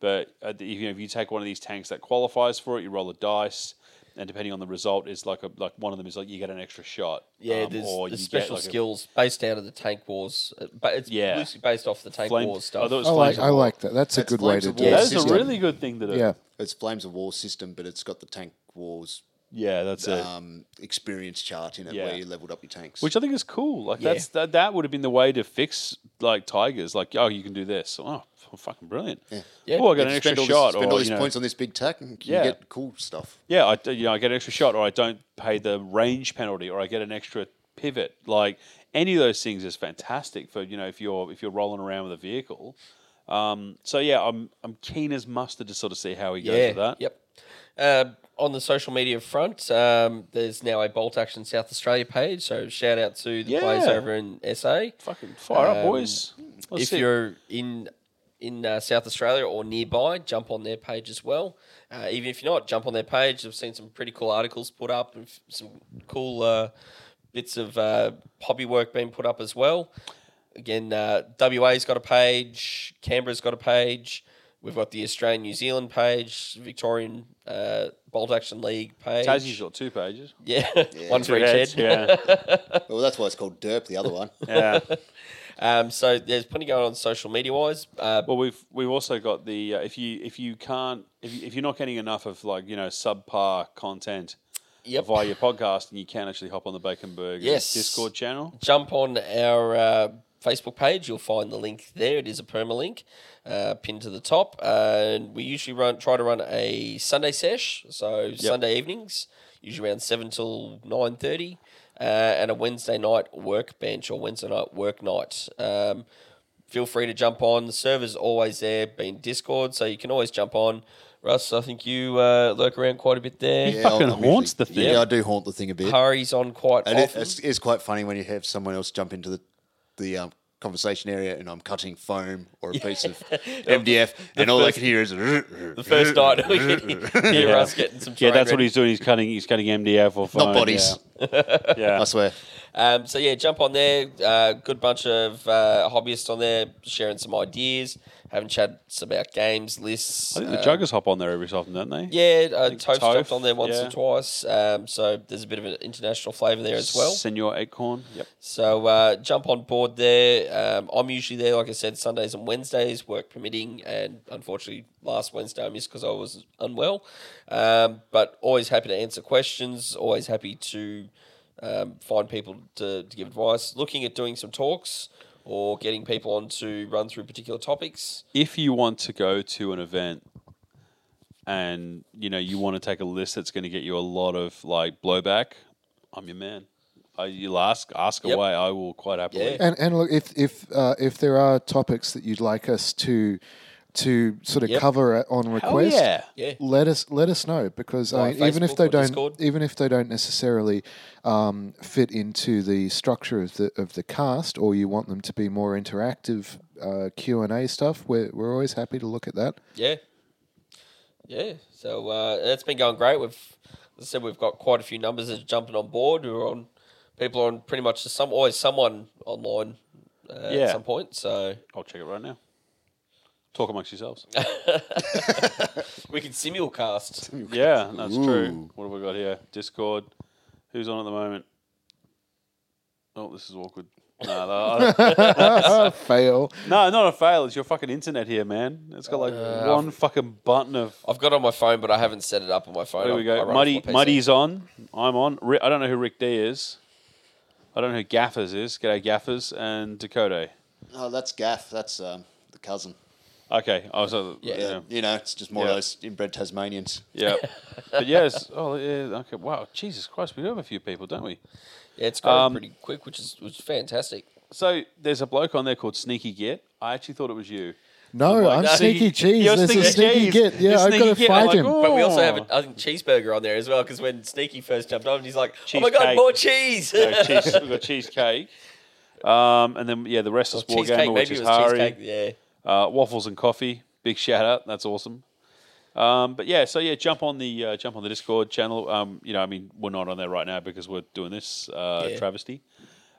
[SPEAKER 2] but uh, the- you know, if you take one of these tanks that qualifies for it, you roll a dice, and depending on the result, is like a like one of them is like you get an extra shot.
[SPEAKER 3] Yeah,
[SPEAKER 2] um,
[SPEAKER 3] there's,
[SPEAKER 2] or
[SPEAKER 3] there's
[SPEAKER 2] you get,
[SPEAKER 3] special
[SPEAKER 2] like, a
[SPEAKER 3] skills based out of the Tank Wars, uh, but it's
[SPEAKER 2] Yeah.
[SPEAKER 3] loosely based off the Tank
[SPEAKER 2] flame-
[SPEAKER 3] Wars
[SPEAKER 2] I
[SPEAKER 3] stuff. Oh,
[SPEAKER 2] thought it was
[SPEAKER 5] I like,
[SPEAKER 2] flames
[SPEAKER 5] I
[SPEAKER 2] of war.
[SPEAKER 5] like that. That's a
[SPEAKER 6] That's
[SPEAKER 5] good way
[SPEAKER 6] flames
[SPEAKER 5] to
[SPEAKER 6] of
[SPEAKER 5] do
[SPEAKER 6] war.
[SPEAKER 5] it.
[SPEAKER 2] That is
[SPEAKER 5] System.
[SPEAKER 2] a really good thing to do.
[SPEAKER 5] Yeah.
[SPEAKER 6] It's Flames of War system, but it's got the tank wars
[SPEAKER 2] yeah, that's it.
[SPEAKER 6] um, experience chart in it
[SPEAKER 2] Yeah.
[SPEAKER 6] where you leveled up your tanks.
[SPEAKER 2] Which I think is cool. Like
[SPEAKER 3] Yeah.
[SPEAKER 2] that's that, that would have been the way to fix like tigers. Like oh, you can do this. Oh, f- fucking brilliant.
[SPEAKER 3] Yeah.
[SPEAKER 2] Oh, I got an
[SPEAKER 6] You
[SPEAKER 2] extra
[SPEAKER 6] spend all this-
[SPEAKER 2] shot.
[SPEAKER 6] spend
[SPEAKER 2] or,
[SPEAKER 6] all these
[SPEAKER 2] you know,
[SPEAKER 6] points on this big tack and you
[SPEAKER 2] Yeah.
[SPEAKER 6] get cool stuff.
[SPEAKER 2] yeah, I you know I get an extra shot, or I don't pay the range penalty, or I get an extra pivot. Like any of those things is fantastic for you know if you're if you're rolling around with a vehicle. Um, so yeah, I'm I'm keen as mustard to sort of see how he goes with that.
[SPEAKER 3] Yep. Uh, on the social media front, um, there's now a Bolt Action South Australia page. So shout out to the players
[SPEAKER 2] Yeah.
[SPEAKER 3] over in SA.
[SPEAKER 2] Fucking fire up,
[SPEAKER 3] Um,
[SPEAKER 2] boys. Let's
[SPEAKER 3] if
[SPEAKER 2] see.
[SPEAKER 3] you're in in uh, South Australia or nearby, jump on their page as well. Uh, even if you're not, jump on their page. I've seen some pretty cool articles put up and f- some cool uh, bits of uh, hobby work being put up as well. Again, uh, WA's got a page, Canberra's got a page. We've got the Australian New Zealand page, Victorian uh, Bolt Action League page.
[SPEAKER 2] Tassie's got two pages.
[SPEAKER 3] Yeah, one for each head.
[SPEAKER 2] Yeah,
[SPEAKER 6] Well, that's why it's called derp. The other one.
[SPEAKER 2] yeah.
[SPEAKER 3] Um, so there's plenty going on social media wise. Uh,
[SPEAKER 2] Well, we've we've also got the uh, if you if you can't if, you, if you're not getting enough of like you know subpar content
[SPEAKER 3] yep.
[SPEAKER 2] via your podcast, and you can actually hop on the Bacon Burger
[SPEAKER 3] Yes.
[SPEAKER 2] Discord channel.
[SPEAKER 3] jump on our uh, Facebook page. You'll find the link there. It is a permalink uh, pinned to the top. and we usually run try to run a Sunday sesh, so Sunday evenings, usually around seven till nine thirty, uh, and a Wednesday night work bench or Wednesday night work night. Um, feel free to jump on. The server's always there, being Discord, so you can always jump on. Russ, I think you uh, lurk around quite a bit there.
[SPEAKER 6] Yeah,
[SPEAKER 2] fucking
[SPEAKER 6] I'm
[SPEAKER 2] haunts the
[SPEAKER 6] usually-
[SPEAKER 2] thing.
[SPEAKER 6] Yeah, I do haunt the thing a bit.
[SPEAKER 3] Hurries on quite
[SPEAKER 6] And it,
[SPEAKER 3] often.
[SPEAKER 6] it's, it's quite funny when you have someone else jump into the the um, conversation area, and I'm cutting foam or a piece of MDF, and all I can hear is the
[SPEAKER 3] the first night we can hear us getting some
[SPEAKER 2] Yeah, that's
[SPEAKER 3] trade
[SPEAKER 2] what he's doing. He's cutting. He's cutting MDF or
[SPEAKER 6] Not bodies,
[SPEAKER 2] Yeah.
[SPEAKER 6] I swear.
[SPEAKER 3] Um, so yeah, jump on there. Uh, good bunch of uh, hobbyists on there sharing some ideas, having chats about games lists.
[SPEAKER 2] I think the
[SPEAKER 3] uh,
[SPEAKER 2] Juggers hop on there every so often, don't they?
[SPEAKER 3] yeah, uh, Toph
[SPEAKER 2] Toph,
[SPEAKER 3] jumped on there once
[SPEAKER 2] yeah.
[SPEAKER 3] or twice. Um, so there's a bit of an international flavour there as well.
[SPEAKER 2] Senor Acorn. Yep.
[SPEAKER 3] So uh, jump on board there. Um, I'm usually there, like I said, Sundays and Wednesdays, work permitting. And unfortunately, last Wednesday I missed because I was unwell. Um, but always happy to answer questions. Always happy to um, find people to, to give advice. Looking at doing some talks or getting people on to run through particular topics.
[SPEAKER 2] If you want to go to an event and you know you want to take a list that's going to get you a lot of like blowback, I'm your man. Uh, you'll ask, ask
[SPEAKER 3] Yep.
[SPEAKER 2] away. I will quite happily.
[SPEAKER 3] Yeah.
[SPEAKER 5] And and look, if if uh, if there are topics that you'd like us to to sort of
[SPEAKER 3] Yep.
[SPEAKER 5] cover it on request,
[SPEAKER 2] yeah.
[SPEAKER 3] Yeah.
[SPEAKER 5] let us let us know because I
[SPEAKER 3] Via
[SPEAKER 5] mean, even if
[SPEAKER 3] Facebook
[SPEAKER 5] they
[SPEAKER 3] or
[SPEAKER 5] don't
[SPEAKER 3] Discord.
[SPEAKER 5] even if they don't necessarily um, fit into the structure of the of the cast, or you want them to be more interactive uh, Q and A stuff, we're we're always happy to look at that.
[SPEAKER 3] Yeah. Yeah. So uh, that's been going great. We've, as I said, we've got quite a few numbers that are jumping on board. We're on, people are on pretty much some, always someone online uh, at
[SPEAKER 2] Yeah.
[SPEAKER 3] some point. So
[SPEAKER 2] I'll check it right now. Talk amongst yourselves.
[SPEAKER 3] we can simulcast.
[SPEAKER 2] yeah, that's true. What have we got here? Discord. Who's on at the moment? Oh, this is awkward. No, no, I-
[SPEAKER 5] Fail.
[SPEAKER 2] no, not a fail. It's your fucking internet here, man. It's got like
[SPEAKER 3] Uh,
[SPEAKER 2] one fucking button of.
[SPEAKER 3] I've got it on my phone, but I haven't set it up on my phone.
[SPEAKER 2] There
[SPEAKER 3] I-
[SPEAKER 2] we
[SPEAKER 3] I
[SPEAKER 2] go.
[SPEAKER 3] run it
[SPEAKER 2] Muddy,
[SPEAKER 3] off my PC.
[SPEAKER 2] Muddy's on. I'm on. Rick, I don't know who Rick D is. I don't know who Gaffers is. G'day, Gaffers and Dakota.
[SPEAKER 6] Oh, that's Gaff. That's um, the cousin.
[SPEAKER 2] Okay, I was. Uh, yeah.
[SPEAKER 6] Yeah, you know, it's just more
[SPEAKER 2] Yeah.
[SPEAKER 6] of those inbred Tasmanians.
[SPEAKER 2] Yeah. but yes. Oh, yeah. Okay. Wow. Jesus Christ. We do have a few people, don't we?
[SPEAKER 3] Yeah, it's going
[SPEAKER 2] Um,
[SPEAKER 3] pretty quick, which is which is fantastic.
[SPEAKER 2] So there's a bloke on there called Sneaky Git. I actually thought it was you.
[SPEAKER 5] No,
[SPEAKER 2] like,
[SPEAKER 5] I'm
[SPEAKER 2] no,
[SPEAKER 5] sneaky
[SPEAKER 2] you-
[SPEAKER 5] cheese.
[SPEAKER 2] Oh you're
[SPEAKER 5] There's a
[SPEAKER 2] sneaky
[SPEAKER 5] sneaky
[SPEAKER 2] cheese.
[SPEAKER 5] git.
[SPEAKER 2] You're
[SPEAKER 5] Yeah, I've got
[SPEAKER 2] sneaky
[SPEAKER 5] to
[SPEAKER 2] git. I'm
[SPEAKER 5] fight
[SPEAKER 2] like,
[SPEAKER 5] him.
[SPEAKER 2] "Oh."
[SPEAKER 3] But we also have, a, I think, cheeseburger on there as well because when Sneaky first jumped on, he's like, "Oh my god,
[SPEAKER 2] Cheesecake.
[SPEAKER 3] more cheese!"
[SPEAKER 2] We've got cheese, we've got cheesecake. Um, and then yeah, the rest is War
[SPEAKER 3] cheesecake,
[SPEAKER 2] Gamer,
[SPEAKER 3] maybe
[SPEAKER 2] which
[SPEAKER 3] it
[SPEAKER 2] is
[SPEAKER 3] was
[SPEAKER 2] Hari.
[SPEAKER 3] cheesecake. Yeah.
[SPEAKER 2] Uh, waffles and coffee. Big shout out. That's awesome. Um, but yeah, so yeah, jump on the uh, jump on the Discord channel. Um, you know, I mean, we're not on there right now because we're doing this uh,
[SPEAKER 3] Yeah.
[SPEAKER 2] travesty.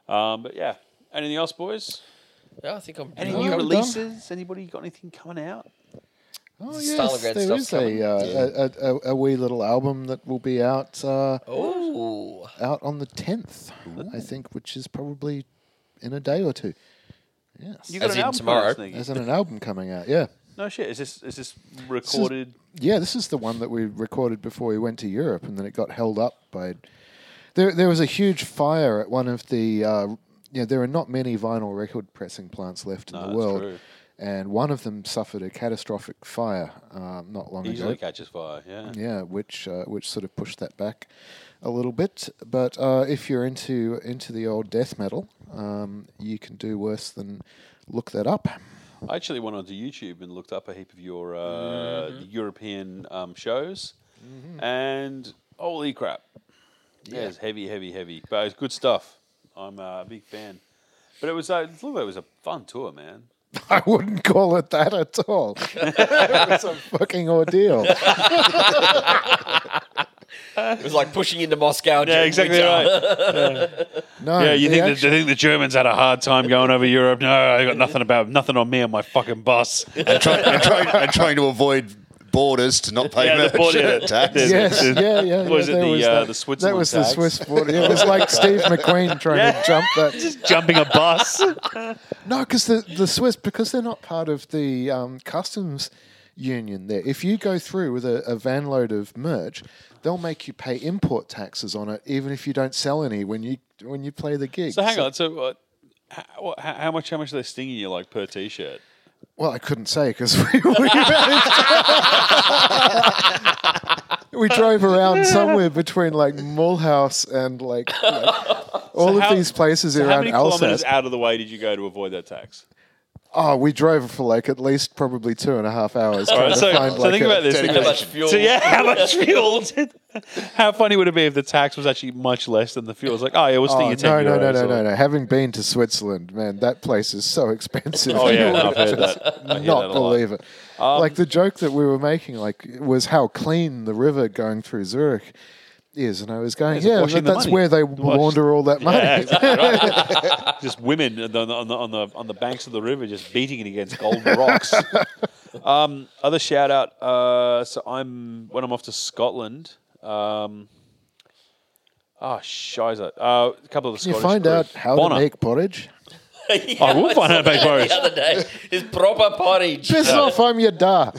[SPEAKER 2] Um, but yeah, anything else, boys?
[SPEAKER 3] Yeah, I think I'm.
[SPEAKER 2] Any
[SPEAKER 3] I'm
[SPEAKER 2] new
[SPEAKER 3] covered.
[SPEAKER 5] done.
[SPEAKER 2] releases? Anybody got anything coming out?
[SPEAKER 5] Oh yes,
[SPEAKER 3] Stalingrad
[SPEAKER 5] there
[SPEAKER 3] stuff's
[SPEAKER 5] is a, uh, a, a, a wee little album that will be out uh,
[SPEAKER 3] Oh,
[SPEAKER 5] out on the tenth, I think, which is probably in a day or two. Yes,
[SPEAKER 2] You
[SPEAKER 3] got As an in album coming out, tomorrow.
[SPEAKER 5] there's an album coming out. Yeah,
[SPEAKER 2] No shit. Is this is this recorded?
[SPEAKER 5] yeah. This is the one that we recorded before we went to Europe, and then it got held up by. There, there was a huge fire at one of the. Uh, you know, there are not many vinyl record pressing plants left in
[SPEAKER 2] No,
[SPEAKER 5] the
[SPEAKER 2] Ah, that's
[SPEAKER 5] world.
[SPEAKER 2] true.
[SPEAKER 5] And one of them suffered a catastrophic fire um, not long ago.
[SPEAKER 2] Easily catches fire. Yeah.
[SPEAKER 5] yeah, which uh, which sort of pushed that back a little bit. But uh, if you're into into the old death metal, um, you can do worse than look that up.
[SPEAKER 2] I actually went onto YouTube and looked up a heap of your uh, European um, shows, and holy crap! Mm-hmm. Yeah. it's heavy, heavy, heavy, but it's good stuff. I'm uh, a big fan. But it was, uh, it looked like it was a fun tour, man.
[SPEAKER 5] I wouldn't call it that at all. it's a fucking ordeal.
[SPEAKER 3] it was like pushing into Moscow. during winter.
[SPEAKER 5] No,
[SPEAKER 2] Yeah, you
[SPEAKER 5] the
[SPEAKER 2] think,
[SPEAKER 5] act-
[SPEAKER 2] the, think the Germans had a hard time going over Europe? No, I got nothing about nothing on me on my fucking bus.
[SPEAKER 6] and, try, and, try, and trying to avoid borders to not pay
[SPEAKER 2] Yeah, the
[SPEAKER 6] merchant
[SPEAKER 2] border-
[SPEAKER 6] tax.
[SPEAKER 2] there's-
[SPEAKER 5] Yes, yeah, yeah, yeah.
[SPEAKER 2] Was it
[SPEAKER 5] there
[SPEAKER 2] the, uh,
[SPEAKER 5] that.
[SPEAKER 2] the Switzerland
[SPEAKER 5] That was
[SPEAKER 2] tax?
[SPEAKER 5] the Swiss border. It was like Steve McQueen trying to jump that.
[SPEAKER 2] Jumping a bus.
[SPEAKER 5] No, because the, the Swiss, because they're not part of the um, customs union there, if you go through with a, a van load of merch, they'll make you pay import taxes on it, even if you don't sell any when you when you play the gig.
[SPEAKER 2] So hang on. So uh, how, how how much? How much are they stinging you like per T-shirt?
[SPEAKER 5] Well, I couldn't say because we, we managed. We drove around somewhere between like Mulhouse and like, like, all of
[SPEAKER 2] how-
[SPEAKER 5] these places
[SPEAKER 2] How
[SPEAKER 5] around
[SPEAKER 2] many kilometers
[SPEAKER 5] Alsace.
[SPEAKER 2] out of the way did you go to avoid that tax?
[SPEAKER 5] Oh, we drove for like at least probably two and a half hours.
[SPEAKER 2] All
[SPEAKER 5] trying
[SPEAKER 2] right,
[SPEAKER 5] to
[SPEAKER 2] so,
[SPEAKER 5] find
[SPEAKER 2] so
[SPEAKER 5] like
[SPEAKER 2] think
[SPEAKER 5] a-
[SPEAKER 2] about this. Think
[SPEAKER 3] How
[SPEAKER 2] about-
[SPEAKER 3] much fuel?
[SPEAKER 2] So yeah, how much fuel? did- how funny would it be if the tax was actually much less than the fuel? It's like, oh yeah, we'll sting
[SPEAKER 5] Oh,
[SPEAKER 2] you ten
[SPEAKER 5] no, no, no,
[SPEAKER 2] euros
[SPEAKER 5] no,
[SPEAKER 2] or-
[SPEAKER 5] no, no. Having been to Switzerland, man, that place is so expensive.
[SPEAKER 2] Oh yeah,
[SPEAKER 5] You
[SPEAKER 2] no, I've
[SPEAKER 5] would
[SPEAKER 2] heard
[SPEAKER 5] just
[SPEAKER 2] that. I hear that
[SPEAKER 5] Not
[SPEAKER 2] a lot. Um,
[SPEAKER 5] believe it. like the joke that we were making, like was how clean the river going through Zurich is, and I was going,
[SPEAKER 2] it's
[SPEAKER 5] yeah,
[SPEAKER 2] washing
[SPEAKER 5] but
[SPEAKER 2] the
[SPEAKER 5] that's
[SPEAKER 2] money.
[SPEAKER 5] where they
[SPEAKER 2] Wash-
[SPEAKER 5] launder all that money.
[SPEAKER 2] Just women on the, on the on the on the banks of the river, just beating it against golden rocks. um, other shout out. Uh, so I'm when I'm off to Scotland. Um, oh, shizer. Uh, a couple of the
[SPEAKER 5] you
[SPEAKER 2] Scottish
[SPEAKER 5] find
[SPEAKER 2] crew.
[SPEAKER 5] out how
[SPEAKER 2] Bonner.
[SPEAKER 5] to make pottage.
[SPEAKER 3] Yeah,
[SPEAKER 2] I will Oh, find out about Boris.
[SPEAKER 3] the other day. His proper pottage.
[SPEAKER 5] Piss off, I'm your da.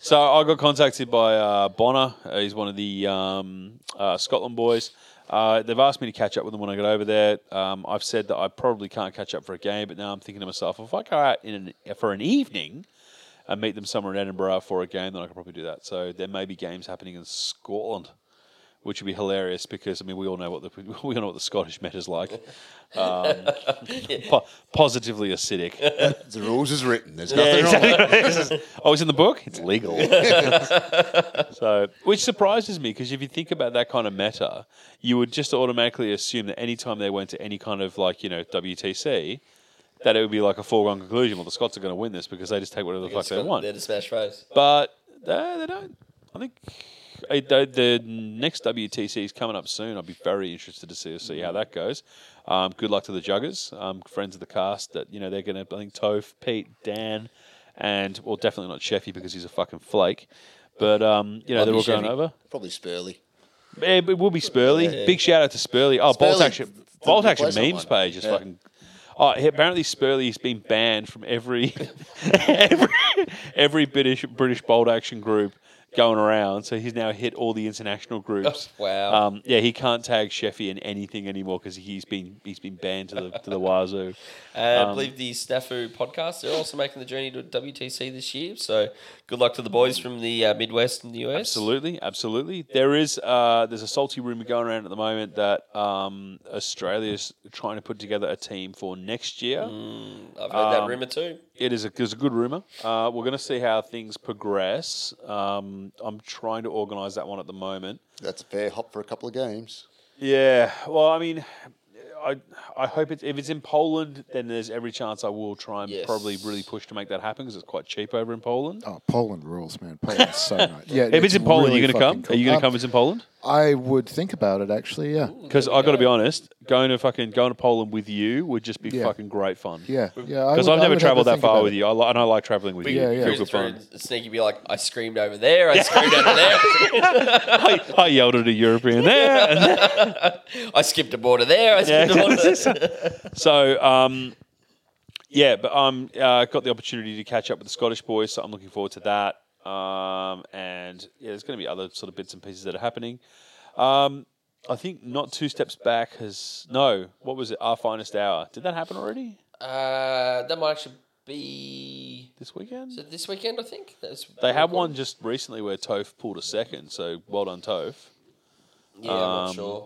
[SPEAKER 2] So I got contacted by uh, Bonner. Uh, He's one of the um, uh, Scotland boys. Uh, they've asked me to catch up with them when I get over there. Um, I've said that I probably can't catch up for a game, but now I'm thinking to myself, if I go out in an, for an evening and meet them somewhere in Edinburgh for a game, then I could probably do that. So there may be games happening in Scotland, which would be hilarious because I mean we all know what the we all know what the Scottish Met is like. Um, po- positively acidic.
[SPEAKER 6] The rules is written. There's nothing
[SPEAKER 2] oh, it's in the book. It's legal. so, which surprises me because if you think about that kind of meta, you would just automatically assume that anytime they went to any kind of like you know WTC, that it would be like a foregone conclusion. Well, the Scots are going to win this because they just take whatever the fuck they want.
[SPEAKER 3] They're the smash pros.
[SPEAKER 2] But they, they don't. I think eh, the, the next WTC is coming up soon. I'll be very interested to see see how that goes. Um, good luck to the Juggers, um, friends of the cast. That you know they're going to. I think Tove, Pete, Dan, and well, definitely not Sheffy because he's a fucking flake. But um, you know
[SPEAKER 3] Love
[SPEAKER 2] they're
[SPEAKER 3] you,
[SPEAKER 2] all going
[SPEAKER 3] Sheffy.
[SPEAKER 2] over.
[SPEAKER 6] Probably Spurley.
[SPEAKER 2] Eh, but it will be Spurley. Big shout out to Spurley. Oh, Bolt
[SPEAKER 6] Spurley,
[SPEAKER 2] Action,
[SPEAKER 6] th-
[SPEAKER 2] Bolt
[SPEAKER 6] the
[SPEAKER 2] Action
[SPEAKER 6] place I
[SPEAKER 2] memes
[SPEAKER 6] want.
[SPEAKER 2] page is
[SPEAKER 6] Yeah.
[SPEAKER 2] fucking. Oh, he- apparently Spurley's been banned from every every, every British British Bolt Action group going around. So he's now hit all the international groups.
[SPEAKER 3] Wow.
[SPEAKER 2] Um, yeah, he can't tag Sheffy in anything anymore because he's been he's been banned to the to the wazoo.
[SPEAKER 3] Uh,
[SPEAKER 2] Um,
[SPEAKER 3] I believe the Snafu podcast, they're also making the journey to WTC this year. So good luck to the boys from the uh, Midwest and the US.
[SPEAKER 2] Absolutely, absolutely. There is uh, there's a salty rumor going around at the moment that um, Australia's trying to put together a team for next year.
[SPEAKER 6] Mm.
[SPEAKER 3] I've heard
[SPEAKER 2] um,
[SPEAKER 3] that rumor too.
[SPEAKER 2] It is a, it's a good rumor. Uh, we're going to see how things progress. Um, I'm trying to organise that one at the moment.
[SPEAKER 6] That's a fair hop for a couple of games.
[SPEAKER 2] Yeah. Well, I mean, I I hope it's if it's in Poland, then there's every chance I will try and
[SPEAKER 3] Yes.
[SPEAKER 2] probably really push to make that happen because it's quite cheap over in Poland.
[SPEAKER 5] Oh, Poland rules, man. Poland's so nice. Yeah,
[SPEAKER 2] if it's in Poland,
[SPEAKER 5] really
[SPEAKER 2] you're going to come.
[SPEAKER 5] fucking cool.
[SPEAKER 2] Are you going
[SPEAKER 5] Uh,
[SPEAKER 2] to come? If It's in Poland.
[SPEAKER 5] I would think about it actually. Yeah,
[SPEAKER 2] Because I got to be honest, going to fucking going to Poland with you would just be
[SPEAKER 5] Yeah.
[SPEAKER 2] fucking great fun.
[SPEAKER 5] yeah, yeah. I
[SPEAKER 2] Because I've
[SPEAKER 5] would- I
[SPEAKER 2] never
[SPEAKER 5] would have
[SPEAKER 2] travelled
[SPEAKER 5] to
[SPEAKER 2] that
[SPEAKER 5] think
[SPEAKER 2] far
[SPEAKER 5] about
[SPEAKER 2] with
[SPEAKER 5] it.
[SPEAKER 2] you. I, li- and I like travelling with
[SPEAKER 3] We
[SPEAKER 2] you.
[SPEAKER 5] Yeah, yeah.
[SPEAKER 2] Feel
[SPEAKER 3] cruising
[SPEAKER 2] good fun.
[SPEAKER 3] through, Sneaky be like, I screamed over there, I screamed over there,
[SPEAKER 2] I, I yelled at a European there, and
[SPEAKER 3] I skipped a border there, I skipped a border there.
[SPEAKER 2] So, um, yeah, but um, uh, got the opportunity to catch up with the Scottish boys, so I'm looking forward to that. Um, and yeah, there's going to be other sort of bits and pieces that are happening. Um, I think not two steps back has no. What was it? Our finest hour. Did that happen already
[SPEAKER 3] Uh, that might actually be
[SPEAKER 2] this weekend?
[SPEAKER 3] this weekend, I think. That's
[SPEAKER 2] They had one just recently where Toph pulled a second, so well done, Toph.
[SPEAKER 3] Yeah, I'm
[SPEAKER 2] Um,
[SPEAKER 3] not sure.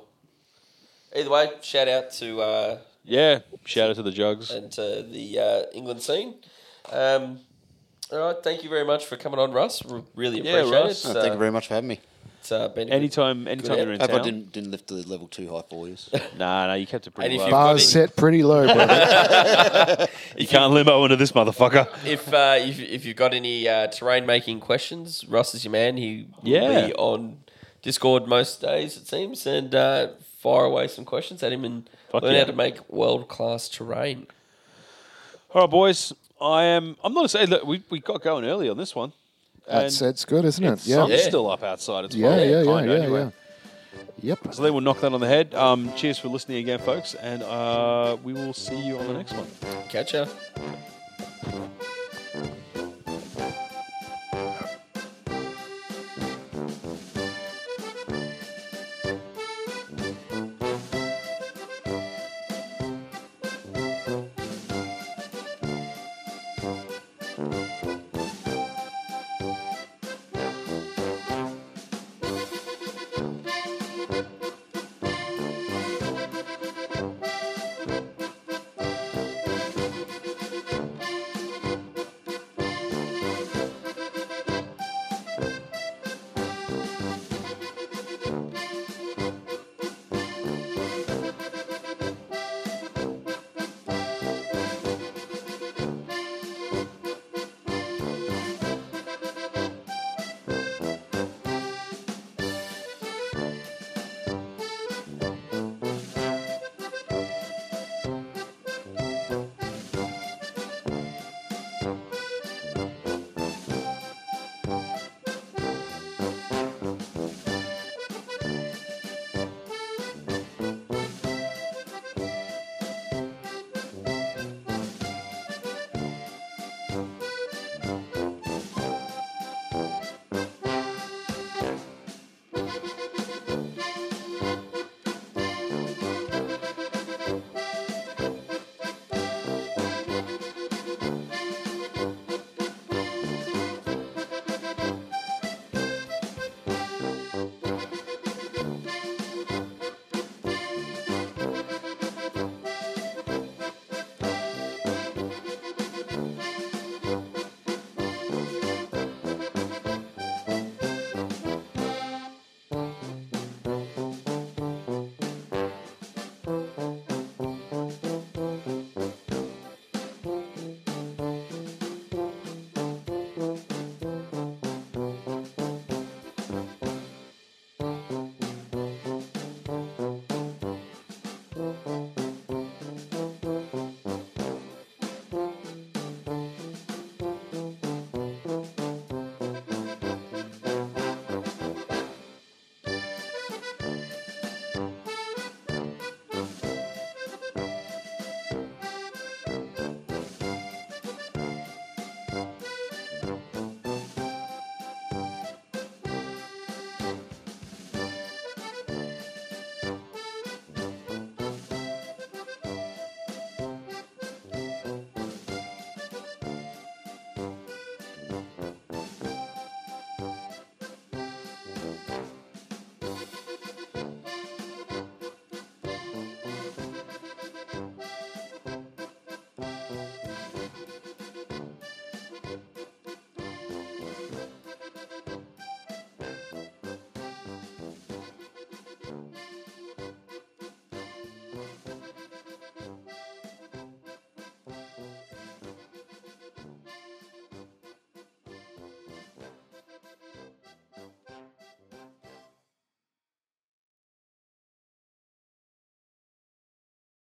[SPEAKER 3] Either way, shout out to uh,
[SPEAKER 2] Yeah, shout out to the Jugs.
[SPEAKER 3] and to the uh, England scene. Um, all right, thank you very much for coming on, Russ. R- really
[SPEAKER 2] Yeah,
[SPEAKER 3] appreciate
[SPEAKER 2] Russ.
[SPEAKER 3] it.
[SPEAKER 6] Oh,
[SPEAKER 3] Uh,
[SPEAKER 6] thank you very much for having me.
[SPEAKER 3] it's, uh, been a good-
[SPEAKER 2] Anytime, anytime
[SPEAKER 3] Good.
[SPEAKER 2] you're in
[SPEAKER 6] Hope I
[SPEAKER 2] town.
[SPEAKER 6] didn't, didn't lift the level too high for you.
[SPEAKER 2] Nah, nah, you kept it
[SPEAKER 3] And
[SPEAKER 2] pretty
[SPEAKER 3] if
[SPEAKER 2] low.
[SPEAKER 3] you-
[SPEAKER 5] Bars set pretty low, brother.
[SPEAKER 2] you can't limo into this motherfucker.
[SPEAKER 3] if uh, if if you've got any uh, terrain making questions, Russ is your man. He will
[SPEAKER 2] Yeah.
[SPEAKER 3] be on Discord most days, it seems, and uh, fire away some questions at him and
[SPEAKER 2] Fuck
[SPEAKER 3] learn
[SPEAKER 2] yeah.
[SPEAKER 3] how to make world class terrain.
[SPEAKER 2] All right, boys. I am. I'm not saying. Look, we we got going early on this one.
[SPEAKER 5] That's
[SPEAKER 2] And
[SPEAKER 5] it's good, isn't it? Yeah,
[SPEAKER 2] Sun's
[SPEAKER 3] Yeah.
[SPEAKER 2] still up outside. It's
[SPEAKER 5] yeah, yeah, yeah,
[SPEAKER 2] kinda,
[SPEAKER 5] yeah,
[SPEAKER 2] anyway.
[SPEAKER 5] yeah. Yep.
[SPEAKER 2] So then we'll knock that on the head. Um, cheers for listening again, folks, and uh, we will see you on the next one.
[SPEAKER 3] Catch ya.